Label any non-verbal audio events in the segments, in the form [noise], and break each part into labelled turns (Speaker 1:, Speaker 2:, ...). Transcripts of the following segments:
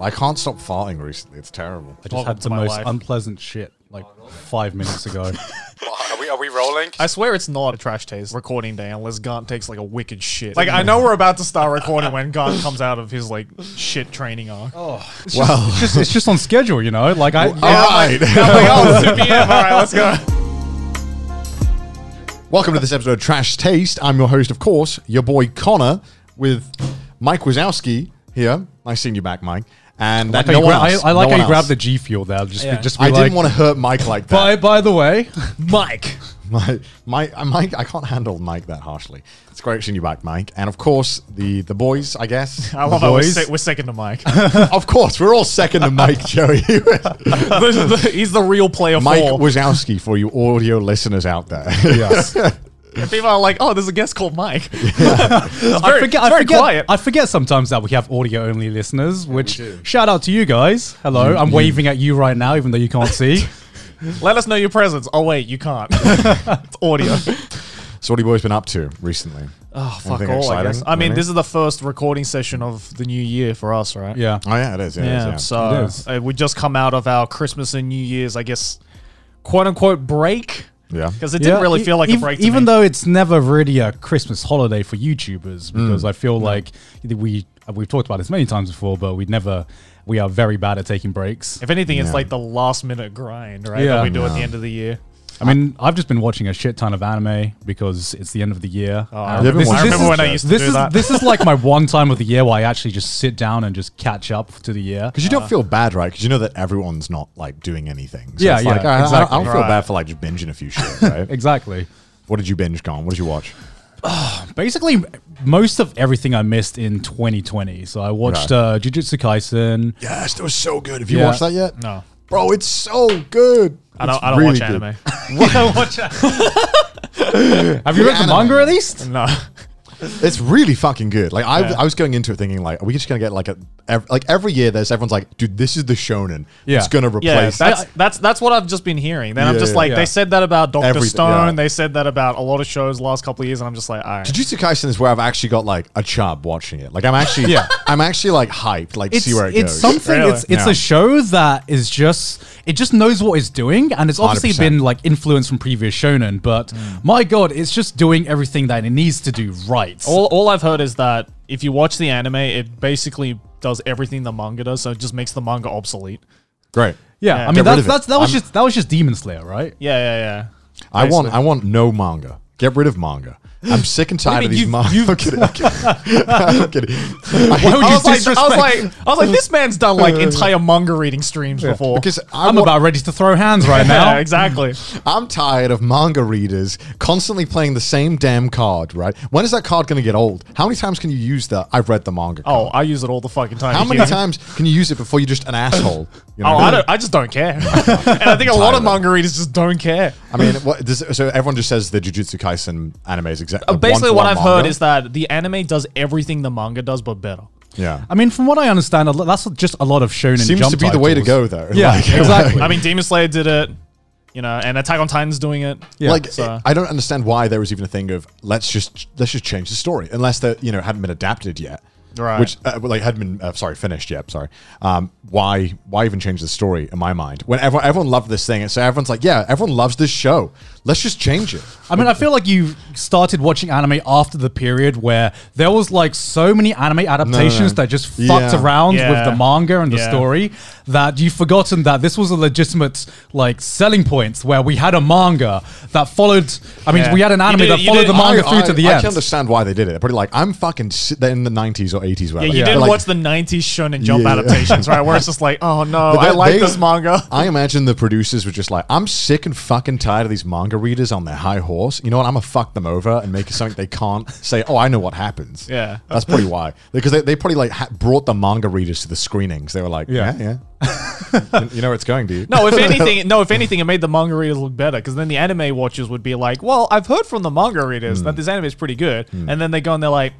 Speaker 1: I can't stop farting recently. It's terrible.
Speaker 2: I just
Speaker 3: Welcome
Speaker 2: had
Speaker 3: to
Speaker 2: the
Speaker 3: my
Speaker 2: most
Speaker 3: life. Oh,
Speaker 2: unpleasant shit like five minutes
Speaker 3: [laughs]
Speaker 2: ago.
Speaker 1: Are we, are we rolling?
Speaker 3: I swear it's not a trash taste recording day unless Gant takes like a wicked shit. Like I know we're about to start recording when Gant comes out of his like shit training arc. Oh,
Speaker 2: It's just, it's just it's just on schedule, you know. Like I,
Speaker 1: All right.
Speaker 3: oh it's 2 p.m. All right, let's go.
Speaker 1: Welcome to this episode of Trash Taste. I'm your host, of course, your boy Connor, with Mike Wazowski here. Nice seeing you back, Mike. And
Speaker 2: like
Speaker 1: that
Speaker 2: how
Speaker 1: no
Speaker 2: you
Speaker 1: one
Speaker 2: gra-
Speaker 1: else.
Speaker 2: I, I like
Speaker 1: no
Speaker 2: how
Speaker 1: one
Speaker 2: you grab
Speaker 1: else.
Speaker 2: the G fuel there. Just,
Speaker 3: Yeah.
Speaker 2: be, just be
Speaker 1: I
Speaker 2: like,
Speaker 1: didn't want to hurt Mike like [laughs]
Speaker 2: By
Speaker 1: that.
Speaker 2: by the way,
Speaker 3: Mike.
Speaker 1: Mike, Mike, uh, Mike, I can't handle Mike that harshly. It's great seeing you back, Mike. And of course, the the boys, I
Speaker 2: [laughs]
Speaker 1: guess.
Speaker 3: I love how we're,
Speaker 2: boys.
Speaker 3: sec- we're second to [laughs] Mike.
Speaker 1: of course, we're all second to
Speaker 2: [laughs]
Speaker 1: Mike, Joey.
Speaker 3: The- the- he's the real player
Speaker 1: Mike
Speaker 3: four.
Speaker 1: Wazowski for you audio listeners out there.
Speaker 2: yes.
Speaker 3: People are like, oh, there's a guest called [laughs] Mike.
Speaker 2: I forget.
Speaker 3: it's
Speaker 2: I
Speaker 3: very
Speaker 2: forget.
Speaker 3: quiet.
Speaker 2: I forget sometimes that we have audio only listeners. Which shout out to you guys. Hello, I'm waving at you right now, even though you can't
Speaker 3: [laughs]
Speaker 2: see.
Speaker 3: Let us know your presence. Oh wait, you [laughs] can't. it's audio.
Speaker 1: So what have you boys been up to recently?
Speaker 3: Oh fuck
Speaker 1: Anything
Speaker 3: all. I
Speaker 1: exciting?
Speaker 3: guess. I mean,
Speaker 1: Really?
Speaker 3: this is the first recording session of the new year for us, right?
Speaker 2: yeah.
Speaker 1: Oh yeah, it is. Yeah,
Speaker 3: Yeah,
Speaker 1: It is, yeah.
Speaker 3: so
Speaker 2: It is.
Speaker 3: uh, we just come out of our Christmas and New Year's, I guess, quote unquote break
Speaker 1: yeah.
Speaker 3: because it didn't
Speaker 2: Yeah,
Speaker 3: really
Speaker 2: e-
Speaker 3: feel like
Speaker 2: ev-
Speaker 3: a break. To
Speaker 2: Even
Speaker 3: me.
Speaker 2: though it's never really a Christmas holiday for
Speaker 3: Mm.
Speaker 2: YouTubers, because I feel like we we've talked about this many times before, but we never we are very bad at taking breaks.
Speaker 3: if anything, it's
Speaker 1: Yeah.
Speaker 3: like the last minute grind, right?
Speaker 2: Yeah.
Speaker 3: that we do at the
Speaker 1: Yeah.
Speaker 3: end of the year.
Speaker 2: I mean, I've just been watching a shit ton of anime because it's the end of the year.
Speaker 3: Oh, I
Speaker 2: And
Speaker 1: remember
Speaker 2: this
Speaker 1: when-
Speaker 2: is-
Speaker 1: I
Speaker 2: this
Speaker 1: remember
Speaker 2: is-
Speaker 1: when I used
Speaker 3: to
Speaker 2: this
Speaker 3: do
Speaker 2: is,
Speaker 3: that.
Speaker 2: This is like my
Speaker 3: [laughs]
Speaker 2: one time of the year where I actually just sit down and just catch up to the year.
Speaker 1: Because you
Speaker 3: Uh.
Speaker 1: don't feel bad, right? Because you know that everyone's not like doing anything. So
Speaker 2: Yeah,
Speaker 1: it's
Speaker 2: yeah,
Speaker 1: Like, I, I- I
Speaker 2: exactly.
Speaker 1: don't feel
Speaker 3: Right.
Speaker 1: bad for like just binging a few shit. [laughs] Right?
Speaker 2: Exactly.
Speaker 1: what did you binge, Con? What did you watch?
Speaker 2: Basically, most of everything I missed in 2020. So I watched
Speaker 1: Right.
Speaker 2: uh, Jujutsu Kaisen.
Speaker 1: Yes, that was so good. Have you
Speaker 2: Yeah.
Speaker 1: watched that yet?
Speaker 3: No.
Speaker 1: Bro, it's so good.
Speaker 3: I don't.
Speaker 1: It's
Speaker 3: I don't
Speaker 1: really
Speaker 3: watch
Speaker 1: good. [laughs]
Speaker 3: anime. [laughs]
Speaker 2: Have you read the
Speaker 1: anime.
Speaker 2: manga at least?
Speaker 3: no.
Speaker 1: It's really fucking good. Like I,
Speaker 3: Yeah.
Speaker 1: I was going into it thinking like, are we just gonna get like a ev- like every year? There's everyone's like, dude, this is the shonen.
Speaker 2: Yeah.
Speaker 1: It's gonna replace.
Speaker 3: Yeah, that's that's that's what I've just been hearing. Then I'm
Speaker 1: Yeah,
Speaker 3: just
Speaker 1: yeah,
Speaker 3: like,
Speaker 2: yeah.
Speaker 3: they said that about Doctor
Speaker 1: Everything,
Speaker 3: Stone.
Speaker 1: yeah.
Speaker 3: They said that about a lot of shows last couple of years, and I'm just like, all right.
Speaker 1: Jujutsu Kaisen is where I've actually got like a chub watching it. Like I'm actually,
Speaker 2: Yeah.
Speaker 1: I'm actually like hyped. Like
Speaker 2: It's,
Speaker 1: see where it
Speaker 2: it's
Speaker 1: goes.
Speaker 2: something.
Speaker 3: Really?
Speaker 2: It's it's
Speaker 1: Yeah.
Speaker 2: a show that is just it just knows what it's doing, and it's obviously
Speaker 1: 100%.
Speaker 2: been like influenced from previous shonen. But
Speaker 1: Mm.
Speaker 2: my god, it's just doing everything that it needs to do right.
Speaker 3: All, all I've heard is that if you watch the anime, it basically does everything the manga does, so it just makes the manga obsolete.
Speaker 1: Great.
Speaker 2: yeah,
Speaker 3: yeah.
Speaker 2: I
Speaker 3: Get
Speaker 2: mean
Speaker 1: rid
Speaker 2: that's,
Speaker 1: of it.
Speaker 2: that's that was
Speaker 1: I'm-
Speaker 2: just that was just Demon Slayer, right?
Speaker 3: Yeah, yeah, yeah.
Speaker 1: I want,
Speaker 3: Basically.
Speaker 1: I want no manga. Get rid of manga. I'm sick and tired
Speaker 3: mean
Speaker 1: of these
Speaker 3: you've-
Speaker 1: manga. [laughs]
Speaker 3: you've-
Speaker 1: I'm kidding. I'm kidding.
Speaker 2: [laughs]
Speaker 1: I'm kidding. I hate-
Speaker 2: would you
Speaker 3: I was, like, I was
Speaker 2: disrespect-
Speaker 3: like, I was like, this man's
Speaker 1: [laughs]
Speaker 3: done like entire manga reading streams before.
Speaker 1: because I
Speaker 2: I'm
Speaker 1: want-
Speaker 2: about ready to throw hands
Speaker 1: [laughs]
Speaker 2: right
Speaker 3: [laughs] yeah,
Speaker 2: now.
Speaker 3: exactly.
Speaker 1: I'm tired of manga readers constantly playing the same damn card. Right? When is that card going to get old? How many times can you use the I've read the manga?
Speaker 3: Oh,
Speaker 1: Card?
Speaker 3: I use it all the fucking time.
Speaker 1: how
Speaker 3: you
Speaker 1: many
Speaker 3: kidding?
Speaker 1: times can you use it before you're just an asshole? You
Speaker 3: [laughs] Oh, I don't. I just don't care. [laughs] and I think a lot
Speaker 1: tired
Speaker 3: of
Speaker 1: of it.
Speaker 3: manga readers just don't care.
Speaker 1: I mean, what, does, so everyone just says the Jujutsu Kaisen anime is exactly.
Speaker 3: Uh, Basically, what I've heard is that the anime does everything the manga does, but better.
Speaker 1: yeah.
Speaker 2: I mean, from what I understand, a lo- that's just a lot of shonen.
Speaker 1: Seems
Speaker 2: Jump
Speaker 1: to be the way to
Speaker 2: titles.
Speaker 1: go, though.
Speaker 2: Yeah,
Speaker 1: Like-
Speaker 2: exactly.
Speaker 3: I mean, Demon Slayer did it, you know, and Attack on Titan's doing it.
Speaker 1: [laughs]
Speaker 2: Yeah.
Speaker 1: like
Speaker 3: so-
Speaker 1: I don't understand why there was even a thing of let's just let's just change the story unless that you know hadn't been adapted yet,
Speaker 3: Right.
Speaker 1: Which uh, like hadn't been uh, sorry finished yet. Sorry. Um, why why even change the story in my mind when everyone everyone loved this thing and so everyone's like yeah everyone loves this show let's just change it.
Speaker 2: I mean, I feel like you started watching anime after the period where there was like so many anime adaptations that just fucked
Speaker 1: Yeah.
Speaker 2: around
Speaker 3: Yeah.
Speaker 2: with the manga and the
Speaker 3: Yeah.
Speaker 2: story that you've forgotten that this was a legitimate like selling point where we had a manga that followed. I mean,
Speaker 3: Yeah.
Speaker 2: we had an
Speaker 3: You
Speaker 2: anime
Speaker 3: did-
Speaker 2: that
Speaker 3: you
Speaker 2: followed
Speaker 3: did-
Speaker 2: the manga
Speaker 1: I,
Speaker 2: through
Speaker 1: I-
Speaker 2: to the
Speaker 1: I
Speaker 2: end.
Speaker 1: can understand why they did it. They're probably like I'm fucking si- they're in the 90s or 80s.
Speaker 3: Yeah, you
Speaker 1: whatever.
Speaker 3: didn't
Speaker 1: Like,
Speaker 3: watch the 90s Shonen Jump
Speaker 1: Yeah.
Speaker 3: adaptations, right? Where it's just like, oh no,
Speaker 1: But
Speaker 3: I
Speaker 1: they-
Speaker 3: like
Speaker 1: they-
Speaker 3: this manga.
Speaker 1: [laughs] I imagine the producers were just like, I'm sick and fucking tired of these manga readers on their high horse. You know what? I'm gonna fuck them over and make it something they can't say. Oh, I know what happens.
Speaker 3: Yeah.
Speaker 1: that's probably why. Because they, they probably like ha- brought the manga readers to the screenings. They were like, yeah,
Speaker 2: Yeah.
Speaker 1: yeah.
Speaker 3: [laughs]
Speaker 1: You- you know where it's going, do you? [laughs]
Speaker 3: No, if anything, no, if anything, it made the manga readers look better because then the anime watchers would be like, "Well, I've heard from the manga readers
Speaker 1: Hmm.
Speaker 3: that this anime is pretty good," and then they go and they're like,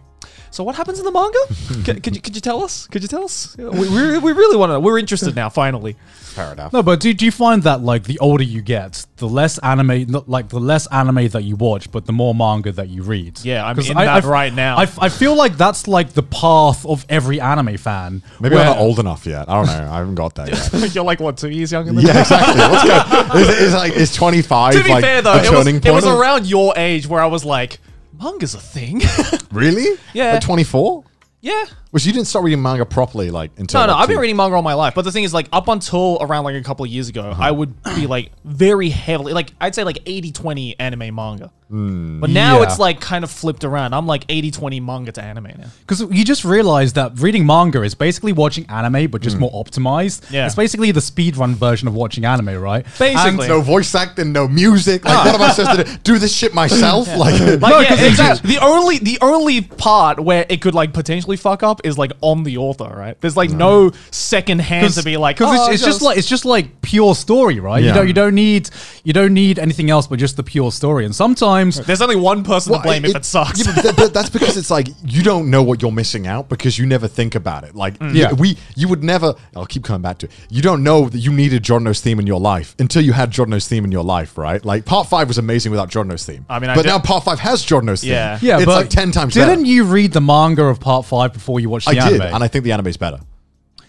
Speaker 3: "So what happens in
Speaker 1: [laughs]
Speaker 3: the manga? C- could, you, could you tell us? Could you tell us? We, we, we really want to. We're interested now. Finally, [laughs]
Speaker 1: Fair enough.
Speaker 2: No, but do, do you find that like the older you get, the less anime, not- like the less anime that you watch, but the more manga that you read?
Speaker 3: Yeah, I'm
Speaker 2: 'Cause
Speaker 3: in
Speaker 2: f-
Speaker 3: that right now.
Speaker 2: I, f- I feel like that's like the path of every anime fan.
Speaker 1: Maybe
Speaker 2: where-
Speaker 1: I'm not old enough yet. I don't know. I haven't got there
Speaker 3: [laughs]
Speaker 1: yet.
Speaker 3: You're like what two years younger than me?
Speaker 1: yeah, exactly. What's going? Is, is like is twenty five
Speaker 3: To be
Speaker 1: like
Speaker 3: fair though,
Speaker 1: a
Speaker 3: it was,
Speaker 1: turning
Speaker 3: it
Speaker 1: point?
Speaker 3: was
Speaker 1: of-
Speaker 3: around your age where I was like, manga's a thing. [laughs]
Speaker 1: really?
Speaker 3: Yeah.
Speaker 1: At twenty four.
Speaker 3: yeah.
Speaker 1: Which you didn't start reading manga properly, like until
Speaker 3: No, no,
Speaker 1: like,
Speaker 3: I've been
Speaker 1: two-
Speaker 3: reading manga all my life. But the thing is, like, up until around like a couple of years ago, I would
Speaker 2: Uh-huh.
Speaker 3: be like very heavily, like, I'd say like 80 20 anime manga. But now
Speaker 2: Hmm. Yeah.
Speaker 3: it's like kind of flipped around. I'm like 80 20 manga to anime now.
Speaker 2: Because you just realize that reading manga is basically watching anime, but just more optimized.
Speaker 3: Yeah.
Speaker 2: It's basically the speedrun version of watching anime, right?
Speaker 3: Basically.
Speaker 1: No voice acting, no music. Like, what am I supposed to do? Do this shit myself? Like,
Speaker 3: Like,
Speaker 2: No,
Speaker 3: [laughs] yeah,
Speaker 2: 'cause it's
Speaker 3: exactly. The only the only part where it could like potentially fuck up is like on the author, right? There's like no second hand to be like,
Speaker 2: Hmm. because
Speaker 3: "Oh,
Speaker 2: it's, it's just
Speaker 3: goes-
Speaker 2: like it's just like pure story, right? You
Speaker 1: Yeah.
Speaker 2: don't you don't need you don't need anything else but just the pure story. And sometimes
Speaker 3: there's only one person to blame if it sucks.
Speaker 1: Yeah, but, th- but that's because it's like you don't know what you're missing out because you never think about it. Like
Speaker 3: Mm.
Speaker 1: yeah.
Speaker 2: Yeah.
Speaker 1: we you would never I'll keep coming back to it. You don't know that you needed Jorno's theme in your life until you had Jorno's theme in your life, right? Like part five was amazing without Jorno's theme.
Speaker 3: I mean, I
Speaker 1: but
Speaker 3: did-
Speaker 1: now part five has Jorno's theme.
Speaker 3: Yeah.
Speaker 2: yeah,
Speaker 1: It's
Speaker 2: but
Speaker 1: like ten times
Speaker 2: Didn't
Speaker 1: better.
Speaker 2: you read the manga of part five before you watched
Speaker 1: I
Speaker 2: the
Speaker 1: did,
Speaker 2: anime?
Speaker 1: and I think the anime's better.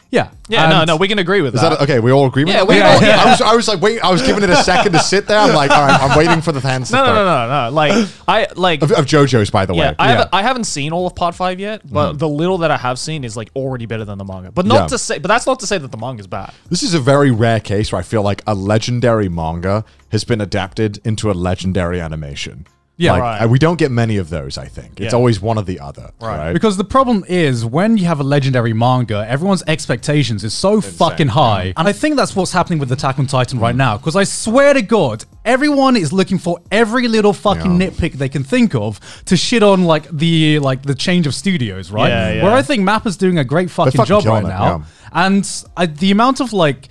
Speaker 2: yeah,
Speaker 3: [laughs] yeah, no,
Speaker 2: And-
Speaker 3: no, we can agree with
Speaker 1: Is that, okay? We all agree with
Speaker 3: [laughs] Yeah,
Speaker 1: that?
Speaker 3: we
Speaker 1: I
Speaker 3: all-
Speaker 1: was- I, was, I was like, wait, I was giving it a second to sit there. I'm like, all right, I'm waiting for the hands
Speaker 3: [laughs] No,
Speaker 1: to
Speaker 3: no,
Speaker 1: go.
Speaker 3: no, no, no. Like I like.
Speaker 1: Of, of JoJo's, by the
Speaker 3: Yeah,
Speaker 1: way.
Speaker 3: I, Haven't,
Speaker 2: Yeah.
Speaker 3: I haven't seen all of Part Five yet, but the little that I have seen is like already better than the manga. But not
Speaker 1: Mm. Yeah.
Speaker 3: to say, but that's not to say that the manga's bad.
Speaker 1: This is a very rare case where I feel like a legendary manga has been adapted into a legendary animation.
Speaker 2: Yeah,
Speaker 1: Like,
Speaker 3: right.
Speaker 1: uh, we don't get many of those. I think it's
Speaker 3: Yeah.
Speaker 1: always one or the other. Right.
Speaker 2: Because the problem is when you have a legendary manga, everyone's expectations is so fucking high. And I think that's what's happening with Attack on Titan
Speaker 1: Mm.
Speaker 2: right now. Because I swear to God, everyone is looking for every little fucking
Speaker 1: Yeah.
Speaker 2: nitpick they can think of to shit on like the like the change of studios, right?
Speaker 3: Yeah, yeah.
Speaker 2: Where I think Mappa's doing a great fucking,
Speaker 1: fucking
Speaker 2: job
Speaker 1: killing
Speaker 2: right
Speaker 1: it,
Speaker 2: now. And I, the amount of like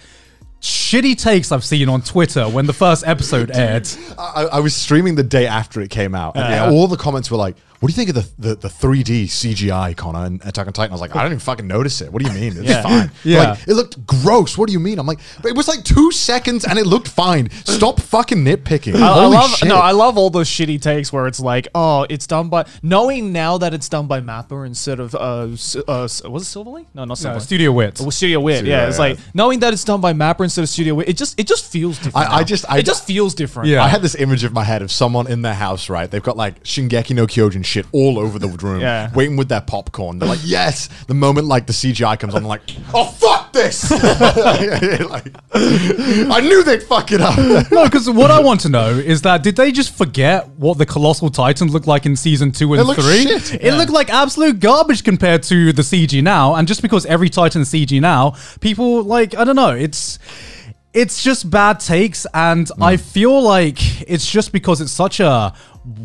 Speaker 2: shitty takes I've seen on Twitter when the first episode
Speaker 1: [laughs]
Speaker 2: aired.
Speaker 1: I, I was streaming the day after it came out, and yeah, all the comments were like, "What do you think of the, the, the 3D CGI, Connor, and Attack on Titan?" I was like, "I don't even fucking notice it. What do you mean? It's
Speaker 3: Yeah.
Speaker 1: fine.
Speaker 2: Yeah.
Speaker 1: They're Like, it looked gross. What do you mean?" I'm like, "But it was like two seconds, and it looked fine. Stop fucking nitpicking.
Speaker 3: I, I
Speaker 1: Holy
Speaker 3: love
Speaker 1: shit.
Speaker 3: no, I love all those shitty takes where it's like, oh, it's done by knowing now that it's done by Mappa instead of uh, S- uh S- was it Silverlink? No, not Silverlink.
Speaker 2: No, uh, Studio Wit.
Speaker 3: Well, Studio Wit,
Speaker 1: Studio
Speaker 3: yeah. It's
Speaker 1: Wit.
Speaker 3: like knowing that it's done by Mapper instead of Studio Wit. It just it just feels different.
Speaker 1: I- I
Speaker 3: now.
Speaker 1: just- I-
Speaker 3: it just feels different.
Speaker 2: Yeah.
Speaker 1: I had this image of my head of someone in their house, right? They've got like Shingeki no Kyojin shit all over the room,
Speaker 3: Yeah.
Speaker 1: waiting with their popcorn. They're like, yes. The moment like the CGI comes on, they're like, oh fuck this! [laughs] Like, I knew they'd fuck it up.
Speaker 2: No, because what I want to know is that did they just forget what the colossal titan looked like in season two and
Speaker 1: It looked
Speaker 2: three?
Speaker 1: shit.
Speaker 2: It looked like absolute garbage compared to the CG now, and just because every titan's CG now, people like I don't know, it's. It's just bad takes, and I feel like it's just because it's such a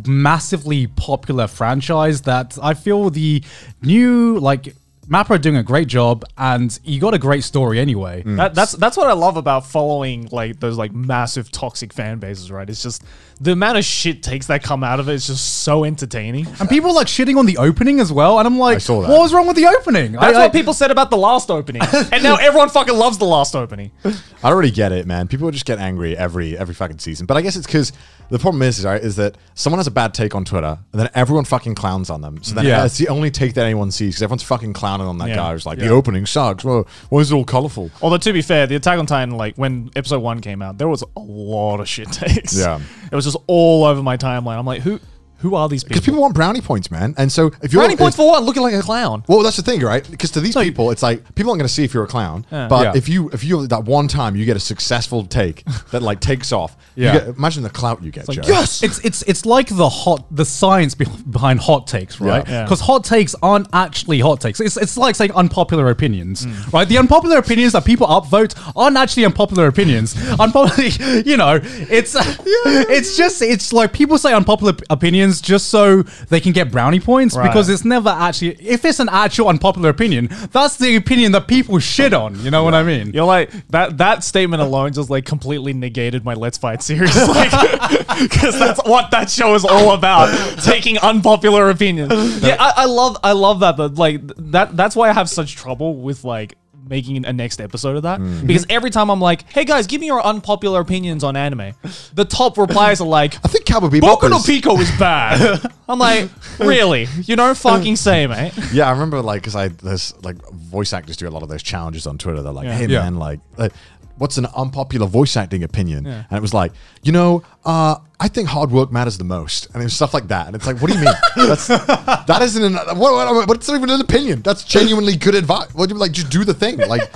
Speaker 2: massively popular franchise that I feel the new like Mappa are doing a great job, and you got a great story anyway.
Speaker 1: Mm.
Speaker 3: That, that's that's what I love about following like those like massive toxic fan bases, right? It's just the amount of shit takes that come out of it is just so entertaining.
Speaker 2: And people like shitting on the opening as well. And I'm like,
Speaker 1: saw that.
Speaker 2: what was wrong with the opening?
Speaker 3: That's what people said about the
Speaker 1: [laughs]
Speaker 3: last opening, and now everyone fucking loves the last opening.
Speaker 1: I don't really get it, man. People just get angry every every fucking season. But I guess it's because the problem is, right, is that someone has a bad take on Twitter, and then everyone fucking clowns on them. So then
Speaker 2: Yeah.
Speaker 1: it's the only take that anyone sees because everyone's fucking clowning on that
Speaker 3: Yeah.
Speaker 1: guy who's like,
Speaker 2: Yeah.
Speaker 1: the opening sucks. Well, why is it all colorful?
Speaker 3: Although to be fair, the Attack on Titan, like when episode one came out, there was a lot of shit [laughs] takes.
Speaker 1: Yeah.
Speaker 3: it was just all over my timeline. I'm like, who who are these people?
Speaker 1: Because people want brownie points, man. And so if you're
Speaker 3: Brownie points for what? Looking like a clown.
Speaker 1: Well, that's the thing, right? Because to these people, it's like people aren't going to see if you're a clown. But
Speaker 2: Yeah.
Speaker 1: if you if you that one time you get a successful take that like takes off, you
Speaker 2: Yeah.
Speaker 1: get- imagine the clout you get, Joe.
Speaker 3: yes!
Speaker 2: It's it's it's like the hot the science be- behind hot takes, right?
Speaker 1: Yeah.
Speaker 3: Yeah.
Speaker 2: Because hot takes aren't actually hot takes. It's it's like saying unpopular opinions, right? The unpopular opinions that people upvote aren't actually unpopular [laughs] opinions. unpopular, you know, it's it's just it's like people say unpopular p- opinions just so they can get brownie points
Speaker 3: Right.
Speaker 2: because it's never actually if it's an actual unpopular opinion, that's the opinion that people shit on. You know what I mean?
Speaker 3: You're like that. That statement alone just like completely negated my Let's Fight series, [laughs] like because that's what that show is all about: taking unpopular opinions. Yeah, I, I love, I love that, but like that, that's why I have such trouble with like making a next episode of that because every time I'm like, "Hey guys, give me your unpopular opinions on anime," the top replies are [laughs] like,
Speaker 1: I think Cowboy Bebop
Speaker 3: "Boku no
Speaker 1: is-
Speaker 3: Pico is bad." [laughs] I'm like, "Really? You don't fucking say, mate."
Speaker 1: [laughs] Yeah, I remember like because I there's like voice actors do a lot of those challenges on Twitter. They're like,
Speaker 3: Yeah.
Speaker 1: "Hey
Speaker 2: Yeah.
Speaker 1: man, like, uh, what's an unpopular voice acting opinion?"
Speaker 3: Yeah.
Speaker 1: And it was like, you know, uh, I think hard work matters the most, and it was stuff like that. And it's like, what do you mean?
Speaker 3: [laughs]
Speaker 1: That's that isn't an what, what, what's not even an opinion. That's genuinely good advice. What do you like? Just do the thing. Like,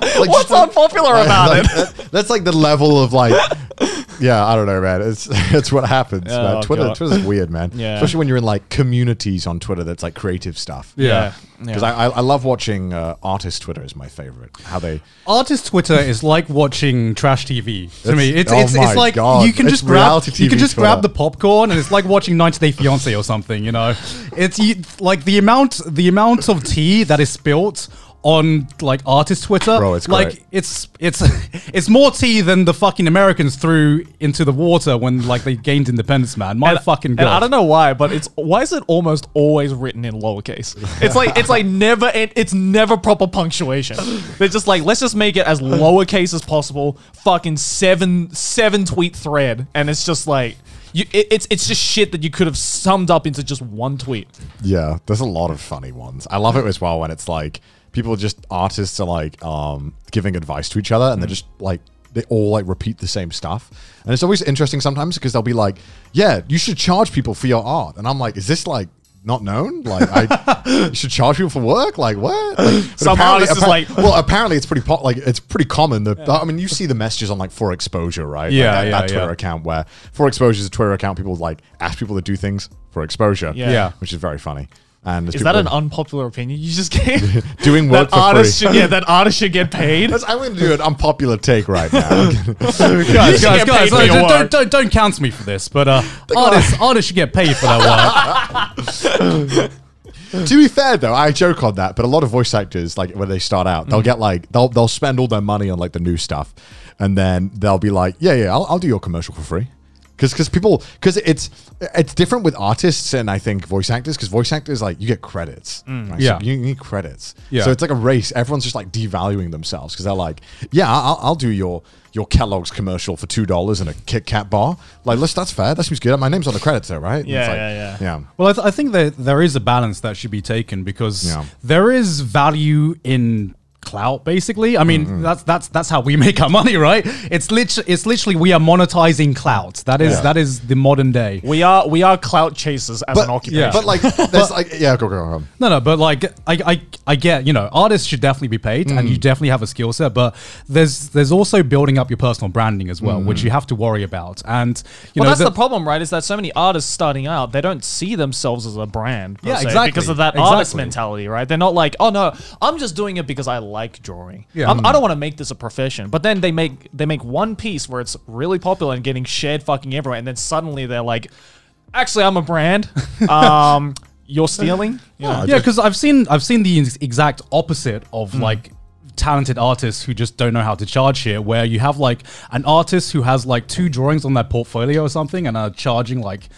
Speaker 1: like
Speaker 3: [laughs] What's unpopular about it?
Speaker 1: it? That's Uh, like the level of like. Yeah, I don't know, man. It's [laughs] it's what happens. man.
Speaker 3: Oh,
Speaker 1: Twitter,
Speaker 3: God.
Speaker 1: Twitter's weird, man.
Speaker 3: [laughs] Yeah.
Speaker 1: Especially when you're in like communities on Twitter that's like creative stuff.
Speaker 2: Yeah.
Speaker 3: Yeah.
Speaker 1: Because I, I, I love watching uh, artist Twitter is my favorite. How they
Speaker 2: Artist Twitter is like watching trash TV to
Speaker 1: It's-
Speaker 2: me. It's
Speaker 1: oh
Speaker 2: it's,
Speaker 1: my
Speaker 2: it's like
Speaker 1: God,
Speaker 2: you can
Speaker 1: it's
Speaker 2: just grab
Speaker 1: reality
Speaker 2: you can
Speaker 1: TV
Speaker 2: just grab
Speaker 1: Twitter.
Speaker 2: the popcorn and it's like watching 90 Day Fiance or something. You know, it's you, like the amount the amount of tea that is spilt on like artist Twitter.
Speaker 1: Bro, it's
Speaker 2: like
Speaker 1: great.
Speaker 2: it's it's [laughs] it's more tea than the fucking Americans threw into the water when like they gained independence. Man, my fucking god.
Speaker 3: And I don't know why, but it's why is it almost always written in lowercase? It's like it's like never it, it's never proper punctuation. They're just like let's just make it as lowercase as possible. Fucking seven seven tweet thread, and it's just like you, it, it's it's just shit that you could have summed up into just one tweet.
Speaker 1: Yeah, there's a lot of funny ones. I love it as well when it's like people just artists are like um giving advice to each other and they're
Speaker 2: Mm.
Speaker 1: just like they all like repeat the same stuff. And it's always interesting sometimes because they'll be like, "Yeah, you should charge people for your art." And I'm like, "Is this like not known? Like I
Speaker 2: [laughs]
Speaker 1: you should charge people for work? Like what?" Like, but
Speaker 3: Some
Speaker 1: apparently-
Speaker 3: artist is
Speaker 1: appar-
Speaker 3: like-
Speaker 1: "Well, apparently it's pretty po- like it's pretty common that I mean, you see the messages on like for exposure, right? Like,
Speaker 2: Yeah,
Speaker 1: that,
Speaker 2: yeah,
Speaker 1: that Twitter
Speaker 2: yeah.
Speaker 1: account where for exposure is a Twitter account people like ask people to do things for exposure
Speaker 3: Yeah.
Speaker 2: Yeah.
Speaker 1: which is very funny. And
Speaker 3: Is that an unpopular opinion you just gave?
Speaker 1: [laughs] Doing work
Speaker 3: that
Speaker 1: for
Speaker 3: artist
Speaker 1: free.
Speaker 3: should yeah that artist should get paid.
Speaker 1: [laughs] That's- I'm going to do an unpopular take right
Speaker 3: [laughs]
Speaker 1: now.
Speaker 2: Guys,
Speaker 3: should
Speaker 2: guys,
Speaker 3: get paid
Speaker 2: guys,
Speaker 3: for
Speaker 2: like,
Speaker 3: your
Speaker 2: don't,
Speaker 3: work.
Speaker 2: don't, don't, don't count me for this, but uh, artists, artists should get paid for their
Speaker 1: [laughs]
Speaker 2: work.
Speaker 1: to be fair though, I joke on that, but a lot of voice actors, like when they start out,
Speaker 3: Mm.
Speaker 1: they'll get like they'll they'll spend all their money on like the new stuff, and then they'll be like, yeah, yeah, I'll, I'll do your commercial for free. Because, because people because it's it's different with artists and I think voice actors because voice actors like you get credits
Speaker 3: Mm.
Speaker 1: right? So
Speaker 2: Yeah.
Speaker 1: you need credits
Speaker 2: Yeah.
Speaker 1: so it's like a race everyone's just like devaluing themselves because they're like yeah I'll, I'll do your your Kellogg's commercial for two dollars and a Kit Kat bar like let's that's fair that seems good my name's on the credits though right And
Speaker 3: Yeah,
Speaker 1: it's like,
Speaker 3: yeah,
Speaker 1: yeah yeah
Speaker 2: Well, I, th- I think that there is a balance that should be taken because
Speaker 1: Yeah.
Speaker 2: there is value in clout. Basically, I mean
Speaker 1: Mm-hmm.
Speaker 2: that's that's that's how we [laughs] make our money, right? It's lit- it's literally we are monetizing clout. That is
Speaker 1: Yeah.
Speaker 2: that is the modern day.
Speaker 3: we are we are clout chasers as an occupation.
Speaker 1: [laughs]
Speaker 2: yeah.
Speaker 1: But like, there's like, yeah, go, go, go. go.
Speaker 2: No, no, but like I, I, I get you know artists should definitely be paid, and
Speaker 1: Mm.
Speaker 2: you definitely have a skill set, but there's there's also building up your personal branding as
Speaker 1: Mm.
Speaker 2: well, which you have to worry about. And you
Speaker 3: well,
Speaker 2: know
Speaker 3: that's
Speaker 2: the-
Speaker 3: the, problem, right? Is that so many artists starting out, they don't see themselves as a brand. per
Speaker 2: Yeah,
Speaker 3: se,
Speaker 2: exactly.
Speaker 3: Because of that artist
Speaker 2: Exactly.
Speaker 3: mentality, right? They're not like, oh no, I'm just doing it because I like drawing.
Speaker 2: Yeah. Hmm.
Speaker 3: I'm, I don't want to make this a profession. But then they make they make one piece where it's really popular and getting shared fucking everywhere, and then suddenly they're like, actually, I'm a
Speaker 2: [laughs]
Speaker 3: brand. Um, you're stealing. You know?
Speaker 1: I
Speaker 2: yeah,
Speaker 1: just- Hmm.
Speaker 2: because I've seen I've seen the ex- exact opposite of like talented artists who just don't know how to charge here, where you have like an artist who has like two drawings on their portfolio or something and are charging like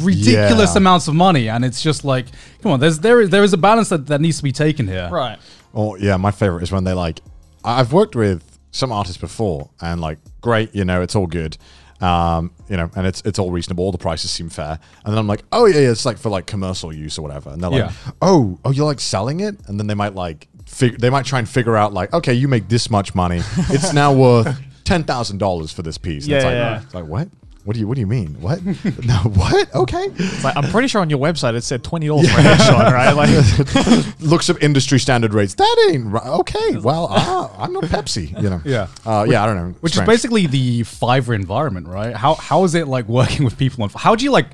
Speaker 2: ridiculous
Speaker 1: Yeah.
Speaker 2: amounts of money, and it's just like, come on, there's there there is a balance that, that needs to be taken here.
Speaker 3: Right.
Speaker 1: Oh, yeah, my favorite is when they like, I- I've worked with some artists before, and like, great, you know, it's all good. Um, you know, and it's it's all reasonable. All the prices seem fair, and then I'm like, oh yeah, yeah, it's like for like commercial use or whatever. And they're like,
Speaker 2: Yeah.
Speaker 1: oh, oh, you're like selling it, and then they might like, fig- they might try and figure out like, okay, you make this much money, it's [laughs] now worth ten thousand dollars for this piece. And it's
Speaker 3: Yeah,
Speaker 1: like,
Speaker 3: yeah.
Speaker 1: it's like what? What do you what do you mean? What? [laughs] no, what? Okay.
Speaker 3: It's like, I'm pretty sure on your website it said twenty dollars for a headshot, right?
Speaker 2: [laughs]
Speaker 3: Like,
Speaker 1: [laughs] looks up industry standard rates. That ain't right. Okay, well, ah, I'm not Pepsi, you know.
Speaker 2: Yeah.
Speaker 1: Uh, yeah, I don't know.
Speaker 2: Which
Speaker 1: Strange.
Speaker 2: is basically the Fiverr environment, right? How how is it like working with people on? How do you like?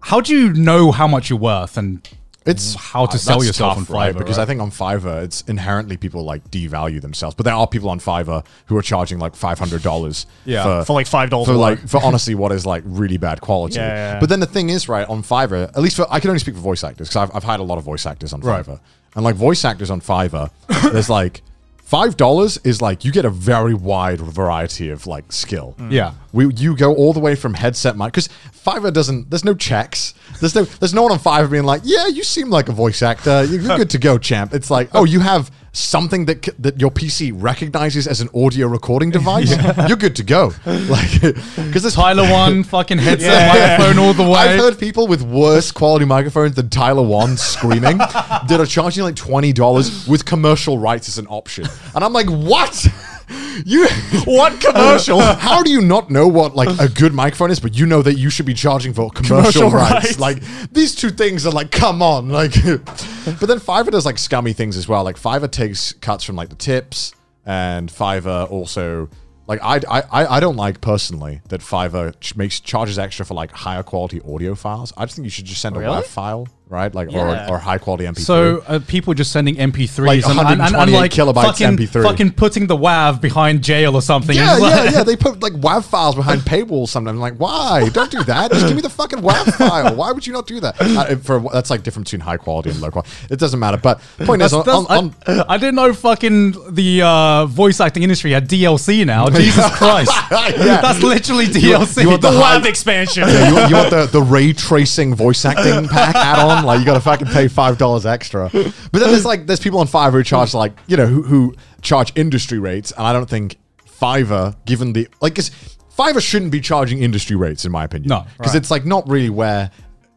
Speaker 2: How do you know how much you're worth and
Speaker 1: It's
Speaker 2: how to
Speaker 1: uh,
Speaker 2: sell
Speaker 1: that's
Speaker 2: yourself on
Speaker 1: right?
Speaker 2: Fiverr,
Speaker 1: Because
Speaker 2: right?
Speaker 1: I think on Fiverr, it's inherently people like devalue themselves. But there are people on Fiverr who are charging like five hundred dollars.
Speaker 2: Yeah,
Speaker 3: for like five dollars
Speaker 1: for like for honestly what is like really bad quality.
Speaker 3: Yeah, yeah, yeah.
Speaker 1: But then the thing is, right on Fiverr, at least for I can only speak for voice actors because I've, I've hired a lot of voice actors on
Speaker 2: Right.
Speaker 1: Fiverr, and like voice actors on Fiverr, there's like five dollars is like you get a very wide variety of like skill.
Speaker 2: Yeah.
Speaker 1: we you go all the way from headset mic because Fiverr doesn't. There's no checks. There's no there's no one on Fiverr being like, yeah, you seem like a voice actor. You're, you're good to go, champ. It's like, oh, you have something that c- that your PC recognizes as an audio recording device, you're good to go. [laughs] Like because this [laughs]
Speaker 2: Tyler one fucking headset
Speaker 3: Yeah, yeah.
Speaker 2: microphone all the way.
Speaker 1: I've heard people with worse quality microphones than Tyler One screaming that are charging like twenty dollars with commercial rights as an option, and I'm like, what? You [laughs] what commercial? How do you not know what like a good microphone is, but you know that you should be charging for commercial,
Speaker 3: Commercial
Speaker 1: rights?
Speaker 3: rights.
Speaker 1: Like these two things are like, come on, like. [laughs] but then Fiverr does like scummy things as well. Like Fiverr takes cuts from like the tips, and Fiverr also like I I I- I don't like personally that Fiverr ch- makes charges extra for like higher quality audio files. I just think you should just send a
Speaker 3: Really?
Speaker 1: WAV file, right? Like
Speaker 3: Yeah.
Speaker 1: or or high quality MP3.
Speaker 2: So uh, people just sending MP3s
Speaker 1: Like
Speaker 2: and, and, and,
Speaker 1: 128
Speaker 2: like
Speaker 1: kilobytes
Speaker 2: fucking,
Speaker 1: MP3.
Speaker 2: fucking putting the WAV behind jail or something.
Speaker 1: yeah,
Speaker 2: [laughs] It's
Speaker 1: yeah,
Speaker 2: like-
Speaker 1: yeah. They put like WAV files behind paywalls sometimes. I'm like, why? Don't do that. Just give me the fucking WAV file. Why would you not do that? Uh, for that's like different between high quality and low quality. It doesn't matter. But point is,
Speaker 2: That's-
Speaker 1: on,
Speaker 2: that's-
Speaker 1: on, on,
Speaker 2: I, I didn't know fucking the uh, voice acting industry had
Speaker 1: [laughs]
Speaker 2: DLC now. Jesus Christ. [laughs]
Speaker 1: Yeah.
Speaker 2: That's literally DLC.
Speaker 1: you want
Speaker 3: The
Speaker 1: The
Speaker 3: lab
Speaker 1: high-
Speaker 3: expansion.
Speaker 1: [laughs] Yeah, you, want, you want the, the ray tracing voice acting pack add-on? Like you got to fucking pay five dollars extra. But then there's like there's people on Fiverr who charge like you know who, who charge industry rates, and I don't think Fiverr, given the like, 'cause Fiverr shouldn't be charging industry rates in my opinion.
Speaker 2: No,
Speaker 1: because
Speaker 2: right.
Speaker 1: it's like not really where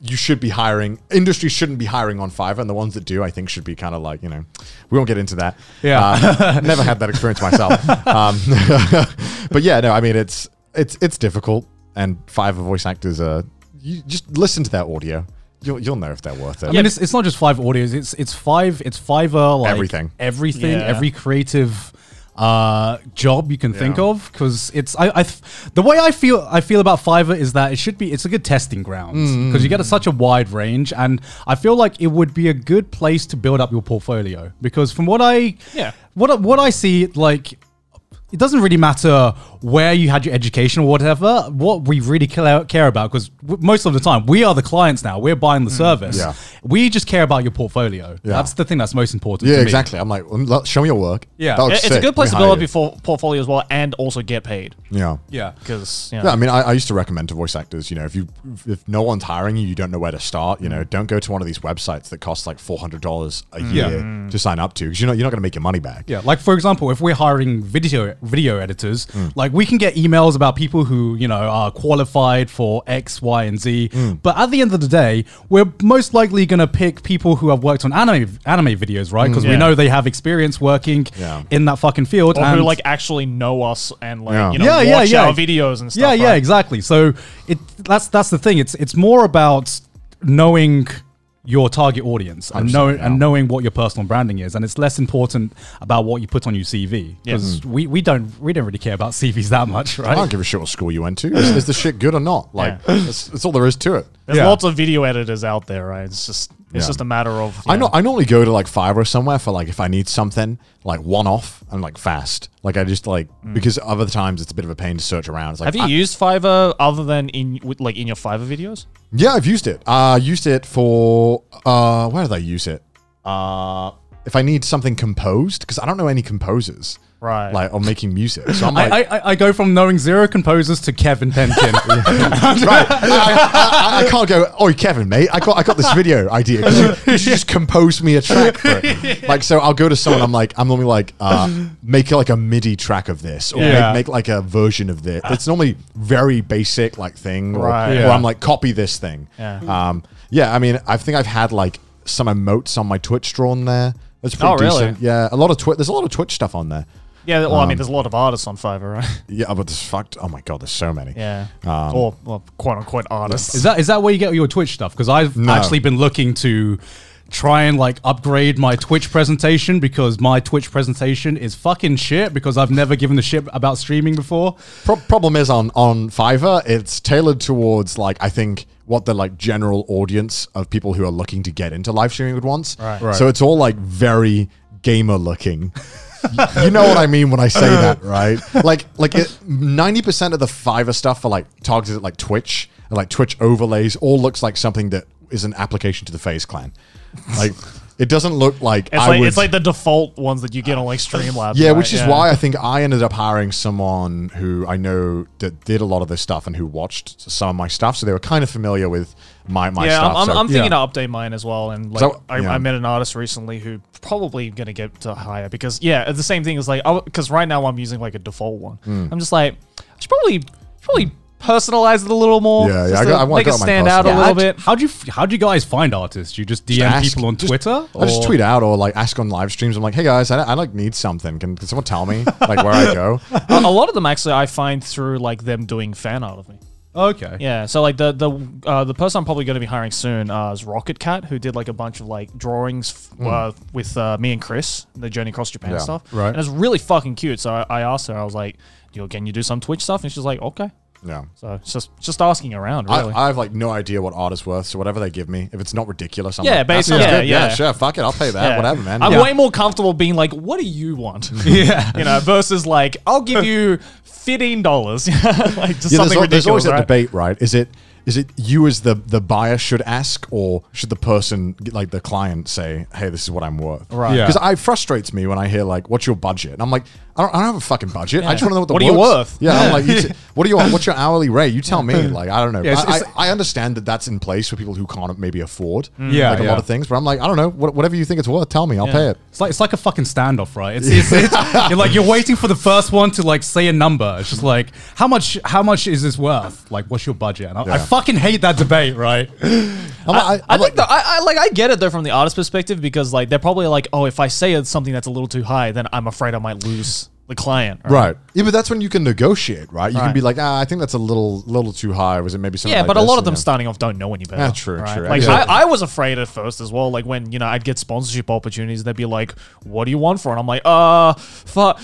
Speaker 1: you should be hiring. Industry shouldn't be hiring on Fiverr, and the ones that do, I think, should be kind of like you know we won't get into that.
Speaker 2: Yeah.
Speaker 1: Uh, [laughs] never had that experience
Speaker 3: [laughs]
Speaker 1: myself. Um, [laughs] but yeah, no, I mean it's it's it's difficult, and five voice actors are. You just listen to their audio. You'll you'll know if they're worth it.
Speaker 2: I mean, it's, it's not just five audios. It's it's five. It's Fiverr. Like
Speaker 1: Everything.
Speaker 2: Everything.
Speaker 3: Yeah.
Speaker 2: Every creative uh job you can think of because it's i i th- the way i feel i feel about fiverr is that it should be it's a good testing ground because you get a, such a wide range and i feel like it would be a good place to build up your portfolio because from what i
Speaker 3: Yeah.
Speaker 2: what I- what i see like it doesn't really matter where you had your education or whatever. What we really care care about, because most of the time we are the clients now. We're buying the service.
Speaker 1: Mm. Yeah.
Speaker 2: We just care about your portfolio.
Speaker 1: Yeah.
Speaker 2: That's the thing that's most important.
Speaker 1: yeah,
Speaker 2: to me.
Speaker 1: exactly. I'm like, "Mm, look, show me your work.
Speaker 2: Yeah.
Speaker 1: That looks
Speaker 3: It's a
Speaker 1: sick.
Speaker 3: good place
Speaker 1: We
Speaker 3: to
Speaker 1: hire
Speaker 3: build up
Speaker 1: you."
Speaker 3: your fo- portfolio as well, and also get paid
Speaker 1: Yeah.
Speaker 2: Yeah.
Speaker 3: because you know,
Speaker 1: Yeah, I mean, I, I used to recommend to voice actors, you know, if you if no one's hiring you, you don't know where to start. You know, don't go to one of these websites that costs like four hundred dollars a
Speaker 3: Mm.
Speaker 1: year to sign up to because you're not you're not going to make your money back.
Speaker 2: Yeah, like for example, if we're hiring video video editors,
Speaker 1: Mm.
Speaker 2: like we can get emails about people who you know are qualified for X, Y, and Z.
Speaker 1: Mm.
Speaker 2: But at the end of the day, we're most likely going to pick people who have worked on anime anime videos, right? Because
Speaker 3: Yeah.
Speaker 2: we know they have experience working
Speaker 1: Mm, Yeah.
Speaker 2: in that fucking field,
Speaker 3: or
Speaker 2: and
Speaker 3: who like actually know us and like
Speaker 1: Yeah.
Speaker 3: you know
Speaker 2: Yeah, yeah,
Speaker 3: watch
Speaker 2: yeah.
Speaker 3: our videos and stuff.
Speaker 2: yeah,
Speaker 3: right?
Speaker 2: yeah, exactly. So it that's that's the thing. It's it's more about knowing your target audience and know
Speaker 1: yeah.
Speaker 2: and knowing what your personal branding is, and it's less important about what you put on your CV because we, we don't we don't really care about [laughs] CVs that much,
Speaker 1: I
Speaker 2: right?
Speaker 1: don't give a shit what school you went to. Is, is the shit good or not? Like, that's, that's all there is to it.
Speaker 3: There's
Speaker 2: Yeah.
Speaker 3: lots of video editors out there, right? It's just it's
Speaker 1: Yeah.
Speaker 3: just a matter of you
Speaker 1: I know I normally go to like Fiverr somewhere for like if I need something like one off and like fast. Like I just like because other times it's a bit of a pain to search around. It's like
Speaker 3: Have you
Speaker 1: I-
Speaker 3: used Fiverr other than in with, like in your Fiverr videos?
Speaker 1: yeah, I've used it. I uh, used it for uh, where did I use it? Uh, if I need something composed because I don't know any composers,
Speaker 3: Right.
Speaker 1: Like or making music, so I'm like.
Speaker 2: I, I, I go from knowing zero composers to Kevin Penkin.
Speaker 3: [laughs]
Speaker 1: right. I, I- I- I can't go, oh, Kevin, mate, I got, I got this video idea. You should just compose me a track for
Speaker 3: [laughs]
Speaker 1: it. Like, so I'll go to someone, I'm like, I'm normally like, uh, make like a MIDI track of this or
Speaker 2: Yeah.
Speaker 1: make, make like a version of this. It's normally very basic, like, thing. Or,
Speaker 3: Right.
Speaker 1: or
Speaker 2: Yeah.
Speaker 1: I'm like, copy this thing.
Speaker 3: Yeah.
Speaker 1: Um, yeah, I mean, I think I've had like some emotes on my Twitch drawn there. That's pretty
Speaker 3: Oh, really?
Speaker 1: decent. Yeah, a lot of Twitch. There's a lot of Twitch stuff on there.
Speaker 3: yeah, well,
Speaker 1: Um,
Speaker 3: I mean, there's a lot of artists on Fiverr, right? [laughs]
Speaker 1: Yeah, but there's fucked. Oh my god, there's so many.
Speaker 3: yeah,
Speaker 1: um,
Speaker 3: or well, quote unquote artists.
Speaker 2: Is that is that where you get your Twitch stuff? Because I've
Speaker 1: No.
Speaker 2: actually been looking to try and like upgrade my Twitch presentation because my Twitch presentation is fucking shit because I've never given a shit about streaming before.
Speaker 1: Pro- problem is on on Fiverr, it's tailored towards like I think what the like general audience of people who are looking to get into live streaming would want.
Speaker 3: Right.
Speaker 1: So it's all like very gamer looking. Y- you know what I mean when I say that, right? Like like ninety percent of the Fiverr stuff for like targeted at like Twitch and like Twitch overlays all looks like something that is an application to the Phase Clan. Like It doesn't look like
Speaker 3: It's
Speaker 1: I
Speaker 3: like
Speaker 1: would.
Speaker 3: it's like the default ones that you get on like Streamlabs.
Speaker 1: yeah,
Speaker 3: right?
Speaker 1: which is why I think I ended up hiring someone who I know that did a lot of this stuff and who watched some of my stuff, so they were kind of familiar with my my
Speaker 3: yeah,
Speaker 1: stuff.
Speaker 3: I'm,
Speaker 1: so-
Speaker 3: I'm, I'm thinking
Speaker 2: yeah.
Speaker 3: to update mine as well. And like,
Speaker 1: So,
Speaker 3: I,
Speaker 1: yeah.
Speaker 3: I met an artist recently who probably gonna get to hire because yeah, it's the same thing as like because right now I'm using like a default one.
Speaker 1: Hmm.
Speaker 3: I'm just like I should probably probably personalize it a little more.
Speaker 1: Yeah, yeah,
Speaker 3: just
Speaker 1: I
Speaker 3: to
Speaker 1: got- I want-
Speaker 3: make it
Speaker 1: got mine
Speaker 3: stand out a
Speaker 1: personalized.
Speaker 2: How'd-
Speaker 3: little bit.
Speaker 2: How'd you how'd you guys find artists? You just DM
Speaker 1: ask.
Speaker 2: people on
Speaker 1: Just-
Speaker 2: Twitter?
Speaker 1: I just
Speaker 2: Or-
Speaker 1: tweet out or like ask on live streams. I'm like, hey guys, I, I like need something. Can, can someone tell
Speaker 3: [laughs]
Speaker 1: me like where I go?
Speaker 3: a a lot of them actually I find through like them doing fan art of me.
Speaker 2: Oh, Okay.
Speaker 3: Yeah, so like the the uh, the person I'm probably going to be hiring soon uh, is Rocket Cat, who did like a bunch of like drawings f- uh, with uh, me and Chris, the Journey Across Japan
Speaker 1: Hmm. Yeah,
Speaker 3: stuff.
Speaker 2: right.
Speaker 3: and it's really fucking cute. So I, I asked her, I was like, "Yo, can you do some Twitch stuff?" And she's like, "Okay."
Speaker 1: Yeah.
Speaker 3: So it's just just asking around, really.
Speaker 1: I, I have like no idea what art is worth, so whatever they give me, if it's not ridiculous, I'm
Speaker 3: Yeah,
Speaker 1: like, that
Speaker 3: basically,
Speaker 1: sounds
Speaker 3: yeah,
Speaker 1: good.
Speaker 3: yeah.
Speaker 1: sure, fuck it, I'll pay that,
Speaker 3: Yeah.
Speaker 1: whatever, man.
Speaker 3: I'm
Speaker 1: Yeah.
Speaker 3: way more comfortable being like, "What do you
Speaker 1: [laughs]
Speaker 3: want?" [laughs]
Speaker 2: Yeah.
Speaker 3: you know, versus like, "I'll give you fifteen dollars." [laughs] like just
Speaker 1: Yeah,
Speaker 3: something
Speaker 1: there's, al-
Speaker 3: ridiculous.
Speaker 1: there's always that
Speaker 3: right?
Speaker 1: debate, right? Is it is it you as the the buyer should ask, or should the person like the client say, "Hey, this is what I'm worth"?
Speaker 3: Right.
Speaker 2: Yeah.
Speaker 1: Because I it frustrates me when I hear like, "What's your budget?" And I'm like, "I don't, I don't have a fucking budget. I just want to know what the
Speaker 3: What are you
Speaker 1: work's-
Speaker 3: worth?
Speaker 1: Yeah, I'm like, you t- "What are you? What's your hourly rate?" You tell
Speaker 3: [laughs]
Speaker 1: me. Like, I don't know.
Speaker 2: Yeah, it's-
Speaker 1: I,
Speaker 2: it's-
Speaker 1: I, I understand that that's in place for people who can't maybe afford
Speaker 3: Mm.
Speaker 2: Yeah,
Speaker 1: like a
Speaker 2: yeah.
Speaker 1: lot of things, but I'm like, I don't know. What, whatever you think it's worth, tell me. I'll pay it.
Speaker 2: It's like it's like a fucking standoff, right? It's,
Speaker 1: [laughs]
Speaker 2: it's, it's you're like you're waiting for the first one to like say a number. It's just like how much how much is this worth? Like what's your budget? And I, I
Speaker 1: Yeah.
Speaker 2: fucking hate that debate, right?
Speaker 1: I'm like,
Speaker 3: I
Speaker 1: I'm like-
Speaker 3: think the, I, I like I get it though from the artist perspective because like they're probably like, oh, if I say it's something that's a little too high, then I'm afraid I might lose the client.
Speaker 1: Right. Yeah, but that's when you can negotiate, right? You
Speaker 3: Right.
Speaker 1: can be like, ah, I think that's a little little too high. Was it maybe something
Speaker 3: Yeah,
Speaker 1: like
Speaker 3: but a
Speaker 1: this?"
Speaker 3: lot of them
Speaker 1: Yeah.
Speaker 3: starting off don't know any better.
Speaker 1: Yeah, true, true.
Speaker 3: Like
Speaker 1: Yeah.
Speaker 3: I, I was afraid at first as well. Like when you know I'd get sponsorship opportunities, they'd be like, "What do you want for?" it?" And I'm like, "Uh, fuck,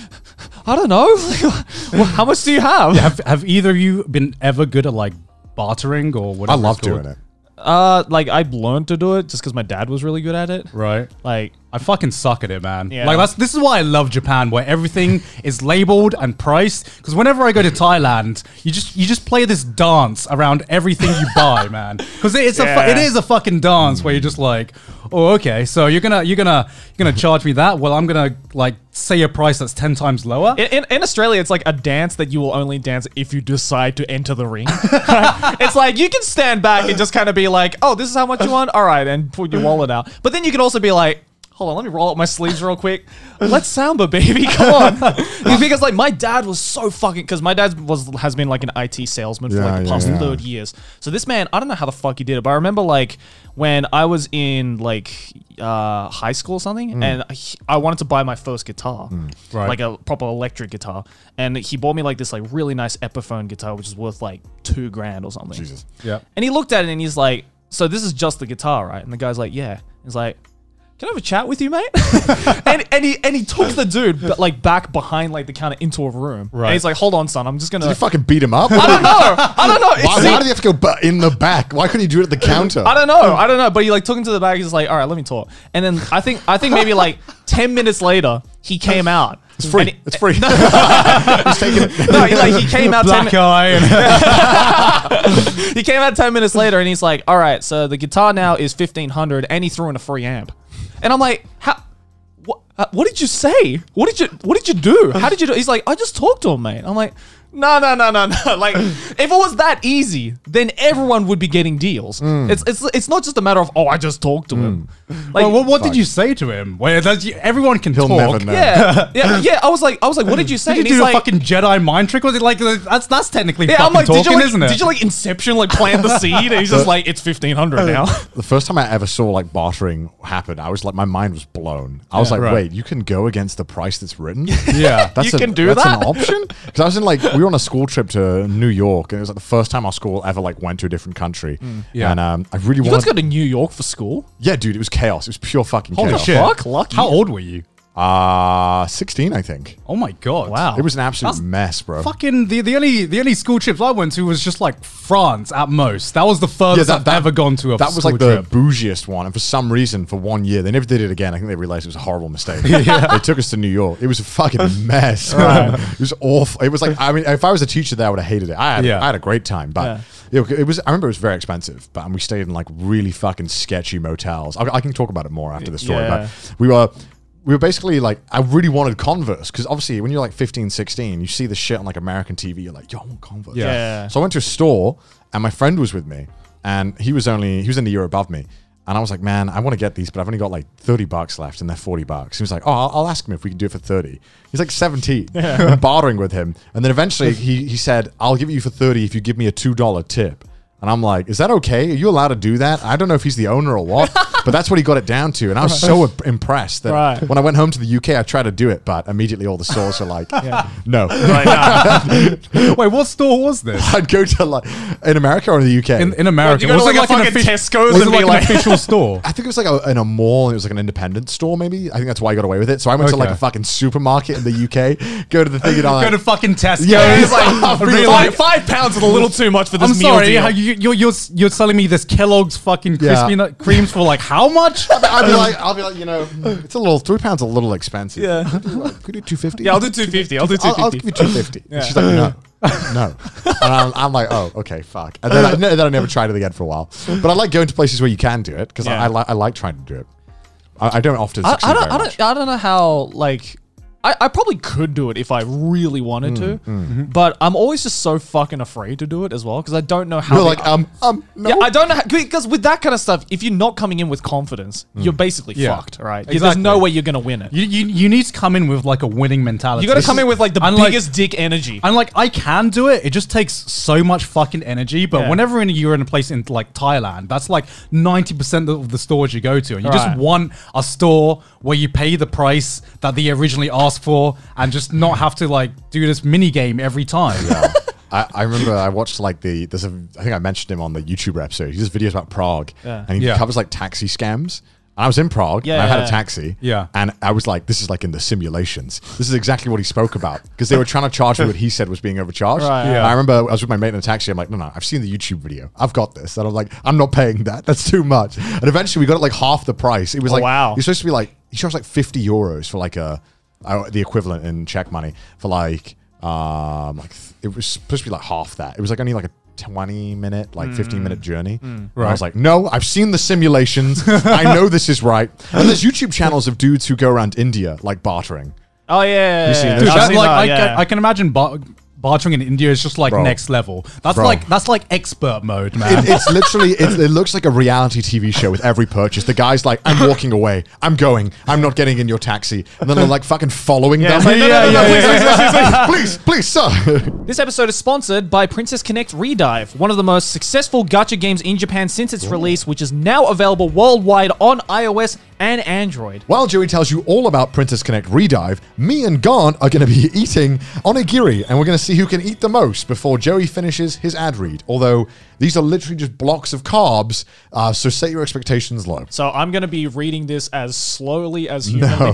Speaker 3: I don't know. [laughs] Well, How much do you have?"
Speaker 2: Have have either of you been ever good at like bartering or
Speaker 1: I
Speaker 2: whatever?
Speaker 1: love
Speaker 2: it's called?
Speaker 1: doing it.
Speaker 3: Uh, like I learned to do it just because my dad was really good at it.
Speaker 2: Right.
Speaker 3: Like
Speaker 2: I fucking suck at it, man.
Speaker 3: Yeah.
Speaker 2: Like that's this is why I love Japan, where everything [laughs] is labeled and priced. Because whenever I go to Thailand, you just you just play this dance around everything you
Speaker 3: [laughs]
Speaker 2: buy, man. Because it's a fu-
Speaker 3: Yeah.
Speaker 2: it is a fucking dance where you're just like, oh okay, so you're gonna you're gonna you're gonna charge me that. Well, I'm gonna like say a price that's ten times lower.
Speaker 3: In, in, in Australia, it's like a dance that you will only dance if you decide to enter the ring. [laughs] it's like you can stand back and just kind of be like, oh, this is how much you want? All right, and put your wallet out. But then you can also be like, hold on, let me roll up my sleeves real quick. Let's samba, baby. [laughs] Come
Speaker 1: [laughs]
Speaker 3: on. because, like, my dad was so fucking. Because my dad was has been like an IT salesman for
Speaker 1: Yeah,
Speaker 3: like the
Speaker 1: yeah,
Speaker 3: past
Speaker 1: yeah.
Speaker 3: 30 years. So this man, I don't know how the fuck he did it, but I remember like when I was in like uh, high school or something,
Speaker 1: Mm.
Speaker 3: and I- I wanted to buy my first guitar,
Speaker 2: Right.
Speaker 3: like a proper electric guitar, and he bought me like this like really nice Epiphone guitar, which is worth like two grand or something.
Speaker 1: Jesus.
Speaker 2: yeah.
Speaker 3: And he looked at it and he's like, "So this is just the guitar, right?" And the guy's like, "Yeah." He's like. Can I have a chat with you,
Speaker 1: [laughs]
Speaker 3: mate? and, and he and he took the dude but like back behind like the counter into a room.
Speaker 2: Right.
Speaker 3: And he's like, "Hold on, son, I'm just gonna."
Speaker 1: You fucking beat him up.
Speaker 3: I
Speaker 1: why,
Speaker 3: don't know. [laughs] I don't know. It
Speaker 1: why
Speaker 3: seemed-
Speaker 1: did you have to go bu- in the back? Why couldn't you do it at the counter?
Speaker 3: I don't know. I don't know. But he like took him to the back. He's like, all right, let me talk. And then I think I think maybe like [laughs] ten minutes later he came out.
Speaker 1: It's free.
Speaker 3: And he-
Speaker 1: it's free.
Speaker 3: [laughs]
Speaker 1: Just taking it.
Speaker 3: no, he, [laughs] like he
Speaker 2: [laughs]
Speaker 3: came out. 10
Speaker 2: Black eye. And
Speaker 3: mi- he came out ten minutes later, and he's like, "All right, so the guitar now is fifteen hundred, and he threw in a free amp." And I'm like, "How? What? Uh, what did you say? What did you? What did you do? How did you do?" He's like, "I just talked to him, mate." I'm like, "No, no, no, no, [laughs] no!" Like, if it was that easy, then everyone would be getting deals. It's it's it's not just a matter of, "Oh, I just talked to him." Like,
Speaker 2: well, [laughs] what, what did you say to him? Where that's, you- everyone can
Speaker 1: He'll
Speaker 2: talk.
Speaker 1: never know.
Speaker 3: Yeah, [laughs] yeah, yeah. I was like, I was like, what did you say?
Speaker 2: Did you
Speaker 3: And he's
Speaker 2: do a
Speaker 3: like,
Speaker 2: fucking Jedi mind trick? Was it like that's that's technically
Speaker 3: yeah,
Speaker 2: fucking
Speaker 3: I'm like,
Speaker 2: talking,
Speaker 3: did you like,
Speaker 2: isn't it?
Speaker 3: did you like Inception, like plant the seed? And
Speaker 2: [laughs]
Speaker 3: he's just like, it's 1500 now.
Speaker 1: The first time I ever saw like bartering happen, I was like, my mind was blown. I was like,
Speaker 2: right.
Speaker 1: wait, you can go against the price that's
Speaker 3: [laughs]
Speaker 1: written.
Speaker 2: Yeah.
Speaker 1: [laughs] That's
Speaker 3: You
Speaker 1: a-
Speaker 3: can do
Speaker 1: that's
Speaker 3: that?
Speaker 1: an
Speaker 3: [laughs]
Speaker 1: option. Because I was in like we were on a school trip to New York, and it was like the first time our school ever like went to a different country.
Speaker 2: Yeah.
Speaker 1: and um, I really
Speaker 3: Mm. You
Speaker 1: wanted.
Speaker 3: guys go to New York for school?
Speaker 1: yeah, dude, it was chaos. It was pure fucking
Speaker 2: Holy
Speaker 1: chaos.
Speaker 2: shit. [laughs]
Speaker 3: Fuck, lucky.
Speaker 2: How old were you?
Speaker 1: Uh, 16, I think.
Speaker 2: Oh my god!
Speaker 3: Wow.
Speaker 1: It was an absolute
Speaker 2: That's
Speaker 1: mess, bro.
Speaker 2: Fucking the, the only the only school trips I went to was just like France at most. That was the furthest I've ever gone to a
Speaker 1: That was
Speaker 2: school
Speaker 1: like the
Speaker 2: trip.
Speaker 1: bougiest one. And for some reason, for one year, they never did it again. I think they realized it was a horrible mistake. They took us to New York. It was a fucking mess. man. It was awful. It was like, I mean, if I was a teacher there, I would have hated it. I had,
Speaker 2: Yeah.
Speaker 1: I had a great time, but it, it was, I remember it was very expensive, but and we stayed in like really fucking sketchy motels. I, I can talk about it more after the story,
Speaker 3: Yeah.
Speaker 1: but we were. We were basically like, I really wanted Converse because obviously when you're like 15, 16, you see this shit on like American TV, you're like, yo, I want Converse.
Speaker 2: Yeah.
Speaker 3: Yeah.
Speaker 1: So I went to a store and my friend was with me and he was only, he was in the year above me. And I was like, man, I want to get these, but I've only got like 30 bucks left and they're 40 bucks. He was like, oh, I'll, I'll ask him if we can do it for 30. He's like 17. I'm [laughs] bartering with him. And then eventually he, he said, I'll give it you for 30 if you give me a $2 tip. And I'm like, is that okay? Are you allowed to do that? I don't know if he's the owner or what, but that's what he got it down to. And I was so im- impressed that
Speaker 3: Right.
Speaker 1: when I went home to the UK, I tried to do it, but immediately all the stores are like, no.
Speaker 3: [laughs]
Speaker 2: Wait, what store
Speaker 1: [laughs]
Speaker 2: was this?
Speaker 1: I'd go to like, in America or in the UK?
Speaker 2: In, in America,
Speaker 3: you go to,
Speaker 2: was it
Speaker 3: like, a
Speaker 2: an
Speaker 3: fucking Tesco's
Speaker 2: was it
Speaker 3: and
Speaker 2: like
Speaker 3: be
Speaker 2: an
Speaker 3: like-
Speaker 1: [laughs]
Speaker 2: official store?
Speaker 1: I think it was like a, in a mall. And it was like an independent store, maybe. I think that's why I got away with it. So I went to like
Speaker 2: Okay.
Speaker 1: a fucking supermarket in the UK. Go to the
Speaker 3: [laughs]
Speaker 1: thing and I'm
Speaker 2: Go
Speaker 1: like,
Speaker 2: to fucking Tesco's. [laughs]
Speaker 1: Yeah, it's [laughs] like-
Speaker 2: I'd be
Speaker 1: Really?
Speaker 3: It's
Speaker 2: like,
Speaker 3: like five pounds is a little too much for this
Speaker 2: I'm
Speaker 3: meal
Speaker 2: sorry,
Speaker 3: deal.
Speaker 2: how you, you're, you're you're selling me this Kellogg's fucking
Speaker 1: Yeah.
Speaker 2: crispy nut creams for like how much? [laughs]
Speaker 1: I'd be like, I'll be like, you
Speaker 3: [laughs]
Speaker 1: know, it's a little three pounds a little expensive.
Speaker 3: Yeah.
Speaker 1: Could you, like, could you do two fifty?
Speaker 3: yeah, I'll do 250. I'll do
Speaker 1: I'll, I'll give
Speaker 3: 250.
Speaker 1: you two fifty. And She's like,
Speaker 3: [laughs]
Speaker 1: no, no. And I'm, I'm like, oh, okay, fuck. And then I, then I never tried it again for a while. But I like going to places where you can do it because
Speaker 3: Yeah.
Speaker 1: I, I, li- I like trying to do it. I, I don't often.
Speaker 3: I,
Speaker 1: succeed
Speaker 3: I don't,
Speaker 1: very
Speaker 3: I
Speaker 1: much.
Speaker 3: don't, I don't know how like. I, I probably could do it if I really wanted
Speaker 2: Mm,
Speaker 3: to, but I'm always just so fucking afraid to do it as well because I don't know how.
Speaker 1: You're
Speaker 3: the-
Speaker 1: like, um, um, no.
Speaker 3: yeah, I don't know how, because with that kind of stuff, if you're not coming in with confidence, you're basically
Speaker 2: Yeah.
Speaker 3: fucked, right? There's no
Speaker 2: Exactly.
Speaker 3: way you're gonna win it. Hmm. You,
Speaker 2: you, you you need to come in with like a winning mentality.
Speaker 3: gotta come in with like the
Speaker 2: Unlike-
Speaker 3: biggest dick energy.
Speaker 2: And like I can do it. It just takes so much fucking energy. But
Speaker 3: Yeah.
Speaker 2: whenever in, you're in a place in like Thailand, that's like ninety percent of the stores you go to, and you
Speaker 3: Right.
Speaker 2: just want a store where you pay the price that they originally asked for, and just not have to like do this mini game every time.
Speaker 1: [laughs] Yeah. I, I remember I watched like the there's a I think I mentioned him on the YouTube episode. He does videos about Prague
Speaker 3: Yeah.
Speaker 1: and he
Speaker 2: Yeah.
Speaker 1: covers like taxi scams. And I was in Prague. and I had
Speaker 3: Yeah.
Speaker 1: a taxi.
Speaker 2: Yeah.
Speaker 1: And I was like, this is like in the simulations. This is exactly what he spoke about because they were trying to charge me what he said was being overcharged.
Speaker 3: Right.
Speaker 1: And
Speaker 2: Yeah.
Speaker 1: I remember I was with my mate in a taxi. I'm like, no, no, I've seen the YouTube video. I've got this. And I'm like, I'm not paying that. That's too much. And eventually we got it like half the price. It was
Speaker 3: Oh,
Speaker 1: like,
Speaker 3: wow.
Speaker 1: you're supposed to be like, he charged like 50 euros for like a, uh, the equivalent in Czech money for like, um, like th- it was supposed to be like half that. It was like only like a 20 minute, like 15
Speaker 3: Mm.
Speaker 1: minute journey. And I was like, no, I've seen the simulations. I know this is right. And there's YouTube channels of dudes who go around India like bartering.
Speaker 3: oh yeah, yeah,
Speaker 1: seen
Speaker 3: yeah,
Speaker 1: this?
Speaker 2: [laughs] Dude,
Speaker 3: yeah.
Speaker 1: I've
Speaker 2: that,
Speaker 3: seen
Speaker 2: like,
Speaker 3: that,
Speaker 2: I,
Speaker 3: yeah.
Speaker 2: I, I can imagine bar- bartering in India is just like
Speaker 1: Bro.
Speaker 2: next level. That's
Speaker 1: Bro.
Speaker 2: like that's like expert mode, man.
Speaker 1: It, it's literally, it, it looks like a reality TV show with every purchase. The guy's like, I'm walking away. I'm going. I'm not getting in your taxi. And then they're like fucking following
Speaker 3: Yeah,
Speaker 1: them.
Speaker 3: it's like, no, no, no, no, please, please, please, please,
Speaker 1: please,
Speaker 3: please.
Speaker 1: please, sir.
Speaker 3: This episode is sponsored by Princess Connect Redive, one of the most successful gacha games in Japan since its release, which is now available worldwide on iOS and Android.
Speaker 1: While Joey tells you all about Princess Connect Redive, me and Garn are going to be eating onigiri, and we're going to see who can eat the most before Joey finishes his ad read. Although these are literally just blocks of carbs, uh, so set your expectations low.
Speaker 3: So I'm going to be reading this as slowly as humanly
Speaker 1: No,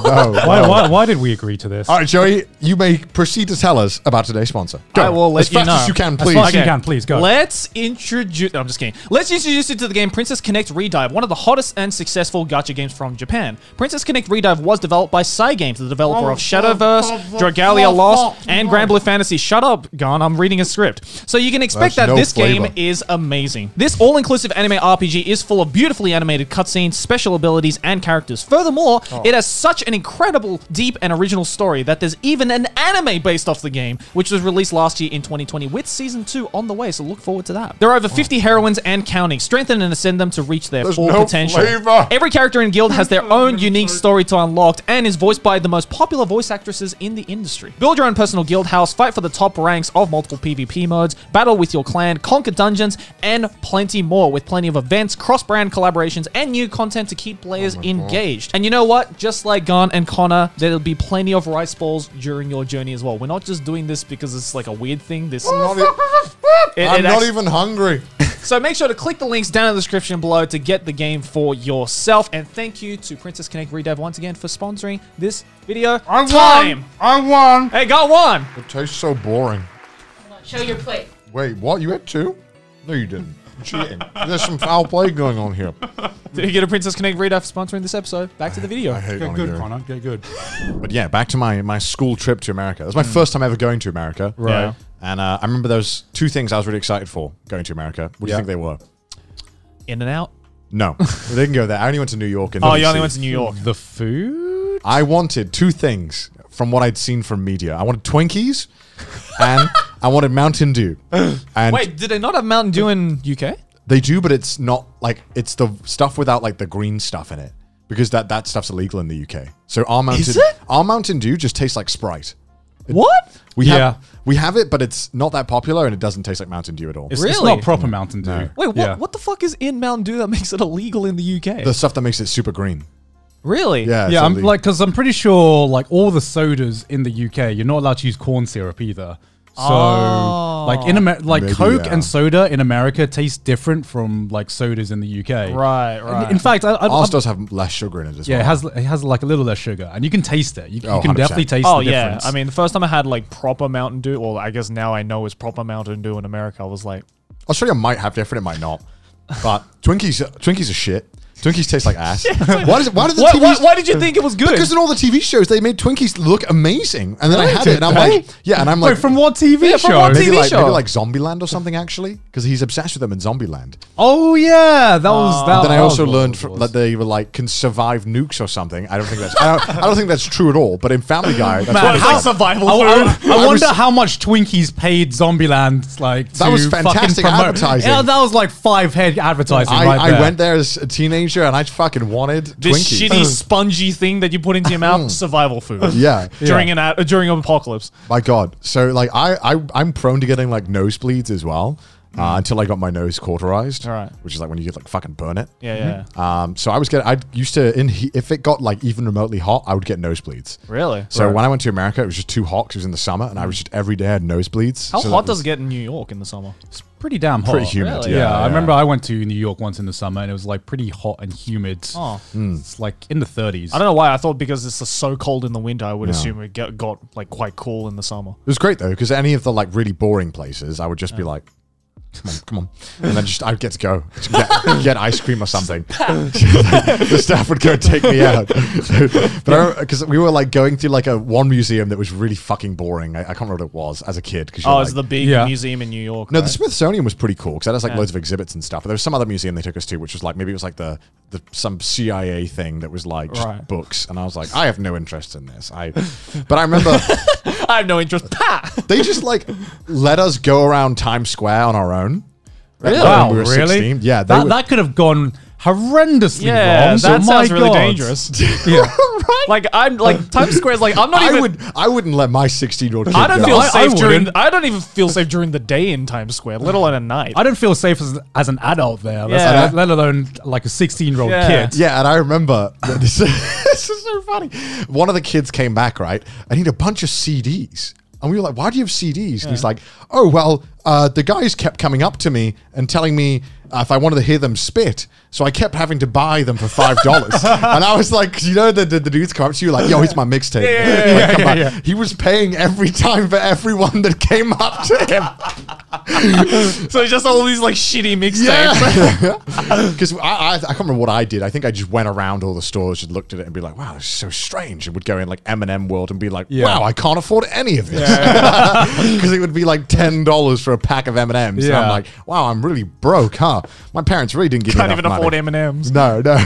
Speaker 1: no, no.
Speaker 4: [laughs] Why, why, why did we agree to this?
Speaker 1: All right, Joey, you may proceed to tell us about today's sponsor. Go.
Speaker 3: I will let
Speaker 1: as
Speaker 3: you
Speaker 1: fast
Speaker 3: know.
Speaker 1: as you can,
Speaker 3: As
Speaker 1: please.
Speaker 4: fast as you can, please, go.
Speaker 3: Let's introduce. I'm just kidding. Let's introduce you to the game Princess Connect Redive, one of the hottest and successful gacha games from Japan. Princess Connect Redive was developed by Cygames, the developer of Shadowverse, Dragalia Lost, and Grand Blue Fantasy. Shut up, Gon. I'm reading a script. So you can expect
Speaker 1: That's
Speaker 3: that
Speaker 1: no
Speaker 3: this game
Speaker 1: flavor.
Speaker 3: is amazing. This all inclusive anime RPG is full of beautifully animated cutscenes, special abilities, and characters. Furthermore, it has such an incredible, deep, and original story that there's even an anime based off the game, which was released last year in 2020 with season 2 on the way, so look forward to that. There are over 50 heroines and counting. Strengthen and ascend them to reach their
Speaker 1: There's
Speaker 3: full
Speaker 1: no
Speaker 3: potential.
Speaker 1: flavor.
Speaker 3: Every character in Guild has their own unique story to unlock and is voiced by the most popular voice actresses in the industry. Build your own personal guild house, fight for the top ranks of multiple PvP modes, battle with your clan, conquer dungeons, and plenty more with plenty of events, cross brand collaborations, and new content to keep players engaged. And you know what? Just like Gon and Connor, there'll be plenty of rice balls during your journey as well. We're not just doing this because it's like a weird thing. This is
Speaker 1: Not it-
Speaker 3: It- it
Speaker 1: I'm not
Speaker 3: actu-
Speaker 1: even hungry.
Speaker 3: So make sure to click the links down in the description below to get the game for yourself. And thank you to Princess Connect Redev once again for sponsoring this video.
Speaker 1: I
Speaker 3: Time.
Speaker 1: I won.
Speaker 3: Hey, got one.
Speaker 1: It tastes so boring.
Speaker 5: Show your plate.
Speaker 1: Wait, what? You had two? No, you didn't. Cheating. There's some foul play going on here.
Speaker 3: Did you get a Princess Connect Redev sponsoring this episode? Back to the video.
Speaker 1: I hate
Speaker 4: Get
Speaker 1: on
Speaker 4: good,
Speaker 1: you.
Speaker 4: Connor. Get good.
Speaker 1: But yeah, back to my, my school trip to America. It was my
Speaker 3: Hmm.
Speaker 1: first time ever going to America.
Speaker 4: Right.
Speaker 3: Yeah.
Speaker 1: And uh, I remember those two things I was really excited for going to America. What do you
Speaker 4: Yeah.
Speaker 1: think they were?
Speaker 3: In and out.
Speaker 1: No, [laughs] they didn't go there. I only went to New York. And
Speaker 3: Oh, you only
Speaker 1: DC.
Speaker 3: went to New York.
Speaker 4: The food?
Speaker 1: I wanted two things from what I'd seen from media. I wanted Twinkies, and I wanted Mountain Dew. And
Speaker 3: Wait, did they not have Mountain Dew in UK?
Speaker 1: they do, but it's not like it's the stuff without like the green stuff in it because that that stuff's illegal in the UK. So our Mountain
Speaker 3: it?
Speaker 1: our Mountain Dew just tastes like Sprite.
Speaker 3: What?
Speaker 1: We
Speaker 4: Yeah.
Speaker 1: have we have it, but it's not that popular, and it doesn't taste like Mountain Dew at all.
Speaker 4: It's, it's
Speaker 3: Really?
Speaker 4: not proper Mountain Dew.
Speaker 3: Wait, what,
Speaker 4: Yeah.
Speaker 3: what the fuck is in Mountain Dew that makes it illegal in the UK?
Speaker 1: the stuff that makes it super green.
Speaker 3: really?
Speaker 1: Yeah,
Speaker 2: yeah,
Speaker 1: it's
Speaker 2: I'm
Speaker 1: ille-
Speaker 2: like, because I'm pretty sure, like, all the sodas in the UK, you're not allowed to use corn syrup either. So,
Speaker 3: Oh.
Speaker 2: like in America, like
Speaker 1: Maybe,
Speaker 2: Coke
Speaker 1: yeah.
Speaker 2: and soda in America taste different from like sodas in the UK.
Speaker 3: Right, right.
Speaker 2: In, in fact, I, I,
Speaker 1: ours
Speaker 2: I-
Speaker 1: does have less sugar in it as
Speaker 2: yeah,
Speaker 1: well.
Speaker 2: it has it has like a little less sugar, and you can taste it. You, you
Speaker 1: Oh,
Speaker 2: can
Speaker 1: 100%.
Speaker 2: definitely taste.
Speaker 3: Oh
Speaker 2: the
Speaker 3: yeah,
Speaker 2: difference.
Speaker 3: I mean the first time I had like proper Mountain Dew, well I guess now I know is proper Mountain Dew in America. I was like,
Speaker 1: Australia might have different, it might not. But
Speaker 3: [laughs]
Speaker 1: Twinkies, Twinkies are shit. Twinkies taste like ass. why does why did the
Speaker 3: why,
Speaker 1: TVs,
Speaker 3: why, why did you think it was good?
Speaker 1: Because in all the TV shows they made Twinkies look amazing, and then I had it, and I'm
Speaker 4: Really?
Speaker 1: like, yeah, and I'm
Speaker 2: Wait,
Speaker 1: like,
Speaker 2: from what TV
Speaker 3: Yeah,
Speaker 2: show?
Speaker 3: from what
Speaker 1: maybe
Speaker 3: TV
Speaker 1: like
Speaker 3: show?
Speaker 1: maybe like Zombieland or something actually, because he's obsessed with them in Zombieland.
Speaker 2: oh yeah, that was
Speaker 3: Oh.
Speaker 2: that.
Speaker 1: then I
Speaker 2: that was
Speaker 1: also
Speaker 2: what
Speaker 1: learned
Speaker 2: it
Speaker 1: fr-
Speaker 2: was.
Speaker 1: that they were like can survive nukes or something. I don't think that's I don't, I don't think that's true at all. But in Family Guy, that's
Speaker 3: Well,
Speaker 1: what
Speaker 3: it's
Speaker 1: it's
Speaker 3: like
Speaker 1: like.
Speaker 3: survival
Speaker 2: I, I-
Speaker 3: food.
Speaker 2: I
Speaker 1: I
Speaker 2: wonder
Speaker 1: was-
Speaker 2: how much Twinkies paid Zombieland like to
Speaker 1: That was fantastic
Speaker 2: fucking promote.
Speaker 1: advertising.
Speaker 2: Yeah, that was like five head advertising.
Speaker 1: I,
Speaker 2: right
Speaker 1: I
Speaker 2: there.
Speaker 1: went there as a teenager, and I fucking wanted
Speaker 3: [laughs] This
Speaker 1: Twinkies.
Speaker 2: Mm.
Speaker 3: shitty spongy thing that you put into your mouth, survival food.
Speaker 1: Mm. [laughs] yeah,
Speaker 3: During an ad, uh, during an apocalypse.
Speaker 1: My God. So like I, I I'm prone to getting like nosebleeds as well. Uh, until I got my nose cauterized,
Speaker 3: Hmm. All right.
Speaker 1: which is like when you get like fucking burn it.
Speaker 3: Yeah, yeah.
Speaker 1: Um, so I was getting, I used to in he- if it got like even remotely hot, I would get nosebleeds.
Speaker 3: Really?
Speaker 1: So when I went to America, it was just too hot 'cause it was in the summer, and I was just every day I had nosebleeds.
Speaker 3: How
Speaker 1: So
Speaker 3: hot
Speaker 1: that was
Speaker 3: does it get in New York in the summer?
Speaker 2: It's pretty damn hot.
Speaker 1: Pretty humid.
Speaker 3: Really?
Speaker 2: Yeah,
Speaker 1: Yeah,
Speaker 2: I
Speaker 1: yeah.
Speaker 2: remember I went to New York once in the summer and it was like pretty hot and humid.
Speaker 3: Oh.
Speaker 1: Hmm.
Speaker 2: It's like in the 30s.
Speaker 3: I don't know why. I thought because it's so cold in the winter, I would
Speaker 1: Yeah.
Speaker 3: assume it get, got like quite cool in the summer.
Speaker 1: It was great though, because any of the like really boring places, I would just be like, "Come on,
Speaker 3: [laughs]
Speaker 1: come on," and then just I'd get to go to get, get [laughs] ice cream or something. [laughs] the staff would go take me out, [laughs] but because we were like going through like a one museum that was really fucking boring. I, I can't remember what it was as a kid. Cause you're,
Speaker 3: Oh, it's the
Speaker 1: like-
Speaker 3: big
Speaker 2: Yeah.
Speaker 3: museum in New York.
Speaker 1: no,
Speaker 3: right?
Speaker 1: the Smithsonian was pretty cool because that has like loads of exhibits and stuff. But there was some other museum they took us to, which was like maybe it was like the, the some CIA thing that was like just
Speaker 3: Right.
Speaker 1: books, and I was like, I have no interest in this. I, but I
Speaker 3: [laughs]
Speaker 1: remember.
Speaker 3: I have
Speaker 1: [laughs]
Speaker 3: no interest. Pa!
Speaker 1: They just like let us go around Times Square on our own. Really?
Speaker 2: Wow, really?
Speaker 1: Yeah, they
Speaker 2: that,
Speaker 1: were-
Speaker 2: that could have gone horrendously
Speaker 3: Yeah,
Speaker 2: wrong.
Speaker 3: that
Speaker 2: Oh my
Speaker 3: sounds really
Speaker 2: God. [laughs]
Speaker 3: dangerous. Like I'm like Times Square's like I'm not
Speaker 1: I
Speaker 3: even.
Speaker 1: would. I wouldn't let my sixteen-year-old.
Speaker 3: I don't feel
Speaker 2: I- I
Speaker 3: safe during.
Speaker 2: wouldn't.
Speaker 3: I don't even feel safe during the day in Times Square, let alone at night.
Speaker 2: I don't feel safe as, as an adult there, let's-
Speaker 3: Yeah.
Speaker 2: let alone like a 16 year old
Speaker 3: Yeah.
Speaker 2: kid.
Speaker 1: Yeah, and I remember that this, this is [laughs] so funny. One of the kids came back, right? And he had a bunch of CDs. And we were like, why do you have CDs? And he's like, oh, well, uh, the guys kept coming up to me and telling me uh, if I wanted to hear them spit. So I kept having to buy them for $5.
Speaker 3: [laughs]
Speaker 1: and I was like, you know, the, the, the dudes come up to you like, yo, here's my mixtape.
Speaker 3: yeah,
Speaker 1: Like, come on. He was paying every time for everyone that came up to him.
Speaker 3: So it's just all these like shitty mixtapes.
Speaker 1: [laughs] Because I, I, I can't remember what I did. I think I just went around all the stores and looked at it and be like, "Wow, this is so strange." And would go in like M and M World and be like,
Speaker 2: Yeah.
Speaker 1: "Wow, I can't afford any of this," because [laughs] it would be like ten dollars for a pack of M and M's. And I'm
Speaker 2: Yeah.
Speaker 1: like, "Wow, I'm really broke, huh?" My parents really didn't give
Speaker 3: Can't
Speaker 1: me enough
Speaker 3: even afford
Speaker 1: money.
Speaker 3: M and M's.
Speaker 1: No, no. [laughs]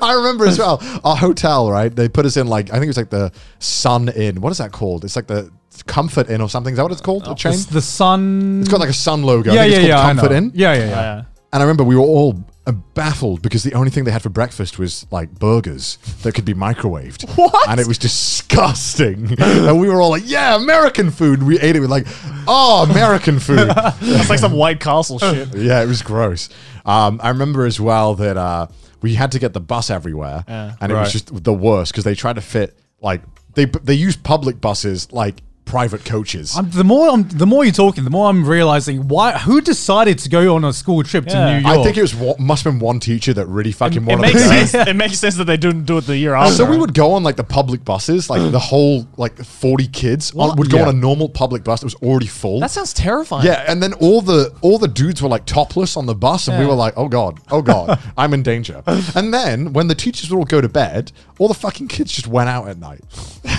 Speaker 1: I remember as well. Our hotel, right? They put us in like I think it was like the Sun Inn. What is that called? It's like the Comfort Inn or something. Is that what it's called? the chain?
Speaker 2: It's the sun.
Speaker 1: It's got like a sun logo. I
Speaker 2: yeah,
Speaker 1: think
Speaker 2: yeah,
Speaker 1: it's
Speaker 2: yeah,
Speaker 1: called
Speaker 2: I know.
Speaker 1: Comfort Inn. Oh,
Speaker 2: yeah, yeah, yeah.
Speaker 3: Yeah.
Speaker 1: And I remember we were all uh, baffled because the only thing they had for breakfast was like burgers that could be microwaved.
Speaker 3: [laughs] What?
Speaker 1: And it was disgusting. [laughs] and we were all like, yeah, American food. And we ate it with like, oh, American food.
Speaker 3: [laughs] That's like some
Speaker 1: [laughs]
Speaker 3: White Castle shit.
Speaker 1: yeah, it was gross. Um, I remember as well that uh, we had to get the bus everywhere.
Speaker 3: Yeah.
Speaker 1: And it was
Speaker 2: Right.
Speaker 1: just the worst because they tried to fit like, they, they used public buses like private coaches.
Speaker 2: I'm, the more I'm, the more you're talking, the more I'm realizing why. Who decided to go on a school trip
Speaker 3: Yeah.
Speaker 2: to New York?
Speaker 1: I think it was wa- must have been one teacher that really fucking
Speaker 3: It
Speaker 1: wanted
Speaker 3: makes
Speaker 1: to go.
Speaker 3: sense. It makes sense that they didn't do it the year after.
Speaker 1: So we would go on like the public buses, like the whole like forty kids on, would go
Speaker 2: Yeah.
Speaker 1: on a normal public bus that was already full.
Speaker 3: That sounds terrifying.
Speaker 1: yeah, and then all the all the dudes were like topless on the bus, and we
Speaker 3: Yeah.
Speaker 1: were like, "Oh god, oh
Speaker 2: [laughs]
Speaker 1: god, I'm in danger." And then when the teachers would all go to bed, all the fucking kids just went out at night,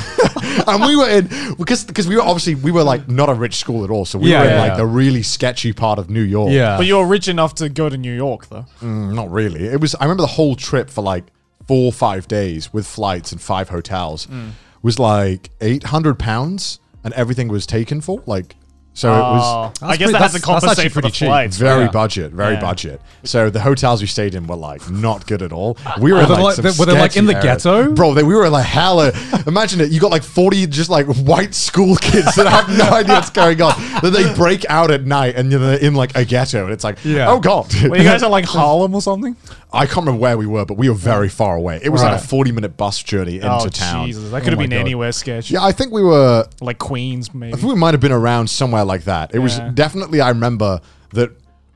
Speaker 1: [laughs] and we were in because because we were obviously we were like not a rich school at all, so we
Speaker 2: Yeah,
Speaker 1: were in
Speaker 2: yeah,
Speaker 1: like
Speaker 2: yeah.
Speaker 1: the really sketchy part of New York.
Speaker 2: Yeah.
Speaker 3: But you're rich enough to go to New York, though.
Speaker 1: Mm, not really. It was. I remember the whole trip for like four, five days with flights and five hotels
Speaker 3: Mm.
Speaker 1: was like eight hundred pounds, and everything was taken for. Like, so it was
Speaker 3: Uh, I
Speaker 2: That's
Speaker 3: guess
Speaker 2: pretty-
Speaker 3: that
Speaker 2: that's-
Speaker 3: has to
Speaker 2: that's actually
Speaker 3: compensate for the
Speaker 2: pretty cheap.
Speaker 3: Oh, flights.
Speaker 1: very
Speaker 2: yeah.
Speaker 1: budget, very
Speaker 3: Yeah.
Speaker 1: budget. So the hotels we stayed in were like not good at all. We were
Speaker 2: Were
Speaker 1: in,
Speaker 2: they
Speaker 1: like,
Speaker 2: like-
Speaker 1: some
Speaker 2: they- were they, like,
Speaker 1: sketchy
Speaker 2: in the
Speaker 1: area.
Speaker 2: ghetto?
Speaker 1: bro. They, we were in like hella. imagine it. You got like forty just like white school kids that have no idea what's going on. Then they break out at night and you know, they're in like a ghetto, and it's like,
Speaker 2: Yeah.
Speaker 1: oh god. [laughs]
Speaker 3: Were you guys in like Harlem or something?
Speaker 1: I can't remember where we were, but we were very far away. It was like a
Speaker 3: Right.
Speaker 1: 40 minute bus journey into
Speaker 3: oh
Speaker 1: town.
Speaker 3: Jesus, that could have
Speaker 1: my
Speaker 3: been
Speaker 1: God.
Speaker 3: anywhere sketch.
Speaker 1: Yeah, I think we were,
Speaker 3: Like Queens, maybe.
Speaker 1: I think we might have been around somewhere like that. It was
Speaker 3: Yeah.
Speaker 1: definitely, I remember that,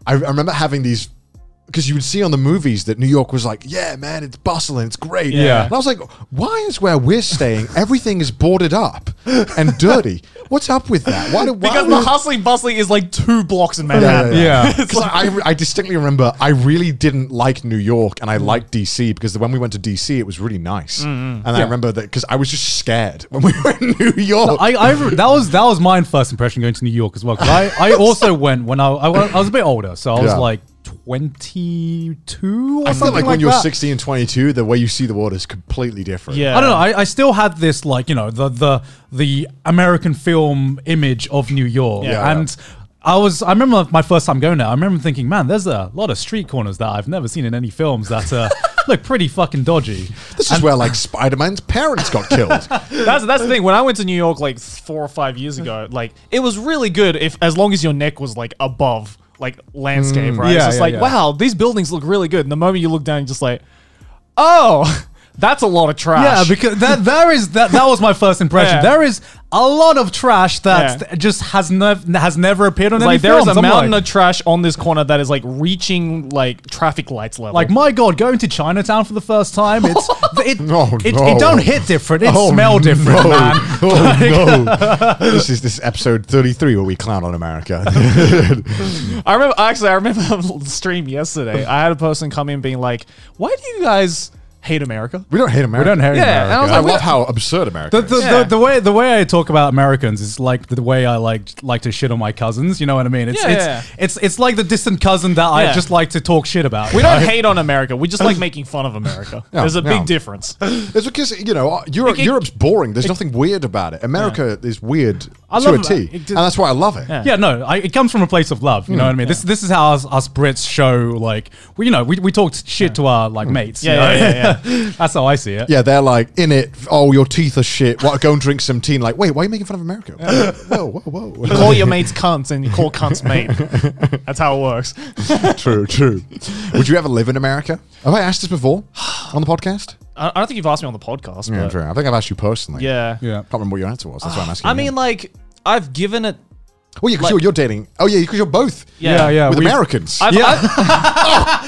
Speaker 1: I, I remember having these, because you would see on the movies that New York was like, yeah, man, it's bustling, it's great.
Speaker 3: Yeah.
Speaker 1: And I was like, why is where we're staying, everything is boarded up and dirty? What's up with that? Why do, why
Speaker 3: Because
Speaker 1: do
Speaker 3: the
Speaker 1: we-
Speaker 3: hustling bustling is like two blocks in
Speaker 1: Yeah,
Speaker 3: Manhattan.
Speaker 1: yeah.
Speaker 2: Yeah.
Speaker 1: Because I, I distinctly remember I really didn't like New York
Speaker 2: Mm.
Speaker 1: and I liked DC because when we went to DC, it was really nice. And I remember that because I was just scared [laughs] when we were in New York.
Speaker 2: [laughs] Mm-hmm. I, I re- that was that was my first impression going to New York as well. 'cause I, I
Speaker 1: [laughs]
Speaker 2: also went when I, I wa- I was a bit older, so I was
Speaker 1: Yeah.
Speaker 2: like twenty two or
Speaker 1: I feel
Speaker 2: something
Speaker 1: like
Speaker 2: like,
Speaker 1: when you're
Speaker 2: that.
Speaker 1: 16 and 22, the way you see the world is completely different.
Speaker 3: Yeah.
Speaker 2: I don't know. I, I still had this like you know the the the American film image of New York,
Speaker 1: Yeah.
Speaker 2: and I was I remember my first time going there. I remember thinking, man, there's a lot of street corners that I've never seen in any films that uh, [laughs] look pretty fucking dodgy.
Speaker 1: This is where like Spider Man's parents got
Speaker 2: [laughs]
Speaker 1: killed.
Speaker 3: That's that's the thing. When I went to New York like four or five years
Speaker 2: [laughs]
Speaker 3: ago, like it was really good if as long as your neck was like above like landscape, right?
Speaker 2: Mm, yeah,
Speaker 3: it's just
Speaker 2: yeah,
Speaker 3: like,
Speaker 2: yeah.
Speaker 3: wow, these buildings look really good. And the moment you look down, you're just like, oh, [laughs] that's a lot of
Speaker 2: Yeah,
Speaker 3: trash.
Speaker 2: because that there is that that was my first impression.
Speaker 3: Yeah.
Speaker 2: There is a lot lot of trash that
Speaker 3: Yeah.
Speaker 2: just has nev- has never appeared on any
Speaker 3: like there is
Speaker 2: films.
Speaker 3: a
Speaker 2: I'm
Speaker 3: mountain
Speaker 2: like,
Speaker 3: of trash on this corner that is like reaching like traffic lights level.
Speaker 2: like, my god, going to Chinatown for the first time,
Speaker 3: [laughs]
Speaker 2: it's it,
Speaker 1: No,
Speaker 2: it,
Speaker 1: Oh, no.
Speaker 2: it don't hit different, it
Speaker 1: Oh,
Speaker 2: smell
Speaker 1: [laughs]
Speaker 2: different,
Speaker 1: no.
Speaker 2: man.
Speaker 1: Oh
Speaker 2: [laughs]
Speaker 1: no! This is this is episode 33 where we clown on America. [laughs]
Speaker 3: I remember actually I remember [laughs] the stream yesterday. I had a person come in being like, why do you guys hate America?
Speaker 1: we don't hate America.
Speaker 2: don't hate
Speaker 3: Yeah, and I was
Speaker 1: I,
Speaker 3: like,
Speaker 1: love
Speaker 3: "What?"
Speaker 1: how absurd America.
Speaker 2: The,
Speaker 1: is.
Speaker 2: the,
Speaker 3: Yeah.
Speaker 2: the, the way the way I talk about Americans is like the way I like like to shit on my cousins. You know what I mean? It's
Speaker 3: Yeah,
Speaker 2: it's,
Speaker 3: yeah.
Speaker 2: it's it's like the distant cousin that I
Speaker 3: Yeah.
Speaker 2: just like to talk shit about. [laughs]
Speaker 3: We don't hate on America. We just like making fun of America. There's a big
Speaker 1: yeah.
Speaker 3: difference.
Speaker 2: [laughs]
Speaker 1: It's because you know Europe,
Speaker 3: It- it-
Speaker 1: Europe's boring. There's nothing weird about it. America is weird
Speaker 2: I
Speaker 1: to a
Speaker 2: love
Speaker 1: T,
Speaker 2: that. It
Speaker 1: and
Speaker 2: just-
Speaker 1: that's why I love it.
Speaker 2: [laughs] Yeah, no, I, it comes from a place of love. You know what I mean? This this is how us, us Brits show like we you know we, we talk shit to our like mates. you
Speaker 3: Yeah,
Speaker 2: know?
Speaker 3: yeah, yeah,
Speaker 2: [laughs] That's how I see it.
Speaker 1: Yeah, they're like in it. Oh, your teeth are shit. What? Go and drink some tea. And like, wait, why are you making fun of America? Whoa, whoa, whoa.
Speaker 3: call your mates cunts and you call cunts mate. That's how it works.
Speaker 1: [laughs] true, true. Would you ever live in America? Have I asked this before on the podcast?
Speaker 3: I, I don't think you've asked me on the podcast.
Speaker 1: Yeah,
Speaker 3: but-
Speaker 1: true. I think I've asked you personally.
Speaker 3: yeah.
Speaker 2: Yeah.
Speaker 1: can't remember what your answer was. That's why I'm asking.
Speaker 3: I
Speaker 1: you.
Speaker 3: mean, like, I've given it.
Speaker 1: well, yeah, because you're, you're dating. Oh, yeah, because you're both.
Speaker 3: Yeah, yeah,
Speaker 1: With
Speaker 2: we-
Speaker 1: Americans.
Speaker 3: I've, I've- [laughs]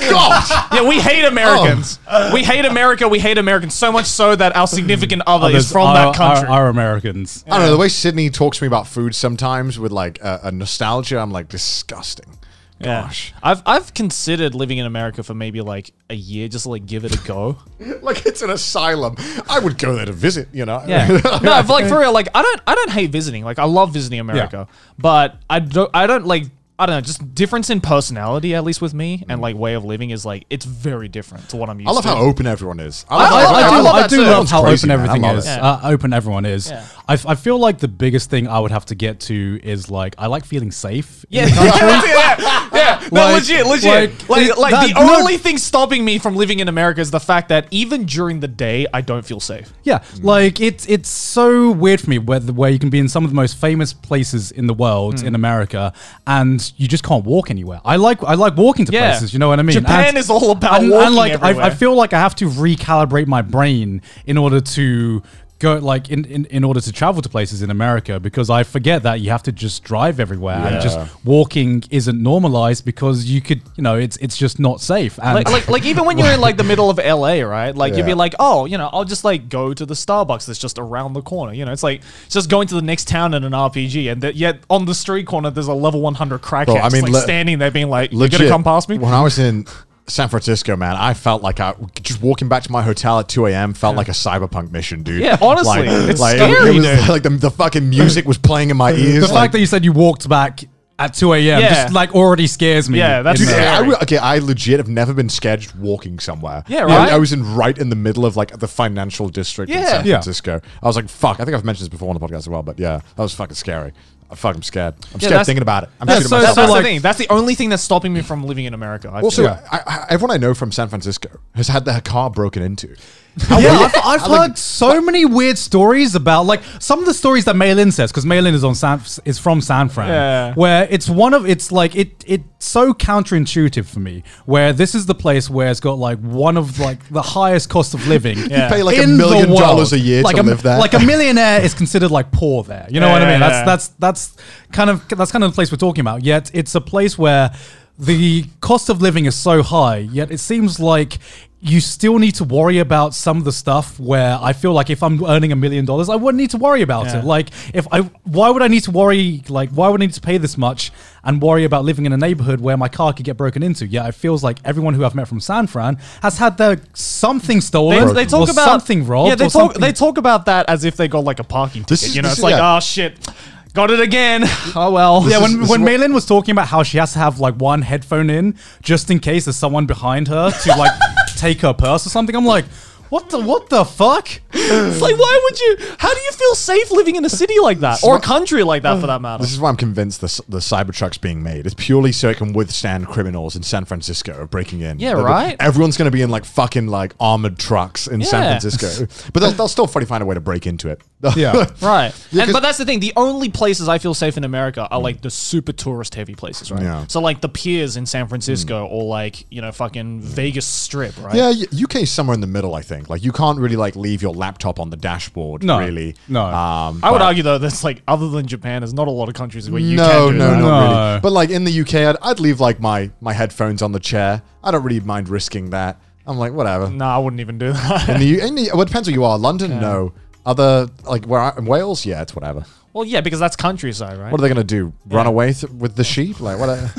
Speaker 1: God.
Speaker 3: yeah, we hate [laughs] Americans. Oh. We hate America. We hate Americans so much so that our significant other is
Speaker 2: Others
Speaker 3: from
Speaker 2: are-
Speaker 3: that country.
Speaker 2: Are, are Americans.
Speaker 1: I don't know. The way Sydney talks to me about food sometimes with like a, a nostalgia, I'm like disgusting.
Speaker 3: Yeah.
Speaker 1: Gosh. [laughs]
Speaker 3: I've I've considered living in America for maybe like a year, just to, like give it a go.
Speaker 1: like it's an asylum. I would go there to visit, you know. [laughs]
Speaker 3: no, but like for real, like I don't I don't hate visiting. Like I love visiting America, but I don't I don't like I don't know, just difference in personality at least with me and like way of living is like it's very different to what I'm used
Speaker 1: I love
Speaker 3: to.
Speaker 1: how open everyone is.
Speaker 2: I,
Speaker 1: love-
Speaker 2: I do, I
Speaker 1: love
Speaker 2: love,
Speaker 1: that too. Everyone's
Speaker 2: how
Speaker 1: crazy,
Speaker 2: open
Speaker 1: man. I
Speaker 2: everything
Speaker 1: love
Speaker 2: is.
Speaker 1: it.
Speaker 2: Uh, open everyone is.
Speaker 3: Yeah.
Speaker 2: I, f- I feel like the biggest thing I would have to get to is like I like feeling safe.
Speaker 3: yeah, yeah, yeah, no,
Speaker 2: Like-
Speaker 3: legit, legit.
Speaker 2: like,
Speaker 3: Like, like,
Speaker 2: it- that-
Speaker 3: the
Speaker 2: no-
Speaker 3: only thing stopping me from living in America is the fact that even during the day, I don't feel safe.
Speaker 2: Yeah, like it's it's so weird for me where the- where you can be in some of the most famous places in the world
Speaker 3: Mm.
Speaker 2: in America and you just can't walk anywhere. I like I like walking to
Speaker 3: Yeah.
Speaker 2: places. You know what I mean?
Speaker 3: Japan
Speaker 2: And-
Speaker 3: is all about
Speaker 2: and,
Speaker 3: walking
Speaker 2: and like I, I
Speaker 3: everywhere.
Speaker 2: feel like I have to recalibrate my brain in order to go like in, in, in order to travel to places in America because I forget that you have to just drive everywhere and just
Speaker 1: Yeah.
Speaker 2: walking isn't normalized because you could you know it's it's just not safe and
Speaker 3: Like, like, like even when you're in like the middle of LA, right? Like you'd be
Speaker 1: Yeah.
Speaker 3: like, oh, you know, I'll just like go to the Starbucks that's just around the corner. You know, it's like it's just going to the next town in an RPG, and that yet on the street corner there's a level 100 crackhead
Speaker 1: Bro, I
Speaker 3: just,
Speaker 1: mean,
Speaker 3: like
Speaker 1: le-
Speaker 3: standing there being like,
Speaker 1: Legit,
Speaker 3: you're gonna come past me.
Speaker 1: When I was in San Francisco, man, I felt like I just walking back to my hotel at 2 a.m. felt like a cyberpunk mission, dude.
Speaker 3: Yeah, honestly,
Speaker 1: like,
Speaker 3: it's
Speaker 1: like,
Speaker 3: scary,
Speaker 1: it was, [laughs]
Speaker 3: dude.
Speaker 1: Like the, the fucking music was playing in my ears.
Speaker 2: the
Speaker 1: like-
Speaker 2: fact that you said you walked back at 2 a.m.
Speaker 3: Yeah.
Speaker 2: just like already scares me
Speaker 3: Yeah, that's-
Speaker 1: Dude,
Speaker 3: It's
Speaker 1: I, I,
Speaker 3: scary.
Speaker 1: re- okay, I legit have never been sketched walking somewhere.
Speaker 3: Yeah,
Speaker 1: I-
Speaker 3: right?
Speaker 1: I, was in right in the middle of like the financial district in
Speaker 3: Yeah.
Speaker 1: San
Speaker 2: Yeah.
Speaker 1: Francisco. I was like, fuck. I think I've mentioned this before on the podcast as well, but yeah, that was fucking scary. I'm fucking scared. I'm scared
Speaker 3: that's-
Speaker 1: thinking about it. I'm
Speaker 2: that's
Speaker 1: shooting
Speaker 2: so-
Speaker 1: myself.
Speaker 3: that's the
Speaker 2: like-
Speaker 3: thing. That's the only thing that's stopping me from living in America. I
Speaker 1: also,
Speaker 3: feel.
Speaker 1: I, I, everyone I know from San Francisco has had their car broken into.
Speaker 2: [laughs] yeah, I've, I've heard so many weird stories about like some of the stories that Maylin says because Maylin is on San is from San Fran,
Speaker 3: Yeah.
Speaker 2: where it's one of it's like it it's so counterintuitive for me. Where this is the place where it's got like one of like the highest cost of living.
Speaker 3: [laughs] Yeah.
Speaker 1: Pay like a
Speaker 2: in the
Speaker 1: million
Speaker 2: world.
Speaker 1: dollars a year
Speaker 2: like
Speaker 1: to live there.
Speaker 2: Like a millionaire is considered like poor there. You know
Speaker 3: Yeah,
Speaker 2: what I mean?
Speaker 3: yeah, yeah.
Speaker 2: That's that's that's kind of that's kind of the place we're talking about. Yet it's a place where the cost of living is so high. Yet it seems like you still need to worry about some of the stuff where I feel like if I'm earning a million dollars, I wouldn't need to worry about
Speaker 3: Yeah.
Speaker 2: it. Like if I, why would I need to worry? Like why would I need to pay this much and worry about living in a neighborhood where my car could get broken into? Yeah, it feels like everyone who I've met from San Fran has had their something stolen
Speaker 3: They,
Speaker 2: or-
Speaker 3: they talk
Speaker 2: or
Speaker 3: about
Speaker 2: something wrong.
Speaker 3: Yeah, they talk. They talk about that as if they got like a parking ticket.
Speaker 1: This is-
Speaker 3: you know,
Speaker 1: this
Speaker 3: it's
Speaker 1: is-
Speaker 3: like,
Speaker 1: yeah.
Speaker 3: oh shit, got
Speaker 2: [laughs]
Speaker 3: it again. Oh well.
Speaker 2: yeah,
Speaker 1: is-
Speaker 2: when,
Speaker 1: this
Speaker 3: [laughs]
Speaker 1: is
Speaker 2: when
Speaker 1: what-
Speaker 2: Malin was talking about how she has to have like one headphone in just in case there's someone behind her to
Speaker 3: [laughs]
Speaker 2: like take her purse or something, I'm like, what the what the fuck?
Speaker 3: It's like, why would you? How do you feel safe living in a city like that, or a country like that, for that matter?
Speaker 1: This is why I'm convinced the s- the Cybertruck's being made. It's purely so it can withstand criminals in San Francisco breaking in.
Speaker 3: Yeah,
Speaker 1: They'll be-
Speaker 3: right?
Speaker 1: Everyone's going to be in like fucking like armored trucks in San
Speaker 3: Yeah.
Speaker 1: Francisco, but they'll, they'll still probably find a way to break into it. [laughs]
Speaker 2: Yeah.
Speaker 3: Right,
Speaker 1: Yeah,
Speaker 3: and
Speaker 1: 'cause-
Speaker 3: but that's the thing. The only places I feel safe in America are like the super tourist heavy places, right?
Speaker 1: Yeah. Mm.
Speaker 3: So like the piers in San Francisco, or like you know fucking Vegas Strip, right?
Speaker 1: Yeah, U- UK is somewhere in the middle, I think. Like you can't really like leave your laptop on the dashboard.
Speaker 2: No,
Speaker 1: really.
Speaker 2: no.
Speaker 1: Um,
Speaker 3: I would
Speaker 1: but-
Speaker 3: argue though that's like other than Japan, there's not a lot of countries where you
Speaker 1: no,
Speaker 3: can do
Speaker 1: no,
Speaker 3: that.
Speaker 1: not
Speaker 2: No.
Speaker 1: really. But like in the UK, I'd, I'd leave like my my headphones on the chair. I don't really mind risking that. I'm like whatever.
Speaker 3: Nah, I wouldn't even do that. [laughs]
Speaker 1: In the, U- in the well, it depends where you are. London, no. Other like where I, in Wales, yeah, it's whatever.
Speaker 3: well, yeah, because that's countryside, right?
Speaker 1: What are they gonna do? Run away th- with the sheep? Like what? A,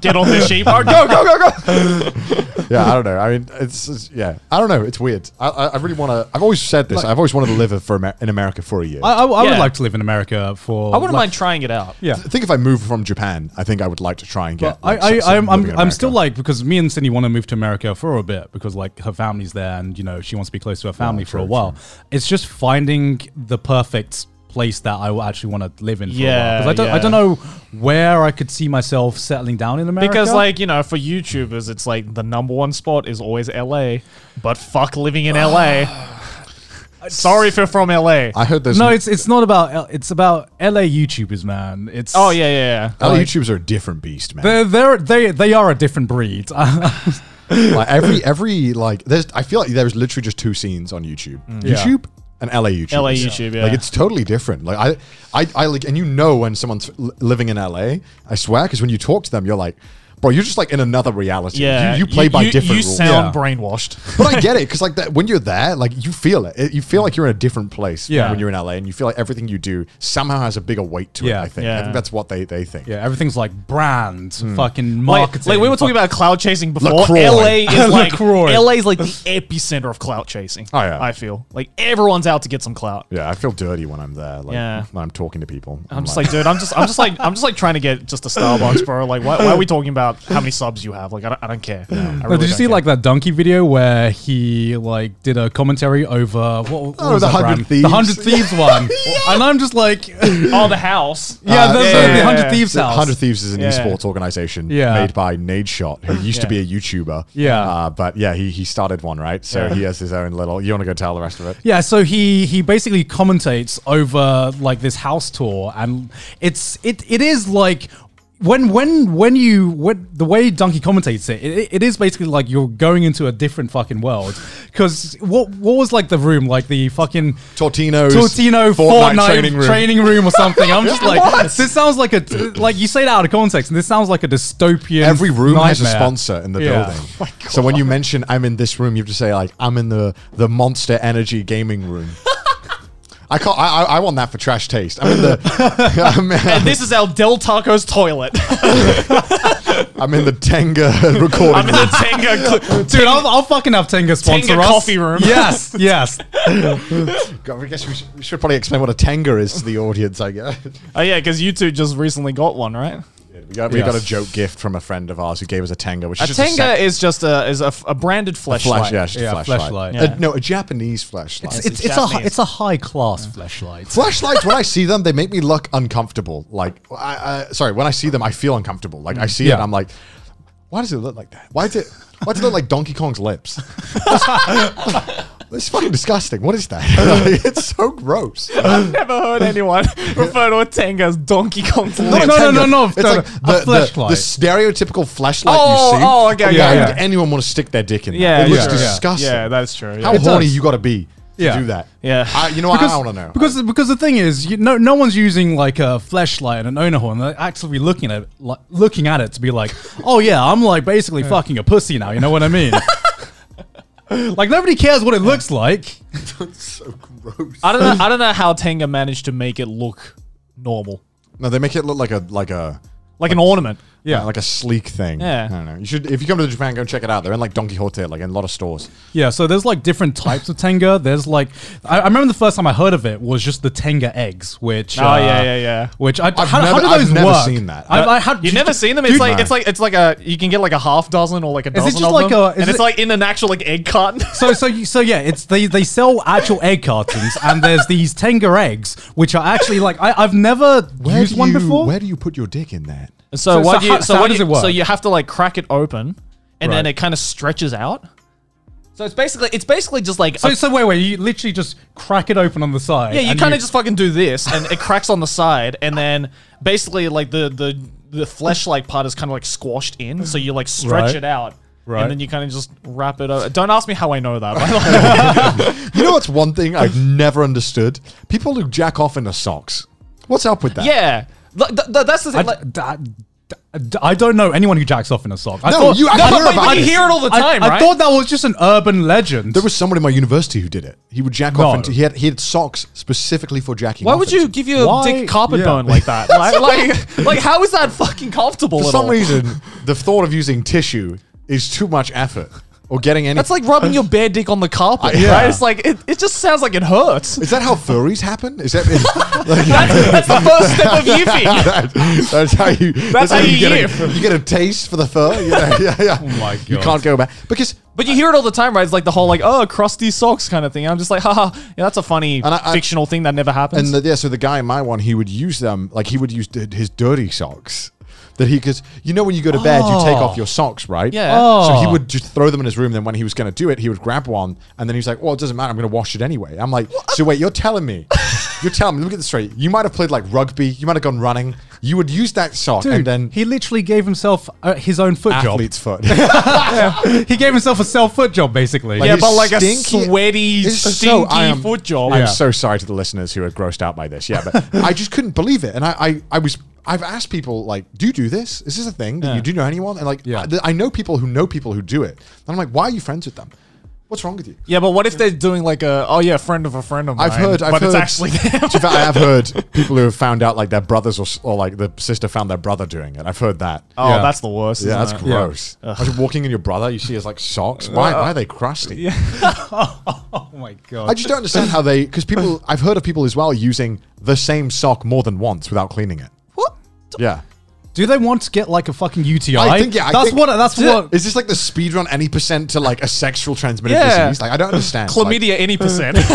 Speaker 3: Get on
Speaker 1: [laughs]
Speaker 3: the sheep, go, go, go, go.
Speaker 1: yeah, I don't know. I mean, it's, it's- yeah, I don't know. It's weird. I I, I really want to. I've always said this. I've always wanted to live for Amer- in America for a year.
Speaker 2: I, I, I
Speaker 3: Yeah.
Speaker 2: would like to live in America for.
Speaker 3: I wouldn't
Speaker 2: like,
Speaker 3: mind trying it out.
Speaker 2: Yeah.
Speaker 1: I think if I move from Japan, I think I would like to try and get.
Speaker 2: But I,
Speaker 1: like, some-
Speaker 2: I,
Speaker 1: some
Speaker 2: I'm,
Speaker 1: living in
Speaker 2: I'm, I'm still
Speaker 1: America.
Speaker 2: like because me and Cindy want to move to America for a bit because like her family's there and you know she wants to be close to her family for a
Speaker 1: true,
Speaker 2: while. It's just finding the perfect place that I will actually want to live in. For
Speaker 3: Yeah,
Speaker 2: a while. 'Cause I don't I
Speaker 3: yeah.
Speaker 2: don't know where I could see myself settling down in America
Speaker 3: Because like you know, for YouTubers, it's like the number one spot is always LA. But fuck living
Speaker 1: [sighs]
Speaker 3: in LA. Sorry if you're from LA.
Speaker 1: I heard there's
Speaker 2: No, it's it's not about L- it's about LA YouTubers, man. It's
Speaker 3: oh yeah, yeah, yeah.
Speaker 1: LA YouTubers are a different beast, man.
Speaker 2: they're, they're they they are a different breed. [laughs]
Speaker 1: like every every like there's I feel like there's literally just two scenes on YouTube.
Speaker 2: Yeah.
Speaker 1: YouTube and LA YouTube.
Speaker 3: LA Mm. YouTube, yeah.
Speaker 1: Like it's totally different. Like I I I like and you know when someone's li- living in LA, I swear cuz when you talk to them you're like Bro, you're just like in another reality.
Speaker 3: Yeah,
Speaker 1: you, you play by different
Speaker 3: You
Speaker 1: rules.
Speaker 3: sound
Speaker 2: Yeah.
Speaker 3: brainwashed.
Speaker 1: [laughs] but I get it because like that when you're there, like you feel it. It- You feel like you're in a different place
Speaker 2: Yeah.
Speaker 1: when you're in LA, and you feel like everything you do somehow has a bigger weight to
Speaker 2: Yeah.
Speaker 1: it. I think. I
Speaker 3: Yeah.
Speaker 1: think that's what they they think.
Speaker 2: yeah, everything's like brand, fucking
Speaker 3: Hmm. Like,
Speaker 2: marketing.
Speaker 3: like we were talking
Speaker 2: fuck-
Speaker 3: about cloud chasing before.
Speaker 1: LaCroix.
Speaker 3: LA is like
Speaker 2: LaCroix.
Speaker 3: LA is like the epicenter of clout chasing.
Speaker 1: Oh, yeah.
Speaker 3: I feel like everyone's out to get some clout.
Speaker 1: Yeah, I feel dirty when I'm there. Like
Speaker 3: Yeah.
Speaker 1: when I'm talking to people,
Speaker 3: I'm just like, dude, I'm just, I'm just like, I'm just like trying to get just a Starbucks, bro. Like, why, why are we talking about how many subs you have? Like, I don't, I don't care. I
Speaker 2: No,
Speaker 3: really
Speaker 2: did you
Speaker 3: don't
Speaker 2: see
Speaker 3: care.
Speaker 2: like that donkey video where he like did a commentary over what, what
Speaker 1: Oh,
Speaker 2: was
Speaker 1: the
Speaker 2: that
Speaker 1: 100
Speaker 2: brand?
Speaker 1: Thieves.
Speaker 2: the hundred thieves one, and I'm just like, [laughs] yeah,
Speaker 3: Oh, the house.
Speaker 2: that's
Speaker 1: yeah,
Speaker 2: the
Speaker 1: yeah,
Speaker 2: hundred
Speaker 3: yeah.
Speaker 2: thieves
Speaker 1: So
Speaker 2: house.
Speaker 1: 100 Thieves is an
Speaker 3: Yeah.
Speaker 1: esports organization
Speaker 2: Yeah.
Speaker 1: made by Nade Shot, who used to be
Speaker 3: Yeah.
Speaker 1: a YouTuber.
Speaker 2: Yeah.
Speaker 1: Uh, but yeah, he, he started one, right? So
Speaker 3: Yeah.
Speaker 1: he has his own little. You want to go tell the rest of it?
Speaker 2: Yeah, so he he basically commentates over like this house tour, and it's it it is like when when when you when the way Donkey commentates it, it, it is basically like you're going into a different fucking world. Because what what was like the room like the fucking
Speaker 1: Tortino's
Speaker 2: Tortino Fortnite,
Speaker 1: Fortnite
Speaker 2: training,
Speaker 1: training
Speaker 2: room.
Speaker 1: room.
Speaker 2: or something. I'm
Speaker 1: [laughs]
Speaker 2: just like this sounds like a like you say that out of context, and this sounds like a dystopian.
Speaker 1: Every room has a
Speaker 2: nightmare.
Speaker 1: sponsor in the
Speaker 2: Yeah.
Speaker 1: building. so when you mention I'm in this room, you have to say like I'm in the the Monster Energy gaming room. I can't. I, I, I want that for trash taste. I'm in the [laughs] I'm,
Speaker 3: And Uh, this is our Del Taco's toilet. [laughs]
Speaker 1: I'm in the Tenga [laughs] recording.
Speaker 3: I'm in
Speaker 1: room.
Speaker 3: the Tenga. Cl-
Speaker 2: Dude, I'll, I'll fucking have Tenga sponsor
Speaker 3: Tenga
Speaker 2: us.
Speaker 3: coffee room. [laughs]
Speaker 2: Yes, yes.
Speaker 1: God, I guess we should, we should probably explain what a Tenga is to the audience. I guess
Speaker 3: oh yeah, because you two just recently got one, right?
Speaker 1: we got we got a joke gift from a friend of ours who gave us a Tenga, which
Speaker 3: A
Speaker 1: is just a
Speaker 3: Tenga
Speaker 1: sec-
Speaker 3: is just a is a, f- a branded
Speaker 1: flash,
Speaker 3: flashlight.
Speaker 1: yeah, it's just
Speaker 2: Yeah,
Speaker 1: a flashlight.
Speaker 2: flashlight.
Speaker 1: Uh,
Speaker 3: Yeah.
Speaker 1: no, a Japanese flashlight.
Speaker 2: It's,
Speaker 3: It's
Speaker 2: it's, it's a hi-
Speaker 3: Japanese.
Speaker 2: it's a high class flashlight.
Speaker 1: Flashlights, when I see them, they make me look uncomfortable. Like, I, I, sorry, when I see them, I feel uncomfortable.
Speaker 3: Mm.
Speaker 1: Like, I see it,
Speaker 2: Yeah.
Speaker 1: and I'm like, why does it look like that? Why does it? Why does it look like Donkey Kong's lips? It's fucking disgusting. What is
Speaker 3: [laughs]
Speaker 1: that? [laughs] Like, it's so gross.
Speaker 3: I've never
Speaker 2: [laughs]
Speaker 3: heard anyone refer to a Tenga as Donkey Kong's
Speaker 2: no,
Speaker 3: lips.
Speaker 2: no,
Speaker 1: Tenga.
Speaker 2: no, no,
Speaker 1: It's
Speaker 2: no,
Speaker 1: like
Speaker 2: a
Speaker 1: the, the,
Speaker 2: flashlight.
Speaker 1: the stereotypical flashlight
Speaker 3: Oh,
Speaker 1: you see.
Speaker 3: oh, okay,
Speaker 1: Why
Speaker 2: yeah,
Speaker 1: would
Speaker 2: yeah.
Speaker 1: anyone want to stick their dick in? that?
Speaker 3: [laughs] Yeah,
Speaker 1: it looks
Speaker 2: yeah, yeah.
Speaker 1: disgusting.
Speaker 3: Yeah, that's true. yeah.
Speaker 1: How horny
Speaker 2: does.
Speaker 1: you got to be to
Speaker 2: Yeah.
Speaker 1: do that?
Speaker 3: Yeah.
Speaker 1: I, you know what? I want to know.
Speaker 2: Because because the thing is, you, no no one's using like a flashlight and an owner horn. They're actively looking at it, like, looking at it to be like, oh yeah, I'm like basically fucking a pussy now. You know what
Speaker 1: [laughs]
Speaker 2: I mean? like nobody cares what it looks like.
Speaker 1: so gross.
Speaker 3: I don't know. I don't know how Tenga managed to make it look normal,
Speaker 1: No, they make it look like a like a
Speaker 3: like an ornament.
Speaker 1: Yeah, like a sleek thing.
Speaker 3: Yeah.
Speaker 1: I don't know. You should if you come to Japan, go and check it out. They're in like Don Quixote, like in a lot of stores.
Speaker 2: Yeah, so there's like different types of Tenga. There's like I, I remember the first time I heard of it was just the Tenga eggs, which uh,
Speaker 3: Oh, yeah, yeah, yeah.
Speaker 2: Which I how, how
Speaker 1: never-
Speaker 2: do
Speaker 1: I've
Speaker 2: those
Speaker 1: never
Speaker 2: work?
Speaker 1: seen that.
Speaker 2: I've, I had-
Speaker 3: You've never seen them? It's
Speaker 2: Dude,
Speaker 3: like
Speaker 1: no.
Speaker 3: it's like it's like a you can get like a half dozen or like a dozen
Speaker 2: just
Speaker 3: of
Speaker 2: like
Speaker 3: them,
Speaker 2: a- is
Speaker 3: and it's
Speaker 2: it-
Speaker 3: like in an actual like
Speaker 2: [laughs]
Speaker 3: egg carton.
Speaker 2: So so you- so yeah, it's they they sell actual egg cartons, and there's these Tenga eggs, which are actually like I, I've never used one before.
Speaker 1: Where do you put your dick in that?
Speaker 3: So,
Speaker 2: So-
Speaker 3: what
Speaker 2: so
Speaker 3: you,
Speaker 2: how-
Speaker 3: so,
Speaker 2: so how
Speaker 3: what
Speaker 2: does
Speaker 3: you-
Speaker 2: it work?
Speaker 3: So you have to like crack it open, and then
Speaker 2: Right.
Speaker 3: it kind of stretches out. So it's basically it's basically just like
Speaker 2: so
Speaker 3: a-
Speaker 2: so wait wait, you literally just crack it open on the side.
Speaker 3: yeah, you
Speaker 2: and
Speaker 3: kind of just fucking do this, and it cracks on the side, and then basically like the the the flesh like part is kind of like squashed in, so you like stretch
Speaker 2: Right.
Speaker 3: it out.
Speaker 2: Right.
Speaker 3: And then you kind of just wrap it up. Don't ask me how I know that.
Speaker 1: [laughs]
Speaker 3: But
Speaker 1: You know what's one thing I've never understood? People who jack off into socks. What's up with that?
Speaker 3: [laughs] yeah, Th- th- th- that's the
Speaker 2: I,
Speaker 3: thing. like,
Speaker 2: d- I- d- I don't know anyone who jacks off in a sock. I
Speaker 1: No,
Speaker 2: thought,
Speaker 1: you- I
Speaker 2: I,
Speaker 1: heard
Speaker 3: but-
Speaker 1: about
Speaker 3: but you
Speaker 1: this.
Speaker 3: hear it all the time,
Speaker 2: I
Speaker 3: right?
Speaker 2: thought that was just an urban legend.
Speaker 1: There was someone in my university who did it. He would jack
Speaker 2: No.
Speaker 1: off into he had he had socks specifically for jacking
Speaker 3: Why
Speaker 1: off
Speaker 3: would
Speaker 1: into.
Speaker 3: you give your
Speaker 2: Why-
Speaker 3: dick carpet
Speaker 2: yeah.
Speaker 3: bone like that? like, like, like, how is that fucking comfortable?
Speaker 1: For
Speaker 3: at
Speaker 1: some
Speaker 3: all?
Speaker 1: reason, the thought of using tissue is too much effort. Or getting any
Speaker 3: That's like rubbing your bare dick on the carpet,
Speaker 1: Yeah.
Speaker 3: right? It's like it, it just sounds like it hurts.
Speaker 1: Is that how furries happen? Is that [laughs] is,
Speaker 3: [laughs] That's, that's the first step of yipping.
Speaker 1: that's, that's how you. That's,
Speaker 3: how you
Speaker 1: get. A,
Speaker 3: yiff.
Speaker 1: you get a taste for the fur. You know? yeah, yeah. Oh
Speaker 2: my
Speaker 1: You
Speaker 2: God.
Speaker 1: can't go back because
Speaker 3: But you hear it all the time, right? It's like the whole like oh crusty socks kind of thing. I'm just like haha, yeah, that's a funny
Speaker 1: And I- I-
Speaker 3: fictional thing that never happens.
Speaker 1: and the, yeah. So the guy in my one, he would use them like he would use d- his dirty socks that he because you know when you go to bed you take off your socks right
Speaker 3: Yeah.
Speaker 1: so
Speaker 2: Oh.
Speaker 1: he would just throw them in his room then when he was going to do it he would grab one and then he was like well it doesn't matter i'm going to wash it anyway i'm like so wait you're telling me you're telling me let me get this straight you might have played like rugby you might have gone running you would use that sock
Speaker 2: Dude,
Speaker 1: and then
Speaker 2: he literally gave himself uh, his own foot
Speaker 1: athlete's foot
Speaker 2: job. [laughs] He gave himself a self foot job, basically.
Speaker 1: Like,
Speaker 3: yeah,
Speaker 1: his
Speaker 3: but like a
Speaker 1: stinky-
Speaker 3: sweaty,
Speaker 1: It's so-
Speaker 3: stinky
Speaker 1: I am-
Speaker 3: foot job.
Speaker 1: I'm so sorry to the listeners who are grossed out by this. Yeah,
Speaker 3: [laughs]
Speaker 1: but I just couldn't believe it, and I, I, I was. I've asked people like, "Do you do this? Is this a thing? Do you do you know anyone?" And like,
Speaker 2: Yeah.
Speaker 1: I, th- I know people who know people who do it, and I'm like, "Why are you friends with them? What's wrong with you?"
Speaker 3: Yeah, but what if they're doing like a oh yeah, friend of a friend of mine?
Speaker 1: I've heard. I've
Speaker 3: but
Speaker 1: heard,
Speaker 3: it's actually [laughs]
Speaker 1: [laughs]
Speaker 3: them.
Speaker 1: To be fair, I have heard people who have found out like their brothers or, s- or like the sister found their brother doing it. I've heard that.
Speaker 3: Oh,
Speaker 2: Yeah.
Speaker 3: that's the worst.
Speaker 1: yeah,
Speaker 3: isn't
Speaker 1: that's
Speaker 3: it?
Speaker 1: gross. Imagine walking in your brother, you see his like socks. Why? why are they crusty?
Speaker 2: oh my
Speaker 1: I
Speaker 2: god.
Speaker 1: just don't understand how they because people I've heard of people as well using the same sock more than once without cleaning it.
Speaker 3: What?
Speaker 1: Yeah.
Speaker 2: Do they want to get like a fucking UTI?
Speaker 1: I think- yeah, I
Speaker 2: that's
Speaker 1: think-
Speaker 2: what. That's what.
Speaker 1: Is this like the speed run any percent to like a sexual transmitted
Speaker 3: Yeah.
Speaker 1: disease? Like I don't understand.
Speaker 3: Chlamydia [laughs] any percent.
Speaker 1: Like, [laughs]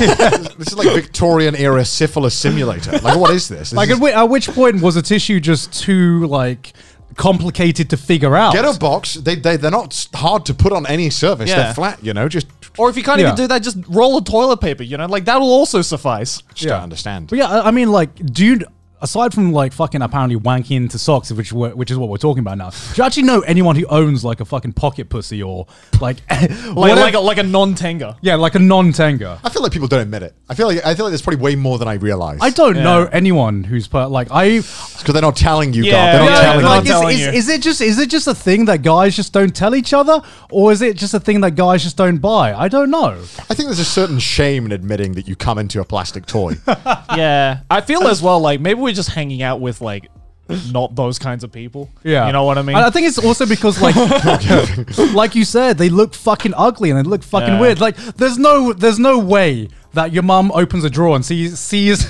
Speaker 1: this is like Victorian era syphilis simulator. Like what is this? This
Speaker 2: Like
Speaker 1: is-
Speaker 2: at, whi- at which point was the tissue just too like complicated to figure out?
Speaker 1: get a box. They they they're not s- hard to put on any surface.
Speaker 3: Yeah.
Speaker 1: They're flat. You know, just
Speaker 3: or if you can't
Speaker 2: Yeah.
Speaker 3: even do that, just roll a toilet paper. You know, like that'll also suffice.
Speaker 1: just
Speaker 2: Yeah.
Speaker 1: don't understand.
Speaker 2: But yeah, I I mean, like, do you aside from like fucking apparently wanking into socks, which we're, which is what we're talking about now, do you actually know anyone who owns like a fucking pocket pussy or like [laughs]
Speaker 3: Like,
Speaker 2: whatever-
Speaker 3: like a, like a non-tenga.
Speaker 2: yeah, like a non-tanga?
Speaker 1: I feel like people don't admit it. I feel like I feel like there's probably way more than I realize.
Speaker 2: I don't know anyone who's per- like I.
Speaker 1: because they're not telling you,
Speaker 3: Yeah,
Speaker 1: God. They're not
Speaker 3: yeah,
Speaker 1: telling
Speaker 3: like,
Speaker 1: you.
Speaker 3: telling
Speaker 2: is,
Speaker 3: you.
Speaker 2: is, is it just is it just a thing that guys just don't tell each other, or is it just a thing that guys just don't buy? I don't know.
Speaker 1: I think there's a certain shame in admitting that you come into a plastic toy.
Speaker 3: [laughs] [laughs] Yeah. I feel as well like maybe we're just hanging out with like not those kinds of people.
Speaker 2: Yeah,
Speaker 3: You know what I mean?
Speaker 2: And I think it's also because
Speaker 3: [laughs]
Speaker 2: like, like you said, they look fucking ugly and they look fucking
Speaker 3: Yeah.
Speaker 2: weird. Like, there's no, there's no way that your mum opens a drawer and sees sees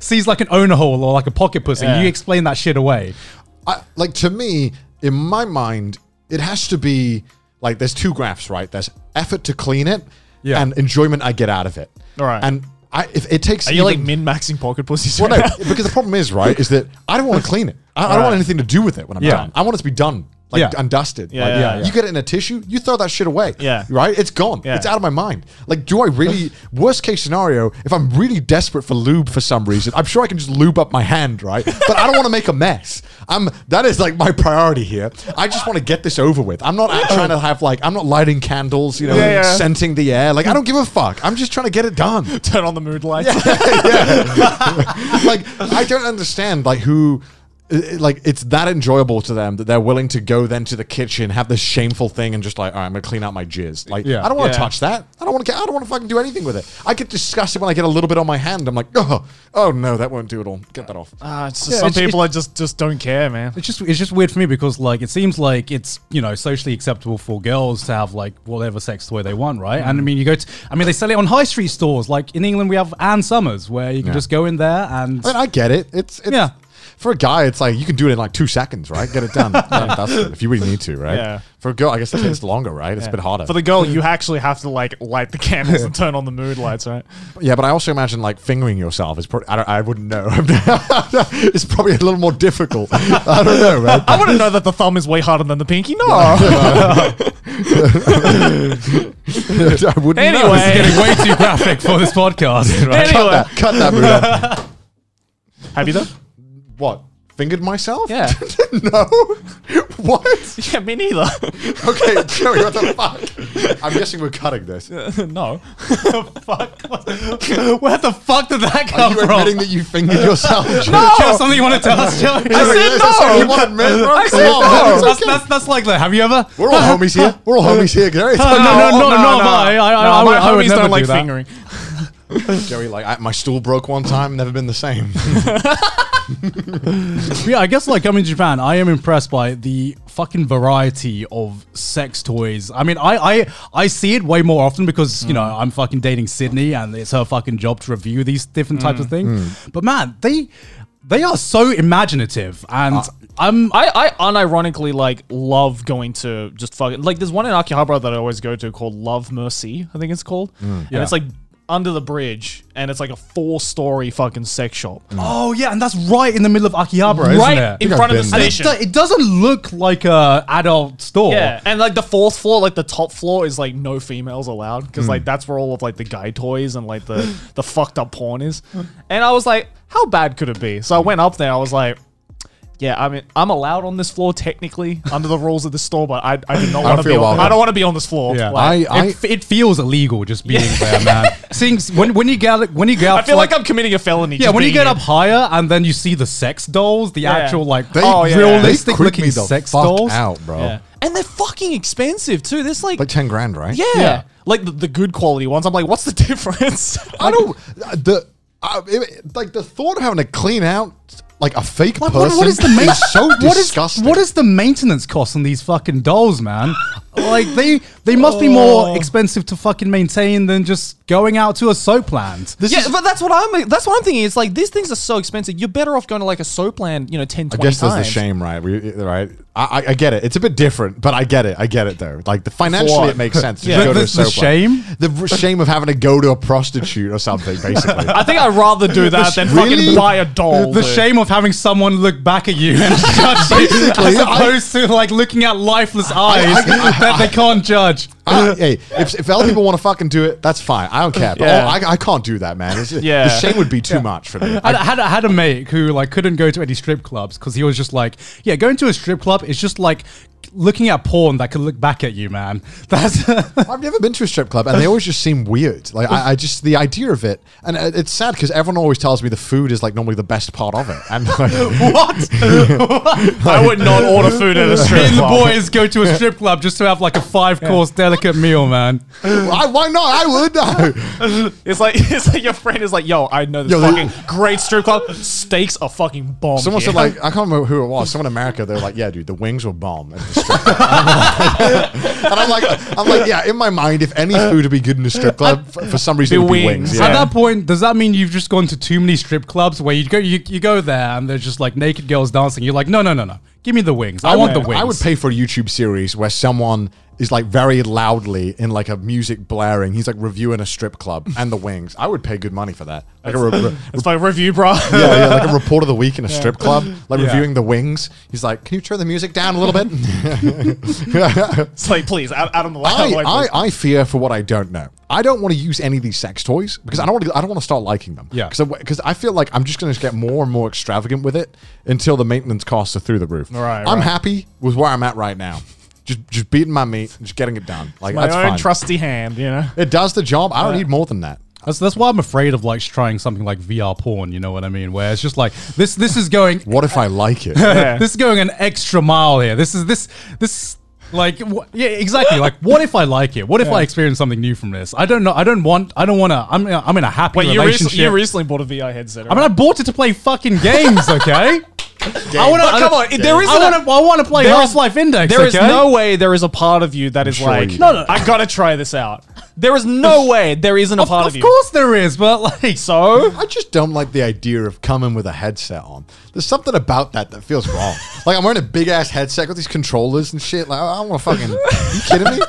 Speaker 2: [laughs] sees like an owner hole or like a pocket pussy.
Speaker 3: Yeah.
Speaker 2: You explain that shit away.
Speaker 1: I, like to me, in my mind, it has to be like there's two graphs, right? There's effort to clean it,
Speaker 2: Yeah.
Speaker 1: and enjoyment I get out of it.
Speaker 3: All right.
Speaker 1: and I if it takes
Speaker 3: Are you like
Speaker 1: even-
Speaker 3: min-maxing pocket pussies?
Speaker 1: Well,
Speaker 3: right
Speaker 1: no,
Speaker 3: now? [laughs]
Speaker 1: because the problem is, right, is that I don't want to clean it. I, I don't want anything to do with it when I'm
Speaker 2: Yeah.
Speaker 1: done. I want it to be done, like
Speaker 2: Yeah.
Speaker 1: and dusted.
Speaker 3: Yeah,
Speaker 1: Like,
Speaker 3: yeah, yeah.
Speaker 1: You get it in a tissue, you throw that shit away.
Speaker 3: Yeah.
Speaker 1: right. It's gone.
Speaker 3: Yeah.
Speaker 1: It's out of my mind. Like, do I really?
Speaker 3: [laughs]
Speaker 1: worst case scenario, if I'm really desperate for lube for some reason, I'm sure I can just lube up my hand, right? But I don't want to make a mess. I'm that is like my priority here. I just want to get this over with. I'm not act- trying to have like I'm not lighting candles, you know,
Speaker 3: Yeah, yeah.
Speaker 1: scenting the air. Like I don't give a fuck. I'm just trying to get it done
Speaker 3: Turn on the mood lights.
Speaker 1: [laughs] like I don't understand like who i- i- like it's that enjoyable to them that they're willing to go then to the kitchen have this shameful thing and just like all right I'm gonna clean out my jizz like
Speaker 2: Yeah.
Speaker 1: I don't want to
Speaker 3: Yeah.
Speaker 1: touch that I don't want to I don't want to fucking do anything with it I get disgusted when I get a little bit on my hand I'm like oh oh no that won't do it all get that off
Speaker 3: Ah, it's just
Speaker 2: Yeah,
Speaker 3: some
Speaker 2: it's-
Speaker 3: people are just just don't care, man.
Speaker 2: It's just, it's just weird for me because like it seems like it's you know socially acceptable for girls to have like whatever sex toy they want, right? And I mean, you go to, I mean, they sell it on high street stores. Like in England, we have Ann Summers where you can
Speaker 1: Yeah.
Speaker 2: just go in there and
Speaker 1: I mean I get it it's, it's
Speaker 2: Yeah.
Speaker 1: for a guy it's like you can do it in like two seconds right get it
Speaker 2: [laughs]
Speaker 1: done Done, dusted, if you really need to right
Speaker 3: Yeah.
Speaker 1: for a girl I guess it takes longer right It's a bit harder
Speaker 3: For the girl, you actually have to like light the candles and turn on the mood lights, right?
Speaker 1: Yeah, but I also imagine like fingering yourself is probably I, don't, I wouldn't know. [laughs] it's probably a little more difficult. I don't know,
Speaker 3: [laughs]
Speaker 1: man. [laughs]
Speaker 3: I wouldn't know that the thumb is way harder than the pinky. No.
Speaker 1: I wouldn't know.
Speaker 3: Anyway,
Speaker 2: way too graphic for this podcast. Right?
Speaker 1: [laughs] cut
Speaker 3: anyway,
Speaker 1: that, cut that,
Speaker 3: [laughs]
Speaker 1: Buddha.
Speaker 3: happy though?
Speaker 1: what? Fingered myself?
Speaker 3: Yeah.
Speaker 1: [laughs] no.
Speaker 2: [laughs]
Speaker 1: What?
Speaker 3: Yeah, me neither.
Speaker 1: Okay, Joey, what the fuck? I'm guessing we're cutting this. Are
Speaker 3: no. Fuck.
Speaker 2: Where the fuck did that come
Speaker 1: you
Speaker 2: from?
Speaker 1: admitting that you
Speaker 3: [laughs]
Speaker 1: fingered yourself?
Speaker 2: Do you have something you want to tell [laughs] us, Joey?
Speaker 1: I
Speaker 3: said no.
Speaker 1: You want to admit, bro? Come
Speaker 3: I said
Speaker 1: on,
Speaker 3: no.
Speaker 1: man, it's
Speaker 2: that's,
Speaker 1: okay.
Speaker 2: that's, that's like the. Have you ever?
Speaker 1: We're all homies here. We're all homies here,
Speaker 3: [laughs]
Speaker 1: Gary.
Speaker 2: [laughs] No, no, no, no, no, I- I- I
Speaker 3: my
Speaker 2: would- I would
Speaker 3: homies
Speaker 2: never
Speaker 3: don't
Speaker 2: do
Speaker 3: like
Speaker 2: that.
Speaker 3: fingering.
Speaker 1: Joey, like I, my stool broke one time. Never been the same.
Speaker 2: Yeah, I guess like coming to Japan, I am impressed by the fucking variety of sex toys. I mean, I I, I see it way more often because you know I'm fucking dating Sydney, and it's her fucking job to review these different types of things. But man, they they are so imaginative, and I'm
Speaker 3: I, I unironically like love going to just fucking like there's one in Akihabara that I always go to called Love Mercy, I think it's called.
Speaker 1: Mm.
Speaker 3: and
Speaker 2: Yeah.
Speaker 3: it's like under the bridge and it's like a four story fucking sex shop.
Speaker 2: oh yeah, and that's right in the middle of Akihabara,
Speaker 3: right
Speaker 2: isn't it?
Speaker 3: in
Speaker 1: I've
Speaker 3: front of the
Speaker 1: been there.
Speaker 2: And it,
Speaker 3: station.
Speaker 2: do- it doesn't look like a adult store.
Speaker 3: Yeah, and like the fourth floor, like the top floor is like no females allowed because like that's where all of like the guy toys and like the the fucked up porn is. And I was like, how bad could it be? So I went up there. I was like. Yeah, I mean, I'm allowed on this floor technically under the rules of the store, but I, I do not want to be.
Speaker 1: feel
Speaker 3: On,
Speaker 1: welcome.
Speaker 3: I don't want to be on this floor.
Speaker 2: Yeah.
Speaker 3: Like,
Speaker 1: I, I,
Speaker 2: it, f- it feels illegal just being there, [laughs] man. Seeing s- when when you get when you get up
Speaker 3: I feel
Speaker 2: to,
Speaker 3: like, I'm committing a felony.
Speaker 2: yeah
Speaker 3: just
Speaker 2: when you
Speaker 3: being
Speaker 2: get
Speaker 3: here.
Speaker 2: up higher and then you see the sex dolls, the
Speaker 3: Yeah.
Speaker 2: actual like
Speaker 1: They,
Speaker 3: Oh, yeah.
Speaker 2: realistic
Speaker 1: creep
Speaker 2: looking
Speaker 1: me the
Speaker 2: sex
Speaker 1: fuck
Speaker 2: dolls.
Speaker 1: out, bro.
Speaker 3: Yeah. and they're fucking expensive too. There's like,
Speaker 1: Like ten grand, right?
Speaker 3: yeah,
Speaker 2: Yeah.
Speaker 3: like the, the good quality ones. I'm like, what's the [laughs] difference?
Speaker 1: I don't uh, the I, it, like the thought of having to clean out like a fake
Speaker 2: Like, what-
Speaker 1: person.
Speaker 2: what is the main?
Speaker 1: so
Speaker 2: [laughs] what is
Speaker 1: disgusting?
Speaker 2: what is the maintenance cost on these fucking dolls, man? like they they must be
Speaker 3: Oh.
Speaker 2: more expensive to fucking maintain than just going out to a soap land.
Speaker 1: this?
Speaker 3: yeah,
Speaker 1: is,
Speaker 3: but that's what I'm. That's what I'm thinking. It's like these things are so expensive. You're better off going to like a soap land, you know, 10,
Speaker 1: I
Speaker 3: 20
Speaker 1: guess there's the
Speaker 3: times.
Speaker 1: shame, right? We, right? I, I- I get it. It's a bit different, but I get it. I get it though. Like the financially,
Speaker 3: what?
Speaker 1: it makes sense. to just go
Speaker 2: The-
Speaker 3: Yeah.
Speaker 1: to a
Speaker 2: the- the
Speaker 1: soap opera.
Speaker 2: shame?
Speaker 1: the r- shame of having to go to a prostitute or something.
Speaker 2: [laughs]
Speaker 1: Basically,
Speaker 3: I think I'd rather
Speaker 1: [laughs]
Speaker 3: do that than
Speaker 1: really?
Speaker 3: fucking buy a doll.
Speaker 2: The
Speaker 3: dude.
Speaker 2: shame of having someone look back at you and [laughs] judge you, as
Speaker 1: Basically, I-
Speaker 2: opposed to like looking at lifeless eyes
Speaker 1: I-
Speaker 2: that they can't judge.
Speaker 1: I, hey, if, if other people want to fucking do it, that's fine. I don't care. But
Speaker 3: Yeah.
Speaker 1: oh, I, I can't do that, man. It's-
Speaker 3: Yeah.
Speaker 1: The shame would be too much for me.
Speaker 2: I had, I had a mate who like couldn't go to any strip clubs because he was just like, yeah, going to a strip club is just like looking at porn that can look back at you, man. [laughs] That's
Speaker 1: I've never been to a strip club, and
Speaker 3: [laughs]
Speaker 1: they always just seem weird. Like I, I just the idea of it, and it- it's sad because everyone always tells me the food is like normally the best part of it. And
Speaker 3: [laughs]
Speaker 1: like,
Speaker 3: I would not order food at a strip
Speaker 2: me and the
Speaker 3: club.
Speaker 2: boys go to a strip club just to have like a five course delicate meal, man.
Speaker 1: [laughs] I, why not? I would. No.
Speaker 3: [laughs] It's like it's like your friend is like, yo, I know this
Speaker 1: Yo, they-
Speaker 3: fucking great strip club. Steaks are fucking bomb.
Speaker 1: Someone
Speaker 3: here.
Speaker 1: said like I can't remember who it was. Someone in America, they're like, "Yeah, dude, the wings were bomb." At the strip club. [laughs] and I'm like, I'm like, yeah. In my mind, if any food would be good in a strip club, f- for some reason, it
Speaker 3: Uh, The
Speaker 1: would be
Speaker 3: wings.
Speaker 1: wings.
Speaker 3: I
Speaker 2: At
Speaker 1: Yeah.
Speaker 3: don't-
Speaker 2: that point, does that mean you've just gone to too many strip clubs where you go you, you go there and there's just like naked girls dancing? You're like, no, no, no, no. Give me the wings. I, want the wings.
Speaker 1: I would pay for a YouTube series where someone is like very loudly in like a music blaring. He's like reviewing a strip
Speaker 2: [laughs]
Speaker 1: club and the wings. I would pay good money for that. Like a re- re-
Speaker 3: [laughs] it's like review, bro. [laughs]
Speaker 1: yeah, yeah, like a report of the week in a strip club, like reviewing the wings. He's like, "Can you turn the music down a little
Speaker 2: [laughs]
Speaker 1: bit?"
Speaker 3: It's like, please, out, out of the [laughs] way. out of the way,
Speaker 1: I,
Speaker 3: please.
Speaker 1: I, I fear for what I don't know. I don't want to use any of these sex toys because I don't want to. I don't want to start liking them.
Speaker 2: Yeah.
Speaker 1: Because I feel like I'm just going to get more and more extravagant with it until the maintenance costs are through the roof.
Speaker 3: Right,
Speaker 1: I'm
Speaker 3: right.
Speaker 1: happy with where I'm at right now. Just just beating my meat, just getting it done. Like
Speaker 3: my
Speaker 1: that's
Speaker 3: own
Speaker 1: fine.
Speaker 3: trusty hand, you know.
Speaker 1: It does the job. I don't need more than that.
Speaker 2: That's, that's why I'm afraid of like trying something like VR porn. You know what I mean? Where it's just like this. This is going.
Speaker 1: What if I like
Speaker 3: [laughs]
Speaker 1: it?
Speaker 3: Yeah.
Speaker 2: This is going an extra mile here. This is this this like wh- yeah exactly. Like what if I like it? What if I experience something new from this? I don't know. I don't want. I don't want to. I'm in a- I'm in a happy
Speaker 3: Wait, you,
Speaker 2: relationship.
Speaker 3: recently, you recently bought a VR headset.
Speaker 2: I mean, I bought it to play fucking games. Okay. I want
Speaker 3: But come on, there
Speaker 2: I
Speaker 3: isn't a-
Speaker 2: want to. I want to play
Speaker 3: There is-
Speaker 2: Half Life Index.
Speaker 3: There is
Speaker 2: okay?
Speaker 3: no way there is a part of you that is
Speaker 1: sure
Speaker 3: like,
Speaker 1: you
Speaker 3: no,
Speaker 1: No,
Speaker 3: no, I gotta try this out. There is no way there isn't a
Speaker 2: Of,
Speaker 3: part of,
Speaker 2: of
Speaker 3: you.
Speaker 2: course there is, but like
Speaker 3: So
Speaker 1: I just don't like the idea of coming with a headset on. There's something about that that feels wrong. like I'm wearing a big ass headset with these controllers and shit. Like I, I want to fucking. you kidding me?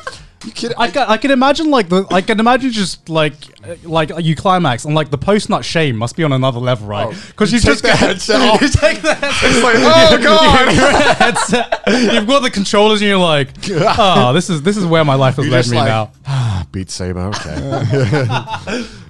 Speaker 1: You kidding?
Speaker 2: I can, I can imagine like the I can imagine just like uh, like you climax and like the post nut shame must be on another level, right? Because you,
Speaker 1: Oh. take
Speaker 2: just
Speaker 1: the
Speaker 2: got-
Speaker 1: headset off.
Speaker 2: [laughs] you take the headset.
Speaker 1: It's like, oh god!
Speaker 2: You're a headset. [laughs] You've got the controllers and
Speaker 1: [laughs]
Speaker 2: you're like, oh, this is this is where my life has
Speaker 1: You're
Speaker 2: led
Speaker 1: just
Speaker 2: me
Speaker 1: like- [sighs] ah,
Speaker 2: now.
Speaker 1: Beat Saber.
Speaker 3: [laughs]
Speaker 1: Okay.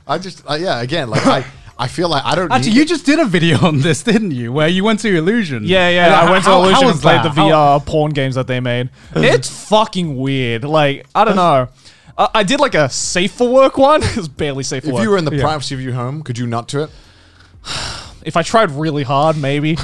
Speaker 1: I just uh, yeah. Again, like I, I feel like I don't.
Speaker 2: Actually,
Speaker 1: need-
Speaker 2: you just did a video [laughs] on this, didn't you? Where you went to Illusion.
Speaker 3: yeah, yeah.
Speaker 2: And
Speaker 3: I went to
Speaker 2: how-
Speaker 3: Illusion
Speaker 2: how
Speaker 3: and
Speaker 2: was
Speaker 3: played
Speaker 2: that?
Speaker 3: the
Speaker 2: How-
Speaker 3: VR porn games that
Speaker 2: [laughs]
Speaker 3: they made. it's fucking weird. Like I don't know. I, I did like a safe for work one. [laughs] it's barely safe for
Speaker 1: if
Speaker 3: work.
Speaker 1: you were in the
Speaker 3: Yeah.
Speaker 1: privacy of your home, could you not to it?
Speaker 3: if I tried really
Speaker 2: [laughs]
Speaker 3: hard, maybe.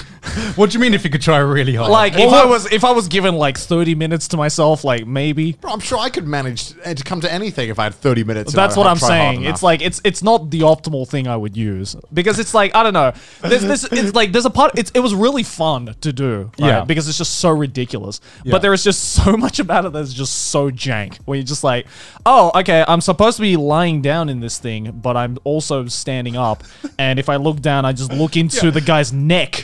Speaker 2: What do you mean if you could try really hard?
Speaker 3: like
Speaker 2: Well,
Speaker 3: if I was if I was given like thirty minutes to myself, like maybe.
Speaker 1: Bro, I'm sure I could manage to, to come to anything if I had 30 minutes. and
Speaker 3: That's
Speaker 1: I
Speaker 3: what I'm
Speaker 1: tried hard
Speaker 3: saying.
Speaker 1: enough.
Speaker 3: It's like it's it's not the optimal thing I would use because it's like I don't know. There's this it's like there's a part. It's it was really fun to do. right?
Speaker 2: Yeah.
Speaker 3: because it's just so ridiculous.
Speaker 2: Yeah.
Speaker 3: But there is just [laughs] so much about it that's just so jank. Where you're just like, oh, okay, I'm supposed to be lying down in this thing, but I'm also standing up. and if I look down, I just look into the guy's
Speaker 2: [laughs]
Speaker 3: neck.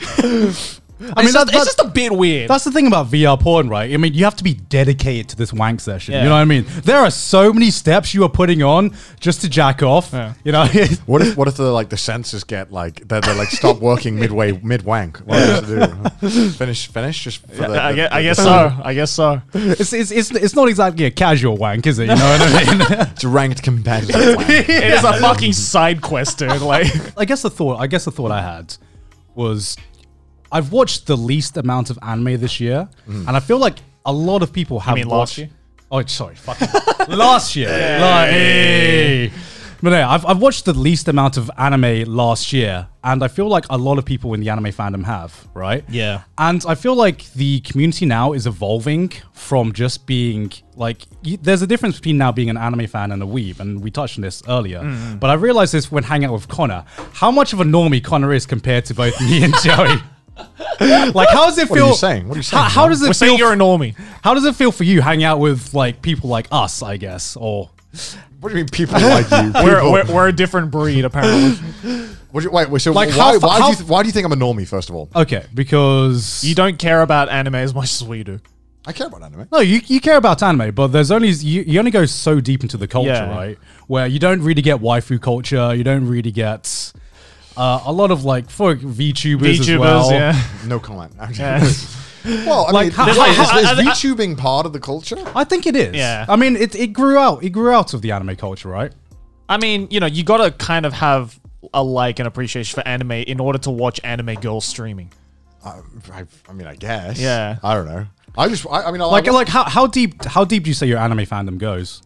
Speaker 3: I
Speaker 2: mean,
Speaker 3: mean, it's, just,
Speaker 2: that-
Speaker 3: it's just a bit weird.
Speaker 2: That's the thing about VR porn, right? I mean, you have to be dedicated to this wank session.
Speaker 3: Yeah.
Speaker 2: You know what I mean? There are so many steps you are putting on just to jack off.
Speaker 3: Yeah.
Speaker 2: You know, [laughs]
Speaker 1: What if what if the like the sensors get like they they like stop working
Speaker 3: [laughs]
Speaker 1: midway mid wank? What does it do? Finish finish just for the,
Speaker 3: I
Speaker 1: the-
Speaker 3: guess, I
Speaker 1: the-
Speaker 3: guess so. I
Speaker 2: [laughs]
Speaker 3: guess so.
Speaker 2: it's, it's, it's, it's not exactly a casual wank, is it? You know what I mean?
Speaker 3: [laughs]
Speaker 1: It's a ranked competitive wank.
Speaker 3: It is a fucking side quest,
Speaker 2: [laughs]
Speaker 3: dude. Like,
Speaker 2: I guess the thought I guess the thought I had was I've watched the least amount of anime this year, and I feel like a lot of people have
Speaker 3: Mm. mean last
Speaker 2: watched.
Speaker 3: year?
Speaker 2: Oh, sorry, fuck. last year, like. But no, I've, I've watched the least amount of anime last year, and I feel like a lot of people in the anime fandom have, right?
Speaker 3: Yeah.
Speaker 2: And I feel like the community now is evolving from just being like, y- there's a difference between now being an anime fan and a weeb, and we touched on this earlier.
Speaker 1: Mm,
Speaker 2: But I realized this when hanging out with Connor, how much of a normie Connor is compared to both me and
Speaker 1: [laughs]
Speaker 2: Joey. like, how does it
Speaker 1: What
Speaker 2: feel?
Speaker 1: are you saying? What are you saying?
Speaker 2: How, how does it feel?
Speaker 3: we're saying you're a normie.
Speaker 2: how does it feel for you hanging out with like people like us? I guess, or
Speaker 1: What do you mean people like you?
Speaker 3: We're,
Speaker 1: People-
Speaker 3: we're, we're a different
Speaker 1: [laughs]
Speaker 3: breed, apparently.
Speaker 1: What do you, wait, wait, so
Speaker 2: Like,
Speaker 1: why,
Speaker 2: how fa-
Speaker 1: why,
Speaker 2: how-
Speaker 1: do you th- why do you think I'm a normie? First of all,
Speaker 2: okay, because
Speaker 3: you don't care about anime as much as we do.
Speaker 1: I care about anime.
Speaker 2: No, you, you care about anime, but there's only you, you only go so deep into the culture,
Speaker 3: Yeah.
Speaker 2: right? Where you don't really get waifu culture, you don't really get uh, a lot of like for VTubers, as
Speaker 1: [laughs]
Speaker 3: VTubers,
Speaker 2: well.
Speaker 3: yeah.
Speaker 1: No comment.
Speaker 3: Yeah.
Speaker 1: [laughs] Well, I
Speaker 2: Like,
Speaker 1: mean,
Speaker 2: how-
Speaker 1: is,
Speaker 2: how-
Speaker 1: is,
Speaker 3: how- I- I-
Speaker 1: VTubing part of the culture?
Speaker 2: I think it is.
Speaker 3: Yeah.
Speaker 2: I mean, it, it grew out. It grew out of the anime culture, right?
Speaker 3: I mean, you know, you gotta kind of have a like and appreciation for anime in order to watch anime girls streaming. [laughs]
Speaker 1: I, I, I mean, I guess.
Speaker 3: Yeah.
Speaker 1: I don't know. I just, I, I mean, I
Speaker 2: Like, like how, how deep how deep do you say your anime fandom goes?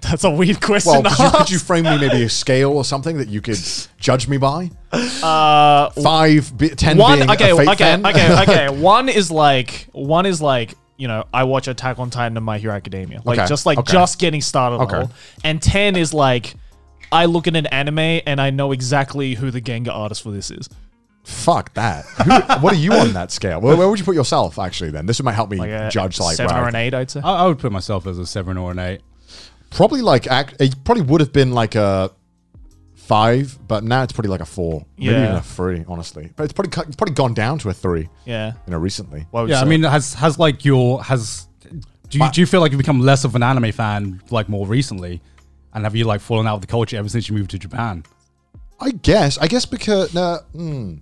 Speaker 3: That's a weird question.
Speaker 1: well,
Speaker 3: to
Speaker 1: could you, could
Speaker 3: [laughs]
Speaker 1: you
Speaker 3: ask.
Speaker 1: frame me maybe a scale or something that you could judge me by?
Speaker 3: uh,
Speaker 1: Five, be, ten
Speaker 3: one
Speaker 1: being
Speaker 3: okay
Speaker 1: a fate
Speaker 3: okay
Speaker 1: fan?
Speaker 3: okay okay one is like one is like you know i watch attack on titan and my hero academia like
Speaker 1: Okay,
Speaker 3: just like
Speaker 1: okay.
Speaker 3: just getting started level.
Speaker 1: Okay.
Speaker 3: and 10 is like i look at an anime and i know exactly who the gengar artist for this is
Speaker 1: [laughs] Fuck that. Who, what are you on that scale? Where, where would you put yourself, actually, then? This might help me
Speaker 3: like a
Speaker 1: judge, like,
Speaker 3: seven
Speaker 1: where I-
Speaker 3: or an eight i'd say
Speaker 2: I, I would put myself as a seven or an eight.
Speaker 1: Probably like, act, it probably would have been like a five, but now it's probably like a four. Maybe
Speaker 3: Yeah.
Speaker 1: even a three, honestly. But it's probably, cu- it's probably gone down to a three,
Speaker 3: yeah
Speaker 1: you know, recently.
Speaker 3: Why would you
Speaker 2: Yeah, I
Speaker 3: say-
Speaker 2: mean, has has like your has do you, do you feel like you've become less of an anime fan like more recently, and have you like fallen out of the culture ever since you moved to Japan?
Speaker 1: I guess. I guess because no, mm,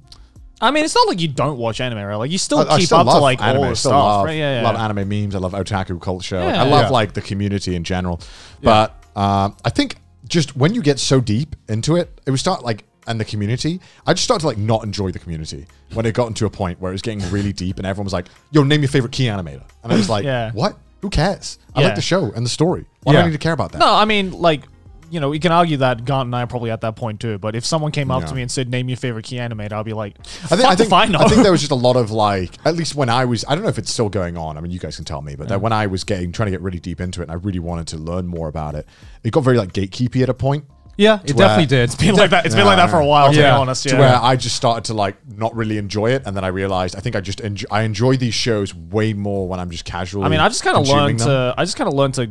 Speaker 3: I mean, it's not like you don't watch anime, right? Like you still
Speaker 1: I,
Speaker 3: keep
Speaker 1: I still
Speaker 3: up
Speaker 1: love
Speaker 3: to like
Speaker 1: anime.
Speaker 3: all
Speaker 1: I
Speaker 3: the
Speaker 1: still
Speaker 3: stuff,
Speaker 1: love,
Speaker 3: right? Yeah, yeah.
Speaker 1: love anime memes. I love otaku culture. Like,
Speaker 3: Yeah.
Speaker 1: I love
Speaker 2: Yeah.
Speaker 1: like the community in general. But um, I think just when you get so deep into it, it would start like and the community. I just started to like not enjoy the community when it got into a point where it was getting really deep and everyone was like, "Yo, name your favorite key animator," and I was like,
Speaker 3: [laughs] Yeah.
Speaker 1: "What? Who cares? I
Speaker 3: Yeah.
Speaker 1: like the show and the story. Why do
Speaker 2: Yeah.
Speaker 1: I need to care about that?"
Speaker 3: No, I mean, like, you know, you can argue that Gant and I are probably at that point too. But if someone came up
Speaker 1: Yeah.
Speaker 3: to me and said, "Name your favorite key animator," I'll be like,
Speaker 1: I think, I think,
Speaker 3: if I know."
Speaker 1: I think there was just a lot of like, at least when I was, I don't know if it's still going on. I mean, you guys can tell me, but
Speaker 3: Mm.
Speaker 1: that when I was getting, trying to get really deep into it and I really wanted to learn more about it, it got very like gatekeepy at a point
Speaker 2: Yeah, it
Speaker 1: where-
Speaker 2: definitely did.
Speaker 3: been like that. [laughs] It's been like that for a while, to be
Speaker 2: Yeah.
Speaker 3: honest.
Speaker 1: to
Speaker 3: Yeah.
Speaker 1: where I just started to like not really enjoy it. And then I realized I think I just, enjoy, I enjoy these shows way more when I'm just casual.
Speaker 3: I mean, I just kind of learned
Speaker 1: them.
Speaker 3: to. I just kind of learned to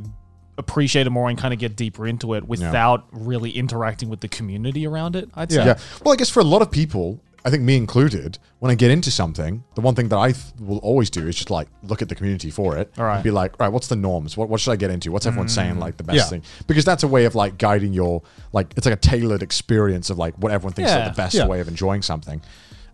Speaker 3: appreciate it more and kind of get deeper into it without really interacting with the community around it. I'd say.
Speaker 1: Yeah. Well, I guess for a lot of people, I think me included, when I get into something, the one thing that I th- will always do is just like look at the community for it.
Speaker 3: All right.
Speaker 1: And be like, all right, what's the norms? What, what should I get into? What's everyone saying like the best
Speaker 2: Yeah.
Speaker 1: thing? Because that's a way of like guiding your, like, it's like a tailored experience of like what everyone thinks is
Speaker 3: Yeah.
Speaker 1: like, the best
Speaker 2: Yeah.
Speaker 1: way of enjoying something.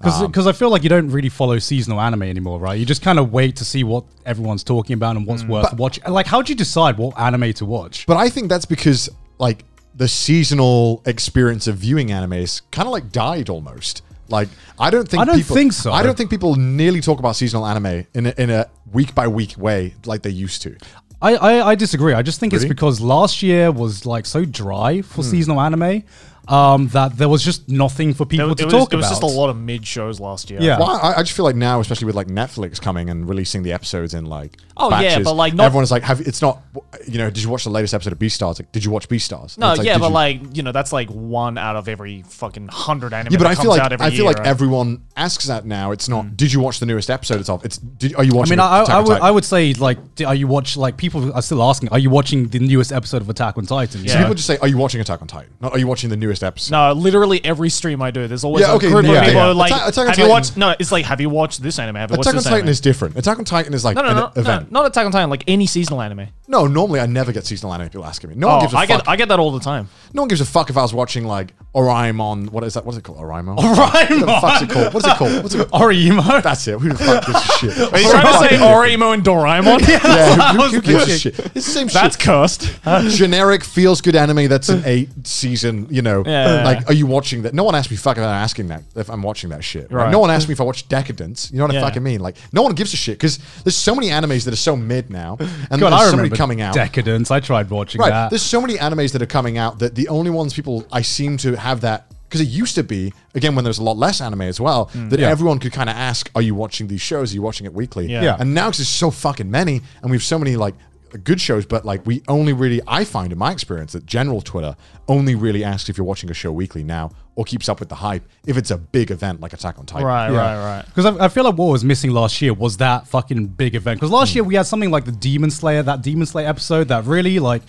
Speaker 2: Because I feel like you don't really follow seasonal anime anymore, right? You just kind of wait to see what everyone's talking about and what's worth watching. Like, how do you decide what anime to watch?
Speaker 1: But I think that's because like the seasonal experience of viewing anime is kind of like died almost. Like I don't think
Speaker 2: I don't
Speaker 1: people,
Speaker 2: think so.
Speaker 1: I don't think people nearly talk about seasonal anime in a, in a week by week way like they used to.
Speaker 2: I, I, I disagree. I just think
Speaker 1: Really?
Speaker 2: it's because last year was like so dry for seasonal anime um, that there was just nothing for
Speaker 3: It,
Speaker 2: people
Speaker 3: was-
Speaker 2: to
Speaker 3: it was,
Speaker 2: talk
Speaker 3: it was
Speaker 2: about.
Speaker 3: just a lot of mid shows last year.
Speaker 2: Yeah.
Speaker 1: Well, I, I just feel like now, especially with like Netflix coming and releasing the episodes in like
Speaker 3: Oh, yeah,
Speaker 1: batches,
Speaker 3: but, like, not-
Speaker 1: everyone's like, have it's not you know? Did you watch the latest episode of Beastars? Like, did you watch Beastars? And
Speaker 3: No,
Speaker 1: it's
Speaker 3: yeah,
Speaker 1: did
Speaker 3: but
Speaker 1: you-
Speaker 3: like you know, that's like one out of every fucking hundred anime.
Speaker 1: yeah, but
Speaker 3: that
Speaker 1: I feel
Speaker 3: comes
Speaker 1: like
Speaker 3: out every
Speaker 1: I feel
Speaker 3: year,
Speaker 1: like
Speaker 3: right? Mm.
Speaker 1: everyone asks that now. It's not. Did you watch the newest episode? It's of. It's. Did, are you
Speaker 2: I
Speaker 1: watching?
Speaker 2: mean, I,
Speaker 1: Attack
Speaker 2: I
Speaker 1: on
Speaker 2: would
Speaker 1: Titan?
Speaker 2: I would say like, do- are you watch like people are still asking, are you watching the newest episode of Attack on Titan?
Speaker 3: Yeah.
Speaker 1: So people just say, "Are you watching Attack on Titan?" Not, "Are you watching the newest episode?"
Speaker 3: No, literally every stream I do, there's always
Speaker 1: Yeah,
Speaker 3: a
Speaker 1: okay,
Speaker 3: group
Speaker 1: yeah,
Speaker 3: of people
Speaker 1: yeah.
Speaker 3: who are like,
Speaker 1: Attack- Attack on
Speaker 3: have you
Speaker 1: Titan-
Speaker 3: watched? No, it's like, have you watched this anime? Have you
Speaker 1: Attack on
Speaker 3: watched this
Speaker 1: Titan
Speaker 3: anime?
Speaker 1: is different. Attack on Titan is like
Speaker 3: no, no,
Speaker 1: an
Speaker 3: no, no,
Speaker 1: event.
Speaker 3: not Attack on Titan. Like any seasonal anime.
Speaker 1: No, normally I never get seasonal anime people asking me. No one
Speaker 3: Oh,
Speaker 1: gives a
Speaker 3: I
Speaker 1: fuck.
Speaker 3: get, I get that all the time.
Speaker 1: no one gives a fuck if I was watching like Oraimon. What is that? What's it called? Oraimon. Oraimon. What the fuck's it called? What's it called? What's it called? [laughs]
Speaker 2: Orimo.
Speaker 1: That's it. Who the fuck gives a shit?
Speaker 3: Are you trying to say Orimo and Doraemon?
Speaker 1: [laughs]
Speaker 3: [laughs]
Speaker 1: Yeah, who, who gives a shit? It's the same
Speaker 3: That's
Speaker 1: shit.
Speaker 3: cursed.
Speaker 1: [laughs] Generic feels good anime. That's an eight season. You know,
Speaker 3: Yeah.
Speaker 1: like are you watching that? No one asked me fucking about asking that if I'm watching that shit. right?
Speaker 3: Right.
Speaker 1: No one asked me if I watched Decadence. You know what
Speaker 3: Yeah.
Speaker 1: I fucking mean? Like no one gives a shit because there's so many animes that are so mid now, and
Speaker 2: God, I
Speaker 1: there's so many
Speaker 2: remember
Speaker 1: coming out.
Speaker 2: Decadence. I tried watching
Speaker 1: Right.
Speaker 2: that.
Speaker 1: There's so many animes that are coming out that the only ones people I seem to have that because it used to be again when there was a lot less anime as well
Speaker 3: Mm.
Speaker 1: that everyone could kind of ask, "Are you watching these shows? Are you watching it weekly?"
Speaker 3: Yeah. Yeah.
Speaker 1: And now because there's so fucking many, and we have so many like good shows, but like we only really I find in my experience that general Twitter only really asks if you're watching a show weekly now or keeps up with the hype if it's a big event like Attack on Titan.
Speaker 3: Right,
Speaker 2: Yeah.
Speaker 3: right, right.
Speaker 2: Because I, I feel like what was missing last year was that fucking big event. Because
Speaker 1: Hmm.
Speaker 2: last year we had something like the Demon Slayer, that Demon Slayer episode that really like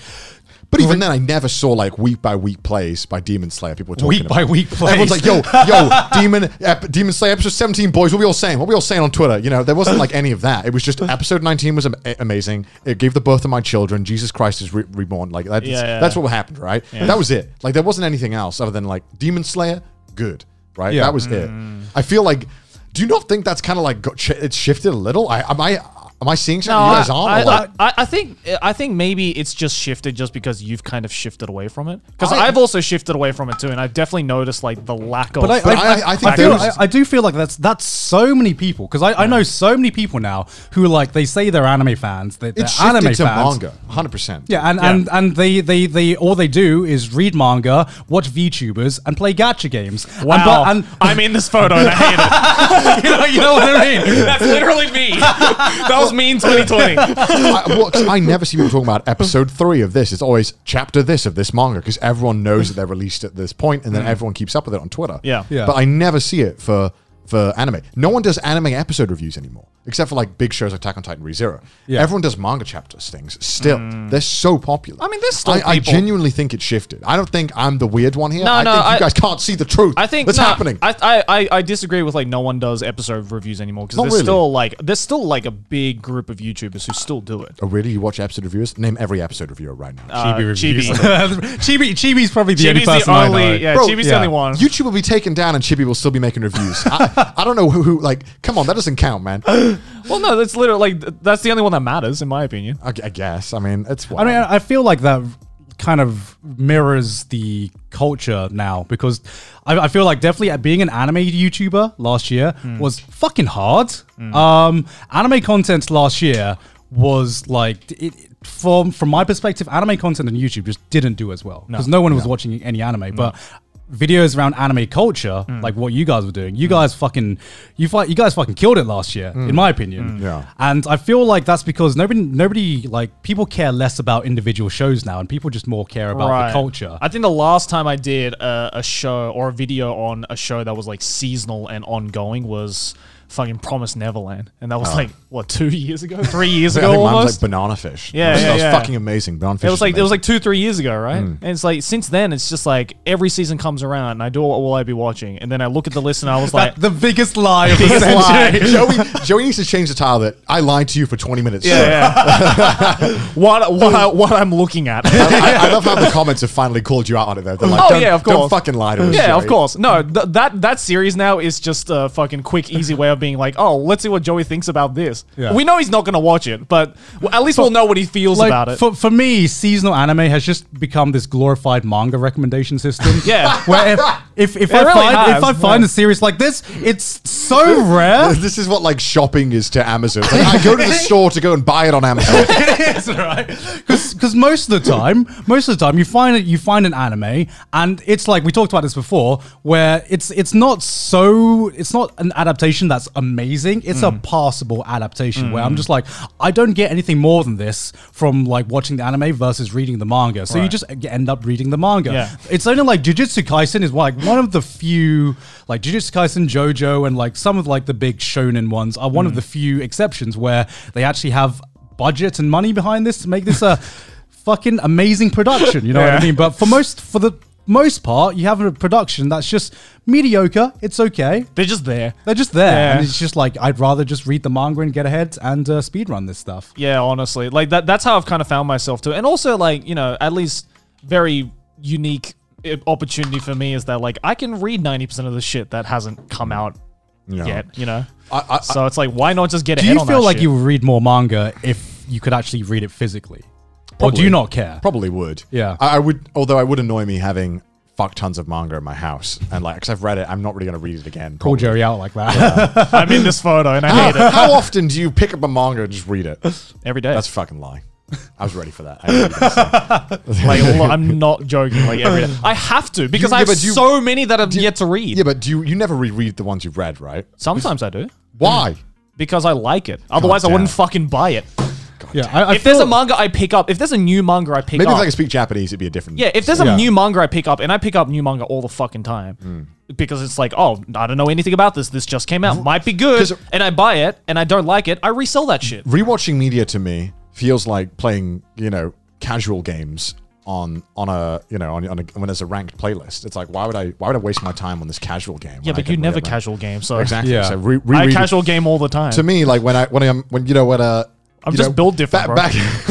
Speaker 1: But even then, I never saw like week by week plays by Demon Slayer. People were talking
Speaker 2: Week
Speaker 1: about.
Speaker 2: by week plays.
Speaker 1: Everyone's like, "Yo,
Speaker 3: [laughs]
Speaker 1: yo, Demon, ep- Demon Slayer episode seventeen, boys. What we all saying? What we all saying on Twitter? You know, there wasn't like any of that. It was just episode nineteen was am- eh, amazing. It gave the birth of my children. Jesus Christ is re- reborn. Like that's
Speaker 3: Yeah, yeah.
Speaker 1: that's what happened, right? That was it. Like there wasn't anything else other than like Demon Slayer, good, right?
Speaker 2: Yeah.
Speaker 3: Mm.
Speaker 1: That was it. I feel like Do you not think that's kind of like got sh- it's shifted a little? I am I am I seeing something you guys
Speaker 3: Oh, I,
Speaker 1: aren't? or
Speaker 3: I-
Speaker 1: like-
Speaker 3: I- I think I think maybe it's just shifted just because you've kind of shifted away from it. Because
Speaker 1: I-
Speaker 3: I've also shifted away from it too, and I've definitely noticed like the lack of.
Speaker 2: But I,
Speaker 1: But
Speaker 2: I,
Speaker 1: I- I
Speaker 2: I,
Speaker 1: think
Speaker 2: I feel,
Speaker 1: those-
Speaker 2: I, I do feel like that's that's so many people because I, I know so many people now who like they say they're anime fans, they, they're
Speaker 1: it's
Speaker 2: anime
Speaker 1: shifted to
Speaker 2: fans.
Speaker 1: manga, hundred percent.
Speaker 2: Yeah, and, and, and they, they, they all they do is read manga, watch VTubers, and play gacha games. And,
Speaker 3: [laughs] wow,
Speaker 2: but- and
Speaker 3: [laughs] I'm in this photo and I hate
Speaker 2: [laughs]
Speaker 3: it.
Speaker 2: you, know, you know what
Speaker 1: [laughs]
Speaker 2: I mean?
Speaker 3: That's literally me. [laughs] That was me in 2020.
Speaker 1: I, well, 'cause I never see people talking about episode three of this. It's always chapter this of this manga because everyone knows that they're released at this point, and then everyone keeps up with it on Twitter.
Speaker 3: Mm. Yeah.
Speaker 2: Yeah.
Speaker 1: But I never see it for for anime. No one does anime episode reviews anymore, except for like big shows like Attack on Titan, ReZero.
Speaker 2: Yeah.
Speaker 1: Everyone does manga chapters things. Still, they're so popular.
Speaker 3: Mm. I mean, there's still
Speaker 1: I, I
Speaker 3: people-
Speaker 1: genuinely think it shifted. I don't think I'm the weird one here.
Speaker 3: No,
Speaker 1: I
Speaker 3: no,
Speaker 1: think you
Speaker 3: I-
Speaker 1: guys can't see the truth.
Speaker 3: I think
Speaker 1: that's
Speaker 3: nah,
Speaker 1: happening.
Speaker 3: I, I, I, I disagree with like no one does episode reviews anymore because
Speaker 1: Not
Speaker 3: there's
Speaker 1: really.
Speaker 3: still like there's still like a big group of YouTubers who still do it.
Speaker 1: oh, really? You watch episode reviews? Name every episode reviewer right now.
Speaker 3: Uh,
Speaker 4: Chibi reviews.
Speaker 3: Chibi.
Speaker 2: [laughs] Chibi, Chibi's probably the only
Speaker 3: [laughs] Chibi's
Speaker 2: person
Speaker 3: the
Speaker 2: I know.
Speaker 3: only, yeah,
Speaker 1: Bro,
Speaker 3: Chibi's
Speaker 2: yeah.
Speaker 3: the only one.
Speaker 1: YouTube will be taken down and Chibi will still be making reviews. I, I don't know who, who, like, come on, that doesn't count, man. I,
Speaker 3: well, no, that's literally like th- that's the only one that matters in my opinion.
Speaker 1: I guess. I mean, it's
Speaker 2: I
Speaker 1: what.
Speaker 2: mean, I feel like that kind of mirrors the culture now because I, I feel like definitely at being an anime YouTuber last year was fucking hard. Um, anime content last year was like it. From from my perspective, anime content on YouTube just didn't do as well because no. Hmm. one was watching any anime. But videos around anime culture,
Speaker 3: Mm.
Speaker 2: like what you guys were doing, you guys fucking you fight, you guys fucking killed it last year, in my opinion.
Speaker 1: Yeah.
Speaker 2: And I feel like that's because nobody, nobody, like people care less about individual shows now, and people just more care about the culture.
Speaker 3: I think the last time I did a, a show or a video on a show that was like seasonal and ongoing was fucking Promise Neverland, and that was like what two years ago, Oh. [laughs] three years
Speaker 1: I
Speaker 3: ago
Speaker 1: think mine's
Speaker 3: almost.
Speaker 1: like banana fish. That
Speaker 3: Yeah,
Speaker 1: was-
Speaker 3: yeah,
Speaker 1: that was
Speaker 3: yeah.
Speaker 1: fucking amazing. Banana fish.
Speaker 3: it
Speaker 1: is
Speaker 3: was like it was
Speaker 1: amazing.
Speaker 3: like two three years ago, right? And it's like since then, it's just like every season comes around, and I do what will I be watching, and then I look at the list, and I was like,
Speaker 2: the biggest lie of the
Speaker 3: [laughs] Biggest
Speaker 1: [laughs]
Speaker 2: century.
Speaker 3: lie.
Speaker 2: [laughs]
Speaker 1: Joey, Joey needs to change the title that I lied to you for 20 minutes.
Speaker 3: [laughs] yeah, yeah. [laughs] what what I, what I'm looking at.
Speaker 1: I, I love how the comments have finally called you out on it, though. They're like,
Speaker 3: Oh,
Speaker 1: "Don't-
Speaker 3: yeah, of
Speaker 1: Don't
Speaker 3: course.
Speaker 1: fucking lie to us.
Speaker 3: Yeah, of
Speaker 1: Joey."
Speaker 3: course. No, th- that that series now is just a fucking quick, easy way of being like, oh, let's see what Joey thinks about this.
Speaker 2: Yeah.
Speaker 3: We know he's not gonna watch it, but w- at least we'll know what he feels
Speaker 2: Like,
Speaker 3: about it.
Speaker 2: For, for me, seasonal anime has just become this glorified manga recommendation system.
Speaker 3: [laughs] Yeah.
Speaker 2: where if if, if
Speaker 3: It
Speaker 2: I
Speaker 3: really
Speaker 2: find if
Speaker 3: has,
Speaker 2: I find
Speaker 3: yeah.
Speaker 2: a series like this, it's so
Speaker 1: [laughs]
Speaker 2: rare.
Speaker 1: [laughs] This is what like shopping is to Amazon. It's like, I go to
Speaker 3: [laughs]
Speaker 1: the store to go and buy it on Amazon.
Speaker 2: [laughs] it is right because most of the time most of the time you find it you find an anime and it's like we talked about this before where it's it's not so it's not an adaptation that's amazing it's a passable adaptation where i'm just like i don't get anything more than this from like watching the anime versus reading the manga so you just e- end up reading the manga
Speaker 3: Yeah.
Speaker 2: it's only like jujutsu kaisen is like one of the few like jujutsu kaisen jojo and like some of like the big shonen ones are
Speaker 3: Mm.
Speaker 2: one of the few exceptions where they actually have budget and money behind this to make this a fucking amazing production. You know what I mean? But for most, for the most part, you have a production that's just mediocre. It's okay.
Speaker 3: They're just there.
Speaker 2: They're just there,
Speaker 3: Yeah.
Speaker 2: and it's just like I'd rather just read the manga and get ahead and uh, speedrun this stuff.
Speaker 3: Yeah, honestly, like that. That's how I've kind of found myself too. And also, like you know, at least very unique eh, opportunity for me is that like I can read ninety percent of the shit that hasn't come out
Speaker 1: Yeah.
Speaker 3: yet. You know,
Speaker 1: I- I-
Speaker 3: so it's like why not just get
Speaker 2: Do
Speaker 3: ahead
Speaker 2: you
Speaker 3: on
Speaker 2: feel
Speaker 3: that
Speaker 2: like
Speaker 3: shit?
Speaker 2: you would read more manga if you could actually read it physically, or do
Speaker 1: Probably.
Speaker 2: you not care?
Speaker 1: Probably would.
Speaker 2: Yeah.
Speaker 1: I, I would, although I would annoy me having fuck tons of manga in my house. And like, because I've read it, I'm not really going to read it again.
Speaker 2: Call
Speaker 1: probably.
Speaker 2: Jerry out like that.
Speaker 3: [laughs] I'm in this photo and I hate
Speaker 1: How, [laughs]
Speaker 3: it
Speaker 1: how often do you pick up a manga and just read it?
Speaker 3: every day.
Speaker 1: That's a fucking lie. I was ready for that. I really was.
Speaker 3: Like lo- I'm not joking. Like every day, I have to because
Speaker 1: yeah,
Speaker 3: I have
Speaker 1: but you-
Speaker 3: so many that I've yet to
Speaker 1: [laughs]
Speaker 3: read.
Speaker 1: yeah, but do you, you never reread the ones you've read, right?
Speaker 3: Sometimes I do
Speaker 1: Why?
Speaker 3: because I like it. Otherwise, I wouldn't
Speaker 1: damn.
Speaker 3: fucking buy it.
Speaker 2: [laughs] yeah, I, I
Speaker 3: If there's
Speaker 2: feel-
Speaker 3: a manga I pick up, if there's a new manga I pick
Speaker 1: Maybe
Speaker 3: up,
Speaker 1: if I could speak Japanese, it'd be a different.
Speaker 3: yeah, if there's a
Speaker 2: Yeah.
Speaker 3: new manga I pick up, and I pick up new manga all the fucking time.
Speaker 1: Hmm.
Speaker 3: Because it's like, oh, I don't know anything about this. This just came out. Might be good.
Speaker 1: Mm-hmm. 'Cause-
Speaker 3: And I buy it and I don't like it. I resell that shit.
Speaker 1: rewatching media to me feels like playing, you know, casual games on on a you know on, on a, when there's a ranked playlist. It's like why would I why would I waste my time on this casual game?
Speaker 3: Yeah,
Speaker 1: when I
Speaker 3: but
Speaker 1: can
Speaker 3: you never
Speaker 1: re-rank?
Speaker 3: casual game. So
Speaker 1: Exactly.
Speaker 2: Yeah.
Speaker 1: So re-
Speaker 3: I
Speaker 1: reread it.
Speaker 3: casual game all the time.
Speaker 1: to me like when I when I'm when you know when uh
Speaker 3: I'm
Speaker 1: you
Speaker 3: just
Speaker 1: know,
Speaker 3: built different,
Speaker 1: ba-
Speaker 3: bro.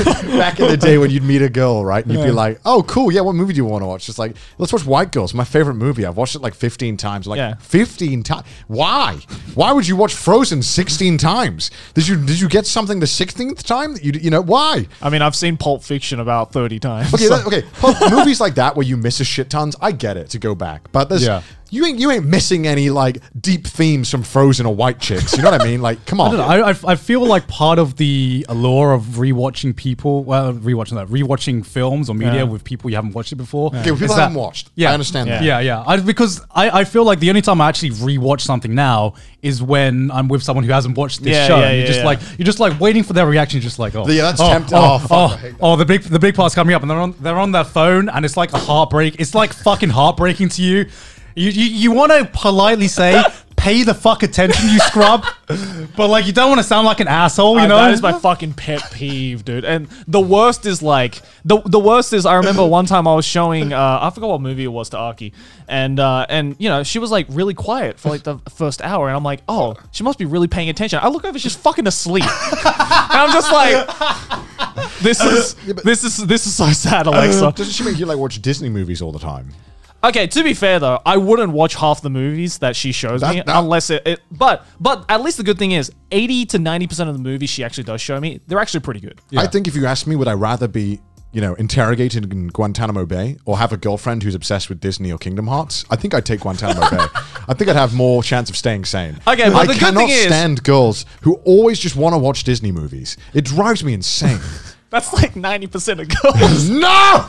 Speaker 1: Back, back [laughs] in the day when you'd meet a girl, right? And you'd be like, "Oh, cool, yeah. What movie do you want to watch?" Just like, let's watch White Girls, my favorite movie. I've watched it like 15 times. Like
Speaker 3: Yeah.
Speaker 1: 15 times. Why? Why would you watch Frozen 16 times? Did you did you get something the 16th time? That you you know why?
Speaker 3: I mean, I've seen Pulp Fiction about 30 times.
Speaker 1: Okay,
Speaker 3: so-
Speaker 1: that, okay. Well, [laughs] movies like that where you miss a shit tons, I get it to go back, but there's
Speaker 2: Yeah.
Speaker 1: you ain't you ain't missing any like deep themes from Frozen or White Chicks. You know what I mean? Like, come
Speaker 2: I
Speaker 1: on.
Speaker 2: don't know. I, I, I feel like part of the allure of rewatching people, well, rewatching that, rewatching films or media
Speaker 3: Yeah.
Speaker 2: with people you haven't watched it before.
Speaker 1: Okay, well,
Speaker 2: is
Speaker 1: people
Speaker 2: that-
Speaker 1: haven't watched.
Speaker 2: Yeah,
Speaker 1: I understand
Speaker 3: Yeah.
Speaker 1: that.
Speaker 2: Yeah, yeah. I, because I, I feel like the only time I actually rewatch something now is when I'm with someone who hasn't watched this
Speaker 3: Yeah,
Speaker 2: show.
Speaker 3: yeah,
Speaker 2: and you're
Speaker 3: yeah,
Speaker 2: just
Speaker 3: yeah.
Speaker 2: like you're just like waiting for their reaction. You're just like oh
Speaker 1: Yeah, that's
Speaker 2: oh,
Speaker 1: tempt- oh,
Speaker 2: oh
Speaker 1: fuck, I
Speaker 2: oh,
Speaker 1: hate that.
Speaker 2: oh, the big the big part's coming up and they're on they're on their phone and it's like a heartbreak. It's like fucking heartbreaking to you. You you, you want to politely say. Pay the fuck attention, you
Speaker 3: [laughs]
Speaker 2: scrub. but like, you don't want to sound like an asshole, you
Speaker 3: I-
Speaker 2: know?
Speaker 3: Uh, that is my [laughs] fucking pet peeve, dude. And the worst is like the the worst is I remember one time I was showing uh, I forgot what movie it was to Aki, and uh, and you know she was like really quiet for like the first hour, and I'm like, oh, she must be really paying attention. I look over, she's fucking asleep. and I'm just like, this is this is this is so sad, Alexa.
Speaker 1: Doesn't she make you like watch Disney movies all the time?
Speaker 3: Okay, to be fair though, I wouldn't watch half the movies that she shows
Speaker 1: That-
Speaker 3: me
Speaker 1: that-
Speaker 3: unless it, it. But but at least the good thing is, eighty to ninety percent of the movies she actually does show me, they're actually pretty good.
Speaker 1: I think if you asked me, would I rather be, you know, interrogated in Guantanamo Bay or have a girlfriend who's obsessed with Disney or Kingdom Hearts? I think I'd take Guantanamo
Speaker 3: [laughs]
Speaker 1: Bay. I think I'd have more chance of staying sane.
Speaker 3: Okay, but
Speaker 1: I
Speaker 3: the good
Speaker 1: cannot
Speaker 3: thing is-
Speaker 1: stand girls who always just want to watch Disney movies. It drives me insane.
Speaker 3: [laughs] That's like ninety percent of girls.
Speaker 1: no.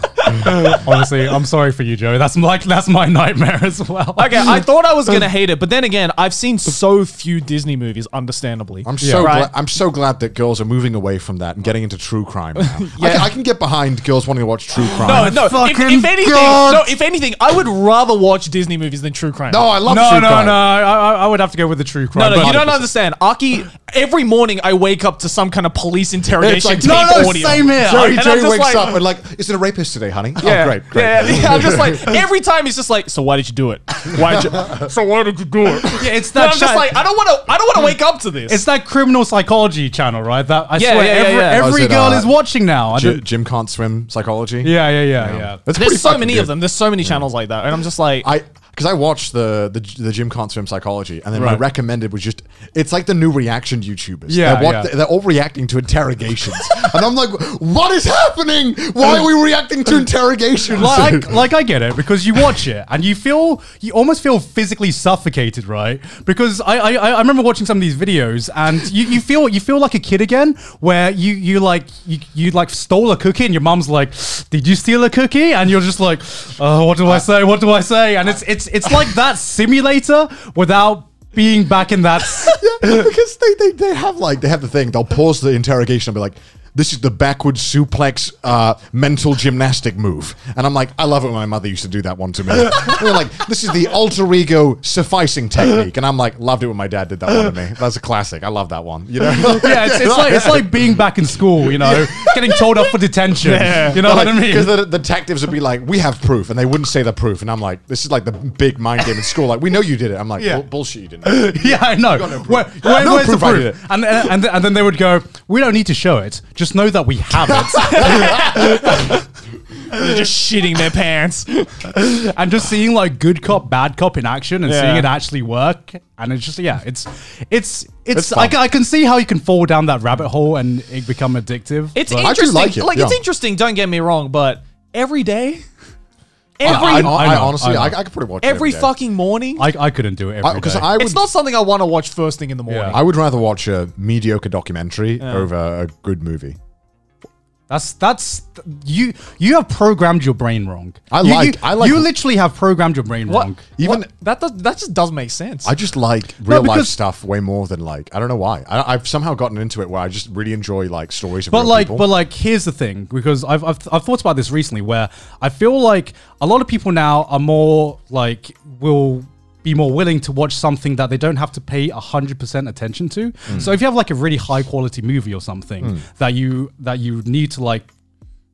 Speaker 2: Honestly, I'm sorry for you, Joe. That's like that's my [laughs] nightmare as well.
Speaker 3: [laughs] Okay, I thought I was
Speaker 1: Um,
Speaker 3: gonna hate it, but then again, I've seen so few Disney movies. Understandably,
Speaker 1: I'm so
Speaker 3: Right?
Speaker 1: glad. I'm so glad that girls are moving away from that and getting into true crime. Now. I,
Speaker 3: [laughs] Yeah.
Speaker 1: can, I can get behind girls wanting to watch true
Speaker 3: No,
Speaker 1: crime.
Speaker 3: no. If,
Speaker 2: Fucking
Speaker 3: if anything,
Speaker 1: God.
Speaker 3: no. If anything, I would rather watch Disney movies than true crime.
Speaker 1: I love
Speaker 2: no,
Speaker 1: true
Speaker 2: no,
Speaker 1: crime.
Speaker 2: no. I, I I would have to go with the true crime.
Speaker 3: No, no,
Speaker 2: but-
Speaker 3: you don't understand. Aki, every morning I wake up to some kind of police
Speaker 1: It's
Speaker 3: interrogation
Speaker 1: like,
Speaker 3: tape
Speaker 1: no, no,
Speaker 3: audio.
Speaker 1: same here. Jerry,
Speaker 3: And I'm
Speaker 1: Jerry
Speaker 3: just
Speaker 1: wakes
Speaker 2: [laughs]
Speaker 3: like-
Speaker 1: up and like, is it a rapist today, honey?
Speaker 3: Yeah.
Speaker 1: Oh, great, great.
Speaker 3: Yeah, [laughs] yeah, I'm just like every time he's just like, so why did you do
Speaker 1: [laughs]
Speaker 3: it? Why did you? [laughs] so why did you do it?
Speaker 2: Yeah, it's
Speaker 3: And
Speaker 2: that.
Speaker 3: I'm just
Speaker 2: chi-
Speaker 3: like, I don't want to. I don't want to wake up to this.
Speaker 2: It's that criminal psychology channel, right? That I
Speaker 3: Yeah,
Speaker 2: swear,
Speaker 3: yeah, yeah,
Speaker 2: every,
Speaker 3: yeah.
Speaker 2: every
Speaker 1: Was it,
Speaker 2: girl
Speaker 1: uh,
Speaker 2: is watching now. I
Speaker 1: Gy- [laughs]
Speaker 2: don't-
Speaker 1: Jim can't swim psychology.
Speaker 2: yeah, yeah, yeah, yeah.
Speaker 1: That's pretty
Speaker 3: There's so
Speaker 1: fucking
Speaker 3: many of
Speaker 1: good.
Speaker 3: them. There's so many channels like that, and I'm just like,
Speaker 1: I because I watched the the the Jim can't swim psychology, and then my
Speaker 2: Right.
Speaker 1: recommended was just it's like the new reaction YouTubers.
Speaker 2: Yeah,
Speaker 1: they're,
Speaker 2: yeah.
Speaker 1: they're all reacting to interrogations, [laughs] and I'm like, what is happening?
Speaker 3: [laughs]
Speaker 1: Why are we reacting to interrogations?
Speaker 2: Like, like I get it because you watch it and you feel you almost feel physically suffocated, right? Because I I, I- I remember watching some of these videos and you, you feel you feel like a kid again, where you you like you, you like stole a cookie and your mom's like, did you steal a cookie? And you're just like, oh, what do I say? What do I say? And it's it's it's like that simulator without being back in that. s-
Speaker 1: [laughs] because they, they they have like they have the thing. They'll pause the interrogation and be like, "This is the backward suplex uh, mental gymnastic move," and I'm like, "I love it when my mother used to do that
Speaker 2: [laughs]
Speaker 1: one to me." And they're like, "This is the alter ego sufficing technique," and I'm like, "Loved it when my dad did that one to me. That's a classic. I love that one." You know.
Speaker 2: [laughs] yeah, it's, it's like it's like being back in school, you know, getting told off for detention. You know what I
Speaker 1: Because
Speaker 2: mean?
Speaker 1: the, the detectives would be like, "We have proof," and they wouldn't say the proof. And I'm like, "This is like the big mind game in school. Like, we know you did it." I'm like,
Speaker 2: Yeah.
Speaker 1: "Bull- "Bullshit, you didn't."
Speaker 2: [laughs] Yeah, I know. Where, where,
Speaker 1: No
Speaker 2: where's the
Speaker 1: proof I
Speaker 2: proof?
Speaker 1: did it.
Speaker 2: And, and, and, and then they would go, "We don't need to show it. Just know that we have
Speaker 1: [laughs]
Speaker 2: it."
Speaker 3: they're just shitting their pants.
Speaker 2: and just seeing like good cop, bad cop in action, and
Speaker 3: Yeah.
Speaker 2: seeing it actually work, and it's just yeah, it's it's it's.
Speaker 1: It's
Speaker 2: I,
Speaker 1: fun.
Speaker 2: I can see how you can fall down that rabbit hole and it become addictive.
Speaker 3: It's
Speaker 2: but-
Speaker 1: I do
Speaker 3: interesting.
Speaker 1: like
Speaker 3: Like,
Speaker 1: it,
Speaker 3: it's
Speaker 1: yeah.
Speaker 3: interesting. Don't get me wrong, but every day, every
Speaker 1: I, I,
Speaker 2: I know,
Speaker 1: honestly, I,
Speaker 2: I
Speaker 1: I,
Speaker 2: know.
Speaker 1: could probably watch it
Speaker 3: every
Speaker 1: day.
Speaker 3: fucking morning,
Speaker 2: I, I couldn't do it every
Speaker 1: because
Speaker 2: day.
Speaker 1: I would
Speaker 3: it's not something I want to watch first thing in the morning.
Speaker 2: Yeah.
Speaker 1: I would rather watch a mediocre documentary over a good movie.
Speaker 2: That's that's you. You have programmed your brain wrong.
Speaker 1: I
Speaker 2: You- you-
Speaker 1: like- I like-
Speaker 2: You literally have programmed your brain
Speaker 3: What?
Speaker 2: wrong.
Speaker 1: Even-
Speaker 3: What? that does, that just does make sense.
Speaker 1: I just like real life
Speaker 2: because-
Speaker 1: stuff way more than like I don't know why. I, I've somehow gotten into it where I just really enjoy like stories of
Speaker 2: But
Speaker 1: real
Speaker 2: like,
Speaker 1: people.
Speaker 2: but like, here's the thing because I've, I've I've thought about this recently, where I feel like a lot of people now are more like will be more willing to watch something that they don't have to pay hundred percent attention to. So if you have like a really high quality movie or something that you that you need to like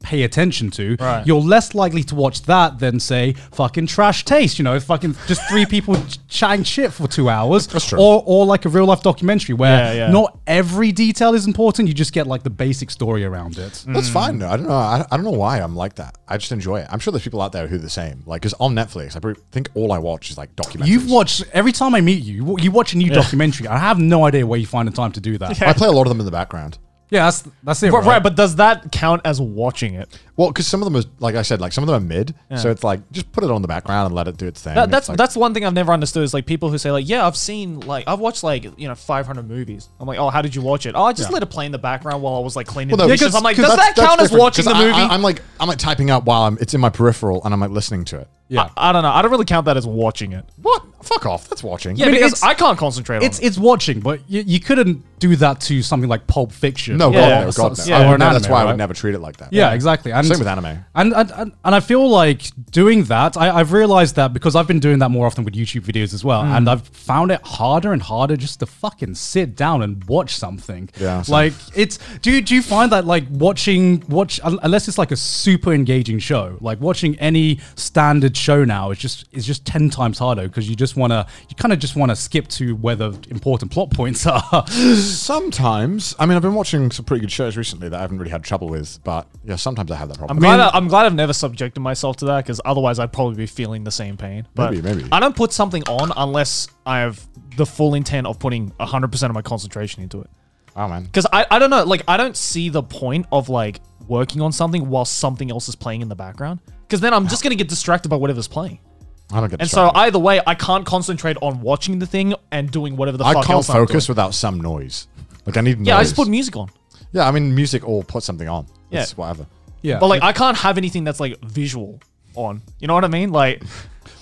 Speaker 2: pay attention to,
Speaker 3: Right.
Speaker 2: you're less likely to watch that than say fucking trash taste. You know, fucking just three people ch- chatting shit for two hours,
Speaker 1: true.
Speaker 2: or or like a real life documentary where
Speaker 3: Yeah, yeah.
Speaker 2: not every detail is important. You just get like the basic story around it.
Speaker 1: That's fine. though. I don't know. I, I don't know why I'm like that. I just enjoy it. I'm sure there's people out there who are the same. Like, because on Netflix, I probably think all I watch is like documentaries.
Speaker 2: You've watched every time I meet you, you wa- you watch a new documentary. I have no idea where you find the time to do that. Yeah,
Speaker 1: I play a lot of them in the background.
Speaker 2: that's that's it.
Speaker 3: Right.
Speaker 2: Right,
Speaker 3: but does that count as watching it?
Speaker 1: Well, because some of them are, like I said, like some of them are mid. So it's like just put it on the background and let it do its thing.
Speaker 3: That, that's
Speaker 1: It's like-
Speaker 3: that's one thing I've never understood is like people who say like, yeah, I've seen like I've watched like you know 500 movies. I'm like, oh, how did you watch it? Oh, I just
Speaker 1: Yeah.
Speaker 3: let it play in the background while I was like cleaning
Speaker 1: Well, no,
Speaker 3: dishes.
Speaker 1: because-
Speaker 3: I'm like,
Speaker 1: because
Speaker 3: does
Speaker 1: that's-
Speaker 3: that
Speaker 1: that's
Speaker 3: count as
Speaker 1: different,
Speaker 3: watching the
Speaker 1: 'cause
Speaker 3: movie?
Speaker 1: I, am like I'm like typing out while I'm it's in my peripheral and I'm like listening to it. Ah,
Speaker 2: yeah.
Speaker 3: I, I don't know. I don't really count that as watching it.
Speaker 1: What? Fuck off. That's watching.
Speaker 3: Yeah,
Speaker 2: mean,
Speaker 3: because
Speaker 2: it's-
Speaker 3: I can't concentrate
Speaker 2: It's
Speaker 3: on it.
Speaker 2: it's watching, but you, you couldn't do that to something like Pulp Fiction.
Speaker 1: No,
Speaker 3: Yeah.
Speaker 1: God, no,
Speaker 2: So-
Speaker 1: God, no.
Speaker 2: yeah,
Speaker 1: I
Speaker 2: or
Speaker 1: would,
Speaker 2: an
Speaker 1: no that's
Speaker 2: anime,
Speaker 1: why I
Speaker 2: right?
Speaker 1: would never treat it like that.
Speaker 2: Yeah, exactly. And
Speaker 1: Same with anime.
Speaker 2: And and, and, and I feel like doing that, I, I've realized that because I've been doing that more often with YouTube videos as well.
Speaker 1: Mm.
Speaker 2: And I've found it harder and harder just to fucking sit down and watch something.
Speaker 1: Yeah, same.
Speaker 2: Like it's do you- do you find that like watching watch un- unless it's like a super engaging show, like watching any standard show now is just is just ten times harder because you just wanna you kinda just wanna skip to where the important plot points [laughs] are.
Speaker 1: Sometimes, I mean, I've been watching some pretty good shows recently that I haven't really had trouble with, but yeah, sometimes I have that problem.
Speaker 3: I'm, glad I, am glad I've never subjected myself to that because otherwise I'd probably be feeling the same pain. But
Speaker 1: Maybe, maybe.
Speaker 3: I don't put something on unless I have the full intent of putting 100% of my concentration into it.
Speaker 1: oh man,
Speaker 3: Because I, I don't know, like, I don't see the point of, like, working on something while something else is playing in the background. Because then I'm just going to get distracted by whatever's playing.
Speaker 1: I don't get.
Speaker 3: And so
Speaker 1: distracted.
Speaker 3: either way, I can't concentrate on watching the thing and doing whatever the
Speaker 1: I,
Speaker 3: fuck
Speaker 1: can't
Speaker 3: else I'm doing.
Speaker 1: focus without some noise. Like I need.
Speaker 3: Yeah,
Speaker 1: noise.
Speaker 3: I just put music on.
Speaker 1: Yeah, I mean, music or put something on.
Speaker 3: Yeah.
Speaker 1: It's whatever.
Speaker 2: yeah.
Speaker 3: But, like, I can't have anything that's, like, visual on. You know what I mean?
Speaker 1: [laughs]
Speaker 3: Like,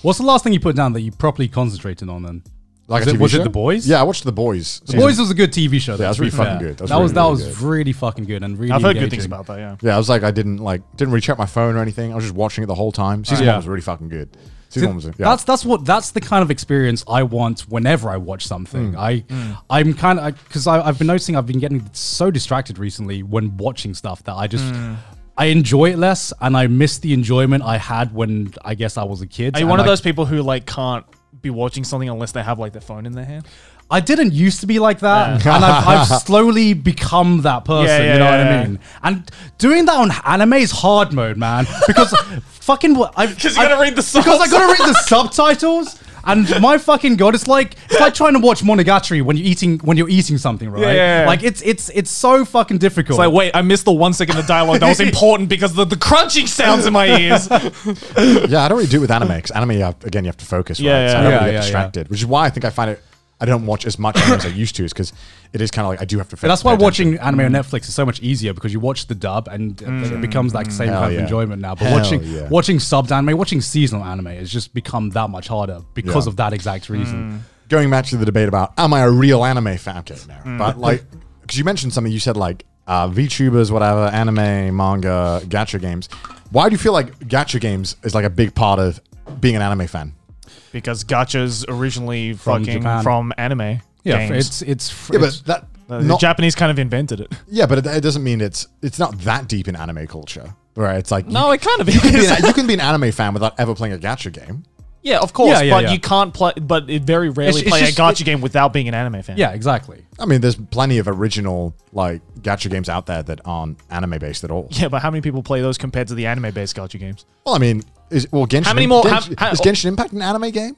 Speaker 2: What's the last thing you put down that you properly concentrated on then?
Speaker 1: Like
Speaker 2: Was
Speaker 1: a
Speaker 2: it-
Speaker 1: TV
Speaker 2: was it
Speaker 1: show?
Speaker 2: The Boys?
Speaker 1: Yeah, I watched The Boys.
Speaker 2: The Boys was a good TV show.
Speaker 1: Yeah, it was
Speaker 2: though, to
Speaker 1: really
Speaker 2: be
Speaker 1: fucking
Speaker 2: fair.
Speaker 1: good. That was really,
Speaker 2: That was that
Speaker 1: really
Speaker 2: was
Speaker 1: good.
Speaker 2: really fucking good and really.
Speaker 3: I've heard good things
Speaker 2: engaging.
Speaker 3: about that, yeah.
Speaker 1: Yeah, I was like, I didn't like, didn't really check my phone or anything. I was just watching it the whole time. Season
Speaker 2: Yeah.
Speaker 1: one was really fucking good. Season one was. Yeah.
Speaker 2: That's that's what that's the kind of experience I want whenever I watch something.
Speaker 1: Mm.
Speaker 2: I
Speaker 3: Mm.
Speaker 2: I'm kind of because I've been noticing I've been getting so distracted recently when watching stuff that I just.
Speaker 3: Mm.
Speaker 2: I enjoy it less, and I miss the enjoyment I had when I guess I was a kid.
Speaker 3: Are you
Speaker 2: and
Speaker 3: one of
Speaker 2: I-
Speaker 3: those people who like can't be watching something unless they have like their phone in their hand?
Speaker 2: I didn't used to be like that, and I've,
Speaker 3: [laughs]
Speaker 2: I've slowly become that person.
Speaker 3: Yeah, yeah,
Speaker 2: you know
Speaker 3: yeah,
Speaker 2: what
Speaker 3: yeah.
Speaker 2: I mean? And doing that on anime is hard mode, man,
Speaker 3: [laughs]
Speaker 2: because fucking what I because
Speaker 3: you gotta read the
Speaker 2: because I gotta read the subtitles. And my fucking god, it's like it's like trying to watch Monogatari when you're eating when you're eating something, right?
Speaker 3: Yeah, yeah, yeah.
Speaker 2: Like it's it's it's so fucking difficult.
Speaker 3: It's like, wait, I missed the one second of dialogue [laughs] that was important because the, the crunching sounds in my ears.
Speaker 1: yeah, I don't really do it with anime because anime, you have- again, you have to focus.
Speaker 3: Yeah,
Speaker 1: right?
Speaker 3: yeah,
Speaker 1: so I don't
Speaker 2: yeah.
Speaker 1: really
Speaker 2: Yeah,
Speaker 1: get
Speaker 2: yeah,
Speaker 1: distracted, which is why I think I find it. I don't watch as much anime as I used to, is because it is kind of like I do have to.
Speaker 2: But that's why watching anime on Netflix is so much easier because you watch the dub and uh,
Speaker 3: Mm.
Speaker 2: it becomes like the same
Speaker 1: Hell
Speaker 2: kind of
Speaker 1: yeah.
Speaker 2: enjoyment now. But
Speaker 1: Hell
Speaker 2: watching
Speaker 1: yeah.
Speaker 2: watching subbed anime, watching seasonal anime has just become that much harder because
Speaker 1: Yeah.
Speaker 2: of that exact
Speaker 3: Mm.
Speaker 2: reason.
Speaker 1: going back to the debate about am I a real anime fan? Okay, no.
Speaker 2: Mm.
Speaker 1: But like, because you mentioned something, you said like uh, VTubers, whatever, anime, manga, gacha games. Why do you feel like gacha games is like a big part of being an anime fan?
Speaker 3: [laughs] because gotchas originally
Speaker 2: From
Speaker 3: fucking
Speaker 2: Japan.
Speaker 3: from anime.
Speaker 2: Yeah,
Speaker 3: games.
Speaker 2: it's it's fr-
Speaker 1: Yeah, but
Speaker 2: it's-
Speaker 1: that
Speaker 3: Uh, the
Speaker 1: not,
Speaker 3: Japanese kind of invented it.
Speaker 1: yeah, but it, it doesn't mean it's it's not that deep in anime culture, right? It's like
Speaker 3: No, it kind [laughs] of
Speaker 1: you,
Speaker 3: is.
Speaker 1: can be an, you can be an anime fan without ever playing a gacha game.
Speaker 3: yeah, of course,
Speaker 2: Yeah, yeah,
Speaker 3: but
Speaker 2: yeah.
Speaker 3: you can't play. But it very rarely
Speaker 2: It's- it's
Speaker 3: play
Speaker 2: just-
Speaker 3: a gacha game without being an anime fan.
Speaker 2: yeah, exactly.
Speaker 1: I mean, there's plenty of original like gacha games out there that aren't anime based at all.
Speaker 3: yeah, but how many people play those compared to the anime-based gacha games?
Speaker 1: Well, I mean, is well Genshin.
Speaker 3: How many more- oh. how-
Speaker 1: Genshin-
Speaker 3: how-
Speaker 1: is Genshin Impact an anime game?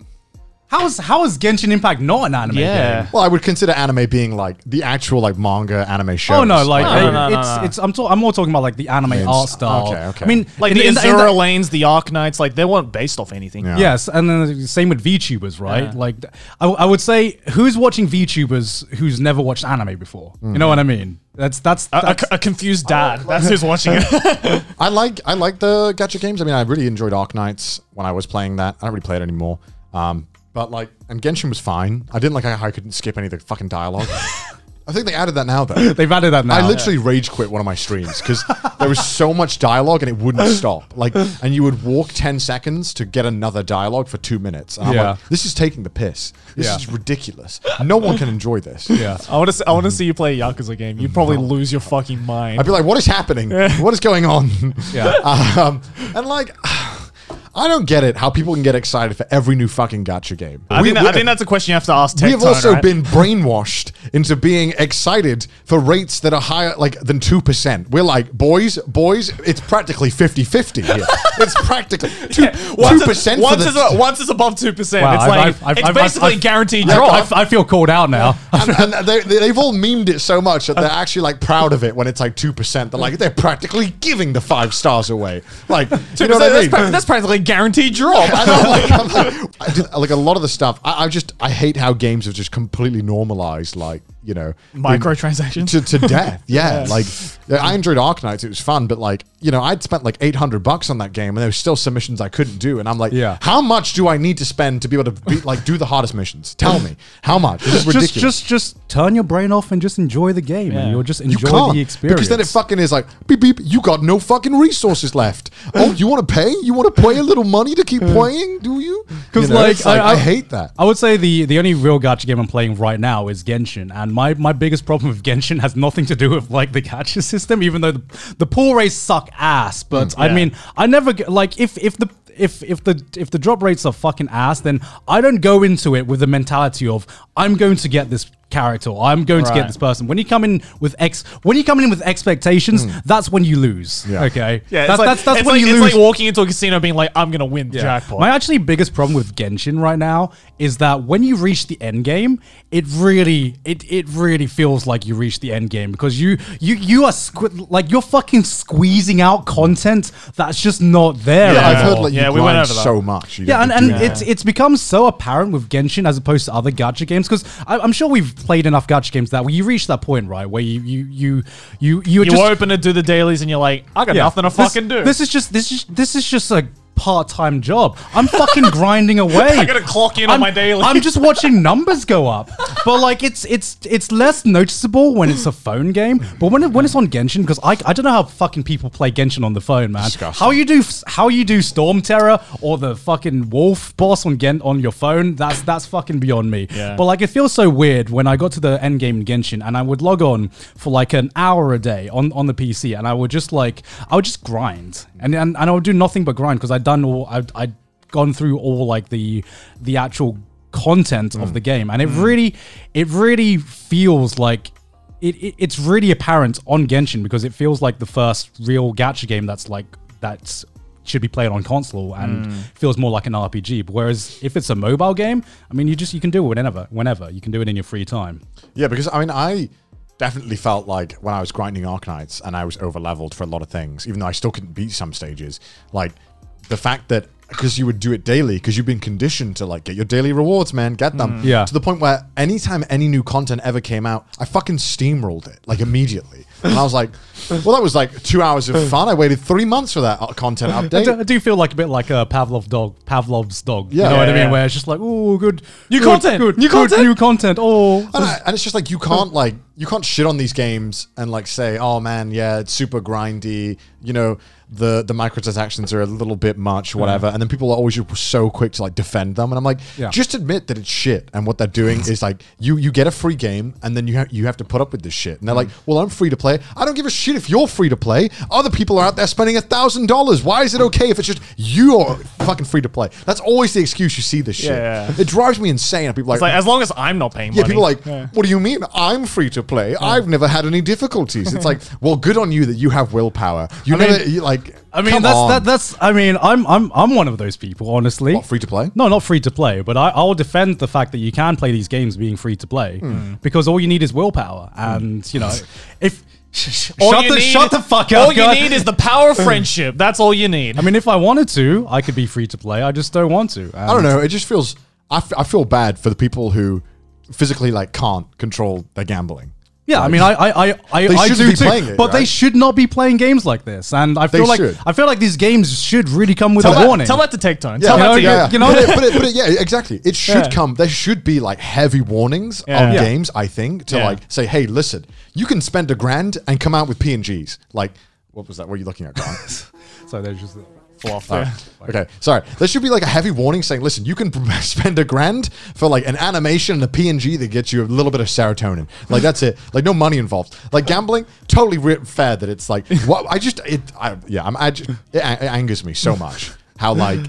Speaker 2: How is how is Genshin Impact not an anime
Speaker 3: Yeah.
Speaker 2: game?
Speaker 1: Well, I would consider anime being like the actual like manga anime show.
Speaker 2: Oh no! Like
Speaker 3: No, no,
Speaker 2: they-
Speaker 3: no, no,
Speaker 2: it's
Speaker 3: no.
Speaker 2: it's I'm talk, I'm more talking about like the anime
Speaker 1: Yes.
Speaker 2: art style.
Speaker 1: Okay, okay.
Speaker 2: I mean,
Speaker 3: Like
Speaker 2: in-
Speaker 3: the
Speaker 2: in- in-
Speaker 3: Azura Lanes, the Arc Knights, like they weren't based off anything.
Speaker 1: Yeah.
Speaker 2: Yes, and then the same with VTubers, right?
Speaker 3: Yeah.
Speaker 2: Like, th- I, I would say who's watching VTubers who's never watched anime before?
Speaker 1: Mm.
Speaker 2: You know what I mean? That's that's,
Speaker 3: A- A,
Speaker 2: that's
Speaker 3: a confused [laughs] dad. That's who's watching it.
Speaker 1: I like I like the gacha games. I mean, I really enjoyed Arc Knights when I was playing that. I don't really play it anymore. Um, but like, and Genshin was fine. I didn't like how I couldn't skip any of the fucking dialogue. I think they added that now
Speaker 2: [laughs]
Speaker 1: though.
Speaker 2: They've added that now.
Speaker 1: I literally rage quit one of my streams because there was so much dialogue and it
Speaker 2: [laughs]
Speaker 1: wouldn't stop. Like, and you would walk ten seconds to get another dialogue for two minutes. And I'm
Speaker 2: Yeah.
Speaker 1: like, this is taking the piss. This
Speaker 2: Yeah.
Speaker 1: is ridiculous. No one can enjoy this.
Speaker 2: [laughs] Yeah.
Speaker 3: I want to. I want [laughs] to see you play a Yakuza game. You [laughs] probably lose your fucking mind.
Speaker 1: I'd be like, what is happening? What is going on?
Speaker 3: [laughs]
Speaker 2: Yeah.
Speaker 1: [laughs] um, and like, [sighs] I don't get it. How people can get excited for every new fucking gacha game.
Speaker 3: I,
Speaker 1: We-
Speaker 3: think that,
Speaker 1: we-
Speaker 3: I think that's a question you have to ask.
Speaker 1: we
Speaker 3: Tectone,
Speaker 1: have also
Speaker 3: right?
Speaker 1: been brainwashed into being excited for rates that are higher like than 2% we're like boys boys it's practically 50-50
Speaker 3: [laughs]
Speaker 1: here it's practically 2, 2%
Speaker 3: Once it's-
Speaker 1: for the-
Speaker 3: Once,
Speaker 1: [laughs]
Speaker 3: it's, a- once it's above two percent,
Speaker 2: Wow,
Speaker 3: it's
Speaker 2: I've-
Speaker 3: like
Speaker 2: I've- I've-
Speaker 3: it's
Speaker 2: I've-
Speaker 3: basically
Speaker 2: I've-
Speaker 3: guaranteed
Speaker 2: I-
Speaker 3: drop.
Speaker 2: I, I feel called out now.
Speaker 1: and, and they, they- they've all memed it so much that they're actually like proud of it when it's like 2% they're like they're practically giving the five stars away
Speaker 3: [laughs]
Speaker 1: like you know what I
Speaker 3: that's,
Speaker 1: mean?
Speaker 3: pra- that's practically guaranteed drop.
Speaker 1: I know, like, I'm like, I did- like a lot of the stuff. I, I just I hate how games have just completely normalized, like you know,
Speaker 3: [laughs] Microtransactions?
Speaker 1: to, to death.
Speaker 2: [laughs]
Speaker 1: Yeah, like yeah, I enjoyed Ark Knights; it was fun, but like you know, I'd spent like eight hundred bucks on that game, and there was still some missions I couldn't do, and I'm like,
Speaker 2: Yeah.
Speaker 1: how much do I need to spend to be able to beat like do the hardest missions? Tell me how much. This is ridiculous.
Speaker 2: [laughs] just, just, just turn your brain off and just enjoy the game, and
Speaker 3: Yeah.
Speaker 2: you'll just
Speaker 1: you
Speaker 2: enjoy
Speaker 1: can't
Speaker 2: the experience.
Speaker 1: because then it fucking is like beep beep. You got no fucking resources left. Oh, you want to pay? You want to pay a little money to keep playing? Do you?
Speaker 2: Because
Speaker 1: You know,
Speaker 2: like,
Speaker 1: it's I hate that.
Speaker 2: I would say the the only real gacha game I'm playing right now is Genshin, and my my biggest problem with Genshin has nothing to do with like the gacha [laughs] system, even though the, the pull rates suck ass. But I
Speaker 3: yeah.
Speaker 2: mean, I never g- like if if the if if the if the drop rates are fucking ass, then I don't go into it with the mentality of I'm going to get this character, or I'm going to get
Speaker 3: Right.
Speaker 2: this person. When you come in with ex, when you come in with expectations, that's when you lose.
Speaker 1: Hmm. Yeah.
Speaker 2: Okay,
Speaker 3: Yeah,
Speaker 2: that's,
Speaker 3: it's like,
Speaker 2: that's that's
Speaker 3: it's
Speaker 2: when
Speaker 3: like,
Speaker 2: you
Speaker 3: it's
Speaker 2: lose.
Speaker 3: like walking into a casino being like, I'm gonna win the jackpot.
Speaker 2: My actually biggest problem with Genshin right now is that when you reach the end game, it really it it really feels like you reach the end game because you you you are squ- like you're fucking squeezing out content that's just not there.
Speaker 1: Yeah, uh, I've
Speaker 2: anymore.
Speaker 1: heard like you
Speaker 3: Yeah,
Speaker 1: yeah,
Speaker 3: we went
Speaker 1: grind
Speaker 3: over that.
Speaker 1: so much. You
Speaker 2: Yeah, and,
Speaker 1: don't
Speaker 2: and
Speaker 1: do that.
Speaker 2: it's it's become so apparent with Genshin as opposed to other gacha games because I'm sure we've played enough gacha games that you reach that point right where you you you you you, are
Speaker 3: you
Speaker 2: just,
Speaker 3: open it, do the dailies, and you're like, I got
Speaker 2: Yeah.
Speaker 3: nothing to
Speaker 2: This-
Speaker 3: fucking do.
Speaker 2: This is just this is this is just a part-time job. I'm fucking [laughs] grinding away.
Speaker 3: I gotta clock in on
Speaker 2: I'm-
Speaker 3: my daily.
Speaker 2: I'm just watching numbers go up. But like it's it's it's less noticeable when it's a phone game. But when it, when it's on Genshin, because I, I don't know how fucking people play Genshin on the phone, man.
Speaker 1: Disgusting.
Speaker 2: How you do how you do Storm Terror or the fucking Wolf boss on Gen on your phone? That's that's fucking beyond me.
Speaker 3: Yeah.
Speaker 2: But like it feels so weird when I got to the end game in Genshin and I would log on for like an hour a day on, on the PC and I would just like I would just grind and and, and I would do nothing but grind because I'd done all I'd, I'd gone through all like the the actual content of the game and it really it really feels like it, it it's really apparent on Genshin because it feels like the first real gacha game that's like that's should be played on console and feels more like an RPG. But Whereas if it's a mobile game, I mean, you just you can do it whenever, whenever you can do it in your free time.
Speaker 1: yeah, because I mean, I definitely felt like when I was grinding Arknights and I was over leveled for a lot of things, even though I still couldn't beat some stages. Like the fact that because you would do it daily, because you've been conditioned to like get your daily rewards, man, get
Speaker 3: Mm.
Speaker 1: them.
Speaker 2: Yeah.
Speaker 1: To the point where anytime any new content ever came out, I fucking steamrolled it like immediately, and I was like, well, that was like two hours [laughs] of fun. I waited three months for that uh, content
Speaker 2: I do, I
Speaker 1: update.
Speaker 2: do feel like a bit like a Pavlov dog, Pavlov's dog.
Speaker 1: Yeah.
Speaker 2: you know what I
Speaker 3: Yeah,
Speaker 2: mean?
Speaker 3: yeah.
Speaker 2: Where it's just like, oh, good
Speaker 3: New
Speaker 2: good,
Speaker 3: content,
Speaker 2: good,
Speaker 3: new
Speaker 2: good,
Speaker 3: content."
Speaker 2: new content. Oh,
Speaker 1: And, I, and it's just like you can't like you can't shit on these games and like say, oh man, yeah, it's super grindy. You know, the the microtransactions are a little bit much,
Speaker 3: Mm.
Speaker 1: whatever. And then people are always so quick to like defend them, and I'm like,
Speaker 2: Yeah.
Speaker 1: just admit that it's shit. And what they're doing is like you you get a free game, and then you ha- you have to put up with this shit.
Speaker 3: Mm.
Speaker 1: And they're like, well, I'm free to play. I don't give a shit if you're free to play. Other people are out there spending a thousand dollars. Why is it okay if it's just you're fucking free to play? That's always the excuse you see this shit.
Speaker 3: Yeah, yeah.
Speaker 1: It drives me insane. And people are
Speaker 3: it's like as long as I'm not paying
Speaker 1: yeah,
Speaker 3: money.
Speaker 1: people are like, what do you mean? I'm free to play. I've never had any difficulties. It's
Speaker 2: [laughs]
Speaker 1: like, well, good on you that you have willpower. You
Speaker 2: mean-
Speaker 1: never you, like.
Speaker 2: I mean,
Speaker 1: come
Speaker 2: that's
Speaker 1: on.
Speaker 2: that, that's. I mean, I'm I'm I'm one of those people, honestly.
Speaker 1: What, free to play?
Speaker 2: No, not free to play, but I, I'll defend the fact that you can play these games being free to play
Speaker 1: Hmm.
Speaker 2: because all you need is willpower, and
Speaker 1: [laughs]
Speaker 2: you know, if
Speaker 3: All
Speaker 2: shut
Speaker 3: you
Speaker 2: the
Speaker 3: need-
Speaker 2: shut the fuck up,
Speaker 3: All you
Speaker 2: guy.
Speaker 3: need is the power of friendship. That's all
Speaker 2: [laughs]
Speaker 3: you need.
Speaker 2: I mean, if I wanted to, I could be free to play. I just don't want to.
Speaker 1: I don't know. It just feels. I, f- I feel bad for the people who physically like can't control their gambling.
Speaker 2: Yeah, I mean, I, I, I, I,
Speaker 1: They
Speaker 2: I
Speaker 1: should
Speaker 2: do
Speaker 1: be
Speaker 2: too,
Speaker 1: playing it,
Speaker 2: but they
Speaker 1: right?
Speaker 2: should not be playing games like this. And I feel like
Speaker 1: should.
Speaker 2: I feel like these games should really come with
Speaker 3: Tell
Speaker 2: a
Speaker 3: that,
Speaker 2: warning.
Speaker 3: tell that to Tectone.
Speaker 1: Yeah,
Speaker 3: Tell that
Speaker 2: know,
Speaker 3: to
Speaker 2: yeah,
Speaker 3: you.
Speaker 2: you know?
Speaker 1: but, it, but, it, but it, yeah, exactly.
Speaker 2: [laughs]
Speaker 1: It should
Speaker 3: Yeah.
Speaker 1: come. There should be like heavy warnings
Speaker 3: Yeah.
Speaker 1: on
Speaker 3: Yeah.
Speaker 1: games. I think to
Speaker 3: Yeah.
Speaker 1: like say, hey, listen, you can spend a grand and come out with PNGs. Like, what was that? What are you looking at, Grant?
Speaker 2: so there's just
Speaker 1: All right. Okay, sorry. There should be like a heavy warning saying, listen, you can [laughs] spend a grand for like an animation and a PNG that gets you a little bit of serotonin. Like that's it. Like no money involved. Like gambling, totally re- fair that it's like [laughs] what I just it I, yeah, I'm I just, it, an- it angers me so much how like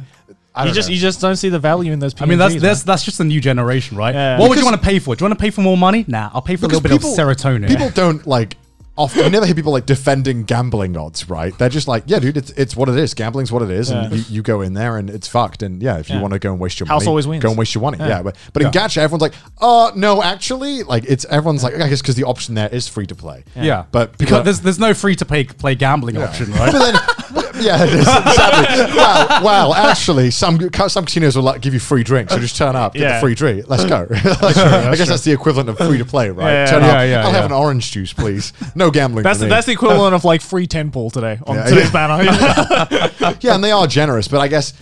Speaker 1: I don't
Speaker 3: You just
Speaker 1: know.
Speaker 3: you just don't see the value in those. PNGs,
Speaker 2: I mean, that's
Speaker 3: man.
Speaker 2: that's that's just the new generation, right?
Speaker 3: Yeah.
Speaker 2: What would you
Speaker 1: Because-
Speaker 2: want to pay for? Do you want to pay for more money? Nah, I'll pay for a little bit of serotonin.
Speaker 1: People don't like. Often, you never hear people like defending gambling odds, right? They're just like, yeah, dude, it's it's what it is. Gambling's what it is, and
Speaker 3: Yeah.
Speaker 1: you, you go in there and it's fucked. And yeah, if you
Speaker 3: Yeah.
Speaker 1: want to go and waste your
Speaker 3: House
Speaker 1: money,
Speaker 3: always wins.
Speaker 1: go and waste your money. Yeah,
Speaker 3: Yeah.
Speaker 1: but but in gacha, everyone's like, uh, no, actually, like it's everyone's like, I guess because the option there is free to play.
Speaker 2: yeah,
Speaker 1: but people
Speaker 2: because there's there's no free to pay play gambling option, right?
Speaker 1: but then, [laughs] yeah, it is, exactly. Well, well, actually, some some casinos will like give you free drinks. So just turn up, get
Speaker 3: Yeah.
Speaker 1: the free drink. Let's go. [laughs] I guess that's the equivalent of free to play, right?
Speaker 3: Yeah,
Speaker 1: turn
Speaker 2: yeah,
Speaker 1: up.
Speaker 2: yeah,
Speaker 1: I'll
Speaker 2: yeah.
Speaker 1: have an orange juice, please. No gambling.
Speaker 3: that's
Speaker 1: for
Speaker 3: the,
Speaker 1: me.
Speaker 3: that's the
Speaker 2: uh,
Speaker 3: equivalent of like free ten pool today on
Speaker 1: Yeah.
Speaker 2: [laughs]
Speaker 3: today's banner.
Speaker 1: yeah, and they are generous, but I guess.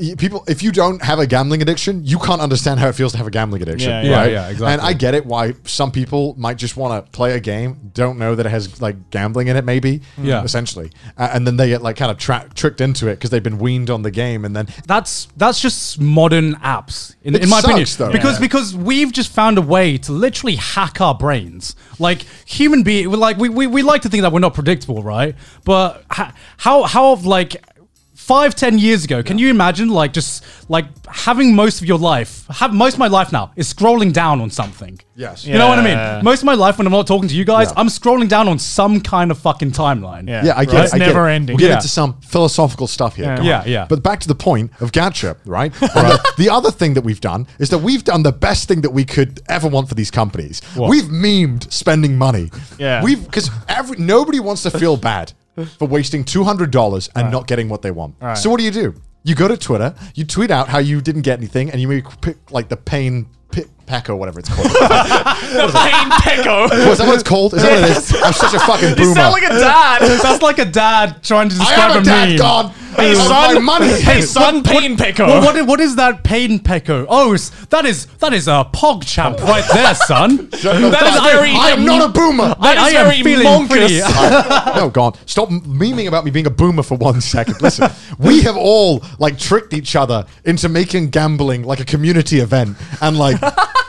Speaker 1: y- People, if you don't have a gambling addiction, you can't understand how it feels to have a gambling addiction,
Speaker 3: Yeah, yeah.
Speaker 1: right?
Speaker 2: Yeah, yeah, exactly.
Speaker 1: And I get it why some people might just want to play a game, don't know that it has like gambling in it, maybe,
Speaker 2: Yeah.
Speaker 1: essentially, uh, and then they get like kind of tra- tricked into it because they've been weaned on the game, and then
Speaker 2: that's that's just modern apps in,
Speaker 1: It
Speaker 2: in my
Speaker 1: sucks, though.
Speaker 2: opinion because
Speaker 1: Yeah.
Speaker 2: because we've just found a way to literally hack our brains like human being like we, we we like to think that we're not predictable right but ha- how how of like five ten years ago can you imagine like just like having most of your life have most of my life now is scrolling down on something
Speaker 1: Yes.
Speaker 2: you know what i
Speaker 3: Yeah.
Speaker 2: mean most of my life when i'm not talking to you guys
Speaker 1: Yeah.
Speaker 2: i'm scrolling down on some kind of fucking timeline
Speaker 3: Yeah.
Speaker 1: Yeah, I get
Speaker 3: Right.
Speaker 1: it.
Speaker 3: It's
Speaker 1: I get
Speaker 3: never
Speaker 1: it.
Speaker 3: ending.
Speaker 1: We'll get
Speaker 2: Yeah.
Speaker 1: into some philosophical stuff here.
Speaker 3: Yeah.
Speaker 1: come on.
Speaker 2: Yeah, yeah.
Speaker 1: But back to the point of gacha,
Speaker 3: [laughs]
Speaker 1: right? And the, the other thing that we've done is that we've done the best thing that we could ever want for these companies. We've memed spending money.
Speaker 3: Yeah.
Speaker 1: We've because every nobody wants to feel bad for wasting two hundred dollars and not getting what they want. So what do you do? You go to Twitter, you tweet out how you didn't get anything, and you make pick, like the pain pick, pack or whatever it's
Speaker 3: [laughs]
Speaker 1: called.
Speaker 3: Pain Pecco.
Speaker 1: Is that what it's called? Is that what it
Speaker 3: [laughs]
Speaker 1: is? I'm such a fucking boomer.
Speaker 3: You sound like a dad.
Speaker 2: [laughs] that's like a dad trying to
Speaker 1: I
Speaker 2: describe
Speaker 1: am a dad
Speaker 2: meme.
Speaker 1: god.
Speaker 3: Hey
Speaker 1: I want
Speaker 3: son,
Speaker 1: my
Speaker 2: [laughs]
Speaker 1: money.
Speaker 3: hey son, Pain Pecco.
Speaker 2: Well, what, what is that pain pecco? Oh, it's- that is that is a pog champ right there, son.
Speaker 3: [laughs] That is very-
Speaker 1: I am not a boomer. [laughs]
Speaker 3: That
Speaker 2: I-
Speaker 3: is
Speaker 2: I am
Speaker 3: very
Speaker 2: feeling
Speaker 3: monkish.
Speaker 2: pretty- uh,
Speaker 1: no, God, stop memeing about me being a boomer for one second. Listen,
Speaker 2: [laughs]
Speaker 1: we have all like tricked each other into making gambling like a community event and
Speaker 2: [laughs]
Speaker 1: like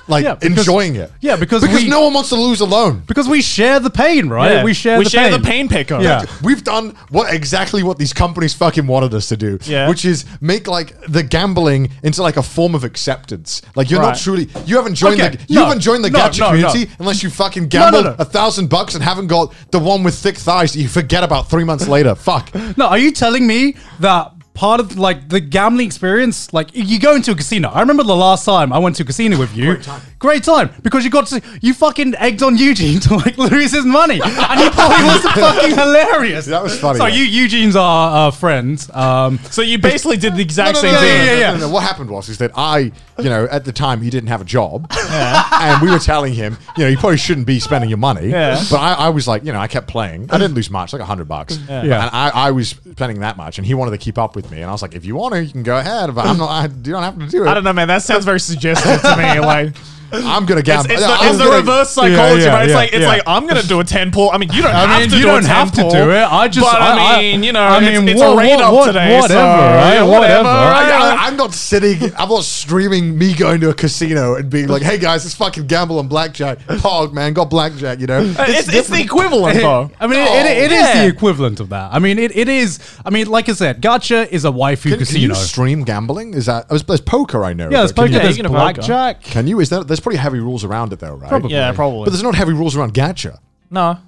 Speaker 1: like
Speaker 2: Yeah, because-
Speaker 1: enjoying it.
Speaker 2: yeah, because
Speaker 1: because
Speaker 2: we-
Speaker 1: no one wants to lose alone.
Speaker 2: Because we share the pain, right?
Speaker 3: Yeah.
Speaker 2: We share
Speaker 3: we
Speaker 2: the
Speaker 3: share
Speaker 2: pain.
Speaker 3: the Pain Pecco.
Speaker 2: Yeah.
Speaker 1: We've done what exactly what these companies fucking wanted us to do,
Speaker 3: Yeah.
Speaker 1: which is make like the gambling into like a form of acceptance. Like you're
Speaker 3: Right.
Speaker 1: not truly, you haven't joined
Speaker 2: Okay,
Speaker 1: the you
Speaker 2: no,
Speaker 1: haven't joined the
Speaker 2: no,
Speaker 1: gadget
Speaker 2: no,
Speaker 1: community
Speaker 2: no.
Speaker 1: unless you fucking gambled
Speaker 2: no.
Speaker 1: a thousand bucks and haven't got the one with thick thighs that you forget about three months later. Fuck.
Speaker 2: No, are you telling me that part of like the gambling experience, like you go into a casino? I remember the last time I went to a casino with you. Great time. because you got to you fucking egged on Eugene [laughs] to like lose his money, and he thought he
Speaker 1: [laughs]
Speaker 2: was fucking hilarious.
Speaker 1: That was funny,
Speaker 2: So
Speaker 1: yeah.
Speaker 2: you Eugene's our uh, friend. Um, [laughs]
Speaker 3: So you basically did the exact
Speaker 1: No, no,
Speaker 3: same
Speaker 1: no, no,
Speaker 3: thing.
Speaker 1: no,
Speaker 2: yeah,
Speaker 1: no,
Speaker 2: yeah.
Speaker 1: no, no, no. What happened was is that I, you know, at the time he didn't have a job, and we were telling him, you know, you probably shouldn't be spending your money.
Speaker 3: Yeah.
Speaker 1: But I, I was like, you know, I kept playing. I didn't lose much, like a hundred bucks.
Speaker 2: Yeah.
Speaker 1: And I, I was spending that much, and he wanted to keep up with me, and I was like, if you want to, you can go ahead, but I'm not. I, you don't have to do it.
Speaker 3: I don't know, man. That sounds very suggestive to
Speaker 2: [laughs]
Speaker 3: me. Like
Speaker 1: I'm gonna
Speaker 3: it's,
Speaker 1: gamble.
Speaker 3: it's,
Speaker 1: I'm
Speaker 3: the, it's the
Speaker 1: gonna-
Speaker 3: reverse psychology,
Speaker 2: yeah,
Speaker 3: right? It's
Speaker 2: yeah,
Speaker 3: like it's
Speaker 2: yeah.
Speaker 3: like I'm gonna do a ten pull. I mean, you don't have
Speaker 2: mean,
Speaker 3: to
Speaker 2: you
Speaker 3: do
Speaker 2: don't
Speaker 3: a 10
Speaker 2: have to
Speaker 3: pull,
Speaker 2: do it. I just-
Speaker 3: but, I,
Speaker 2: I- I-
Speaker 3: mean, you know,
Speaker 2: I mean,
Speaker 3: it's, it's
Speaker 2: what-
Speaker 3: a rain up
Speaker 2: what-
Speaker 3: today.
Speaker 2: whatever,
Speaker 3: so,
Speaker 2: right?
Speaker 3: yeah,
Speaker 2: Whatever.
Speaker 1: I, I, I'm not sitting. I'm not streaming me going to a casino and being like, "Hey guys, let's fucking gamble on blackjack." Pog, man, got blackjack. You know,
Speaker 3: It's, it's the equivalent, though.
Speaker 2: I mean, it-
Speaker 1: Oh,
Speaker 2: it, it is
Speaker 3: yeah.
Speaker 2: the equivalent of that. I mean, it, it is. I mean, like I said, Gacha is a waifu
Speaker 1: Can, can
Speaker 2: casino.
Speaker 1: you stream gambling? Is that there's, there's poker? I know.
Speaker 2: yeah, there's
Speaker 1: but
Speaker 2: poker,
Speaker 1: Can you,
Speaker 3: yeah,
Speaker 2: there's
Speaker 3: you can have poker.
Speaker 2: blackjack.
Speaker 1: can you? Is that there's probably heavy rules around it though, right?
Speaker 2: Probably.
Speaker 3: Yeah, probably.
Speaker 1: But there's not heavy rules around gacha.
Speaker 3: no.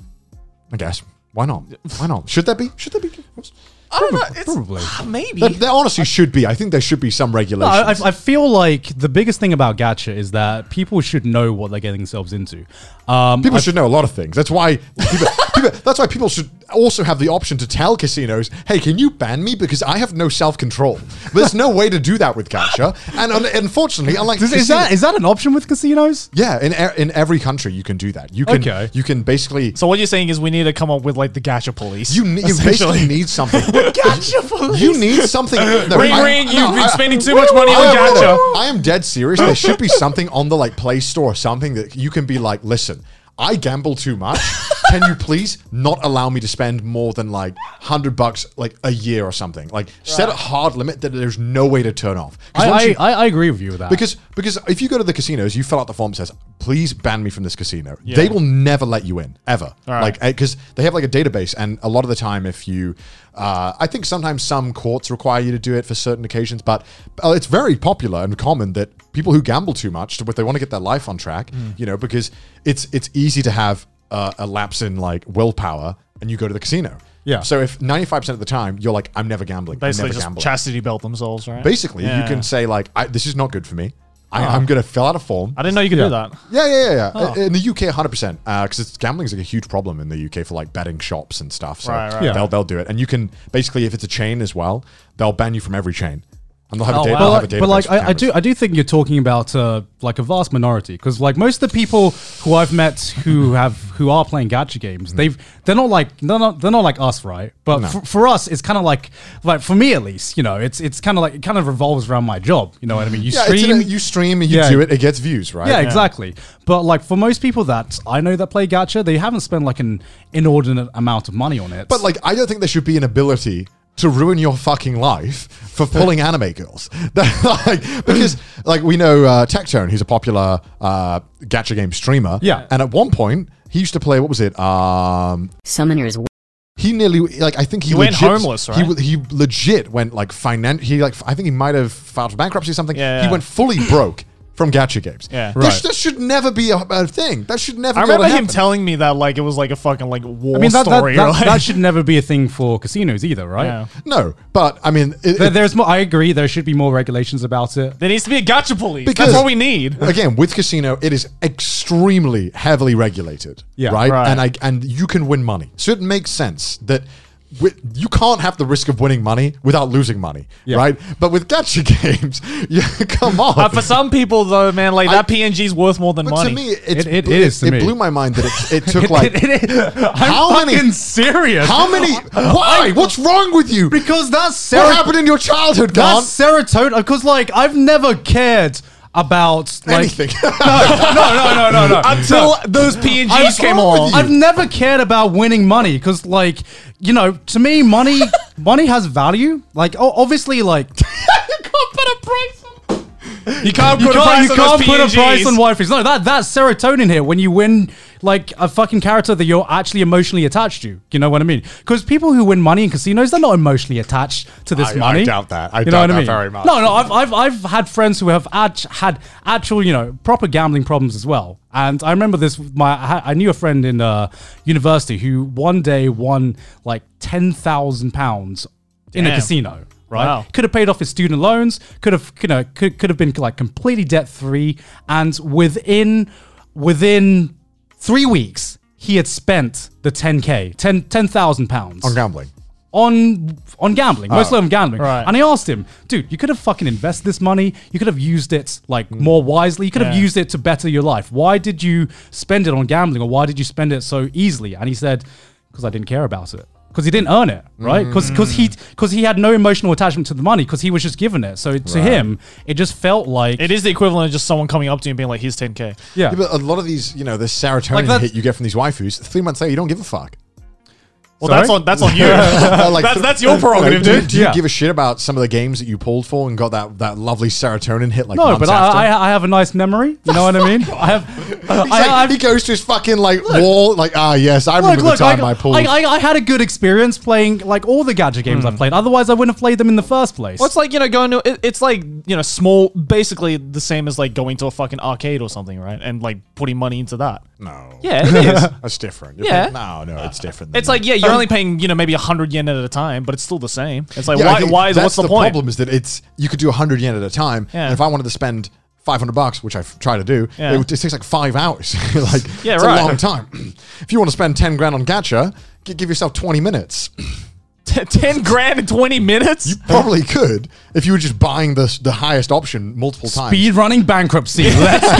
Speaker 1: I guess. Why not? Why not? Should there be? Should there be?
Speaker 3: I don't know. It's,
Speaker 2: Probably.
Speaker 3: ah, maybe.
Speaker 1: There, there honestly should be. I think there should be some
Speaker 2: No, I,
Speaker 1: regulations.
Speaker 2: I- I feel like the biggest thing about gacha is that people should know what they're getting themselves into. Um,
Speaker 1: people
Speaker 2: I-
Speaker 1: should know a lot of things. That's why people, people, that's why people should also have the option to tell casinos, "Hey, can you ban me because I have no self control?" There's no way to do that with gacha, and un- unfortunately, unlike
Speaker 2: is, is that
Speaker 1: casino-
Speaker 2: is that an option with casinos?
Speaker 1: yeah, in e- in every country you can do that. You can
Speaker 2: Okay.
Speaker 1: you can basically
Speaker 3: so what you're saying is we need to come up with like the gacha police.
Speaker 1: you, ne- you basically
Speaker 3: essentially.
Speaker 1: need something.
Speaker 3: [laughs] gacha police.
Speaker 1: You need something. No,
Speaker 3: ring
Speaker 1: I-
Speaker 3: ring.
Speaker 1: no,
Speaker 3: You've
Speaker 1: I-
Speaker 3: been spending too much money
Speaker 1: I
Speaker 3: on
Speaker 1: am-
Speaker 3: gacha.
Speaker 1: I am dead serious. There should be something on the like Play Store or something that you can be like, listen, I gamble too much. Can you please not allow me to spend more than like hundred bucks like a year or something? Like set a hard limit that there's no way to turn off. 'Cause once
Speaker 2: I,
Speaker 1: you-
Speaker 2: I, I, I agree with you with that.
Speaker 1: because because if you go to the casinos, you fill out the form that says, "Please ban me from this casino." They will never let you in ever, like because they have like a database, and a lot of the time, if you, uh, I think sometimes some courts require you to do it for certain occasions, but uh, it's very popular and common that people who gamble too much, but they want to get their life on track,
Speaker 3: Hmm.
Speaker 1: you know, because it's it's easy to have uh, a lapse in like willpower, and you go to the casino.
Speaker 2: Yeah.
Speaker 1: So if ninety five percent of the time you're like, I'm never gambling,
Speaker 3: Basically,
Speaker 1: I'm never
Speaker 3: just
Speaker 1: gambling
Speaker 3: chastity belt themselves, right?
Speaker 1: basically you
Speaker 3: Yeah.
Speaker 1: can say like I, this is not good for me
Speaker 2: Oh.
Speaker 1: I, i'm going to fill out a form
Speaker 3: I didn't know you could
Speaker 2: Yeah.
Speaker 3: do that.
Speaker 1: yeah yeah yeah, yeah.
Speaker 2: Oh.
Speaker 1: in the uk 100% because uh, it's gambling's like a huge problem in the uk for like betting shops and stuff so
Speaker 3: Right, right.
Speaker 2: Yeah.
Speaker 1: they'll, they'll do it and you can basically if it's a chain as well they'll ban you from every chain and they'll have a
Speaker 3: Oh,
Speaker 1: data
Speaker 3: wow.
Speaker 1: they'll
Speaker 2: but
Speaker 1: have a
Speaker 2: like, but
Speaker 1: database
Speaker 2: like
Speaker 1: for
Speaker 2: I, I do
Speaker 1: cameras.
Speaker 2: I do think you're talking about uh, like a vast minority because like most of the people who I've met who have who are playing gacha games
Speaker 1: Hmm.
Speaker 2: they've they're not like they're not they're not like us right but for, for us it's kind of like like for me at least you know it's it's kind of like it kind of revolves around my job you know what I mean you
Speaker 1: yeah, it's in
Speaker 2: stream
Speaker 1: a- you stream and you
Speaker 2: Yeah.
Speaker 1: do it it gets views right
Speaker 2: yeah, exactly. But like for most people that I know that play gacha, they haven't spent like an inordinate amount of money on it.
Speaker 1: But like, I don't think there should be an ability to ruin your fucking life for pulling anime girls. [laughs] That- like,
Speaker 3: [clears throat]
Speaker 1: because like we know uh, Tectone, who's a popular uh, gacha game streamer.
Speaker 2: Yeah.
Speaker 1: And at one point, he used to play. What was it? Um,
Speaker 6: Summoners
Speaker 1: he nearly like I think he,
Speaker 3: He went
Speaker 1: legit-
Speaker 3: homeless,
Speaker 1: He
Speaker 3: right?
Speaker 1: w- he legit went like finan. He like I think he might have filed for bankruptcy or something.
Speaker 3: Yeah,
Speaker 1: He
Speaker 3: yeah.
Speaker 1: went fully
Speaker 3: [clears throat]
Speaker 1: broke. From gacha games,
Speaker 3: Yeah.
Speaker 1: That sh- that should never be a, a thing. That should never. be
Speaker 3: I
Speaker 1: able to
Speaker 3: remember him
Speaker 1: happen.
Speaker 3: telling me that like it was like a fucking like war
Speaker 2: I mean that that,
Speaker 3: story.
Speaker 2: that-
Speaker 3: or, like,
Speaker 2: that should never be a thing for casinos either, right?
Speaker 3: Yeah.
Speaker 1: No, but I mean, it,
Speaker 2: There, there's more. I agree. There should be more regulations about it.
Speaker 3: [laughs] There needs to be a gacha police.
Speaker 1: Because-
Speaker 3: That's what we need.
Speaker 1: [laughs] again with casino it is extremely heavily regulated
Speaker 2: Yeah,
Speaker 1: right?
Speaker 3: right.
Speaker 1: and i and you can win money so it makes sense that wi- you can't have the risk of winning money without losing money right but with gacha [laughs] games yeah come on
Speaker 3: Uh, for some people though, man, like that PNG's worth more than
Speaker 1: but
Speaker 3: money.
Speaker 1: to
Speaker 3: [laughs]
Speaker 1: me it's,
Speaker 2: It- it
Speaker 1: bl-
Speaker 2: is to
Speaker 1: it
Speaker 2: me.
Speaker 1: blew my mind that
Speaker 2: [laughs]
Speaker 1: it, it took [laughs] like
Speaker 2: I'm
Speaker 1: How many-
Speaker 2: fucking serious.
Speaker 1: how
Speaker 2: [laughs]
Speaker 1: many why what's wrong with you
Speaker 2: Because that's
Speaker 1: what
Speaker 2: serotonin.
Speaker 1: happened in your childhood Garn?
Speaker 2: That's serotonin. Because like I've never cared about like
Speaker 1: anything
Speaker 2: [laughs]
Speaker 1: [laughs]
Speaker 2: no no no no no
Speaker 3: Until those PNGs
Speaker 2: I've-
Speaker 3: came
Speaker 1: wrong with
Speaker 3: along.
Speaker 1: you?
Speaker 2: I've never cared about winning money because, like, you know, to me, money money has value. Like, oh, obviously, like
Speaker 3: You can't
Speaker 2: you
Speaker 3: put a
Speaker 2: can't
Speaker 3: price
Speaker 2: you
Speaker 3: on
Speaker 2: can't
Speaker 3: those
Speaker 2: put
Speaker 1: E
Speaker 2: a price
Speaker 3: PNGs.
Speaker 2: on waifus. No, that that's serotonin here. When you win, like, a fucking character that you're actually emotionally attached to. You know what I mean? Because people who win money in casinos, they're not emotionally attached to this
Speaker 1: I- I
Speaker 2: money.
Speaker 1: doubt that. I
Speaker 2: you
Speaker 1: doubt
Speaker 2: know what
Speaker 1: that
Speaker 2: I mean?
Speaker 1: very much.
Speaker 2: No, no, I've I've I've had friends who have act- had actual, you know, proper gambling problems as well. And I remember this. with My I had- I knew a friend in uh, university who one day won like ten thousand pounds in a
Speaker 3: Damn.
Speaker 2: casino. Right,
Speaker 3: Wow.
Speaker 2: could have paid off his student loans. Could have, you know, could, could have been like completely debt free. And within within three weeks, he had spent the 10k, 10 10,000 pounds
Speaker 1: on gambling
Speaker 2: on on gambling, mostly on gambling.
Speaker 3: Right.
Speaker 2: And I asked him, dude, you could have fucking invested this money. You could have used it like more wisely. You could have
Speaker 3: Yeah.
Speaker 2: used it to better your life. Why did you spend it on gambling, or why did you spend it so easily? And he said, because I didn't care about it. Because he didn't earn it, right? Because he because he had no emotional attachment to the money. Because he was just given it. So to him, it just felt like
Speaker 3: It is the equivalent of just someone coming up to you and being like, "Here's 10k."
Speaker 2: yeah.
Speaker 1: Yeah, but a lot of these you know the serotonin
Speaker 2: that's-
Speaker 1: hit you get from these waifus three months later you don't give a fuck
Speaker 3: Well,
Speaker 2: Sorry?
Speaker 3: that's on that's
Speaker 2: [laughs]
Speaker 3: on you.
Speaker 1: Uh, [laughs] like,
Speaker 3: that's that's your
Speaker 1: Like,
Speaker 3: prerogative,
Speaker 1: do,
Speaker 3: dude.
Speaker 1: Do you
Speaker 2: Yeah.
Speaker 1: give a shit about some of the games that you pulled for and got that, that lovely serotonin hit? Like
Speaker 2: no,
Speaker 1: months
Speaker 2: but
Speaker 1: after?
Speaker 2: I, I I have a nice memory. You know what I mean? I have. I,
Speaker 1: He's like-
Speaker 2: I've-
Speaker 1: he goes to his fucking like wall, like ah yes, I remember the time I, pulled.
Speaker 2: I, I, I had a good experience playing like all the gadget games I've played. Otherwise, I wouldn't have played them in the first place.
Speaker 3: [laughs] Well, it's like you know going to it, it's like you know small, basically the same as like going to a fucking arcade or something, right? And like putting money into that.
Speaker 1: no,
Speaker 3: [laughs] Yeah, it is.
Speaker 1: [laughs] that's different. You're
Speaker 3: Yeah.
Speaker 1: like, no, no, it's different. than
Speaker 3: It's like yeah, you're only paying, you know, maybe 100 yen at a time, but it's still the same. It's like,
Speaker 1: Yeah, I
Speaker 3: why,
Speaker 1: think
Speaker 3: why is,
Speaker 1: that's
Speaker 3: what's the,
Speaker 1: the
Speaker 3: point?
Speaker 1: problem is that it's you could do 100 yen at a time
Speaker 3: Yeah.
Speaker 1: and if i wanted to spend 500 bucks which i've tried to do
Speaker 3: Yeah.
Speaker 1: it, would, it takes like five hours [laughs] like
Speaker 3: Yeah,
Speaker 1: it's
Speaker 3: right.
Speaker 1: a long time [clears throat] if you want to spend 10 grand on gacha gi- give yourself 20 minutes
Speaker 3: 10 grand in 20 minutes?
Speaker 1: probably could if you were just buying the, the highest option multiple times
Speaker 2: Speed running bankruptcy. Let's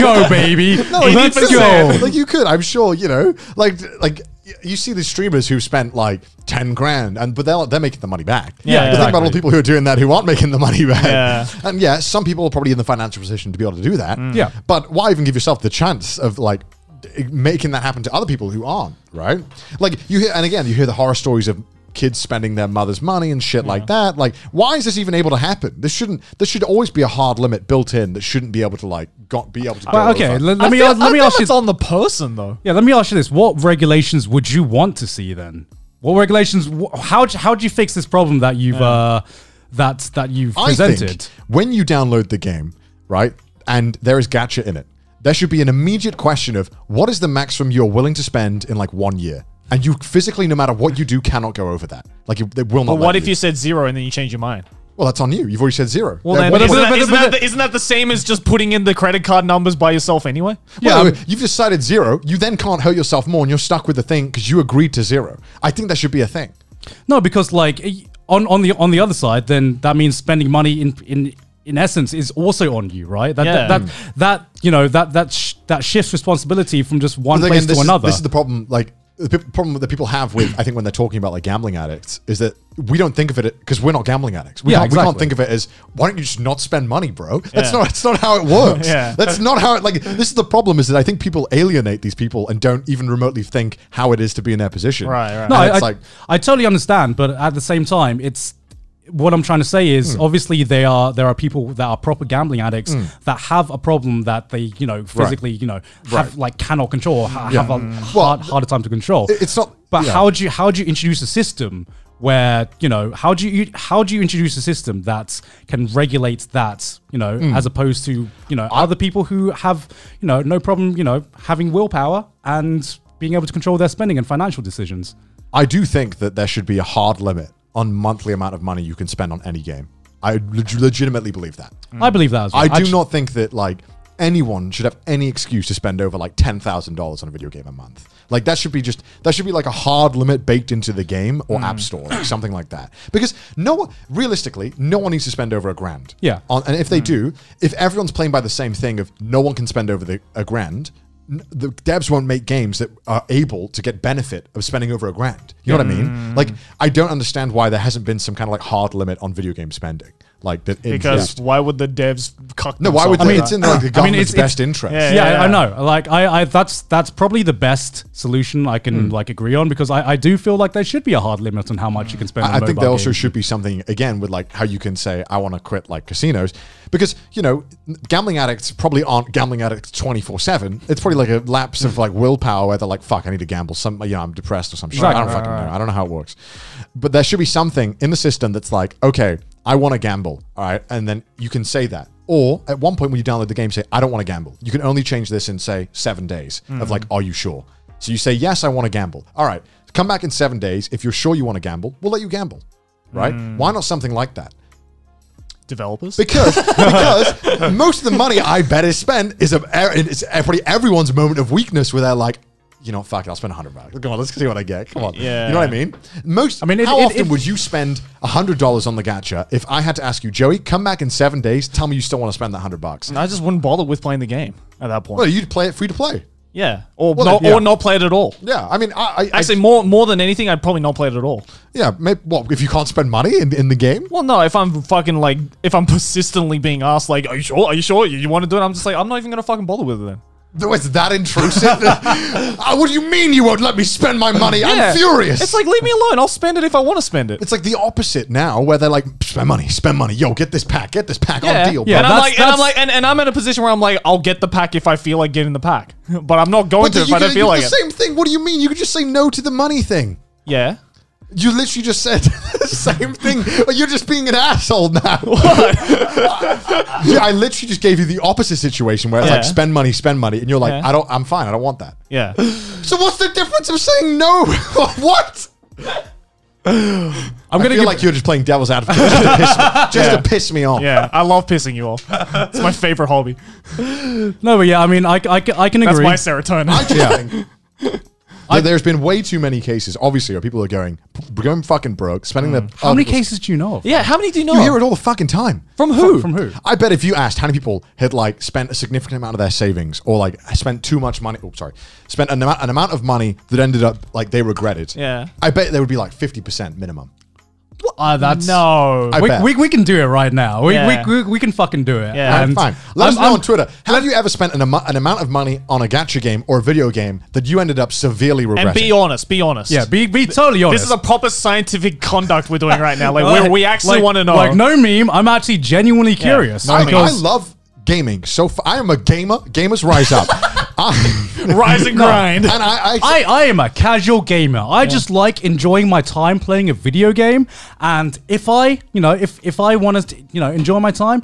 Speaker 1: [laughs]
Speaker 2: go, baby. Let's
Speaker 1: But
Speaker 2: go.
Speaker 1: still, Like you could, I'm sure. You know, like like y- you see the streamers who spent like ten grand, and but they're they're making the money back. But
Speaker 3: Yeah,
Speaker 1: think
Speaker 3: exactly.
Speaker 1: about all the people who are doing that who aren't making the money back.
Speaker 3: Yeah. Mm.
Speaker 1: and yeah, some people are probably in the financial position to be able to do that.
Speaker 2: Yeah.
Speaker 1: but why even give yourself the chance of like d- making that happen to other people who aren't right? Like you hear, and again, you hear the horror stories of. Kids spending their mother's money and shit like that. Like, why is this even able to happen? This shouldn't. This should always be a hard limit built in that shouldn't be able to like got be able to. go
Speaker 2: Well, okay,
Speaker 1: over.
Speaker 2: let,
Speaker 3: I
Speaker 2: let me
Speaker 3: feel- I
Speaker 2: let me
Speaker 3: feel
Speaker 2: ask you.
Speaker 3: it's on the person, though.
Speaker 2: Yeah, let me ask you this: What regulations would you want to see then? What regulations? wh- How d- how do you fix this problem that you've uh, that that you've
Speaker 1: I think
Speaker 2: presented?
Speaker 1: when you download the game, right, and there is gacha in it, there should be an immediate question of what is the maximum you're willing to spend in like one year, and you physically, no matter what you do, cannot go over that. Like you, they will not.
Speaker 3: But
Speaker 1: let
Speaker 3: what if you said zero and then you change your mind?
Speaker 1: Well, that's on you. You've already said zero.
Speaker 3: Well, then,
Speaker 1: what if-
Speaker 3: isn't,
Speaker 2: but-
Speaker 3: that, isn't,
Speaker 2: but-
Speaker 3: that the, isn't that the same as just putting in the credit card numbers by yourself anyway?
Speaker 1: well, you've decided zero. You then can't hurt yourself more, and you're stuck with the thing because you agreed to zero. I think that should be a thing.
Speaker 2: No, because like y- on on the on the other side, then that means spending money in in in essence is also on you, right? That
Speaker 3: Yeah.
Speaker 2: that, that that you know that that sh- that shifts responsibility from just one
Speaker 1: But
Speaker 2: place
Speaker 1: again, this
Speaker 2: to
Speaker 1: is-
Speaker 2: another.
Speaker 1: This is the problem. Like the pe- problem that people have with, I think, when they're talking about like gambling addicts, is that we don't think of it because we're not gambling addicts. We,
Speaker 2: Yeah,
Speaker 1: can't, we can't
Speaker 2: exactly.
Speaker 1: think of it as why don't you just not spend money, bro? That's
Speaker 3: Yeah.
Speaker 1: not. That's not how it
Speaker 2: [laughs]
Speaker 1: works.
Speaker 3: Yeah.
Speaker 1: That's not how it. Like this is the problem. Is that I think people alienate these people and don't even remotely think how it is to be in their position.
Speaker 3: Right, right.
Speaker 2: No,
Speaker 1: And
Speaker 2: I,
Speaker 1: it's
Speaker 2: I-
Speaker 1: like
Speaker 2: I totally understand, but at the same time, it's what I'm trying to say
Speaker 1: Hmm.
Speaker 2: is obviously they are there are people that are proper gambling addicts that have a problem that they you know physically you know have
Speaker 1: Right.
Speaker 2: like cannot control or ha-
Speaker 1: Yeah.
Speaker 2: have a
Speaker 1: Mm.
Speaker 2: hard harder time to control.
Speaker 1: It- it's not-
Speaker 2: But
Speaker 1: yeah.
Speaker 2: how do you how do you introduce a system where you know how do you how do you introduce a system that can regulate that you know
Speaker 1: Hmm.
Speaker 2: as opposed to you know other people who have you know no problem you know having willpower and being able to control their spending and financial decisions.
Speaker 1: I do think that there should be a hard limit on monthly amount of money you can spend on any game. I leg- legitimately believe that.
Speaker 2: I believe that as well.
Speaker 1: Hmm. I do
Speaker 2: Actu-
Speaker 1: not think that like anyone should have any excuse to spend over like ten thousand dollars on a video game a month. Like that should be just that should be like a hard limit baked into the game or app store, like something like that. Because no one, realistically, no one needs to spend over a grand.
Speaker 2: Yeah.
Speaker 1: On, and if they do, if everyone's playing by the same thing of no one can spend over the a grand. n- The devs won't make games that are able to get benefit of spending over a grand. You know what I mean? Like, I don't understand why there hasn't been some kind of like hard limit on video game spending. Like, that
Speaker 3: Because
Speaker 1: exists.
Speaker 3: why would the devs cuck
Speaker 1: No, why would
Speaker 3: themselves
Speaker 1: they? it's
Speaker 3: like that?
Speaker 1: in like the
Speaker 2: I mean, it's-
Speaker 1: government's
Speaker 2: it's-
Speaker 1: best interest.
Speaker 2: Yeah,
Speaker 3: Yeah, yeah,
Speaker 2: I
Speaker 3: yeah.
Speaker 2: know. Like, I, I, that's that's probably the best solution I
Speaker 1: Hmm.
Speaker 2: can like agree on because I, I do feel like there should be a hard limit on how much you can spend. on
Speaker 1: I, I think
Speaker 2: mobile
Speaker 1: there also
Speaker 2: games.
Speaker 1: should be something again with like how you can say I want to quit like casinos because you know gambling addicts probably aren't gambling addicts twenty four seven. It's probably like a lapse of like willpower where they're like fuck I need to gamble some you know I'm depressed or some shit. I don't fucking know. I don't know how it works, but there should be something in the system that's like okay I want to gamble all right and then you can say that. Or at one point when you download the game, say I don't want to gamble. You can only change this in say seven days of like are you sure? So you say yes I want to gamble. All right. Come back in seven days. If you're sure you want to gamble, we'll let you gamble, right? Why not something like that?
Speaker 3: developers.
Speaker 1: Because because most of the money I bet is spent is of it's probably everyone's moment of weakness where they're like, you know, fuck it, I'll spend hundred bucks. Come on, let's see what I get. Come on,
Speaker 3: Yeah.
Speaker 1: you know what I mean? Most. I
Speaker 2: mean,
Speaker 1: mean,
Speaker 2: it-
Speaker 1: how
Speaker 2: it-
Speaker 1: often
Speaker 2: it-
Speaker 1: would you spend hundred dollars on the gacha if I had to ask you, Joey, come back in seven days, tell me you still want to spend that hundred bucks?
Speaker 3: I just wouldn't bother with playing the game at that point.
Speaker 1: Well, you'd play it free to play.
Speaker 3: yeah, or
Speaker 1: Well,
Speaker 3: not,
Speaker 1: yeah.
Speaker 3: or not play it at all.
Speaker 1: Yeah, I mean, I, I
Speaker 3: Actually, more more than anything, I'd probably not play it at all.
Speaker 1: I, yeah, maybe, well, if you can't spend money in, in the game,
Speaker 3: Well, no, if I'm fucking like, if I'm [laughs] persistently being asked, like, are you sure? Are you sure? You, you want to do it? I'm just like, I'm not even gonna fucking bother with it then.
Speaker 1: It's that intrusive. Ah, what do you mean you won't let me spend my money?
Speaker 3: Yeah.
Speaker 1: I'm furious.
Speaker 3: It's like, leave me alone. I'll spend it if I want to spend it.
Speaker 1: it's like the opposite now, where they're like, spend money, spend money, yo, get this pack, get this pack on deal.
Speaker 2: Yeah,
Speaker 3: and I'm
Speaker 2: that's-
Speaker 3: like, and I'm
Speaker 2: that's-
Speaker 3: like, and, and I'm in a position where I'm like, I'll get the pack if I feel like getting the pack, [laughs] but I'm not
Speaker 1: But
Speaker 3: going to
Speaker 1: you,
Speaker 3: if I
Speaker 1: could-
Speaker 3: don't
Speaker 1: you
Speaker 3: feel
Speaker 1: did
Speaker 3: like
Speaker 1: the
Speaker 3: it.
Speaker 1: same thing. What do you mean? You could just say no to the money thing.
Speaker 3: Yeah.
Speaker 1: You literally just said [laughs] the same thing. You're just being an asshole now. [laughs] yeah, I literally just gave you the opposite situation where it's like
Speaker 3: Yeah.
Speaker 1: spend money, spend money, and you're like,
Speaker 3: Yeah.
Speaker 1: I don't, I'm fine, I don't want that.
Speaker 3: Yeah.
Speaker 1: So what's the difference of saying no? [laughs] what? I'm gonna feel like you're just playing devil's advocate just
Speaker 3: [laughs]
Speaker 1: to piss me, just to piss me off.
Speaker 3: Yeah, I love pissing you off. It's my favorite hobby.
Speaker 2: No, but yeah, I mean, I, I, I can
Speaker 3: That's
Speaker 2: agree.
Speaker 3: my serotonin.
Speaker 1: Yeah. There- there's been way too many cases, obviously, where people are going going fucking broke, spending their
Speaker 2: Mm. How many cases do you know of?
Speaker 3: Yeah, how many do you know?
Speaker 1: You hear it all the fucking time.
Speaker 3: From who?
Speaker 2: From who?
Speaker 1: I bet if you asked how many people had like spent a significant amount of their savings or like spent too much money, oh, sorry, spent an amount, an amount of money that ended up like they regretted.
Speaker 3: Yeah.
Speaker 1: I bet there would be like 50% minimum.
Speaker 2: Uh, that's
Speaker 3: [laughs] No.
Speaker 1: I
Speaker 2: We,
Speaker 1: bet.
Speaker 2: we, we can do it right now. We,
Speaker 3: Yeah.
Speaker 2: we, we, we can fucking do it.
Speaker 3: Yeah.
Speaker 1: Fine. Let us know
Speaker 2: I'm- I'm-
Speaker 1: on Twitter. Have you ever spent an, amo- an amount of money on a gacha game or a video game that you ended up severely regretting?
Speaker 3: and be honest, be honest.
Speaker 2: Yeah, be, be totally honest.
Speaker 3: This is a proper scientific conduct we're doing right now.
Speaker 2: [laughs]
Speaker 3: Like,
Speaker 2: Like-
Speaker 3: we we actually
Speaker 2: like-
Speaker 3: want to know.
Speaker 2: Like, no meme. I'm actually genuinely curious.
Speaker 1: I, I
Speaker 2: because-
Speaker 1: love gaming. So f- I am a gamer. Gamers rise
Speaker 2: [laughs]
Speaker 1: up. I,
Speaker 3: [laughs] Rise and grind.
Speaker 1: and I, I,
Speaker 2: I, I am a casual gamer. I just like enjoying my time playing a video game. And if I, you know, if if I want to, you know, enjoy my time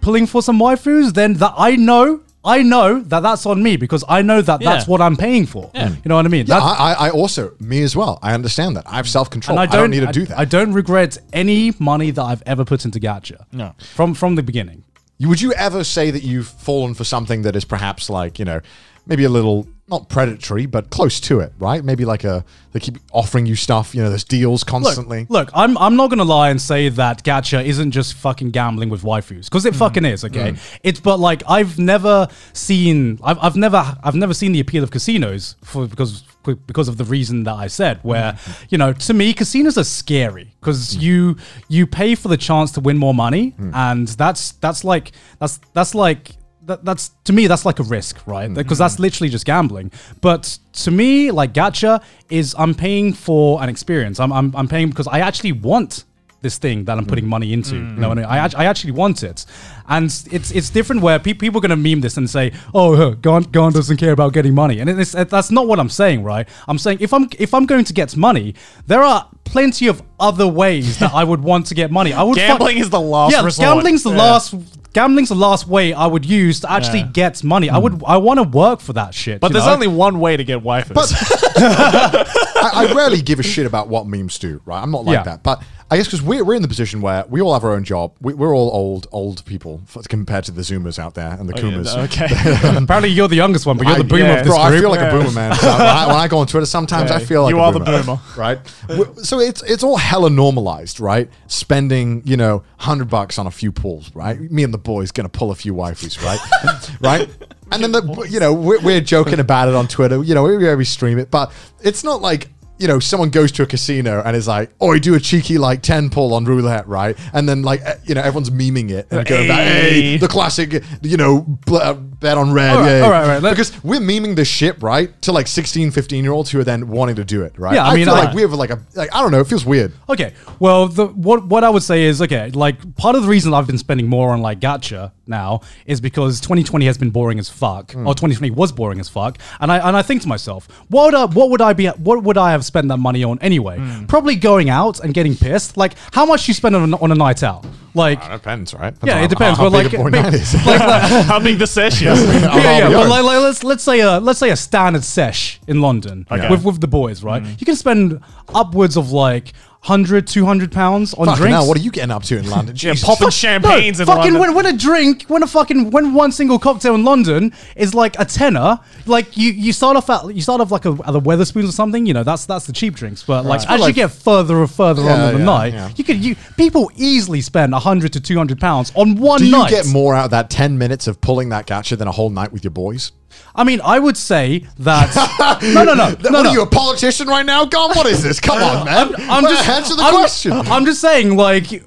Speaker 2: pulling for some waifus, then that I know, I know that that's on me because I know that that's
Speaker 3: Yeah.
Speaker 2: what I'm paying for. You know what I mean?
Speaker 1: yeah,
Speaker 2: That's-
Speaker 1: I, I- I also, me as well. I understand that. I have self control. Oh,
Speaker 2: and
Speaker 1: I, don't need to do that.
Speaker 2: I, don't regret any money that I've ever put into gacha. No, from from the beginning.
Speaker 1: You- Would you ever say that you've fallen for something that is perhaps like, you know, maybe a little not predatory, but close to it, right? Maybe like a they keep offering you stuff, you know, there's deals constantly.
Speaker 2: Look, look I'm, I'm not going to lie and say that gacha isn't just fucking gambling with waifus because
Speaker 1: Mm.
Speaker 2: it fucking is, okay? It's but like I've never seen I've, I've never I've never seen the appeal of casinos for because because of the reason that I said where
Speaker 1: Mm.
Speaker 2: you know to me casinos are scary because you you pay for the chance to win more money
Speaker 1: Mm.
Speaker 2: and that's that's like that's that's like that, that's to me that's like a risk
Speaker 3: Mm-hmm.
Speaker 2: right because that's literally just gambling but to me like gacha is i'm paying for an experience i'm, I'm, I'm paying because i actually want this thing that i'm putting
Speaker 3: Mm.
Speaker 2: money into you know what I, mean?
Speaker 3: Mm-hmm.
Speaker 2: I, act- I actually want it and it's it's different where pe- people are going to meme this and say oh huh, Gon, Gon doesn't care about getting money and it's, that's not what i'm saying right i'm saying if i'm if i'm going to get money there are plenty of other ways that i would want to get money i would fuck-
Speaker 3: Gambling is the last
Speaker 2: yeah,
Speaker 3: resort.
Speaker 2: gambling's the
Speaker 3: Yeah.
Speaker 2: last. Gambling's the last way I would use to actually
Speaker 3: Yeah.
Speaker 2: get money. I would. I want to work for that shit.
Speaker 3: but
Speaker 2: you
Speaker 3: there's
Speaker 2: know?
Speaker 3: only one way to get waifus.
Speaker 1: But I, I rarely give a shit about what memes do, right? I'm not like
Speaker 2: Yeah.
Speaker 1: that. But I guess because we're, we're in the position where we all have our own job. We, we're all old, old people f- compared to the Zoomers out there and the
Speaker 3: Oh, Yeah,
Speaker 1: Coomers.
Speaker 3: okay.
Speaker 1: [laughs]
Speaker 2: apparently you're the youngest one, but you're the boomer
Speaker 3: yeah.
Speaker 2: of this
Speaker 1: Bro, I
Speaker 2: group.
Speaker 1: feel like a boomer,
Speaker 2: [laughs]
Speaker 1: man. So when, I, when I go on Twitter, sometimes I feel like
Speaker 3: You
Speaker 1: a
Speaker 3: are the
Speaker 1: boomer,
Speaker 3: boomer.
Speaker 1: right? W- So it's it's all hella normalized, right? Spending you know hundred bucks on a few pools, right? Me and the boys gonna pull a few waifus, right? right? And then the you know we're, we're joking about it on Twitter. You know we, we stream it, but it's not like. You know, someone goes to a casino and is like, "Oh, I do a cheeky like ten pull on roulette, right?" And then like, eh, you know, everyone's memeing it and going, back,
Speaker 3: Hey.
Speaker 1: "Hey, the classic, you know, bl- uh, bet on red,
Speaker 2: All right,
Speaker 1: yeah."
Speaker 2: all right, all right, let-
Speaker 1: because we're memeing this shit right to like 16 15 year olds who are then wanting to do it right
Speaker 2: Yeah, I mean,
Speaker 1: feel
Speaker 2: I-
Speaker 1: like we have like a like i don't know it feels weird
Speaker 2: Okay. Well, the, what what I would say is okay. Like part of the reason I've been spending more on like gacha now is because 2020 has been boring as fuck,
Speaker 1: Hmm.
Speaker 2: or 2020 was boring as fuck, and I and I think to myself, what would I, what would I be what would I have spent that money on anyway?
Speaker 1: Hmm.
Speaker 2: Probably going out and getting pissed. Like how much you spend on, a- on a night out? Like
Speaker 1: depends right
Speaker 2: yeah, it depends. but like, but-
Speaker 1: [laughs]
Speaker 2: like, like-
Speaker 3: [laughs] How big the sesh
Speaker 2: [laughs]
Speaker 3: is.
Speaker 2: yeah, yeah,
Speaker 1: be
Speaker 2: but
Speaker 1: honest.
Speaker 2: like, like let's let's say a let's say a standard sesh in London
Speaker 3: Okay.
Speaker 2: with with the boys, right?
Speaker 1: Mm-hmm.
Speaker 2: You can spend upwards of like 100 200 pounds on
Speaker 1: Fucking
Speaker 2: drinks.
Speaker 1: hell, what are you getting up to in London?
Speaker 3: Yeah,
Speaker 1: Jesus.
Speaker 3: popping
Speaker 2: no,
Speaker 3: champagnes in
Speaker 2: fucking when,
Speaker 3: London.
Speaker 2: when a drink, when a fucking when one single cocktail in London is like a tenner, like you you start off at you start off like a, at the Weatherspoons or something, you know that's that's the cheap drinks. But like as you
Speaker 1: like-
Speaker 2: get further and further on
Speaker 1: Yeah,
Speaker 2: in the
Speaker 1: yeah,
Speaker 2: night,
Speaker 1: yeah.
Speaker 2: you could you people easily spend hundred to two hundred pounds on one
Speaker 1: do you
Speaker 2: night.
Speaker 1: get more out of that 10 minutes of pulling that gacha than a whole night with your boys?
Speaker 2: I mean, I would say
Speaker 1: [laughs]
Speaker 2: that no no no no
Speaker 1: what
Speaker 2: no.
Speaker 1: are you, a politician right now? God, what is this?
Speaker 2: [laughs]
Speaker 1: Come on, man.
Speaker 2: I'm
Speaker 1: Well,
Speaker 2: just
Speaker 1: answer the
Speaker 2: I'm-
Speaker 1: question.
Speaker 2: I'm just saying, like,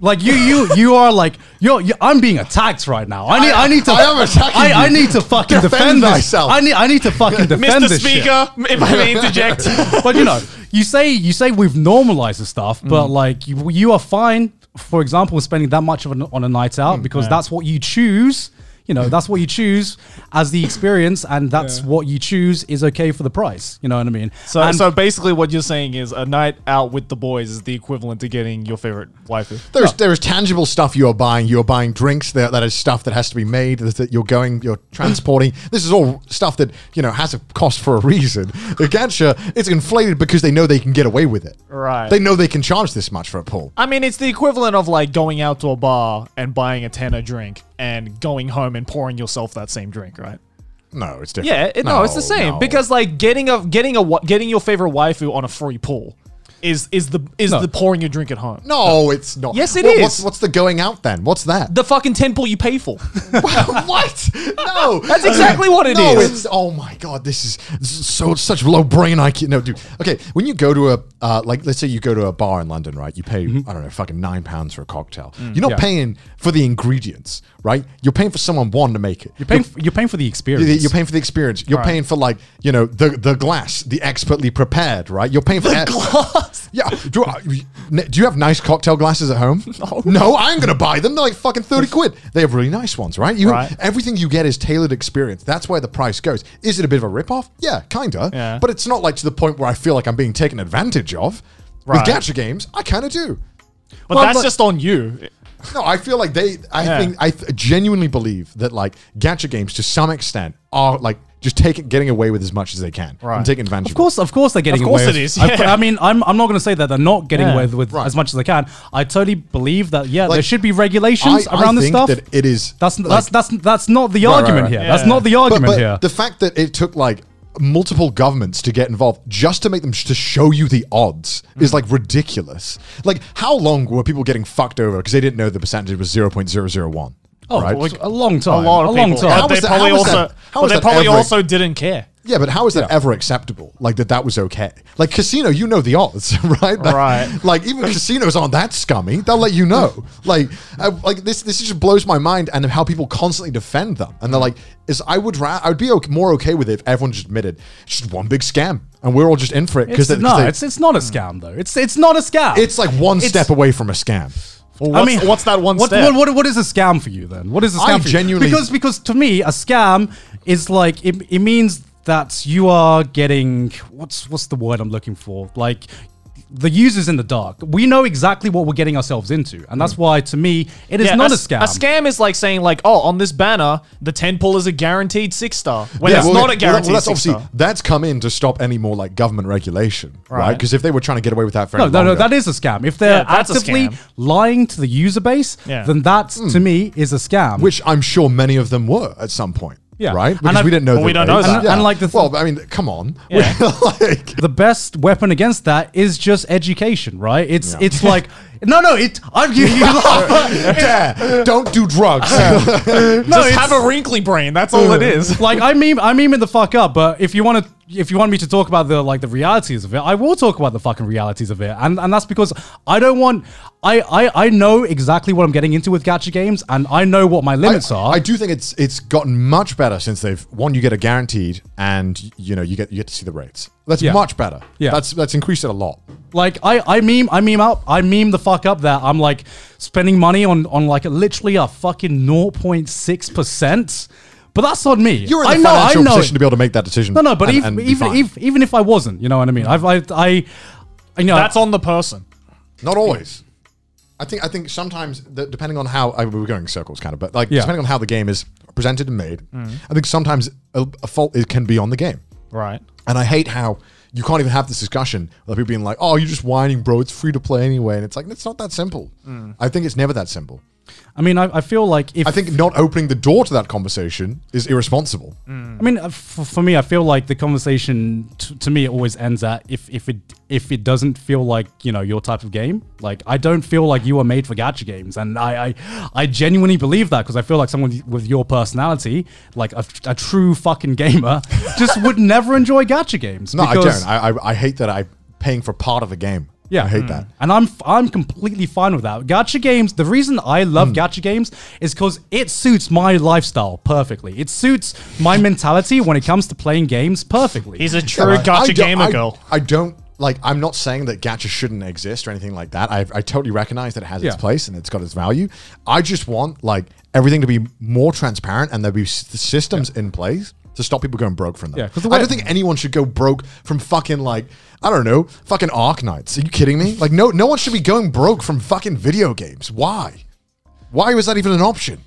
Speaker 2: like you, you, you are like you're. You, I'm being attacked right now. I need, I, need to.
Speaker 1: I am attacking
Speaker 2: I, I
Speaker 1: you.
Speaker 2: need to fucking defend,
Speaker 1: Defend
Speaker 2: this.
Speaker 1: thyself.
Speaker 2: I need, I need
Speaker 1: [laughs]
Speaker 2: to fucking defend
Speaker 3: Mr.
Speaker 2: this shit.
Speaker 3: Speaker, if I may interject.
Speaker 2: But you know, you say you say we've normalized the stuff, but
Speaker 1: Mm.
Speaker 2: like you,
Speaker 1: Mm,
Speaker 2: you are fine. For example, spending that much of an, on a night out because that's what you choose. You know, that's what you choose as the experience, and that's what you choose is okay for the price. You know what I mean?
Speaker 3: [laughs] So,
Speaker 2: And-
Speaker 3: so basically, what you're saying is a night out with the boys is the equivalent to getting your favorite waifu.
Speaker 1: There's there is tangible stuff you are buying. You are buying drinks. There, that is stuff that has to be made. That that you're going,
Speaker 3: [laughs]
Speaker 1: you're transporting. this is all stuff that you know has a cost for a reason. The gacha, it's inflated because they know they can get away with it.
Speaker 3: Right.
Speaker 1: They know they can charge this much for a pull.
Speaker 3: I mean, it's the equivalent of like going out to a bar and buying a tenner drink and going home and pouring yourself that same drink, right?
Speaker 1: No, it's different.
Speaker 3: Yeah, it, no, it's the same
Speaker 1: no.
Speaker 3: because like getting a getting a wa- getting your favorite waifu on a free pool is is the is the pouring your drink at home.
Speaker 1: no, it's not.
Speaker 3: Yes, it
Speaker 1: it is.
Speaker 3: is.
Speaker 1: What's, what's the going out then? What's that?
Speaker 3: The fucking ten pool you pay [laughs] for.
Speaker 1: what? No,
Speaker 3: That's exactly what it
Speaker 1: no,
Speaker 3: is.
Speaker 1: it's oh my god, this is, this is so such low brain IQ. No, dude. Okay, when you go to a uh, like, let's say you go to a bar in London, right? You pay
Speaker 3: Mm-hmm.
Speaker 1: I don't know, fucking nine pounds for a cocktail.
Speaker 3: Mm,
Speaker 1: You're not paying for the ingredients, right? You're paying for someone one to make it.
Speaker 2: you're paying, you're paying for the
Speaker 1: You're,
Speaker 2: experience.
Speaker 1: you're paying for the experience. You're paying for like you know the the glass, the expertly prepared, right? You're paying for the glass. [laughs] Yeah. Do, I- do you have nice cocktail glasses at home? No. No, I'm gonna buy them. They're like fucking thirty quid. They have really nice ones, right? You
Speaker 3: Right.
Speaker 1: everything you get is tailored experience. That's where the price goes. Is it a bit of a ripoff? Yeah, kinda.
Speaker 3: Yeah.
Speaker 1: But it's not like to the point where I feel like I'm being taken advantage of.
Speaker 3: Right.
Speaker 1: With gacha games, I kind of do.
Speaker 3: But
Speaker 2: Well,
Speaker 3: that's
Speaker 2: but-
Speaker 3: just on you.
Speaker 1: No, I feel like they. I
Speaker 3: Yeah.
Speaker 1: think I th- genuinely believe that like gacha games to some extent are like just taking getting away with as much as they can
Speaker 3: Right.
Speaker 1: and taking advantage.
Speaker 2: Of course, of course, they're getting
Speaker 3: course
Speaker 2: away. with-
Speaker 3: it is,
Speaker 2: I-
Speaker 3: yeah.
Speaker 2: I, mean, I'm, I'm not going to say that they're not getting
Speaker 3: Yeah.
Speaker 2: away with
Speaker 1: Right.
Speaker 2: as much as they can. I totally believe that. Yeah,
Speaker 1: Like,
Speaker 2: there should be
Speaker 1: of it.
Speaker 2: regulations
Speaker 1: I, I
Speaker 2: around this
Speaker 1: think
Speaker 2: stuff.
Speaker 1: that it is.
Speaker 2: that's,
Speaker 1: like-
Speaker 2: that's that's that's not the
Speaker 1: Right, right,
Speaker 2: argument
Speaker 1: right.
Speaker 2: here.
Speaker 1: Yeah.
Speaker 2: That's not the
Speaker 1: But-
Speaker 2: argument
Speaker 1: but
Speaker 2: here.
Speaker 1: The fact that it took like multiple governments to get involved just to make them to show you the odds
Speaker 2: Mm.
Speaker 1: is like ridiculous. Like how long were people getting fucked over because they didn't know the percentage was zero point zero zero one?
Speaker 2: oh,
Speaker 1: right.
Speaker 2: it's a long time.
Speaker 3: A lot of
Speaker 2: long
Speaker 3: people.
Speaker 2: time.
Speaker 1: How
Speaker 3: But
Speaker 1: was
Speaker 3: they
Speaker 1: that-
Speaker 3: probably
Speaker 1: how was
Speaker 3: also,
Speaker 1: that- how
Speaker 3: but
Speaker 1: was
Speaker 3: they
Speaker 1: that
Speaker 3: probably
Speaker 1: every-
Speaker 3: also didn't care.
Speaker 1: Yeah, but how is that ever acceptable? Like that that was okay. Like casino, you know the odds, [laughs] right? That-
Speaker 3: Right.
Speaker 1: Like even casinos aren't that scummy. They'll let you know. Like I, like this this just blows my mind and how people constantly defend them. And they're like, is I would ra- I would be okay, more okay with it if everyone just admitted it's just one big scam and we're all just in for it
Speaker 2: It's,
Speaker 1: because
Speaker 2: no, it's, it's not a scam though. It's it's not a scam.
Speaker 1: it's like one
Speaker 2: it's-
Speaker 1: step away from a scam.
Speaker 3: Well, what's- what's that one
Speaker 2: what,
Speaker 3: step?
Speaker 2: What, what, what is a scam for you then? What is a
Speaker 1: I
Speaker 2: scam? for you?
Speaker 1: genuinely-
Speaker 2: because because to me a scam is like it, it means that you are getting what's what's the word I'm looking for like. The users in the dark. We know exactly what we're getting ourselves into, and that's why, to me, it is
Speaker 3: Hmm. Yeah,
Speaker 2: not a,
Speaker 3: s-
Speaker 2: scam.
Speaker 3: A scam is like saying like, oh, on this banner, the ten pull is a guaranteed six star. When it's
Speaker 1: well,
Speaker 3: not
Speaker 1: okay,
Speaker 3: a guaranteed
Speaker 1: well, that's
Speaker 3: six
Speaker 1: obviously
Speaker 3: star.
Speaker 1: that's come in to stop any more like government regulation, right?
Speaker 3: Right.
Speaker 1: Because if they were trying to get away with that for
Speaker 2: No,
Speaker 1: any
Speaker 2: no, no,
Speaker 1: longer-
Speaker 2: that is a scam. If they're
Speaker 3: Yeah, that's a
Speaker 2: actively
Speaker 3: scam.
Speaker 2: lying to the user base,
Speaker 3: Yeah. Hmm.
Speaker 2: then that, to me, is a scam.
Speaker 1: which I'm sure many of them were at some point.
Speaker 2: Yeah.
Speaker 1: Right?
Speaker 2: And
Speaker 1: Because
Speaker 2: I've-
Speaker 1: we didn't know
Speaker 3: Well, we
Speaker 1: their
Speaker 3: don't know
Speaker 1: rates.
Speaker 3: that.
Speaker 2: And- and like the th-
Speaker 1: well, I mean, come on.
Speaker 3: Yeah.
Speaker 1: [laughs] like,
Speaker 2: the best weapon against that is just education, right? It's
Speaker 3: [laughs]
Speaker 2: it's like no, no, it. I'm you, you laugh.
Speaker 1: dare, don't do
Speaker 2: [laughs]
Speaker 1: drugs.
Speaker 2: No,
Speaker 3: Just
Speaker 2: it's-
Speaker 3: have a wrinkly brain. That's all
Speaker 1: [laughs]
Speaker 3: it
Speaker 2: [laughs]
Speaker 3: is. [laughs]
Speaker 2: like I meme, I memeing the fuck up. But if you want to, if you want me to talk about the like the realities of it, I will talk about the fucking realities of it, and and that's because I don't want. I I I know exactly what I'm getting into with gacha games, and I know what my
Speaker 1: I,
Speaker 2: limits are.
Speaker 1: I do think it's it's gotten much better since they've one you get a guaranteed and you know you get you get to see the rates. That's
Speaker 2: Yeah.
Speaker 1: much better.
Speaker 2: Yeah.
Speaker 1: that's that's increased it a lot.
Speaker 2: Like I, I meme, I meme up, I meme the fuck up that I'm like spending money on on like a, literally a fucking 0.6 percent. But that's on me.
Speaker 1: You're in the
Speaker 2: I know,
Speaker 1: financial
Speaker 2: I know
Speaker 1: position
Speaker 2: it.
Speaker 1: to be able to make that decision.
Speaker 2: No, no, but
Speaker 1: and-
Speaker 2: even
Speaker 1: and be
Speaker 2: even
Speaker 1: fine.
Speaker 2: if, even if I wasn't, you know what I mean. I've I, I, I know
Speaker 3: That's on the person.
Speaker 1: Not always. I think I think sometimes the, depending on how I, we're going in circles, kind of, but like
Speaker 2: Yeah. Mm.
Speaker 1: depending on how the game is presented and made, I think sometimes a, a fault it can be on the game.
Speaker 3: Right.
Speaker 1: And I hate how you can't even have this discussion with people being like, "Oh, you're just whining, bro. It's free to play anyway." And it's like it's not that simple.
Speaker 2: Mm.
Speaker 1: I think it's never that simple.
Speaker 2: I mean, I, I feel like if
Speaker 1: I think not opening the door to that conversation is irresponsible.
Speaker 2: I mean, uh, for, for me, I feel like the conversation t- to me it always ends at if if it if it doesn't feel like you know your type of game. Like I don't feel like you are made for gacha games, and I I, I genuinely believe that because I feel like someone with your personality, like a, a true
Speaker 1: [laughs]
Speaker 2: fucking gamer, just would never enjoy gacha games.
Speaker 1: No,
Speaker 2: because-
Speaker 1: I don't. I, I I hate that I'm paying for part of a game.
Speaker 2: Yeah. Mm.
Speaker 1: I hate that.
Speaker 2: And I'm I'm completely fine with that. Gacha games, the reason I
Speaker 1: Hmm.
Speaker 2: love gacha games is because it suits my lifestyle perfectly. It suits my mentality when it comes to playing games perfectly.
Speaker 3: He's a true
Speaker 1: I- I
Speaker 3: gotcha
Speaker 1: don't-
Speaker 3: gamer
Speaker 1: I-
Speaker 3: girl.
Speaker 1: I don't like. I'm not saying that gacha shouldn't exist or anything like that. I, I totally recognize that it has its
Speaker 2: Yeah.
Speaker 1: place and it's got its value. I just want like everything to be more transparent and there be s- systems in place to stop people going broke from them.
Speaker 3: Yeah, 'cause the
Speaker 1: I
Speaker 3: way-
Speaker 1: don't think anyone should go broke from fucking like I don't know fucking Ark Knights. Are you kidding me? Like no, no one should be going broke from fucking video games. Why? Why was that even an option?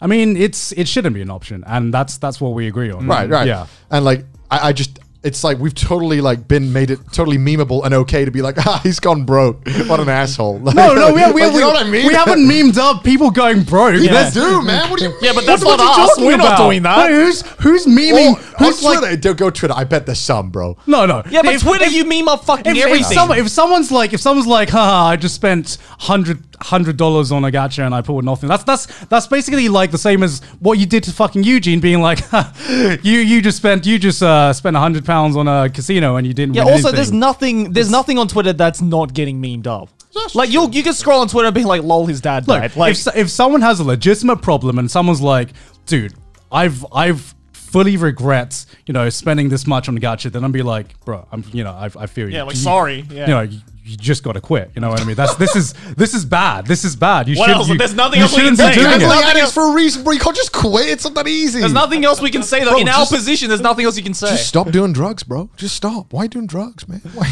Speaker 2: I mean, it's it shouldn't be an option, and that's that's what we agree on.
Speaker 1: Right, right.
Speaker 3: [laughs]
Speaker 2: Yeah.
Speaker 1: And like I, I just it's like we've totally like been made it totally memeable and okay to be like, [laughs] ah, he's gone broke. What an [laughs] asshole. Like,
Speaker 2: No, no, we, we,
Speaker 1: like,
Speaker 2: we,
Speaker 1: you know what I mean?
Speaker 2: we
Speaker 1: [laughs]
Speaker 2: haven't memed up people going broke.
Speaker 1: You
Speaker 2: That's-
Speaker 1: do, man. What do you mean?
Speaker 3: Yeah, but that's
Speaker 2: what
Speaker 3: not
Speaker 2: you
Speaker 3: us.
Speaker 2: talking
Speaker 3: We're
Speaker 2: about?
Speaker 3: not doing that.
Speaker 2: No, who's who's memeing?
Speaker 1: Well,
Speaker 2: who's
Speaker 1: on
Speaker 2: like?
Speaker 1: Twitter, don't go Twitter. I bet there's some, bro.
Speaker 2: No, no.
Speaker 3: Yeah, but
Speaker 2: If-
Speaker 3: Twitter,
Speaker 2: if-
Speaker 3: you meme up fucking
Speaker 2: If, if,
Speaker 3: everything.
Speaker 2: some, if someone's like, if someone's like, haha, I just spent hundred hundred dollars on a gacha and I pulled nothing. That's that's that's basically like the same as what you did to fucking Eugene, being like, [laughs] you you just spent you just uh, spent hundred pounds on a casino and you didn't.
Speaker 3: yeah.
Speaker 2: win
Speaker 3: Also, there's
Speaker 2: anything.
Speaker 3: nothing. There's nothing on Twitter that's not getting memed up. Like you, you can scroll on Twitter being like, "Lol, his dad
Speaker 2: Look,
Speaker 3: died." Like,
Speaker 2: if, if someone has a legitimate problem and someone's like, dude, I've I've fully regret you know spending this much on gacha, then I'd be like, bro, I'm you know I, I feel you.
Speaker 3: Yeah, like,
Speaker 2: You-
Speaker 3: sorry, yeah.
Speaker 2: You know, you, you just gotta quit. You know what I mean? That's this is this is bad. This is bad. You
Speaker 3: What
Speaker 2: should.
Speaker 3: else?
Speaker 2: You,
Speaker 3: There's nothing
Speaker 2: you
Speaker 3: else we can
Speaker 2: shouldn't be
Speaker 3: say.
Speaker 1: That's
Speaker 2: doing
Speaker 3: There's
Speaker 2: it.
Speaker 1: like
Speaker 3: nothing
Speaker 1: addicts
Speaker 3: else-
Speaker 1: for a reason, bro. You can't just quit. It's not that easy.
Speaker 3: there's nothing else we can say though.
Speaker 1: Bro,
Speaker 3: in
Speaker 1: just-
Speaker 3: our position, there's nothing else you can say.
Speaker 1: Just stop doing drugs, bro. Just stop. Why doing drugs, man? [laughs] Why?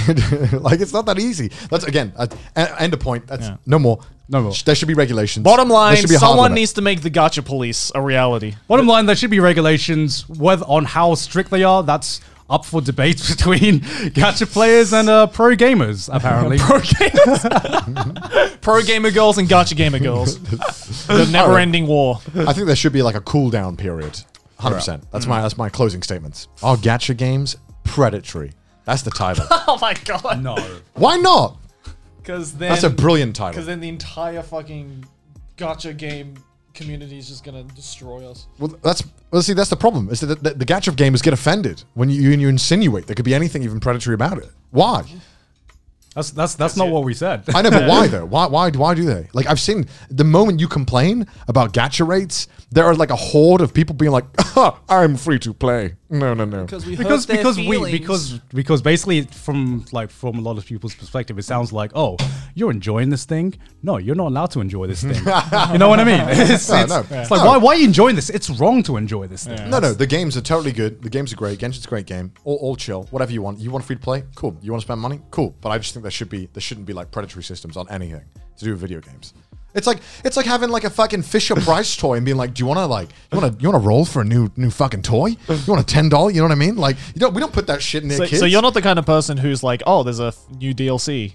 Speaker 1: like it's not that easy. That's again, uh, end of point. That's no more.
Speaker 2: No more.
Speaker 1: Sh- There should be regulations.
Speaker 3: Bottom
Speaker 1: There
Speaker 3: line,
Speaker 1: should be a hard
Speaker 3: someone
Speaker 1: limit.
Speaker 3: needs to make the gotcha police a reality.
Speaker 2: Bottom line, there should be regulations. Whether on how strict they are, that's up for debate [laughs] between gacha players and uh, pro gamers. Apparently,
Speaker 3: [laughs] Pro gamers, pro gamer girls, and gotcha gamer [laughs] girls. the never-ending war.
Speaker 1: I think there should be like a cool down period. 100. percent That's my that's my closing statements. Our gacha games predatory. That's the title.
Speaker 3: [laughs]
Speaker 1: [laughs]
Speaker 3: Oh my god.
Speaker 2: no.
Speaker 1: Why not?
Speaker 3: Because then
Speaker 1: That's a brilliant title.
Speaker 3: Because then the entire fucking gotcha game community is just gonna destroy us.
Speaker 1: Well, that's well. See, that's the problem. Is that the, the gacha gamers get offended when you, you insinuate there could be anything even predatory about it. Why?
Speaker 2: That's that's that's not what we said.
Speaker 1: I know, but why though? Why why why do they? Like I've seen the moment you complain about gacha rates, there are like a horde of people being like, [laughs] "Ah, "I'm free to play." No, no, no.
Speaker 3: we
Speaker 2: because because we because because basically from like from a lot of people's perspective it sounds like oh you're enjoying this thing no you're not allowed to enjoy this
Speaker 1: [laughs]
Speaker 2: thing you know what i mean [laughs] it's,
Speaker 1: No,
Speaker 2: it's,
Speaker 1: no.
Speaker 2: it's like
Speaker 1: No.
Speaker 2: why, why are you enjoying this it's wrong to enjoy this thing
Speaker 1: No, no, the games are totally good. The games are great. Genshin's a great game. All, all chill. Whatever you want. You want free to play? Cool. You want to spend money? Cool. But I just think there should be there shouldn't be like predatory systems on anything to do with video games. It's like it's like having like a fucking
Speaker 3: [laughs]
Speaker 1: Fisher Price toy and being like, do you want to like you want to you want to roll for a new new fucking toy? You want a ten dollar? You know what I mean? Like you don't we don't put that shit in there,
Speaker 3: So,
Speaker 1: kids.
Speaker 3: so you're not the kind of person who's like, oh, there's a f- new DLC.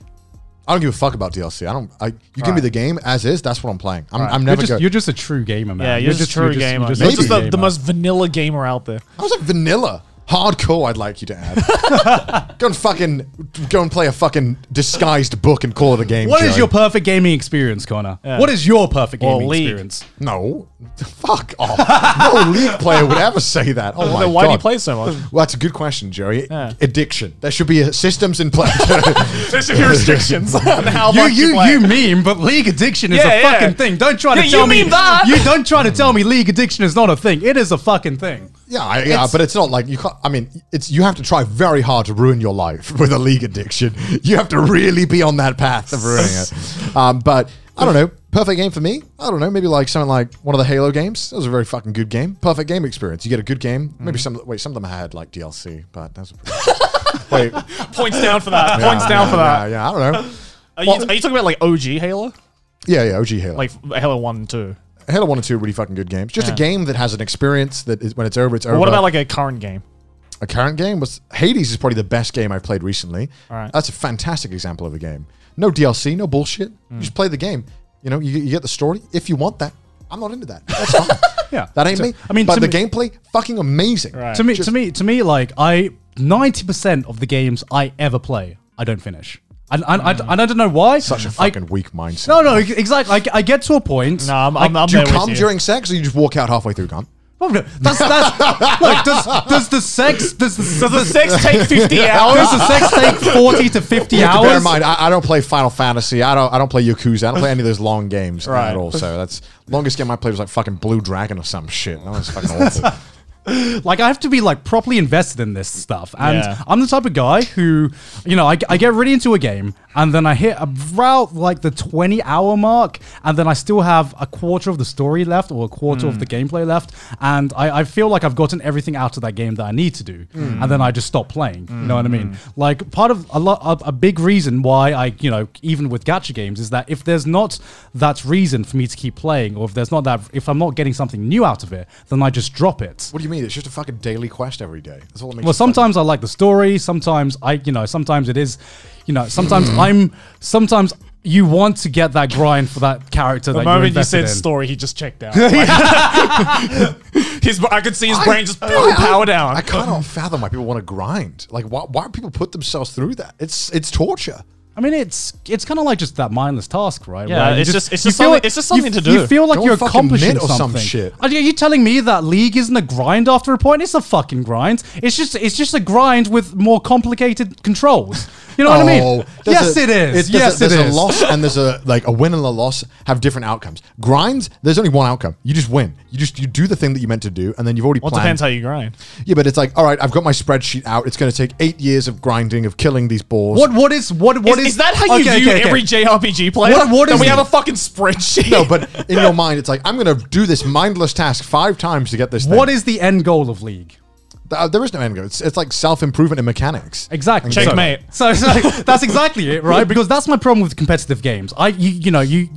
Speaker 1: I don't give a fuck about DLC. I don't. I, you give me the game as is. That's what I'm playing. I'm, I'm
Speaker 2: you're
Speaker 1: never
Speaker 2: just,
Speaker 1: going.
Speaker 2: you're just a true gamer man
Speaker 3: Yeah, you're, just a true gamer. You're just,
Speaker 1: Maybe.
Speaker 2: a
Speaker 3: the,
Speaker 2: gamer.
Speaker 3: the most vanilla gamer out there.
Speaker 1: I was like vanilla, hardcore. I'd like you to add. [laughs] go and fucking go and play a fucking disguised book and call it a game.
Speaker 2: what is
Speaker 1: Joe.
Speaker 2: your perfect gaming experience connor what is your perfect
Speaker 3: Or
Speaker 2: gaming
Speaker 3: League.
Speaker 2: experience
Speaker 1: no? Fuck off. no league player would ever say that. Oh my
Speaker 3: Then why
Speaker 1: god.
Speaker 3: do you play so much? [laughs]
Speaker 1: Well, that's a good question, Joey.
Speaker 3: Yeah.
Speaker 1: Addiction. There should be uh, systems in place.
Speaker 3: There's
Speaker 1: [laughs]
Speaker 3: restrictions on how
Speaker 2: you
Speaker 3: much you,
Speaker 2: you
Speaker 3: play.
Speaker 2: you meme, but league addiction is
Speaker 3: Yeah,
Speaker 2: a
Speaker 3: yeah.
Speaker 2: fucking thing. Don't try to
Speaker 3: Yeah, you
Speaker 2: tell me
Speaker 3: meme that.
Speaker 2: you don't try to tell me league addiction is not a thing. It is a fucking thing.
Speaker 1: yeah, I, yeah, but it's not like you can't. I mean, it's you have to try very hard to ruin your life with a league addiction. [laughs] You have to really be on that path of ruining it.
Speaker 3: [laughs]
Speaker 1: Um, but I don't know. Perfect game for me. I don't know. Maybe like something like one of the Halo games. That was a very fucking good game. Perfect game experience. You get a good game. Maybe
Speaker 3: Mm-hmm.
Speaker 1: some. Wait, some of them had like DLC, but that's a
Speaker 3: [laughs]
Speaker 1: pretty. wait.
Speaker 3: Points down for that. Points
Speaker 1: yeah,
Speaker 3: down
Speaker 1: yeah,
Speaker 3: for that.
Speaker 1: Yeah, yeah, I don't know.
Speaker 3: Are, you, are you talking about like OG Halo?
Speaker 1: Yeah, yeah. OG Halo.
Speaker 3: Like Halo 1 and 2.
Speaker 1: Halo One and Two are really fucking good games. Just a
Speaker 3: Yeah.
Speaker 1: game that has an experience that is when it's over, it's over.
Speaker 3: What about like a current game?
Speaker 1: a current game was Hades is probably the best game I've played recently.
Speaker 3: Alright.
Speaker 1: That's a fantastic example of a game. No DLC, no bullshit. You just play the game. You know, you, you get the story if you want that. I'm not into that. That's fine.
Speaker 2: Yeah.
Speaker 1: That ain't me.
Speaker 2: I mean,
Speaker 1: but
Speaker 2: to
Speaker 1: the
Speaker 2: me-
Speaker 1: gameplay, fucking amazing.
Speaker 3: Right.
Speaker 2: to me,
Speaker 1: Uh, Just-
Speaker 2: to me, to me, like I ninety percent of the games I ever play, I don't finish, and and, I, and I don't know why.
Speaker 1: Such a
Speaker 2: I-
Speaker 1: fucking weak mindset.
Speaker 2: no, no, ex- exactly. I, I get to a point.
Speaker 3: No, I'm, I'm, I'm
Speaker 1: Do you
Speaker 3: there
Speaker 1: come
Speaker 3: with you.
Speaker 1: during sex or you just walk out halfway through cum? [laughs]
Speaker 2: That's, that's, look, does does the sex does the, does
Speaker 3: Does the sex take
Speaker 2: [laughs]
Speaker 3: 50 hours?
Speaker 2: the sex take forty to fifty
Speaker 1: You have to Bear in
Speaker 2: hours?
Speaker 1: mind, I, I don't play Final Fantasy. I don't. I don't play Yakuza. I don't play any of those long games
Speaker 3: Right.
Speaker 1: at all. So that's longest game I played was like fucking Blue Dragon or some shit. That was fucking awful.
Speaker 2: Like I have to be like properly invested in this stuff, and
Speaker 3: Yeah.
Speaker 2: I'm the type of guy who, you know, I, I get really into a game, and then I hit about like the 20 hour mark, and then I still have a quarter of the story left or a quarter of the gameplay left, and I, I feel like I've gotten everything out of that game that I need to do, and then I just stop playing. You know what I mean? Like part of a lot, a, a big reason why I, you know, even with gacha games is that if there's not that reason for me to keep playing, or if there's not that, if I'm not getting something new out of it, then I just drop it.
Speaker 1: What do you mean? It's just a fucking daily quest every day. That's all it makes.
Speaker 2: Well,
Speaker 1: it fun.
Speaker 2: sometimes I like the story. Sometimes I, you know, sometimes it is, you know, sometimes
Speaker 3: Mm.
Speaker 2: I'm, sometimes you want to get that grind for that character
Speaker 3: The
Speaker 2: that you're
Speaker 3: moment you
Speaker 2: invested
Speaker 3: said
Speaker 2: in.
Speaker 3: story, he just checked [laughs] out. [laughs] his, I could see his brain just pew, power down.
Speaker 1: I
Speaker 3: [laughs]
Speaker 1: cannot fathom why people want to grind. Like, why, why do people put themselves through that? It's it's torture.
Speaker 2: I mean, it's it's kind of like just that mindless task, right?
Speaker 3: Yeah,
Speaker 2: Where you
Speaker 3: it's just- it's
Speaker 2: you
Speaker 3: just
Speaker 2: feel-
Speaker 3: something- it's just something
Speaker 2: you,
Speaker 3: to
Speaker 2: You
Speaker 3: do.
Speaker 2: feel like
Speaker 1: Go
Speaker 2: you're
Speaker 1: fucking
Speaker 2: accomplishing
Speaker 1: knit or some
Speaker 2: something.
Speaker 1: shit.
Speaker 2: Are you are you telling me that League isn't a grind after a point? It's a fucking grind. It's just it's just a grind with more complicated controls. You know what I mean?
Speaker 1: Oh, there's
Speaker 2: Yes,
Speaker 1: a-
Speaker 2: it is.
Speaker 1: there's
Speaker 2: Yes,
Speaker 1: a,
Speaker 2: it
Speaker 1: there's
Speaker 2: is.
Speaker 1: a loss and there's a like a win and a loss have different outcomes. Grinds, there's only one outcome. You just win. You just you do the thing that you meant to do, and then you've already
Speaker 3: well, it
Speaker 1: planned.
Speaker 3: depends how you grind.
Speaker 1: yeah, but it's like, all right, I've got my spreadsheet out. It's going to take eight years of grinding of killing these balls.
Speaker 2: What what is what what
Speaker 3: Is, is that how you
Speaker 2: okay,
Speaker 3: view
Speaker 2: okay, okay.
Speaker 3: every JRPG player?
Speaker 2: What- what
Speaker 3: Then
Speaker 2: is
Speaker 3: we
Speaker 2: it?
Speaker 3: have a fucking spreadsheet. [laughs]
Speaker 1: No, but in your mind, it's like I'm going to do this mindless task five times to get this.
Speaker 2: What
Speaker 1: thing.
Speaker 2: is the end goal of League?
Speaker 1: Th- uh, there is no end goal. It's, it's like self improvement in mechanics.
Speaker 2: Exactly.
Speaker 3: So- Checkmate.
Speaker 2: So, so [laughs] that's exactly it, right? Because that's my problem with competitive games. I, you, you know, you,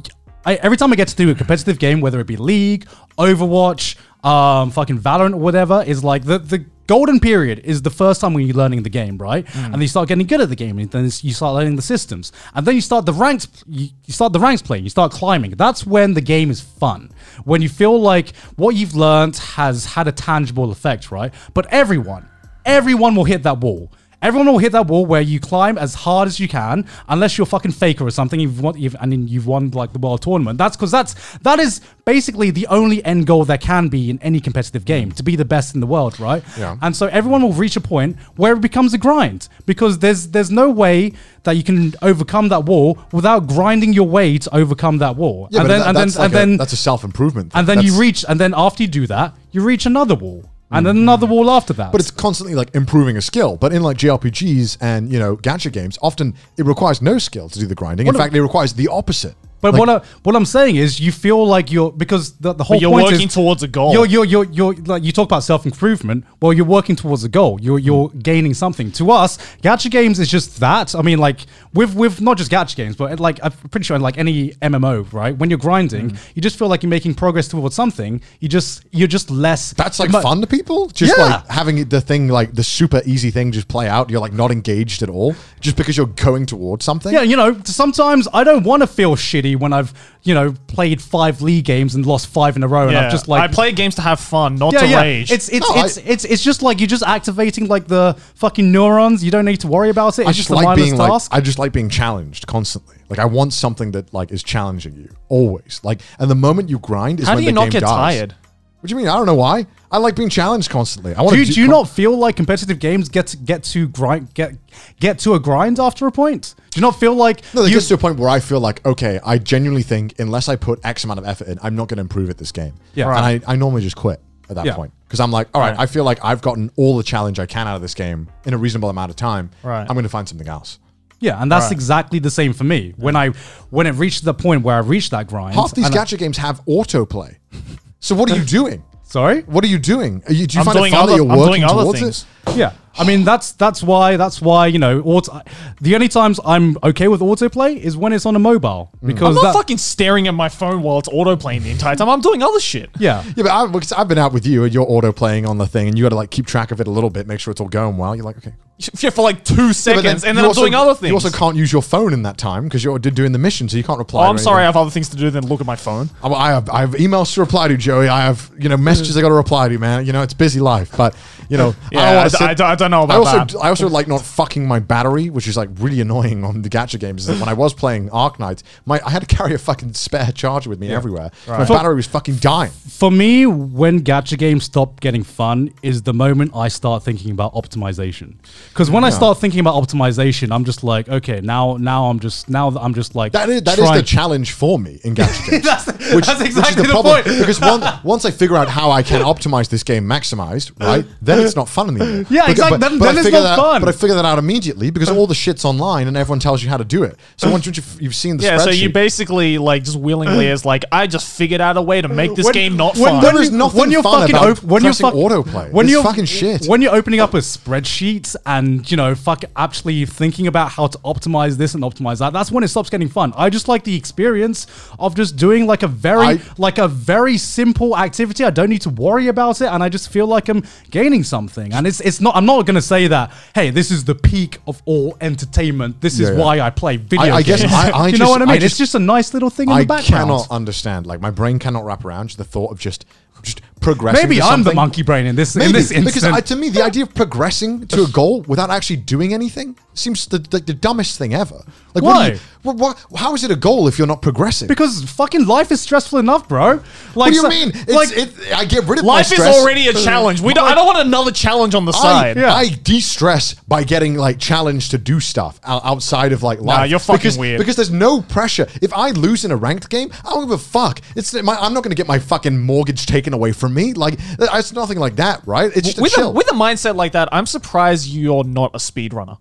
Speaker 2: I, every time I get to do a competitive game, whether it be League, Overwatch, um, fucking Valorant, or whatever, is like the the golden period is the first time when you're learning the game, right? And then you start getting good at the game, and then you start learning the systems, and then you start the ranks. You, you start the ranks playing. You start climbing. That's when the game is fun. When you feel like what you've learned has had a tangible effect, right? But everyone, everyone will hit that wall. Everyone will hit that wall where you climb as hard as you can, unless you're fucking faker or something. You've won, you've, I mean, you've won like the world tournament. That's because that's that is basically the only end goal there can be in any competitive game to be the best in the world, right?
Speaker 1: Yeah.
Speaker 2: And so everyone will reach a point where it becomes a grind because there's there's no way that you can overcome that wall without grinding your way to overcome that wall.
Speaker 1: Yeah, but
Speaker 2: and then
Speaker 1: that-
Speaker 2: and then
Speaker 1: that's like
Speaker 2: and
Speaker 1: a-
Speaker 2: then
Speaker 1: that's a self improvement.
Speaker 2: and then you reach and then after you do that, you reach another wall and then another wall after that.
Speaker 1: Mm-hmm. but it's constantly like improving a skill. But in like JRPGs and you know gacha games, often it requires no skill to do the grinding. In fact, it requires the opposite.
Speaker 2: But
Speaker 1: Like,
Speaker 2: what I, what I'm saying is, you feel like you're because the, the whole
Speaker 3: you're
Speaker 2: point
Speaker 3: working
Speaker 2: is
Speaker 3: towards a goal.
Speaker 2: You're you're you're, you're like you talk about self improvement. Well, you're working towards a goal. You're you're
Speaker 3: Hmm.
Speaker 2: gaining something. To us, gacha games is just that. I mean, like with with not just gacha games, but like I'm pretty sure in like any MMO, right? When you're
Speaker 3: Hmm.
Speaker 2: grinding, you just feel like you're making progress towards something. You just you're just less.
Speaker 1: that's like
Speaker 2: emo-
Speaker 1: fun to people. Just
Speaker 2: Yeah.
Speaker 1: like having it- the thing like the super easy thing just play out. You're like not engaged at all just because you're going towards something.
Speaker 2: Yeah, you know, sometimes I don't want to feel shitty when I've, you know, played five league games and lost five in a row, and
Speaker 3: Yeah.
Speaker 2: I've just like
Speaker 3: I play games to have fun, not to rage.
Speaker 2: It's it's
Speaker 1: No,
Speaker 2: it's,
Speaker 1: I-
Speaker 2: it's it's just like you're just activating like the fucking neurons. You don't need to worry about it. It's
Speaker 1: I
Speaker 2: just
Speaker 1: just
Speaker 2: a
Speaker 1: like
Speaker 2: mindless
Speaker 1: being
Speaker 2: task.
Speaker 1: like I just like being challenged constantly. Like I want something that like is challenging you always. Like and the moment you grind is
Speaker 3: how
Speaker 1: when
Speaker 3: do you
Speaker 1: the
Speaker 3: not
Speaker 1: game
Speaker 3: get
Speaker 1: dies.
Speaker 3: tired?
Speaker 1: What do you mean? I don't know why. I like being challenged constantly. I want
Speaker 2: do
Speaker 1: to
Speaker 2: you, do you not feel like competitive games get to get to grind get get to a grind after a point? Do you not feel like
Speaker 1: No, it
Speaker 2: you,
Speaker 1: gets to a point where I feel like, okay, I genuinely think unless I put X amount of effort in, I'm not going to improve at this game.
Speaker 2: Yeah.
Speaker 1: And I, I normally just quit at that
Speaker 2: Yeah.
Speaker 1: point because I'm like, all right,
Speaker 3: Right.
Speaker 1: I feel like I've gotten all the challenge I can out of this game in a reasonable amount of time.
Speaker 3: Right.
Speaker 1: I'm going to find something else.
Speaker 2: yeah, and that's
Speaker 3: Right.
Speaker 2: exactly the same for me. When I when it reached the point where I reached that grind,
Speaker 1: Half these
Speaker 2: and I-
Speaker 1: gacha games have autoplay. [laughs] So what are you doing?
Speaker 2: sorry,
Speaker 1: What are you doing? Are you, do you
Speaker 3: I'm
Speaker 1: find
Speaker 3: doing
Speaker 1: it fun
Speaker 3: other-
Speaker 1: that you're
Speaker 3: I'm
Speaker 1: working
Speaker 3: doing other
Speaker 1: towards
Speaker 3: things.
Speaker 1: it?
Speaker 2: Yeah, I mean that's that's why that's why you know auto, the only times I'm okay with autoplay is when it's on a mobile
Speaker 1: Mm.
Speaker 2: because
Speaker 3: I'm not
Speaker 2: that
Speaker 3: fucking staring at my phone while it's autoplaying the entire time. I'm doing other shit.
Speaker 2: yeah
Speaker 1: Yeah, but I, because I've been out with you and you're auto playing on the thing, and you got to like keep track of it a little bit, make sure it's all going well. You're like, okay,
Speaker 3: [laughs] Yeah, for like two
Speaker 1: Yeah, but
Speaker 3: seconds,
Speaker 1: then
Speaker 3: and
Speaker 1: you
Speaker 3: then I'm
Speaker 1: also-
Speaker 3: doing other things.
Speaker 1: You also can't use your phone in that time because you're d- doing the mission, so you can't reply.
Speaker 3: oh,
Speaker 1: or
Speaker 3: I'm sorry, I
Speaker 1: anything.
Speaker 3: have other things to do than look at my phone.
Speaker 1: I I have I have emails to reply to, Joey. I have you know messages I got to reply to, man. You know it's busy life, but you know
Speaker 3: [laughs] Yeah,
Speaker 1: I
Speaker 3: I,
Speaker 1: don't
Speaker 3: d- I
Speaker 1: want
Speaker 3: d-
Speaker 1: to.
Speaker 3: I don't know
Speaker 1: I
Speaker 3: about
Speaker 1: also
Speaker 3: that.
Speaker 1: I also like not fucking my battery, which is like really annoying on the gacha games. Is that when I was playing Ark Knights, my I had to carry a fucking spare charger with me everywhere. My battery was fucking dying.
Speaker 2: for me, when gacha games stop getting fun is the moment I start thinking about optimization. Because when I start thinking about optimization, I'm just like, okay, now, now I'm just, now I'm just like,
Speaker 1: That is that is
Speaker 2: [laughs] trying-
Speaker 1: the challenge for me in Gacha Games.
Speaker 2: That's- that's exactly the point. [laughs]
Speaker 1: Because one, once I figure out how I can optimize this game maximized, right, then it's not fun anymore.
Speaker 2: [laughs] Yeah,
Speaker 1: Beca-
Speaker 2: exact- then- then
Speaker 1: I
Speaker 2: it's
Speaker 1: figure
Speaker 2: not
Speaker 1: that-
Speaker 2: fun.
Speaker 1: But I figure that out immediately because all the shit's online and everyone tells you how to do it. So once you've, you've seen the
Speaker 3: Yeah,
Speaker 1: spreadsheet,
Speaker 3: so you basically like just willingly is like I just figured out a way to make this
Speaker 2: When-
Speaker 3: game not
Speaker 2: when-
Speaker 3: fun.
Speaker 2: when
Speaker 1: There is
Speaker 2: you-
Speaker 1: nothing
Speaker 2: when you're
Speaker 1: fun
Speaker 2: fucking
Speaker 1: about
Speaker 2: op- when you're
Speaker 1: pressing
Speaker 2: fuck-
Speaker 1: autoplay.
Speaker 2: when
Speaker 1: It's
Speaker 2: you're
Speaker 1: fucking shit.
Speaker 2: when you're opening up a spreadsheet and you know fuck actually thinking about how to optimize this and optimize that that's when it stops getting fun i just like the experience of just doing like a very
Speaker 1: I-
Speaker 2: like a very simple activity i don't need to worry about it and i just feel like i'm gaining something and it's it's not i'm not going to say that hey this is the peak of all entertainment this is
Speaker 1: Yeah, yeah.
Speaker 2: why i play video
Speaker 1: I
Speaker 2: games
Speaker 1: guess
Speaker 2: [laughs]
Speaker 1: I- I
Speaker 2: you know
Speaker 1: just-
Speaker 2: what i
Speaker 1: I
Speaker 2: mean it's
Speaker 1: just-
Speaker 2: just a nice little thing in
Speaker 1: I
Speaker 2: the background
Speaker 1: cannot understand. Like my brain cannot wrap around to the thought of just just progressing.
Speaker 2: Maybe
Speaker 1: to
Speaker 2: I'm the
Speaker 1: something.
Speaker 2: monkey brain in this in
Speaker 1: Maybe,
Speaker 2: this
Speaker 1: because
Speaker 2: instance.
Speaker 1: I, to me, the idea of progressing to a goal without actually doing anything seems the, the, the dumbest thing ever. Like, what do you- wha- wha- how is it a goal if you're not progressing?
Speaker 2: Because fucking life is stressful enough, bro. Like,
Speaker 1: what do you
Speaker 2: so-
Speaker 1: mean? It's,
Speaker 2: like,
Speaker 1: it, I get rid of my
Speaker 3: Life is
Speaker 1: stress. Uh,
Speaker 3: already a challenge. We don't. I don't want another challenge on the
Speaker 1: I,
Speaker 3: side.
Speaker 1: I de-stress by getting like challenged to do stuff out- outside of like life.
Speaker 3: you're fucking
Speaker 1: because,
Speaker 3: weird.
Speaker 1: Because there's no pressure. If I lose in a ranked game, I don't give a fuck. It's my, I'm not going to get my fucking mortgage taken away from me. Like it's nothing like that, right? It's just a
Speaker 3: With a,
Speaker 1: chill.
Speaker 3: with a mindset like that, I'm surprised you're not a speedrunner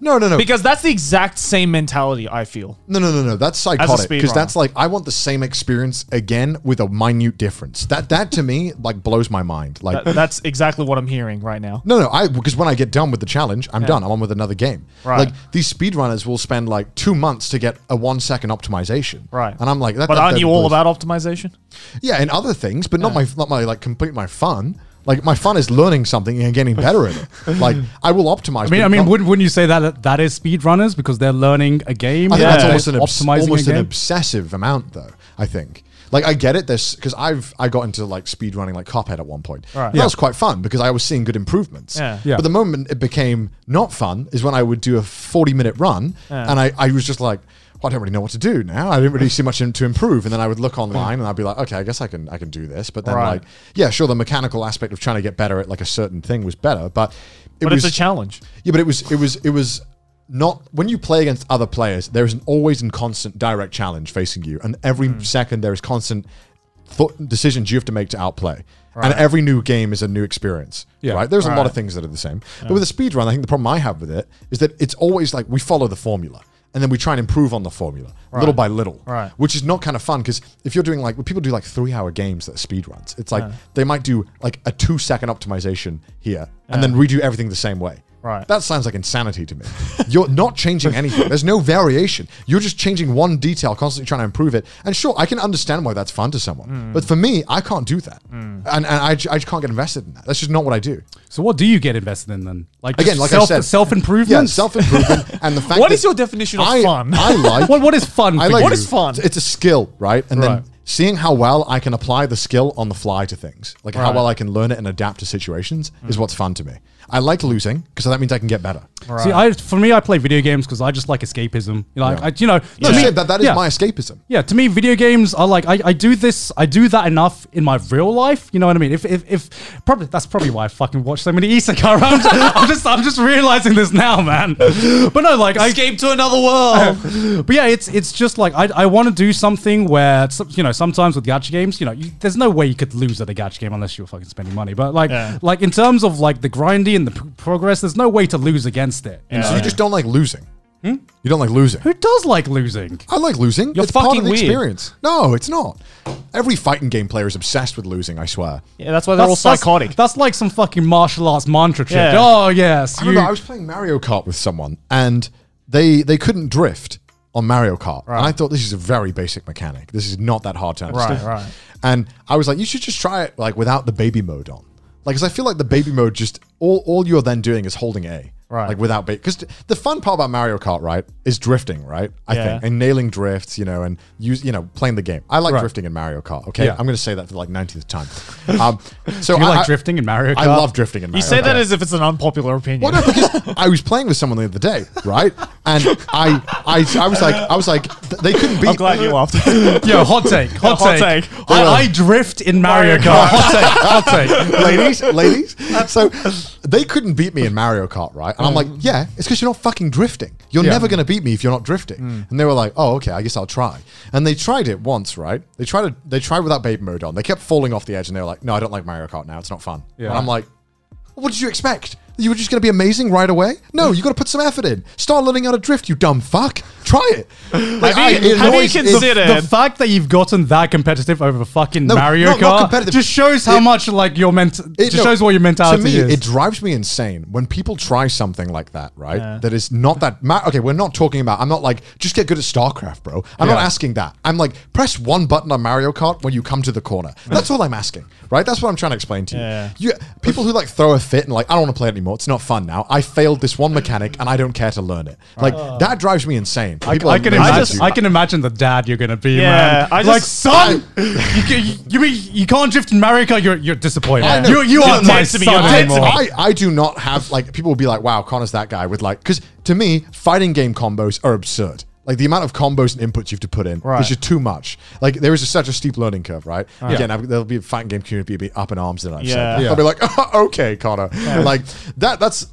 Speaker 1: no, no, no.
Speaker 3: because that's the exact same mentality I feel.
Speaker 1: No, no, no, no. That's psychotic
Speaker 3: speed
Speaker 1: because
Speaker 3: runner.
Speaker 1: that's like I want the same experience again with a minute difference. That that to me like blows my mind. [laughs] Like
Speaker 3: That- that's exactly what I'm hearing right now.
Speaker 1: no, no, I because when I get done with the challenge, I'm done. I'm on with another game.
Speaker 3: Right.
Speaker 1: Like these speedrunners will spend like two months to get a one second optimization.
Speaker 3: Right.
Speaker 1: And I'm like, that,
Speaker 3: But
Speaker 1: that-
Speaker 3: aren't
Speaker 1: that
Speaker 3: you all
Speaker 1: blows-
Speaker 3: about optimization?
Speaker 1: Yeah, and other things, but not my not my like complete my fun. Like my fun is learning something and getting better at it.
Speaker 3: [laughs]
Speaker 1: Like I will optimize.
Speaker 2: I mean, I mean, wouldn't, wouldn't you say that that is speedrunners because they're learning a game?
Speaker 1: I think
Speaker 2: and
Speaker 1: that's almost an obs-
Speaker 2: optimizing
Speaker 1: almost
Speaker 2: a
Speaker 1: an
Speaker 2: game?
Speaker 1: obsessive amount, though. I think. Like I get it, this because I've I got into like speed running like Cophead at one point.
Speaker 3: Right.
Speaker 1: That was quite fun because I was seeing good improvements.
Speaker 3: Yeah.
Speaker 2: Yeah.
Speaker 1: But the moment it became not fun is when I would do a forty minute run and I, I was just like, well, I don't really know what to do now. I didn't really see much in- to improve. And then I would look online and I'd be like, okay, I guess I can I can do this. But then
Speaker 3: Right.
Speaker 1: like, yeah, sure, the mechanical aspect of trying to get better at like a certain thing was better, but it
Speaker 3: But
Speaker 1: was
Speaker 3: it's a challenge.
Speaker 1: yeah, but it was it was it was not when you play against other players. There is an always and constant direct challenge facing you, and every
Speaker 3: Hmm.
Speaker 1: second there is constant thought decisions you have to make to outplay. And every new game is a new experience,
Speaker 2: Yeah.
Speaker 1: right? There's a lot
Speaker 3: Right.
Speaker 1: of things that are the same, but with a speed run, I think the problem I have with it is that it's always like we follow the formula. And then we try and improve on the formula little by little,
Speaker 3: Right.
Speaker 1: which is not kind of fun because if you're doing like when people do like three hour games that are speed runs, it's like they might do like a two second optimization here and then redo everything the same way.
Speaker 3: Right.
Speaker 1: That sounds like insanity to me. You're not changing anything. There's no variation. You're just changing one detail, constantly trying to improve it. And sure, I can understand why that's fun to someone.
Speaker 3: Hmm.
Speaker 1: But for me, I can't do that. And, and I, j- I just can't get invested in that. That's just not what I do.
Speaker 2: So what do you get invested in then? Like just
Speaker 1: Again, like
Speaker 2: self,
Speaker 1: I said,
Speaker 2: self
Speaker 1: Yeah,
Speaker 2: improvement.
Speaker 1: self improvement. and the fact
Speaker 3: What
Speaker 1: that
Speaker 3: is your definition of
Speaker 1: I-
Speaker 3: fun? [laughs]
Speaker 1: I like.
Speaker 2: What what is fun?
Speaker 1: I
Speaker 2: for
Speaker 1: like
Speaker 2: you?
Speaker 3: What is fun?
Speaker 1: It's a skill, right? And
Speaker 2: Right.
Speaker 1: then seeing how well I can apply the skill on the fly to things, like how
Speaker 3: Right. Hmm.
Speaker 1: well I can learn it and adapt to situations, is what's fun to me. I like losing because that means I can get better.
Speaker 2: See, I for me, I play video games because I just like escapism. You know, like,
Speaker 1: Yeah.
Speaker 2: I, you know,
Speaker 1: No,
Speaker 2: to me-
Speaker 1: shit, that, that is
Speaker 2: yeah.
Speaker 1: my escapism.
Speaker 2: Yeah, to me, video games are like I, I do this, I do that enough in my real life. You know what I mean? If if, if probably that's probably why I fucking watch so many isekai. I'm just, [laughs] I'm just I'm just realizing this now, man. But no, like I
Speaker 3: Escape to another
Speaker 2: [laughs]
Speaker 3: world.
Speaker 2: but yeah, it's it's just like I, I want to do something where it's- you know sometimes with gacha games, you know, you, there's no way you could lose at a gacha game unless you were fucking spending money. But like
Speaker 3: Yeah.
Speaker 2: like in terms of like the grindy and the p- progress, there's no way to lose against it.
Speaker 3: Yeah. Hmm?
Speaker 1: So you just don't like losing. You don't like losing.
Speaker 2: Who does like losing?
Speaker 1: I like losing.
Speaker 3: You're
Speaker 1: it's part
Speaker 3: fucking
Speaker 1: of the
Speaker 3: weird.
Speaker 1: experience. No, it's not. Every fighting game player is obsessed with losing. I swear.
Speaker 3: yeah, that's why they're all psychotic.
Speaker 2: That's, like some fucking martial arts mantra trick.
Speaker 3: Yeah.
Speaker 2: Oh yes,
Speaker 1: I
Speaker 2: you,
Speaker 1: remember I was playing Mario Kart with someone, and they they couldn't drift on Mario Kart. And I thought this is a very basic mechanic. This is not that hard to understand.
Speaker 3: right.
Speaker 1: And I was like, you should just try it like without the baby mode on. Like, because I feel like the baby mode just all all you're then doing is holding A.
Speaker 3: Right.
Speaker 1: Like without baby, because the fun part about Mario Kart, right, is drifting, right? I
Speaker 3: Yeah.
Speaker 1: think and nailing drifts, you know, and use, you know, playing the game. I like drifting in Mario Kart. Okay,
Speaker 2: Yeah.
Speaker 1: I'm going to say that for like 19th time. [laughs] Um, so
Speaker 2: you
Speaker 1: I,
Speaker 2: like
Speaker 1: I-
Speaker 2: drifting in Mario Kart?
Speaker 1: I love drifting in Mario.
Speaker 3: you say
Speaker 1: Kart.
Speaker 3: that as if it's an unpopular opinion.
Speaker 1: Well, no, because I was playing with someone the other day, right? And I, I, I was like, I was like, th- they couldn't beat.
Speaker 3: I'm glad you laughed.
Speaker 2: Yo, hot take, hot,
Speaker 3: Hot
Speaker 2: take.
Speaker 3: take.
Speaker 2: I, I drift in Mario
Speaker 3: Mario
Speaker 1: [laughs]
Speaker 2: Kart. hot take, hot take.
Speaker 3: [laughs]
Speaker 1: ladies, ladies. So they couldn't beat me in Mario Kart, right? And I'm like, yeah, it's because you're not fucking drifting. You're
Speaker 3: Mm. Yeah. Mm.
Speaker 1: never going to beat me if you're not drifting. And they were like, oh, okay, I guess I'll try. And they tried it once, right? They tried it. They tried without baby mode on. They kept falling off the edge, and they were like, no, I don't like Mario Kart now. It's not fun.
Speaker 3: Yeah.
Speaker 1: And I'm like, what did you expect? You were just going to be amazing right away? No, you got to put some effort in. Start learning how to drift, you dumb fuck. Try it. Like,
Speaker 3: [laughs] Have you-
Speaker 1: it
Speaker 3: have you
Speaker 1: annoys- it-
Speaker 3: considered-
Speaker 2: The fact that you've gotten that competitive over fucking
Speaker 1: No,
Speaker 2: Mario
Speaker 1: not- not
Speaker 2: Kart
Speaker 1: competitive.
Speaker 2: just shows how
Speaker 1: It-
Speaker 2: much like your ment
Speaker 1: It-
Speaker 2: just
Speaker 1: no,
Speaker 2: shows what your mentality
Speaker 1: to me,
Speaker 2: is.
Speaker 1: It drives me insane when people try something like that, right? That is not that. Ma- okay, we're not talking about. I'm not like just get good at StarCraft, bro. I'm not asking that. I'm like press one button on Mario Kart when you come to the corner. That's all I'm asking, right? That's what I'm trying to explain to you.
Speaker 3: Yeah.
Speaker 1: You people who like throw a fit and like I don't want to play it anymore. It's not fun now. I failed this one mechanic and I don't care to learn it. Like that drives me insane.
Speaker 2: Oh. I,
Speaker 1: People
Speaker 2: I
Speaker 1: are
Speaker 2: can
Speaker 1: meant to
Speaker 2: imagine.
Speaker 1: do
Speaker 2: I
Speaker 1: that.
Speaker 2: can imagine the dad you're gonna be,
Speaker 3: Yeah,
Speaker 2: man.
Speaker 3: I
Speaker 2: like,
Speaker 3: just-
Speaker 2: son, you, can, you, you mean you can't drift in Mario Kart? You're you're disappointed.
Speaker 1: I know.
Speaker 2: You you
Speaker 1: You're
Speaker 2: aren't my
Speaker 3: dead to me. You're
Speaker 2: son
Speaker 3: dead to
Speaker 2: anymore.
Speaker 1: I,
Speaker 3: me.
Speaker 1: I do not have like people will be like, wow, Connor's that guy with like because to me, fighting game combos are absurd. Like the amount of combos and inputs you have to put in
Speaker 3: Right.
Speaker 1: is just too much. Like there is a, such a steep learning curve, right? Again, I, there'll be a fighting game community be up in arms that I've said.
Speaker 3: Yeah.
Speaker 1: That.
Speaker 3: Yeah.
Speaker 1: I'll be like, [laughs] okay, Connor. Like that. That's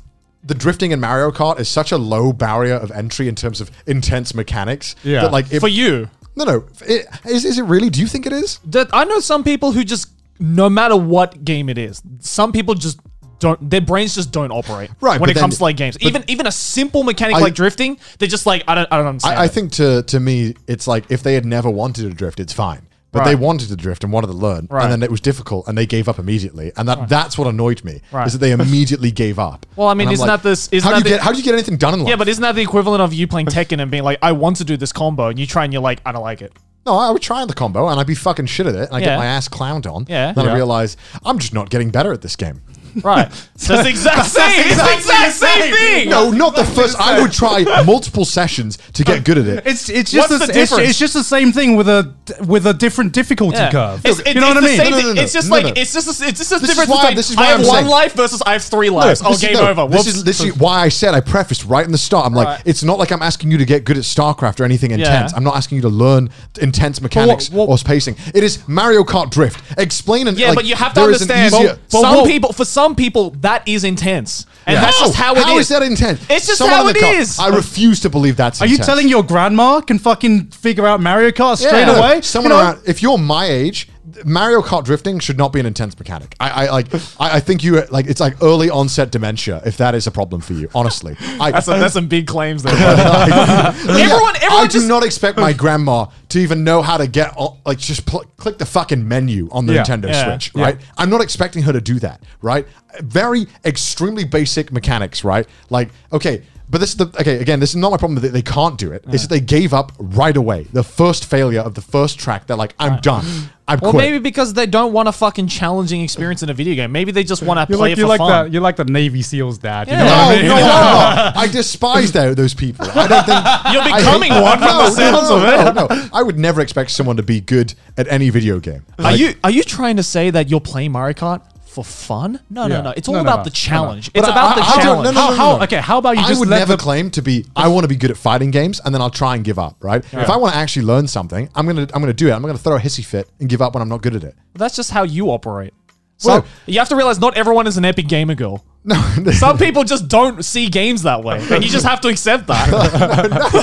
Speaker 1: the drifting in Mario Kart is such a low barrier of entry in terms of intense mechanics.
Speaker 2: Yeah.
Speaker 1: That, like if,
Speaker 3: [laughs] for you.
Speaker 1: No, no. It, is is it really? Do you think it is?
Speaker 3: That I know some people who just no matter what game it is, some people just don't their brains just don't operate
Speaker 1: Right,
Speaker 3: when
Speaker 1: but
Speaker 3: it comes
Speaker 1: then-
Speaker 3: to like games. Even even a simple mechanic
Speaker 1: I-
Speaker 3: like drifting, they're just like I don't I don't understand.
Speaker 1: I, I
Speaker 3: it.
Speaker 1: think to to me, it's like if they had never wanted to drift, it's fine. But they
Speaker 3: Right.
Speaker 1: wanted to drift and wanted to learn,
Speaker 3: Right.
Speaker 1: and then it was difficult, and they gave up immediately. And that that's what annoyed me
Speaker 3: Right.
Speaker 1: is that they immediately gave up.
Speaker 3: Well, I
Speaker 1: And
Speaker 3: mean,
Speaker 1: I'm
Speaker 3: isn't that this- isn't
Speaker 1: how do
Speaker 3: that
Speaker 1: you
Speaker 3: the-
Speaker 1: get how do you get anything done in life?
Speaker 3: yeah, but isn't that the equivalent of you playing Tekken and being like, I want to do this combo, and you try and you're like, I
Speaker 1: [laughs]
Speaker 3: don't like it.
Speaker 1: no, I would try the combo, and I'd be fucking shit at it, and I
Speaker 3: Yeah.
Speaker 1: get my ass clowned on.
Speaker 3: Yeah.
Speaker 1: Then
Speaker 3: Yeah.
Speaker 1: I realize I'm just not getting better at this game.
Speaker 3: Right. so it's the exact same. It's the exact same thing.
Speaker 1: No, not the first. I would try multiple sessions to get good at it.
Speaker 2: It's it's just
Speaker 3: What's
Speaker 2: the,
Speaker 3: the
Speaker 2: it's,
Speaker 3: difference?
Speaker 2: it's just the same thing with a with a different difficulty
Speaker 3: Yeah.
Speaker 2: curve.
Speaker 3: It's, it-
Speaker 2: you know
Speaker 3: it's
Speaker 2: what I
Speaker 3: the
Speaker 2: mean?
Speaker 3: Same
Speaker 1: No, no,
Speaker 3: thing.
Speaker 1: no, no,
Speaker 3: It's just
Speaker 1: no,
Speaker 3: like
Speaker 1: no.
Speaker 3: it's just it's just a
Speaker 1: This is
Speaker 3: difference.
Speaker 1: why-
Speaker 3: between
Speaker 1: this is why
Speaker 3: I have
Speaker 1: I'm
Speaker 3: one
Speaker 1: saying-
Speaker 3: life versus I have three
Speaker 1: No,
Speaker 3: lives. oh,
Speaker 1: this is-
Speaker 3: game
Speaker 1: no,
Speaker 3: over.
Speaker 1: This
Speaker 3: Whoops.
Speaker 1: is, this is why I said I prefaced right in the start. I'm like,
Speaker 3: Right.
Speaker 1: it's not like I'm asking you to get good at StarCraft or anything intense. I'm not asking you to learn t- intense mechanics
Speaker 3: what-
Speaker 1: or spacing. It is Mario Kart Drift. Explain and
Speaker 3: Yeah,
Speaker 1: like,
Speaker 3: but you have to
Speaker 1: there is an
Speaker 3: understand.
Speaker 1: easier-
Speaker 3: some
Speaker 2: what-
Speaker 3: people, for some people, that is intense, and that's
Speaker 1: No,
Speaker 3: just how it is.
Speaker 1: How is that intense?
Speaker 3: It's just
Speaker 1: Someone
Speaker 3: how
Speaker 1: in the
Speaker 3: it
Speaker 1: car-
Speaker 3: is.
Speaker 1: I refuse to believe that's.
Speaker 2: Are you
Speaker 1: intense.
Speaker 2: telling your grandma can fucking figure out Mario Kart straight
Speaker 3: Yeah.
Speaker 2: away?
Speaker 1: Someone
Speaker 2: You know,
Speaker 1: around, if you're my age, Mario Kart drifting should not be an intense mechanic. I, I like, I, I think you like it's like early onset dementia if that is a problem for you. Honestly, I,
Speaker 3: That's, a, that's some big
Speaker 1: [laughs]
Speaker 3: claims there. Everyone- everyone
Speaker 1: I
Speaker 3: just- Oh.
Speaker 1: do not expect my grandma to even know how to get on, like just pl- click the fucking menu on the
Speaker 2: Yeah,
Speaker 1: Nintendo
Speaker 3: yeah,
Speaker 1: Switch,
Speaker 3: yeah.
Speaker 1: right? I'm not expecting her to do that, right? Very extremely basic mechanics, right? Like, okay, but this is the okay again. This is not my problem that they can't do it. It's that they gave up right away. The first failure of the first track, they're like, I'm done. I'm
Speaker 3: Or
Speaker 1: quit.
Speaker 3: maybe because they don't want a fucking challenging experience in a video game. Maybe they just want to
Speaker 2: you're
Speaker 3: play
Speaker 2: like
Speaker 3: it
Speaker 2: you're
Speaker 3: for
Speaker 2: like
Speaker 3: fun.
Speaker 2: that. You're like the Navy SEALs dad. [laughs] You
Speaker 3: Yeah.
Speaker 2: know
Speaker 1: [laughs] No,
Speaker 2: what
Speaker 1: no,
Speaker 2: I mean?
Speaker 1: no, I'm not. I despise tho- those people. I
Speaker 3: [laughs]
Speaker 1: don't think
Speaker 3: You're
Speaker 1: I hate
Speaker 3: becoming
Speaker 1: them.
Speaker 3: one
Speaker 1: [laughs]
Speaker 3: from
Speaker 1: No,
Speaker 3: the sounds
Speaker 1: no,
Speaker 3: of
Speaker 1: no,
Speaker 3: it.
Speaker 1: no, no. I would never expect someone to be good at any video game.
Speaker 3: Are
Speaker 1: Like,
Speaker 3: you are you trying to say that you're playing Mario Kart for fun? No, no,
Speaker 2: Yeah.
Speaker 3: no. It's all
Speaker 2: No, no,
Speaker 3: about
Speaker 2: no.
Speaker 3: the
Speaker 2: No, no.
Speaker 3: challenge.
Speaker 1: but
Speaker 3: It's
Speaker 1: I-
Speaker 3: about
Speaker 1: I-
Speaker 3: the
Speaker 1: I don't-
Speaker 3: challenge.
Speaker 1: no, no,
Speaker 3: How-
Speaker 1: no, no,
Speaker 3: how-
Speaker 1: no.
Speaker 3: Okay, how about you
Speaker 1: I
Speaker 3: just
Speaker 1: would
Speaker 3: let
Speaker 1: never
Speaker 3: the
Speaker 1: claim to be. I want to be good at fighting games, and then I'll try and give up. Right? If I want to actually learn something, I'm gonna I'm gonna do it. I'm gonna throw a hissy fit and give up when I'm not good at it. [laughs]
Speaker 3: That's just how you operate. So
Speaker 1: Well-
Speaker 3: you have to realize not everyone is an epic gamer girl.
Speaker 1: No, [laughs]
Speaker 3: Some people just don't see games that way, and you just have to accept
Speaker 1: [laughs]
Speaker 3: that.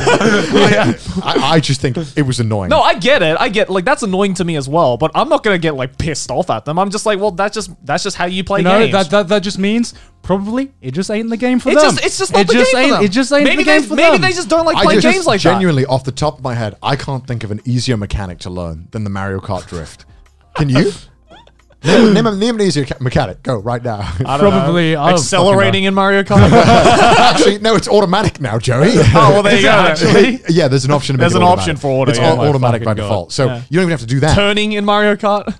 Speaker 1: I, I, I just think it was annoying.
Speaker 3: no, I get it. I get like that's annoying to me as well, but I'm not gonna get like pissed off at them. I'm just like, well, that's just that's just how you play
Speaker 2: You know
Speaker 3: games.
Speaker 2: that, that that just means probably it just ain't the game for
Speaker 3: it's
Speaker 2: them.
Speaker 3: just it's just not the game
Speaker 2: ain't,
Speaker 3: for them.
Speaker 2: It just ain't the
Speaker 3: maybe
Speaker 2: game
Speaker 3: they,
Speaker 2: for
Speaker 3: maybe
Speaker 2: them.
Speaker 3: they just don't like
Speaker 1: I
Speaker 3: playing
Speaker 1: just
Speaker 3: games like
Speaker 1: genuinely, off the top of my head, I can't think of an easier mechanic to learn than the Mario Kart drift. Can you?
Speaker 3: [laughs]
Speaker 1: name, name, name an easier ca- mechanic. Go right now.
Speaker 3: that.
Speaker 2: probably I
Speaker 3: I
Speaker 2: don't
Speaker 3: accelerating in Mario Kart.
Speaker 1: [laughs] actually, no, it's automatic now,
Speaker 3: [laughs]
Speaker 1: Joey.
Speaker 3: oh well, there you go. Actually,
Speaker 1: yeah, there's an option. To
Speaker 3: There's
Speaker 1: make it
Speaker 3: an
Speaker 1: automatic.
Speaker 3: option for auto,
Speaker 1: It's
Speaker 3: yeah.
Speaker 1: all
Speaker 3: Oh my
Speaker 1: automatic by
Speaker 3: fucking God.
Speaker 1: default, so you don't even have to do
Speaker 3: [laughs]
Speaker 1: that.
Speaker 3: turning in Mario Kart.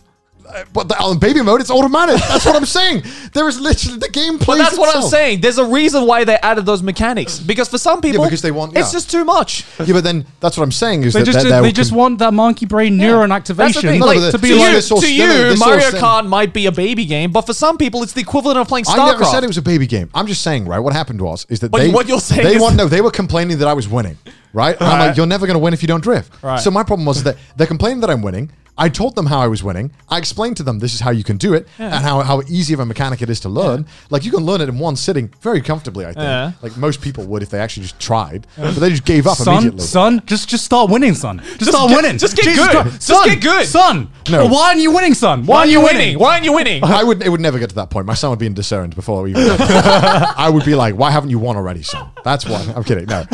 Speaker 1: But the, on baby mode, it's automatic. That's what I'm saying. There is literally the game plays.
Speaker 3: But that's what I'm
Speaker 1: itself.
Speaker 3: saying. There's a reason why they added those mechanics because for some people,
Speaker 1: because they want-
Speaker 3: it's
Speaker 1: yeah.
Speaker 3: just too much.
Speaker 1: Yeah, but then that's what I'm saying is
Speaker 2: They
Speaker 1: that
Speaker 2: just
Speaker 1: that- that
Speaker 2: they
Speaker 1: will
Speaker 2: just
Speaker 1: con-
Speaker 2: want that monkey brain neuron
Speaker 3: That's the
Speaker 2: activation
Speaker 3: thing.
Speaker 1: No,
Speaker 3: Like,
Speaker 1: but
Speaker 2: to
Speaker 3: to
Speaker 2: be
Speaker 1: this
Speaker 2: like
Speaker 3: you,
Speaker 1: this all-
Speaker 3: to
Speaker 1: no, no,
Speaker 3: you,
Speaker 1: this all
Speaker 3: Mario
Speaker 1: stem-
Speaker 3: Kart might be a baby game, but for some people, it's the equivalent of playing StarCraft.
Speaker 1: I never said it was a baby game. I'm just saying, right? What happened was is that
Speaker 3: But
Speaker 1: they
Speaker 3: what you're saying
Speaker 1: they
Speaker 3: is-
Speaker 1: want no. They were complaining that I was winning, right? And I'm like, you're never going to win if you don't drift. So my problem was that they're complaining that I'm winning. I told them how I was winning. I explained to them this is how you can do it and how, how easy of a mechanic it is to learn. Like you can learn it in one sitting very comfortably, I think.
Speaker 3: Yeah.
Speaker 1: Like most people would if they actually just tried. But they just gave up
Speaker 2: Son,
Speaker 1: immediately.
Speaker 2: son, just just start winning, son. Just, start
Speaker 3: get-
Speaker 2: winning.
Speaker 3: just get
Speaker 2: Jesus
Speaker 3: good.
Speaker 2: Christ.
Speaker 3: Just
Speaker 2: Son,
Speaker 3: get good.
Speaker 2: son.
Speaker 1: No.
Speaker 2: Why aren't you winning, son? Why,
Speaker 3: Why
Speaker 2: aren't you winning?
Speaker 3: Why aren't you winning?
Speaker 1: I would it would never get to that point. My son would be in discerned before we even
Speaker 2: [laughs]
Speaker 1: I would be like, why haven't you won already, son? That's why. I'm kidding. No.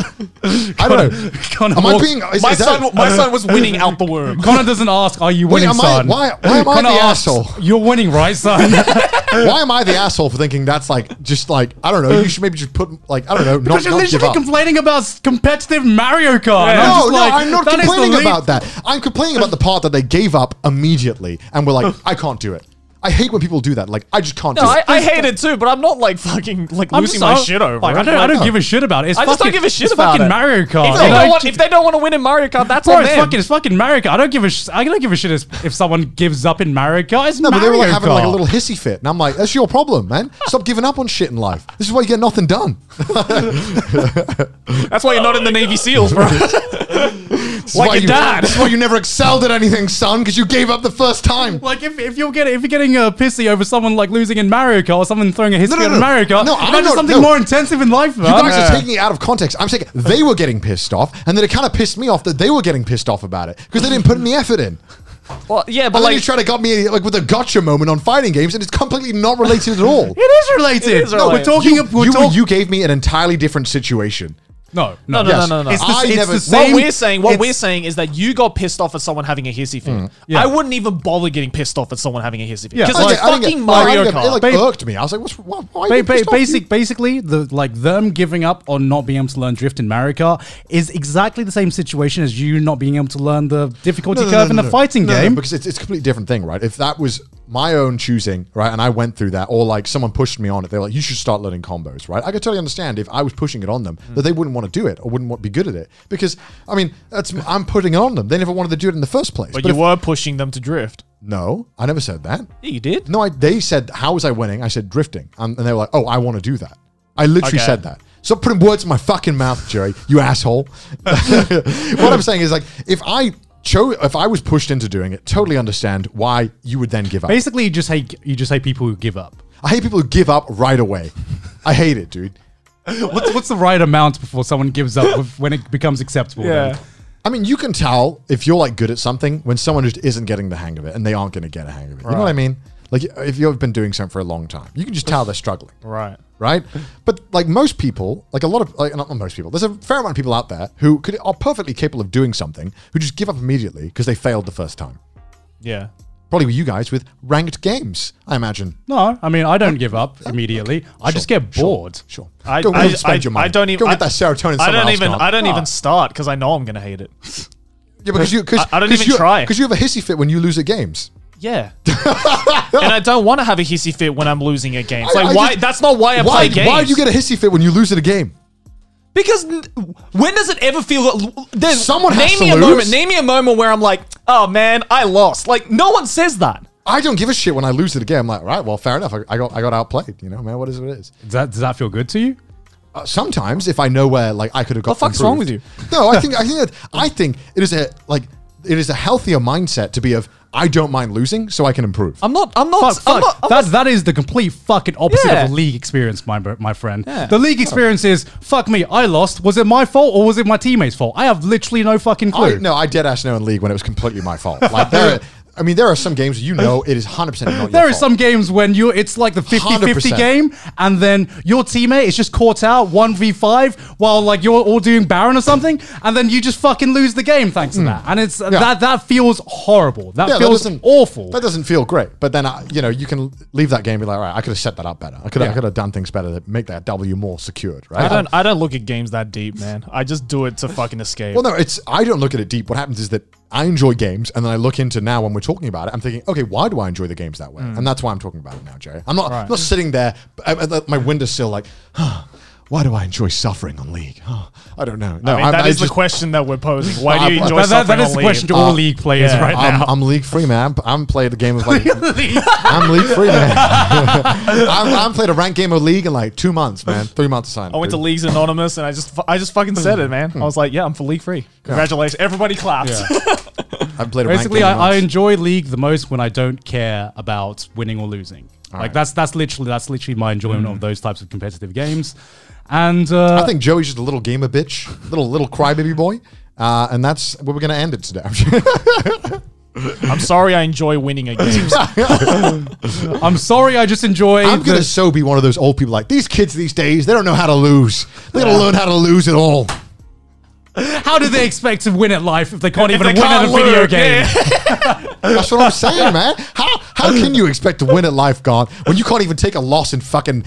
Speaker 1: I don't know.
Speaker 2: Connor,
Speaker 1: Am I
Speaker 2: walks-
Speaker 1: being is,
Speaker 3: my
Speaker 1: is that-
Speaker 3: son, my
Speaker 1: [laughs]
Speaker 3: son was winning out the womb.
Speaker 2: Connor doesn't ask, "Are you
Speaker 1: Wait,
Speaker 2: winning,
Speaker 1: am I-
Speaker 2: son?"
Speaker 1: why- why am I
Speaker 2: Connor
Speaker 1: the
Speaker 2: asks,
Speaker 1: asshole?
Speaker 2: You're winning,
Speaker 1: [laughs]
Speaker 2: right, son?
Speaker 1: Why am I the asshole for thinking that's like just like I don't know? You should maybe just put like I don't know. Not,
Speaker 2: Because you're
Speaker 1: not give
Speaker 2: literally
Speaker 1: up.
Speaker 2: complaining about s- competitive Mario Kart. and
Speaker 3: Yeah.
Speaker 2: I'm
Speaker 1: no,
Speaker 2: just
Speaker 1: no,
Speaker 2: like,
Speaker 1: I'm not
Speaker 2: that is the
Speaker 1: complaining
Speaker 2: least-
Speaker 1: about that. I'm complaining about the part that they gave up immediately and were like, I can't do it. I hate when people do that. Like, I just can't
Speaker 3: No,
Speaker 1: do
Speaker 3: I,
Speaker 1: it.
Speaker 3: I hate it too, but I'm not like fucking like
Speaker 2: I'm
Speaker 3: losing
Speaker 2: so-
Speaker 3: my shit over.
Speaker 2: Like,
Speaker 3: it.
Speaker 2: I don't, I
Speaker 3: Like,
Speaker 2: don't give a shit about it. It's
Speaker 3: I just don't
Speaker 2: fucking-
Speaker 3: give a shit
Speaker 2: it's
Speaker 3: about
Speaker 2: fucking
Speaker 3: it.
Speaker 2: Mario Kart.
Speaker 3: If they,
Speaker 2: you
Speaker 3: don't
Speaker 2: know?
Speaker 3: want, if they don't want to win in Mario Kart, that's
Speaker 2: Bro,
Speaker 3: on
Speaker 2: it's
Speaker 3: them.
Speaker 2: fucking, it's fucking Mario Kart. I don't give a sh- I don't give a shit if, if someone gives up in Mario Kart. It's
Speaker 1: No, but they
Speaker 2: Mario
Speaker 1: were like
Speaker 2: Kart.
Speaker 1: having like a little hissy fit, and I'm like, "That's your problem, man. Stop giving up on shit in life. This is why you get nothing done."
Speaker 3: that's why you're not in the
Speaker 1: [laughs]
Speaker 3: Navy SEALs, bro.
Speaker 1: This is
Speaker 3: Like
Speaker 1: why
Speaker 3: your
Speaker 1: you,
Speaker 3: dad.
Speaker 1: This is why you never excelled at anything, son, because you gave up the first time.
Speaker 2: Like if, if you're getting if you're getting uh, pissy over someone like losing in Mario Kart or someone throwing a history
Speaker 1: no,
Speaker 2: at
Speaker 1: no.
Speaker 2: Mario Kart,
Speaker 1: No, I
Speaker 2: imagine
Speaker 1: don't know.
Speaker 2: something
Speaker 1: No.
Speaker 2: more intensive in life, man.
Speaker 1: You guys are taking it out of context. I'm saying they were getting pissed off, and then it kind of pissed me off that they were getting pissed off about it because they didn't put any effort
Speaker 2: [laughs]
Speaker 1: in.
Speaker 3: well, yeah, but
Speaker 1: And then you
Speaker 3: like,
Speaker 1: try to got me like with a gotcha moment on fighting games, and it's completely not related at
Speaker 2: [laughs]
Speaker 1: all.
Speaker 2: It is related.
Speaker 3: It is
Speaker 2: No, we're
Speaker 3: related.
Speaker 2: talking.
Speaker 1: you,
Speaker 2: we're
Speaker 1: you,
Speaker 2: talk-
Speaker 1: you gave me an entirely different situation.
Speaker 2: no,
Speaker 3: no, no, no, no, no.
Speaker 2: It's the,
Speaker 1: I
Speaker 2: it's
Speaker 1: never-
Speaker 2: the
Speaker 1: What
Speaker 2: same.
Speaker 3: what we're saying, what
Speaker 2: it's-
Speaker 3: we're saying is that you got pissed off at someone having a hissy
Speaker 1: Mm,
Speaker 3: fit.
Speaker 2: Yeah.
Speaker 3: I wouldn't even bother getting pissed off at someone having a hissy fit.
Speaker 2: Yeah.
Speaker 3: because
Speaker 1: I
Speaker 2: Like,
Speaker 3: it's
Speaker 1: didn't- I didn't
Speaker 3: fucking
Speaker 1: get- like, I
Speaker 3: Mario
Speaker 1: didn't get-
Speaker 3: Kart.
Speaker 1: It like
Speaker 2: Babe.
Speaker 1: irked me. I was like, "What's why? why are
Speaker 2: Ba-
Speaker 1: you
Speaker 2: ba-
Speaker 1: pissed off?
Speaker 2: basic, basically, the like them giving up on not being able to learn drift in Mario Kart is exactly the same situation as you not being able to learn the difficulty curve in a fighting
Speaker 1: No, no,
Speaker 2: game.
Speaker 1: because it's, it's a completely different thing, right? If that was my own choosing, right, and I went through that, or like someone pushed me on it, they're like, you should start learning combos, right? I could totally understand if I was pushing it on them that they wouldn't want to do it or wouldn't want be good at it because I mean that's I'm putting it on them. They never wanted to do it in the first place.
Speaker 3: But
Speaker 1: But
Speaker 3: you
Speaker 1: if-
Speaker 3: were pushing them to drift.
Speaker 1: no, I never said that.
Speaker 3: Yeah, you did.
Speaker 1: No, I, they said, how was I winning? I said drifting, um, and they were like, oh, I want to do that. I literally
Speaker 3: Okay.
Speaker 1: said that. Stop putting words in my fucking mouth, Jerry. You asshole. [laughs] what I'm saying is like, if I chose, if I was pushed into doing it, totally understand why you would then give up.
Speaker 2: Basically, you just hate you just hate people who give up.
Speaker 1: [laughs] I hate people who give up right away. I hate it, dude.
Speaker 2: What's what's the right amount before someone gives up with- when it becomes acceptable? then?
Speaker 1: I mean, you can tell if you're like good at something when someone just isn't getting the hang of it and they aren't going to get a hang of it. You know what I mean? Like if you've been doing something for a long time, you can just tell they're struggling.
Speaker 3: Right.
Speaker 1: right? But like most people, like a lot of like not most people, there's a fair amount of people out there who could are perfectly capable of doing something who just give up immediately because they failed the first time.
Speaker 3: Yeah.
Speaker 1: Probably with you guys with ranked games, I imagine.
Speaker 2: No, I mean I don't give up immediately. I just get bored.
Speaker 1: Sure.
Speaker 3: I,
Speaker 1: Go
Speaker 3: I,
Speaker 1: and spend
Speaker 3: I,
Speaker 1: your money.
Speaker 3: I don't
Speaker 1: Go
Speaker 3: even
Speaker 1: get
Speaker 3: I-
Speaker 1: that serotonin. Ah.
Speaker 3: I
Speaker 1: somewhere
Speaker 3: don't
Speaker 1: else,
Speaker 3: even.
Speaker 1: Carl.
Speaker 3: I don't even start because I know I'm gonna hate it.
Speaker 1: Yeah, because you. Cause,
Speaker 3: I- I don't even try.
Speaker 1: Because you have a hissy fit when you lose at games. [laughs]
Speaker 3: Yeah. and I don't want to have a hissy fit when I'm losing a game. It's
Speaker 1: I-
Speaker 3: like
Speaker 1: I
Speaker 3: why?
Speaker 1: just-
Speaker 3: that's not why I
Speaker 1: why?
Speaker 3: play games.
Speaker 1: Why do you get a hissy fit when you lose at a game?
Speaker 3: Because n- when does it ever feel? There's
Speaker 1: Someone
Speaker 3: name
Speaker 1: has
Speaker 3: me
Speaker 1: to
Speaker 3: a
Speaker 1: lose.
Speaker 3: moment. Name me a moment where I'm like, oh man, I lost. Like no one says that.
Speaker 1: I don't give a shit when I lose at a game. I'm like, right, well, fair enough. I, I got, I got outplayed. You know, man. What is what it is.
Speaker 2: Does that does that feel good to you?
Speaker 1: Uh, sometimes if I know where like I could have got.
Speaker 3: fuck's wrong with you?
Speaker 1: No, I think I think that I think it is a like it is a healthier mindset to be of I don't mind losing so I can improve.
Speaker 3: I'm not. I'm not.
Speaker 2: Fuck,
Speaker 3: I'm
Speaker 2: fuck.
Speaker 3: not. I'm
Speaker 2: that, that is the complete fucking opposite
Speaker 3: Yeah.
Speaker 2: of a league experience, my bro- my friend.
Speaker 3: Yeah.
Speaker 2: The league experience is fuck me, I lost. Was it my fault or was it my teammates' fault? I have literally no fucking clue.
Speaker 1: I, no, I dead ass know in league when it was completely my fault. Like there, I mean, there are some games you know it is hundred percent not your
Speaker 2: There are
Speaker 1: fault.
Speaker 2: some games when you it's like the 50-50
Speaker 1: 100%.
Speaker 2: game and then your teammate is just caught out 1v5 while like you're all doing Baron or something and then you just fucking lose the game thanks to that. And it's that that feels horrible. That
Speaker 1: Yeah, that
Speaker 2: feels
Speaker 1: doesn't-
Speaker 2: awful.
Speaker 1: That doesn't feel great. But then I, you know you can leave that game and be like, all right, I could have set that up better. I could have I
Speaker 2: Yeah.
Speaker 1: could have done things better to make that W more secured. Right. Um,
Speaker 3: I don't. I don't look at games that deep, man. I just do it to fucking escape.
Speaker 1: Well, no, it's I don't look at it deep. What happens is that I enjoy games, and then I look into now when we're talking about it. I'm thinking, okay, why do I enjoy the games that way?
Speaker 3: Mm.
Speaker 1: And that's why I'm talking about it now, Jerry. I'm not I'm not sitting there at at my windowsill like, huh, why do I enjoy suffering on League? Huh, I don't know. No,
Speaker 3: I mean,
Speaker 1: I'm,
Speaker 3: that is
Speaker 1: I
Speaker 3: the
Speaker 1: just-
Speaker 3: question that we're posing. Why
Speaker 1: [laughs]
Speaker 3: do you
Speaker 1: I-
Speaker 3: enjoy
Speaker 2: That- that-
Speaker 3: something
Speaker 2: that is
Speaker 3: on
Speaker 2: the
Speaker 3: league?
Speaker 2: question to all
Speaker 1: Uh,
Speaker 2: league players
Speaker 3: yeah.
Speaker 2: right
Speaker 1: I'm,
Speaker 2: now.
Speaker 1: I'm league free, man. I'm, I'm played a game of
Speaker 3: [laughs]
Speaker 1: like I'm league free, man. I'm, I'm played a ranked game of league in like two months, man. Three months assigned.
Speaker 3: I went to Leagues Anonymous and I just fu- I just fucking said it, man. I was like, yeah, I'm for league free. Congratulations, everybody claps.
Speaker 1: haven't played a ranked
Speaker 2: Basically,
Speaker 1: game
Speaker 2: I, I
Speaker 1: once.
Speaker 2: enjoy League the most when I don't care about winning or losing. like
Speaker 1: right. Mm.
Speaker 2: that's that's literally that's literally my enjoyment of those types of competitive games. And uh,
Speaker 1: I think Joey's just a little gamer bitch, little little crybaby boy, uh, and that's where we're gonna end it today.
Speaker 3: [laughs]
Speaker 1: [laughs]
Speaker 3: I'm sorry I enjoy winning at games.
Speaker 2: I'm sorry, I just enjoy.
Speaker 1: I'm gonna
Speaker 2: the-
Speaker 1: so be one of those old people like these kids these days. They don't know how to lose. They don't learn how to lose at all.
Speaker 2: how do they expect to win at life if they can't even
Speaker 3: they
Speaker 2: win at
Speaker 3: can't
Speaker 2: a video
Speaker 3: learn,
Speaker 2: game?
Speaker 3: yeah.
Speaker 1: That's what I'm saying, man. How how can you expect to win at life, God, when you can't even take a loss in fucking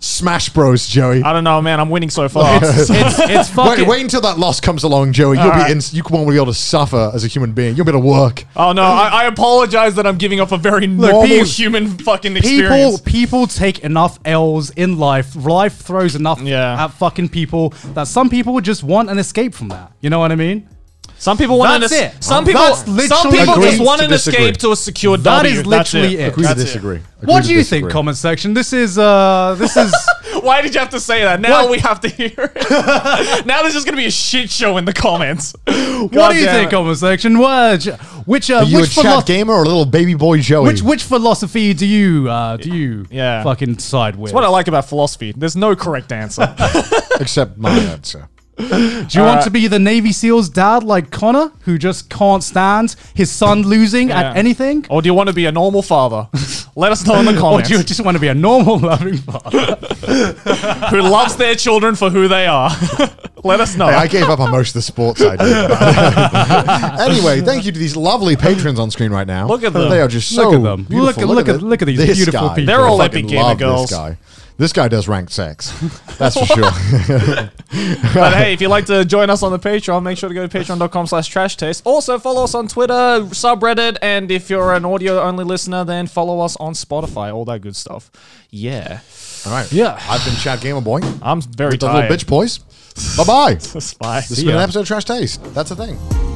Speaker 1: Smash Bros, Joey?
Speaker 3: I don't know, man. I'm winning so far.
Speaker 2: It's, it's
Speaker 1: Wait,
Speaker 2: fucking.
Speaker 1: wait until that loss comes along, Joey. You'll be in, you won't be able to suffer as a human being. You'll be able to work.
Speaker 3: oh no, I, I apologize that I'm giving off a very normal
Speaker 2: people-
Speaker 3: human fucking
Speaker 2: People,
Speaker 3: experience.
Speaker 2: people take enough L's in life. Life throws enough
Speaker 3: Yeah.
Speaker 2: at fucking people that some people would just want an escape from that. You know what I mean?
Speaker 3: Some people want
Speaker 2: That's
Speaker 3: an
Speaker 2: it.
Speaker 3: Some people,
Speaker 2: That's
Speaker 3: some
Speaker 2: literally-
Speaker 3: people
Speaker 1: Agree
Speaker 3: just want
Speaker 1: to
Speaker 3: an
Speaker 1: disagree.
Speaker 3: escape to a secure
Speaker 2: That
Speaker 3: W.
Speaker 2: is
Speaker 3: That's
Speaker 2: literally it.
Speaker 1: Agree to
Speaker 3: That's
Speaker 1: disagree. Agree
Speaker 2: what
Speaker 1: to
Speaker 2: do you
Speaker 1: disagree.
Speaker 2: think, comment section? This is uh, this
Speaker 1: [laughs]
Speaker 2: is
Speaker 3: Why did you have to say that? Now
Speaker 2: What?
Speaker 3: we have to hear it. [laughs] now there's just gonna be a shit show in the comments.
Speaker 2: what do you think, comment section? What, which uh,
Speaker 1: Are you a
Speaker 2: which
Speaker 1: chat
Speaker 2: philosophy?
Speaker 1: gamer or a little baby boy Joey?
Speaker 2: Which which philosophy do you uh, do you
Speaker 3: Yeah.
Speaker 2: fucking side with?
Speaker 3: That's what I like about philosophy. There's no correct answer.
Speaker 1: Except my answer.
Speaker 2: do you want
Speaker 3: uh,
Speaker 2: to be the Navy SEAL's dad like Connor, who just can't stand his son losing at
Speaker 3: Yeah.
Speaker 2: anything?
Speaker 3: or do you want to be a normal father? Let us know in the
Speaker 2: Or
Speaker 3: comments.
Speaker 2: do you just want to be a normal [laughs] loving father?
Speaker 3: who loves their children for who they are. Let us know.
Speaker 1: Hey, I gave up on most of the sports I
Speaker 2: [laughs]
Speaker 1: did. anyway, thank you to these lovely patrons on screen right now.
Speaker 3: Look at them.
Speaker 1: They are just so
Speaker 2: Look at them.
Speaker 1: beautiful.
Speaker 2: Look at- look at-
Speaker 1: thi-
Speaker 2: look at these
Speaker 1: this
Speaker 2: beautiful
Speaker 1: guy.
Speaker 2: people.
Speaker 3: They're all
Speaker 1: I fucking
Speaker 3: epic gamer
Speaker 1: love
Speaker 3: girls.
Speaker 1: This guy. this guy does ranked sex. That's for
Speaker 2: [laughs]
Speaker 1: sure. [laughs]
Speaker 3: But hey, if you'd like to join us on the Patreon, make sure to go to patreon.com slash trash taste. Also, follow us on Twitter, subreddit, and if you're an audio only listener, then follow us on Spotify, all that good stuff. Yeah.
Speaker 1: All right. Yeah. I've been Chad Gamer Boy.
Speaker 3: I'm very
Speaker 1: The little
Speaker 3: tired.
Speaker 1: bitch boys. Bye bye. This
Speaker 3: Spy.
Speaker 1: has been an episode of Trash Taste. That's the thing.